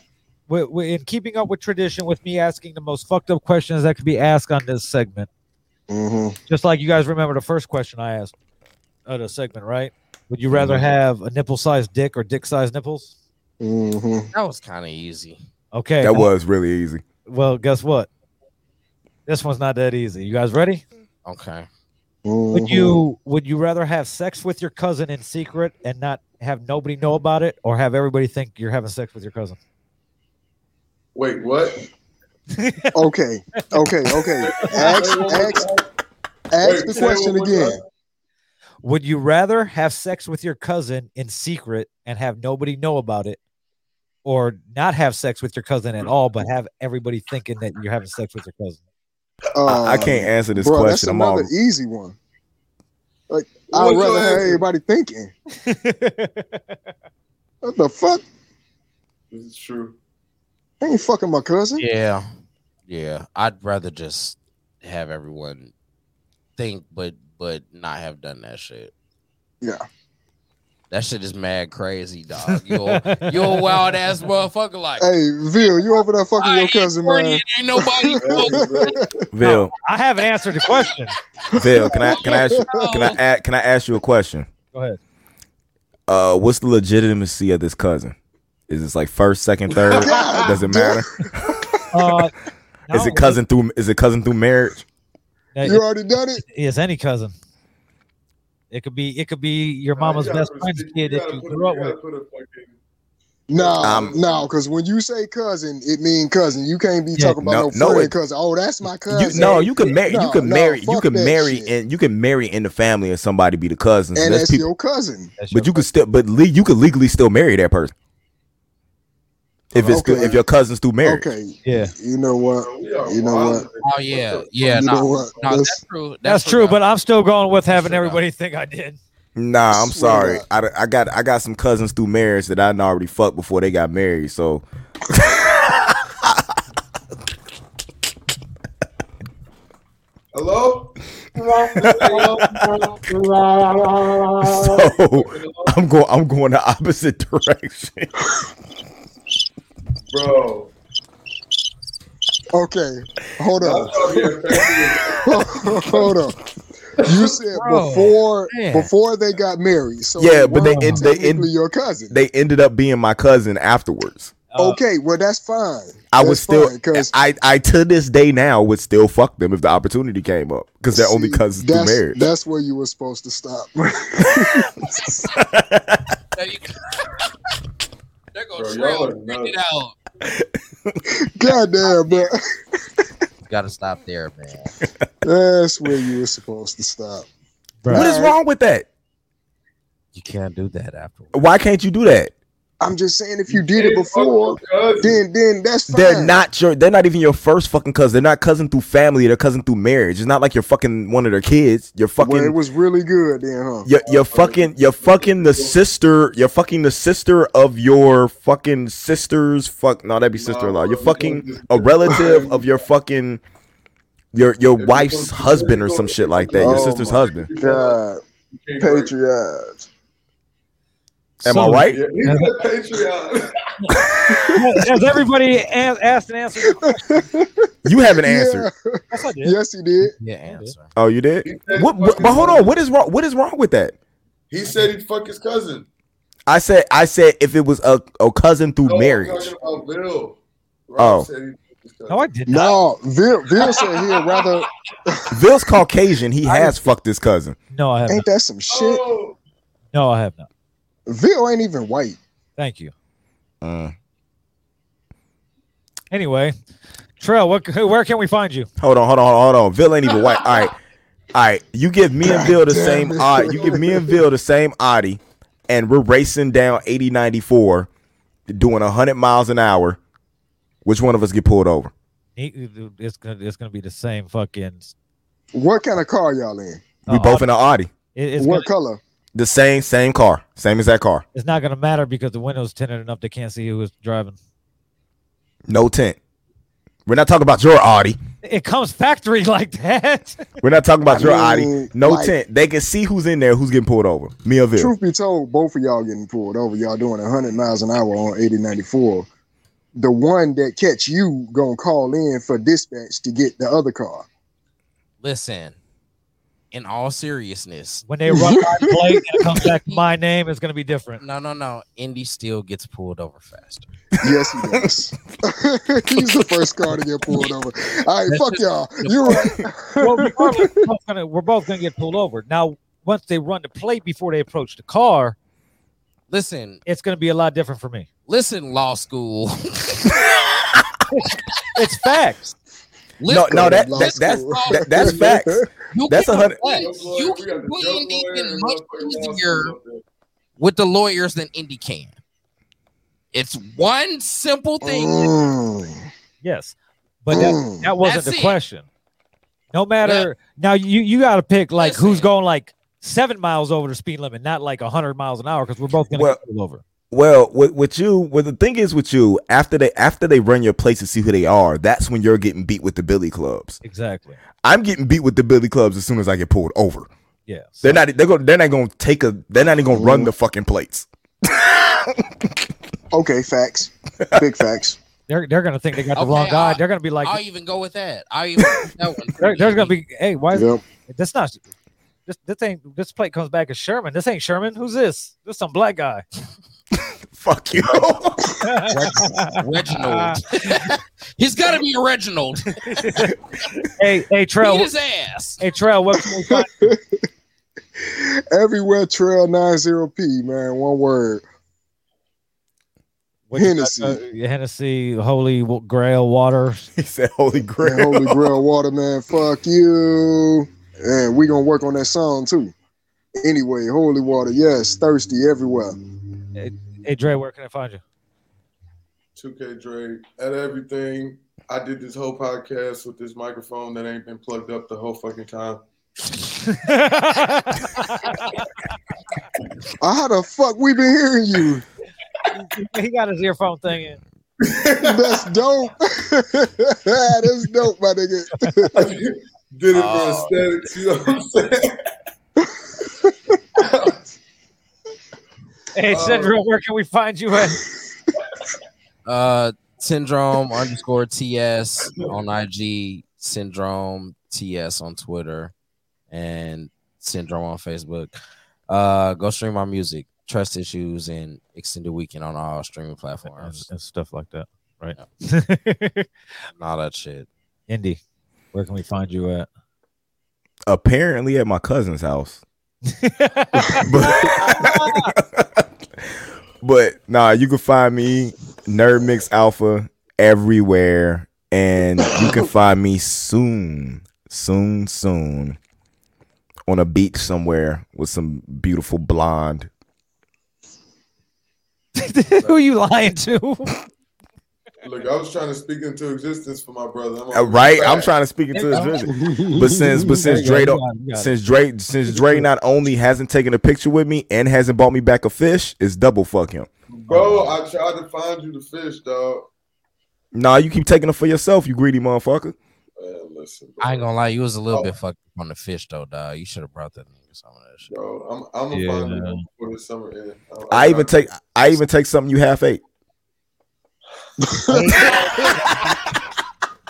Speaker 1: wi- wi- in keeping up with tradition, with me asking the most fucked up questions that could be asked on this segment,
Speaker 9: hmm
Speaker 1: just like you guys remember the first question I asked of the segment, right? Would you rather have a nipple-sized dick or dick-sized nipples?
Speaker 9: hmm
Speaker 3: That was kind of easy.
Speaker 1: Okay.
Speaker 8: That
Speaker 1: now-
Speaker 8: was really easy.
Speaker 1: Well, guess what? This one's not that easy. You guys ready?
Speaker 3: Okay.
Speaker 9: mm-hmm.
Speaker 1: Would you
Speaker 3: Mm-hmm.
Speaker 1: would you rather have sex with your cousin in secret and not have nobody know about it, or have everybody think you're having sex with your cousin?
Speaker 10: Wait, what?
Speaker 9: Okay. Okay. Okay. Ask, ask, ask the
Speaker 10: say
Speaker 9: question
Speaker 10: one more
Speaker 9: again.
Speaker 10: time.
Speaker 1: Would you rather have sex with your cousin in secret and have nobody know about it, or not have sex with your cousin at all but have everybody thinking that you're having sex with your cousin?
Speaker 8: I, I
Speaker 9: Um,
Speaker 8: can't answer this
Speaker 9: bro, that's
Speaker 8: question. I'm
Speaker 9: another
Speaker 8: all
Speaker 9: easy one. Like,
Speaker 10: What
Speaker 9: I'd
Speaker 10: was your
Speaker 9: rather have
Speaker 10: answer?
Speaker 9: everybody thinking. What the fuck?
Speaker 10: This is true.
Speaker 9: I ain't fucking my cousin.
Speaker 3: Yeah. Yeah. I'd rather just have everyone think, but but not have done that shit.
Speaker 9: Yeah.
Speaker 3: That shit is mad crazy, dog. You a- you Uh, a wild ass motherfucker. Like
Speaker 9: Hey, Vil, you over there fucking
Speaker 3: I
Speaker 9: your
Speaker 3: ain't
Speaker 9: cousin,
Speaker 3: worried,
Speaker 9: man.
Speaker 3: Ain't nobody.
Speaker 10: Hey, bro.
Speaker 8: Bill.
Speaker 1: I haven't answered the question.
Speaker 8: Bill, can I can I ask you, can I
Speaker 3: Oh.
Speaker 8: ask, can I ask you a question?
Speaker 1: Go ahead.
Speaker 8: Uh, what's the legitimacy of this cousin? Is this like first, second, third? Does it matter?
Speaker 1: Uh,
Speaker 8: Is
Speaker 1: no,
Speaker 8: it cousin through? Is it cousin through marriage?
Speaker 1: uh,
Speaker 9: You already done it.
Speaker 1: It's any cousin. It could be. It could be your
Speaker 10: Nah, you
Speaker 1: mama's
Speaker 10: gotta
Speaker 1: best
Speaker 10: put a-
Speaker 1: friend's kid that
Speaker 10: gotta
Speaker 1: you
Speaker 10: put a-
Speaker 1: grew up
Speaker 10: you gotta
Speaker 1: with.
Speaker 10: put a fucking-
Speaker 9: No,
Speaker 8: Um,
Speaker 9: no, because when you say cousin, it mean cousin. You can't be
Speaker 1: Yeah,
Speaker 9: talking about
Speaker 8: no-
Speaker 9: no,
Speaker 8: no,
Speaker 9: friend
Speaker 8: it-
Speaker 9: cousin. Oh, that's my
Speaker 8: You,
Speaker 9: cousin.
Speaker 8: no, you can marry. you
Speaker 9: No,
Speaker 8: can
Speaker 9: no,
Speaker 8: marry. You
Speaker 9: fuck
Speaker 8: can
Speaker 9: that
Speaker 8: marry,
Speaker 9: shit.
Speaker 8: and you can marry in the family, and somebody be the cousins.
Speaker 9: and
Speaker 8: That's
Speaker 9: that's
Speaker 8: people,
Speaker 9: your cousin.
Speaker 1: That's your
Speaker 8: but you could still, but le- you could legally still marry that person if it's
Speaker 9: Okay.
Speaker 8: if your cousins through marriage.
Speaker 9: Okay,
Speaker 1: Yeah,
Speaker 9: you know what?
Speaker 10: Bro, we are
Speaker 9: You know
Speaker 10: wild.
Speaker 3: Oh yeah, yeah.
Speaker 9: you
Speaker 3: No,
Speaker 9: know what?
Speaker 3: no,
Speaker 9: That's-
Speaker 3: that's true.
Speaker 1: that's, true.
Speaker 3: though.
Speaker 1: But I'm still going with having
Speaker 3: true, though.
Speaker 1: everybody think I did.
Speaker 8: Nah, I'm
Speaker 9: Swear
Speaker 8: sorry.
Speaker 9: to
Speaker 8: I, I got I got some cousins through marriage that I done already fucked before they got married. So
Speaker 10: Hello?
Speaker 9: Oh.
Speaker 8: so I'm going I'm going the opposite direction.
Speaker 10: Bro.
Speaker 9: Okay, hold
Speaker 10: That's
Speaker 9: on,
Speaker 10: why we have family.
Speaker 9: hold on. You said
Speaker 1: Bro,
Speaker 9: before
Speaker 1: man.
Speaker 9: before they got married, so
Speaker 8: Yeah,
Speaker 9: they
Speaker 8: but they
Speaker 9: weren't
Speaker 8: end, they
Speaker 9: technically
Speaker 8: end,
Speaker 9: your cousin.
Speaker 8: they ended up being my cousin afterwards.
Speaker 1: Uh,
Speaker 9: okay, well that's fine.
Speaker 8: I
Speaker 9: that's
Speaker 8: was still
Speaker 9: because
Speaker 8: I I to this day now would still fuck them if the opportunity came up because they're only cousins through
Speaker 9: that's
Speaker 8: marriage.
Speaker 9: that's where you were supposed to stop.
Speaker 3: There you go. They're gonna
Speaker 10: Bro,
Speaker 3: trail
Speaker 10: y'all are
Speaker 3: it
Speaker 10: nuts.
Speaker 3: out.
Speaker 9: Goddamn, bro,
Speaker 3: Gotta stop there, man.
Speaker 9: that's where you were supposed to stop.
Speaker 1: Bruh.
Speaker 8: What is wrong with that?
Speaker 1: You can't do that after.
Speaker 8: Why can't you do that?
Speaker 9: I'm just saying, if you did it
Speaker 10: Fuck your
Speaker 9: before,
Speaker 10: cousin.
Speaker 9: then then that's fine.
Speaker 8: They're not your. They're not even your first fucking cousin. They're not cousin through family. They're cousin through marriage. It's not like you're fucking one of their kids. You're fucking.
Speaker 9: Well, it was really good then, huh?
Speaker 8: you're, you're fucking. You're fucking the sister. You're fucking the sister of your fucking sister's. Fuck. No, that'd be sister-in-law. You're fucking a relative of your fucking. Your your
Speaker 10: If you
Speaker 8: wife's
Speaker 10: go- if
Speaker 8: husband or
Speaker 10: you go-
Speaker 8: some shit like that. Your
Speaker 9: Oh
Speaker 8: sister's
Speaker 9: my
Speaker 8: husband.
Speaker 9: God, patriarch.
Speaker 8: Am I right?
Speaker 10: Yeah, he's a patriot.
Speaker 1: Has everybody a- asked and answered? your question?
Speaker 8: You haven't answered.
Speaker 1: Yes, I did.
Speaker 9: Yes, he did.
Speaker 3: Yeah, answer.
Speaker 8: Oh, you did.
Speaker 10: He said
Speaker 8: What, what-
Speaker 10: fucking-
Speaker 8: but hold on. What is wrong? What is wrong with that?
Speaker 10: He said he'd fuck his cousin.
Speaker 8: I said. I said if it was a, a cousin through
Speaker 10: No, I'm
Speaker 8: marriage.
Speaker 10: talking about Lil. Rob
Speaker 8: Oh.
Speaker 10: said he'd fuck his cousin.
Speaker 1: No, I did not.
Speaker 9: No, Vil, Vil said he'd rather.
Speaker 8: Vil's Caucasian. He has fucked his cousin.
Speaker 1: No, I have not.
Speaker 9: Ain't that some shit?
Speaker 10: Oh,
Speaker 1: No, I have not.
Speaker 9: Vil ain't even white.
Speaker 1: Thank you.
Speaker 8: Mm.
Speaker 1: Anyway, Trell, what, where can we find you?
Speaker 8: Hold on, hold on, hold on, hold on. Vil ain't even white. All right, all right. You give me and Vil the
Speaker 9: God
Speaker 8: same.
Speaker 9: damn it.
Speaker 8: Odd. You give me and Vil the same Audi, and we're racing down eighty ninety four, doing hundred miles an hour. Which one of us get pulled over?
Speaker 1: He- It's gonna, it's gonna be the same fucking.
Speaker 9: What kind of car y'all in?
Speaker 8: We
Speaker 1: uh,
Speaker 8: both in an Audi.
Speaker 1: It, it's, gonna,
Speaker 9: what color?
Speaker 8: The same, same car, same exact car.
Speaker 1: it's not gonna matter because the window's tinted enough they can't see who is driving.
Speaker 8: No tent. We're not talking about your Audi.
Speaker 1: It comes factory like that.
Speaker 8: We're not talking about
Speaker 9: I
Speaker 8: your
Speaker 9: mean,
Speaker 8: Audi. No
Speaker 9: like-
Speaker 8: tent. They can see who's in there, who's getting pulled over. Me or Vil.
Speaker 9: Truth be told, both of y'all getting pulled over. Y'all doing 100 miles an hour on 8094. The one that catch you gonna call in for dispatch to get the other car.
Speaker 3: Listen, in all seriousness,
Speaker 1: When they run my plate and it comes back to my name, it's gonna be different.
Speaker 3: no, no, no. Indy still gets pulled over faster.
Speaker 9: Yes, he does. He's the first car to get pulled over. All right,
Speaker 3: That's
Speaker 9: fuck
Speaker 3: just-
Speaker 9: y'all. You're right.
Speaker 1: Well, regardless, we're both, gonna, we're both gonna get pulled over. Now, once they run the plate before they approach the car,
Speaker 3: Listen,
Speaker 1: it's gonna be a lot different for me.
Speaker 3: listen, law school.
Speaker 1: It's facts.
Speaker 8: No,
Speaker 3: Listen,
Speaker 8: no, that,
Speaker 9: Law
Speaker 8: that that's
Speaker 9: school.
Speaker 8: that, that's facts.
Speaker 3: you
Speaker 8: that's
Speaker 3: can
Speaker 8: a hundred-
Speaker 3: relax.
Speaker 10: Lawyer,
Speaker 3: You
Speaker 10: we got
Speaker 3: can
Speaker 10: the
Speaker 3: win
Speaker 10: drug
Speaker 3: Indy
Speaker 10: lawyer
Speaker 3: even
Speaker 10: and
Speaker 3: much
Speaker 10: motherfucking law
Speaker 3: easier
Speaker 10: school up there.
Speaker 3: with the lawyers than Indy can. It's one simple thing.
Speaker 9: Mm,
Speaker 1: Yes, but that,
Speaker 9: Mm.
Speaker 1: that wasn't
Speaker 3: That's
Speaker 1: the
Speaker 3: it.
Speaker 1: question. No matter now, you you got to pick like who's
Speaker 3: Listen.
Speaker 1: going like seven miles over the speed limit, not like hundred miles an hour, because we're both gonna
Speaker 8: Well-
Speaker 1: get pulled over.
Speaker 8: Well, with, with you, well, the thing is with you, after they after they run your place to see who they are, that's when you're getting beat with the Billy clubs.
Speaker 1: Exactly.
Speaker 8: I'm getting beat with the Billy clubs as soon as I get pulled over.
Speaker 1: Yeah. so-
Speaker 8: They're not they're going they're not gonna take a they're not even gonna run the fucking plates.
Speaker 9: okay, facts. Big facts.
Speaker 1: They're they're gonna think they got the
Speaker 3: Okay, uh,
Speaker 1: wrong guy.
Speaker 3: I-
Speaker 1: They're gonna be like,
Speaker 3: I'll even go with that. I'll even go with that one. for
Speaker 1: there-
Speaker 3: you,
Speaker 1: there's gonna
Speaker 3: Indy.
Speaker 1: be, hey, why is
Speaker 9: Yep.
Speaker 1: that's not this this ain't this plate comes back as Sherman. This ain't Sherman. Who's this? This some black guy.
Speaker 8: Fuck you.
Speaker 3: Reg- Reginald. He's got to be a Reginald.
Speaker 1: hey, hey, Trail.
Speaker 3: Beat his ass.
Speaker 1: Hey, Trail. What can we find?
Speaker 9: Everywhere trail 90P, man. One word.
Speaker 1: what you got,
Speaker 9: Hennessy.
Speaker 1: uh, Hennessy, Holy Wa- Grail water.
Speaker 8: He said, "Holy
Speaker 9: Man,
Speaker 8: Grail."
Speaker 9: Holy Grail water, man. Fuck you. And we gonna work on that song too. Anyway, holy water, yes, thirsty everywhere.
Speaker 1: Hey, Dre. Where can I find you?
Speaker 4: 2K Dre at everything. I did this whole podcast with this microphone that ain't been plugged up the whole fucking time.
Speaker 9: Ah, How the fuck we been hearing you?
Speaker 1: he got his earphone thing in.
Speaker 9: That's dope. That's dope, my nigga.
Speaker 4: Did it
Speaker 3: Oh.
Speaker 4: for aesthetics, you know what I'm saying?
Speaker 1: Hey, Syndrome. Where can we find you at?
Speaker 3: Uh, syndrome underscore TS on IG, syndrome TS on Twitter, and syndrome on Facebook. Uh, go stream my music, Trust Issues, and Extended Weekend on all streaming platforms.
Speaker 1: and stuff like that, right?
Speaker 3: And all that shit.
Speaker 1: Indy, where can we find you at?
Speaker 8: Apparently at my cousin's house. But nah, you can find me Nerd Mix Alpha everywhere, and you can find me soon, soon, soon on a beach somewhere with some beautiful blonde.
Speaker 1: Who you lying to?
Speaker 4: Look, I was trying to speak into existence for my brother. I'm
Speaker 8: Uh, Right, I'm trying to speak into
Speaker 1: There
Speaker 8: his
Speaker 1: you go.
Speaker 8: vision. But since but since
Speaker 1: There
Speaker 8: Dre
Speaker 1: you go.
Speaker 8: don't,
Speaker 1: You got it, you got it.
Speaker 8: since Dre since Dre not only hasn't taken a picture with me and hasn't bought me back a fish, it's double fuck him.
Speaker 4: Bro, I tried to find you the fish, dog.
Speaker 8: Nah, you keep taking it for yourself, you greedy motherfucker.
Speaker 4: Man, listen, bro.
Speaker 3: I ain't gonna lie, you was a little
Speaker 4: Oh.
Speaker 3: bit fucked up on the fish though, dog. You should have brought that nigga some of that shit.
Speaker 4: Bro, I'm, I'm gonna
Speaker 1: Yeah,
Speaker 4: find you
Speaker 1: man.
Speaker 4: before the summer ends. I'm-
Speaker 8: I
Speaker 4: I'm
Speaker 8: even
Speaker 4: trying
Speaker 8: take I even take something you half ate.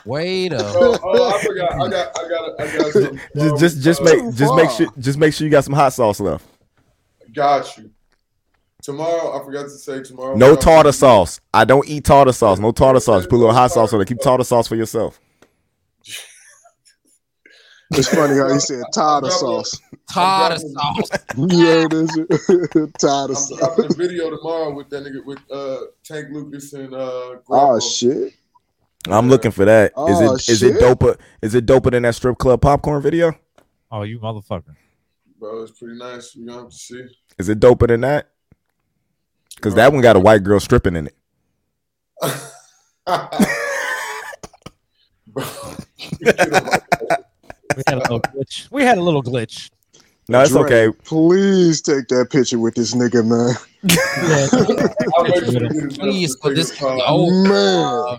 Speaker 3: Wait
Speaker 4: to-
Speaker 3: a
Speaker 4: Bro, oh, I forgot. I got, I got, I got. Some,
Speaker 8: Just just just
Speaker 4: uh,
Speaker 8: make just make
Speaker 9: Um, far.
Speaker 8: sure just make sure you got some hot sauce left.
Speaker 4: Got you. Tomorrow, I forgot to say tomorrow.
Speaker 8: No
Speaker 4: I'll-
Speaker 8: tartar sauce. I don't eat tartar sauce. No tartar sauce. Put a little hot sauce on it. Keep tartar sauce for yourself.
Speaker 9: It's funny how he said tired of sauce.
Speaker 3: Todd of sauce.
Speaker 9: Yeah, it is. tired of
Speaker 4: I'm
Speaker 9: sauce.
Speaker 4: dropping a video tomorrow with that nigga with uh Tank Lucas and uh.
Speaker 9: Oh
Speaker 4: Grandpa.
Speaker 9: shit.
Speaker 8: I'm looking for that. Is
Speaker 9: Oh,
Speaker 8: it is it
Speaker 9: shit.
Speaker 8: doper? Is it doper than that strip club popcorn video?
Speaker 1: Oh, you motherfucker.
Speaker 4: bro. It's pretty nice. We gonna have to see.
Speaker 8: Is it doper than that? Because that one got a white girl stripping in it.
Speaker 4: Bro, you get on my-
Speaker 1: We had a little glitch. We had a little glitch.
Speaker 8: No, it's
Speaker 9: Dre,
Speaker 8: okay.
Speaker 9: Please take that picture with this nigga, man.
Speaker 1: Yeah,
Speaker 4: I'll wait till we get it
Speaker 3: Please,
Speaker 4: done
Speaker 3: so
Speaker 4: to
Speaker 3: this
Speaker 4: take
Speaker 3: can be
Speaker 4: a
Speaker 3: over,
Speaker 9: Man.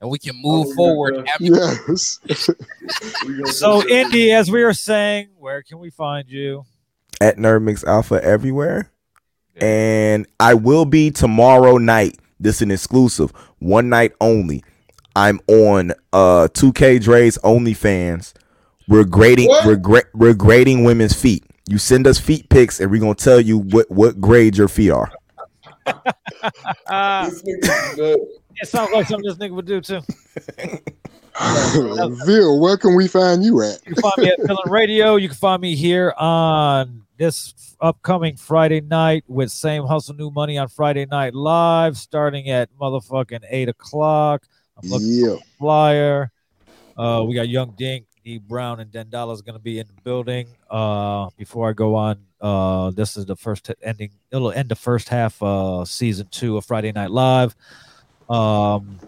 Speaker 3: and we can
Speaker 4: Oh,
Speaker 3: move
Speaker 4: yeah,
Speaker 3: forward.
Speaker 4: yeah.
Speaker 3: after-
Speaker 9: Yes.
Speaker 4: pause. We gonna
Speaker 1: so,
Speaker 4: take a-
Speaker 1: Indy, as we were saying, where can we find you?
Speaker 8: At Nerd Mix Alpha everywhere. And I will be tomorrow night. This is an exclusive. One night only. I'm on uh 2K Dre's OnlyFans. We're grading
Speaker 4: What?
Speaker 8: we're, gra- we're grading women's feet. You send us feet pics and we're gonna tell you what, what grade your feet are.
Speaker 1: Uh,
Speaker 4: This nigga's nuts.
Speaker 1: it sounds like something this nigga would do too. uh,
Speaker 9: Vil, where can we find you at?
Speaker 1: You can find me at Villain Radio. You can find me here on this upcoming Friday night with Same Hustle New Money on Friday Night Live, starting at motherfucking eight o'clock. I'm looking
Speaker 9: Yeah.
Speaker 1: flyer. Uh, we got Young Dink, D Brown, and Dendala is going to be in the building. Uh, before I go on, uh, this is the first t- ending. It'll end the first half uh season two of Friday Night Live. Um,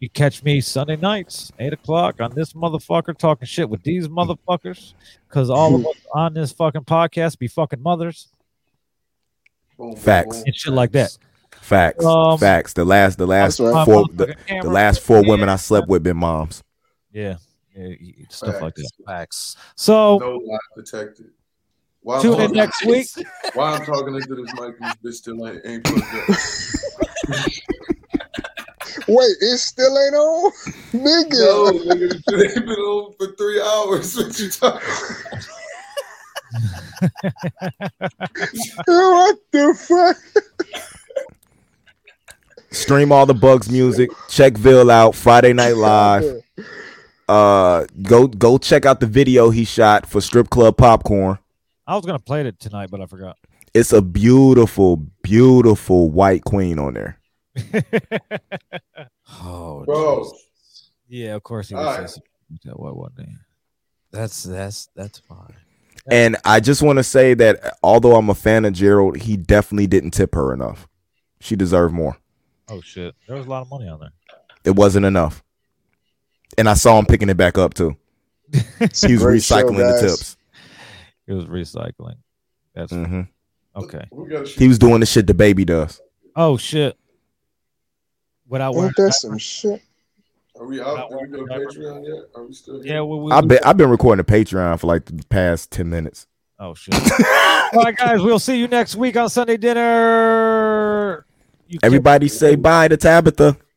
Speaker 1: you catch me Sunday nights, eight o'clock on this motherfucker talking shit with these motherfuckers, cause all of us on this fucking podcast be fucking mothers
Speaker 4: Boom, boom,
Speaker 8: Facts.
Speaker 4: boom.
Speaker 1: and shit like that.
Speaker 8: Facts.
Speaker 1: Um,
Speaker 8: Facts. The last the last
Speaker 9: That's right.
Speaker 8: four
Speaker 1: My motherfucking
Speaker 8: the, the
Speaker 1: camera.
Speaker 8: last four women I slept with been moms.
Speaker 1: yeah, yeah, y- y- stuff like that.
Speaker 4: Facts.
Speaker 3: Facts.
Speaker 1: So
Speaker 4: No lie detected. Why I'm,
Speaker 1: tune in
Speaker 4: talking,
Speaker 1: next week.
Speaker 4: why I'm talking into this mic and this bitch still ain't, ain't plugged up.
Speaker 9: Wait, it still ain't on? Nigga.
Speaker 4: No, nigga, this shit ain't been on for three hours. What you talking?
Speaker 9: what the fuck?
Speaker 8: Stream all the Bugs music. Check Ville out Friday Night Live. Uh, go go check out the video he shot for Strip Club Popcorn.
Speaker 1: I was gonna play it tonight, but I forgot.
Speaker 8: It's a beautiful, beautiful white queen on there.
Speaker 1: Oh,
Speaker 10: Bro.
Speaker 1: yeah, of course he
Speaker 10: All
Speaker 1: would say
Speaker 10: right.
Speaker 1: something like that. Why wouldn't he?
Speaker 3: That's that's that's fine.
Speaker 8: And I just want to say that although I'm a fan of Gerald, he definitely didn't tip her enough. She deserved more.
Speaker 1: Oh shit, there was a lot of money on there.
Speaker 8: It wasn't enough. And I saw him picking it back up too. He was
Speaker 9: Great show,
Speaker 8: recycling the
Speaker 9: guys.
Speaker 8: tips.
Speaker 1: It was recycling. That's
Speaker 8: hmm
Speaker 1: okay.
Speaker 10: We gotta shoot.
Speaker 8: He was doing the shit the baby does.
Speaker 1: Oh shit. Without wearing
Speaker 9: Ain't that some shit?
Speaker 10: Are we out? Did we go to Patreon yet? Are we still here?
Speaker 1: yeah, well, we,
Speaker 8: I've been I've been recording a Patreon for like the past ten minutes.
Speaker 1: Oh shit. All right, guys, we'll see you next week on Sunday dinner. You can't-
Speaker 8: Everybody say bye to Tabitha.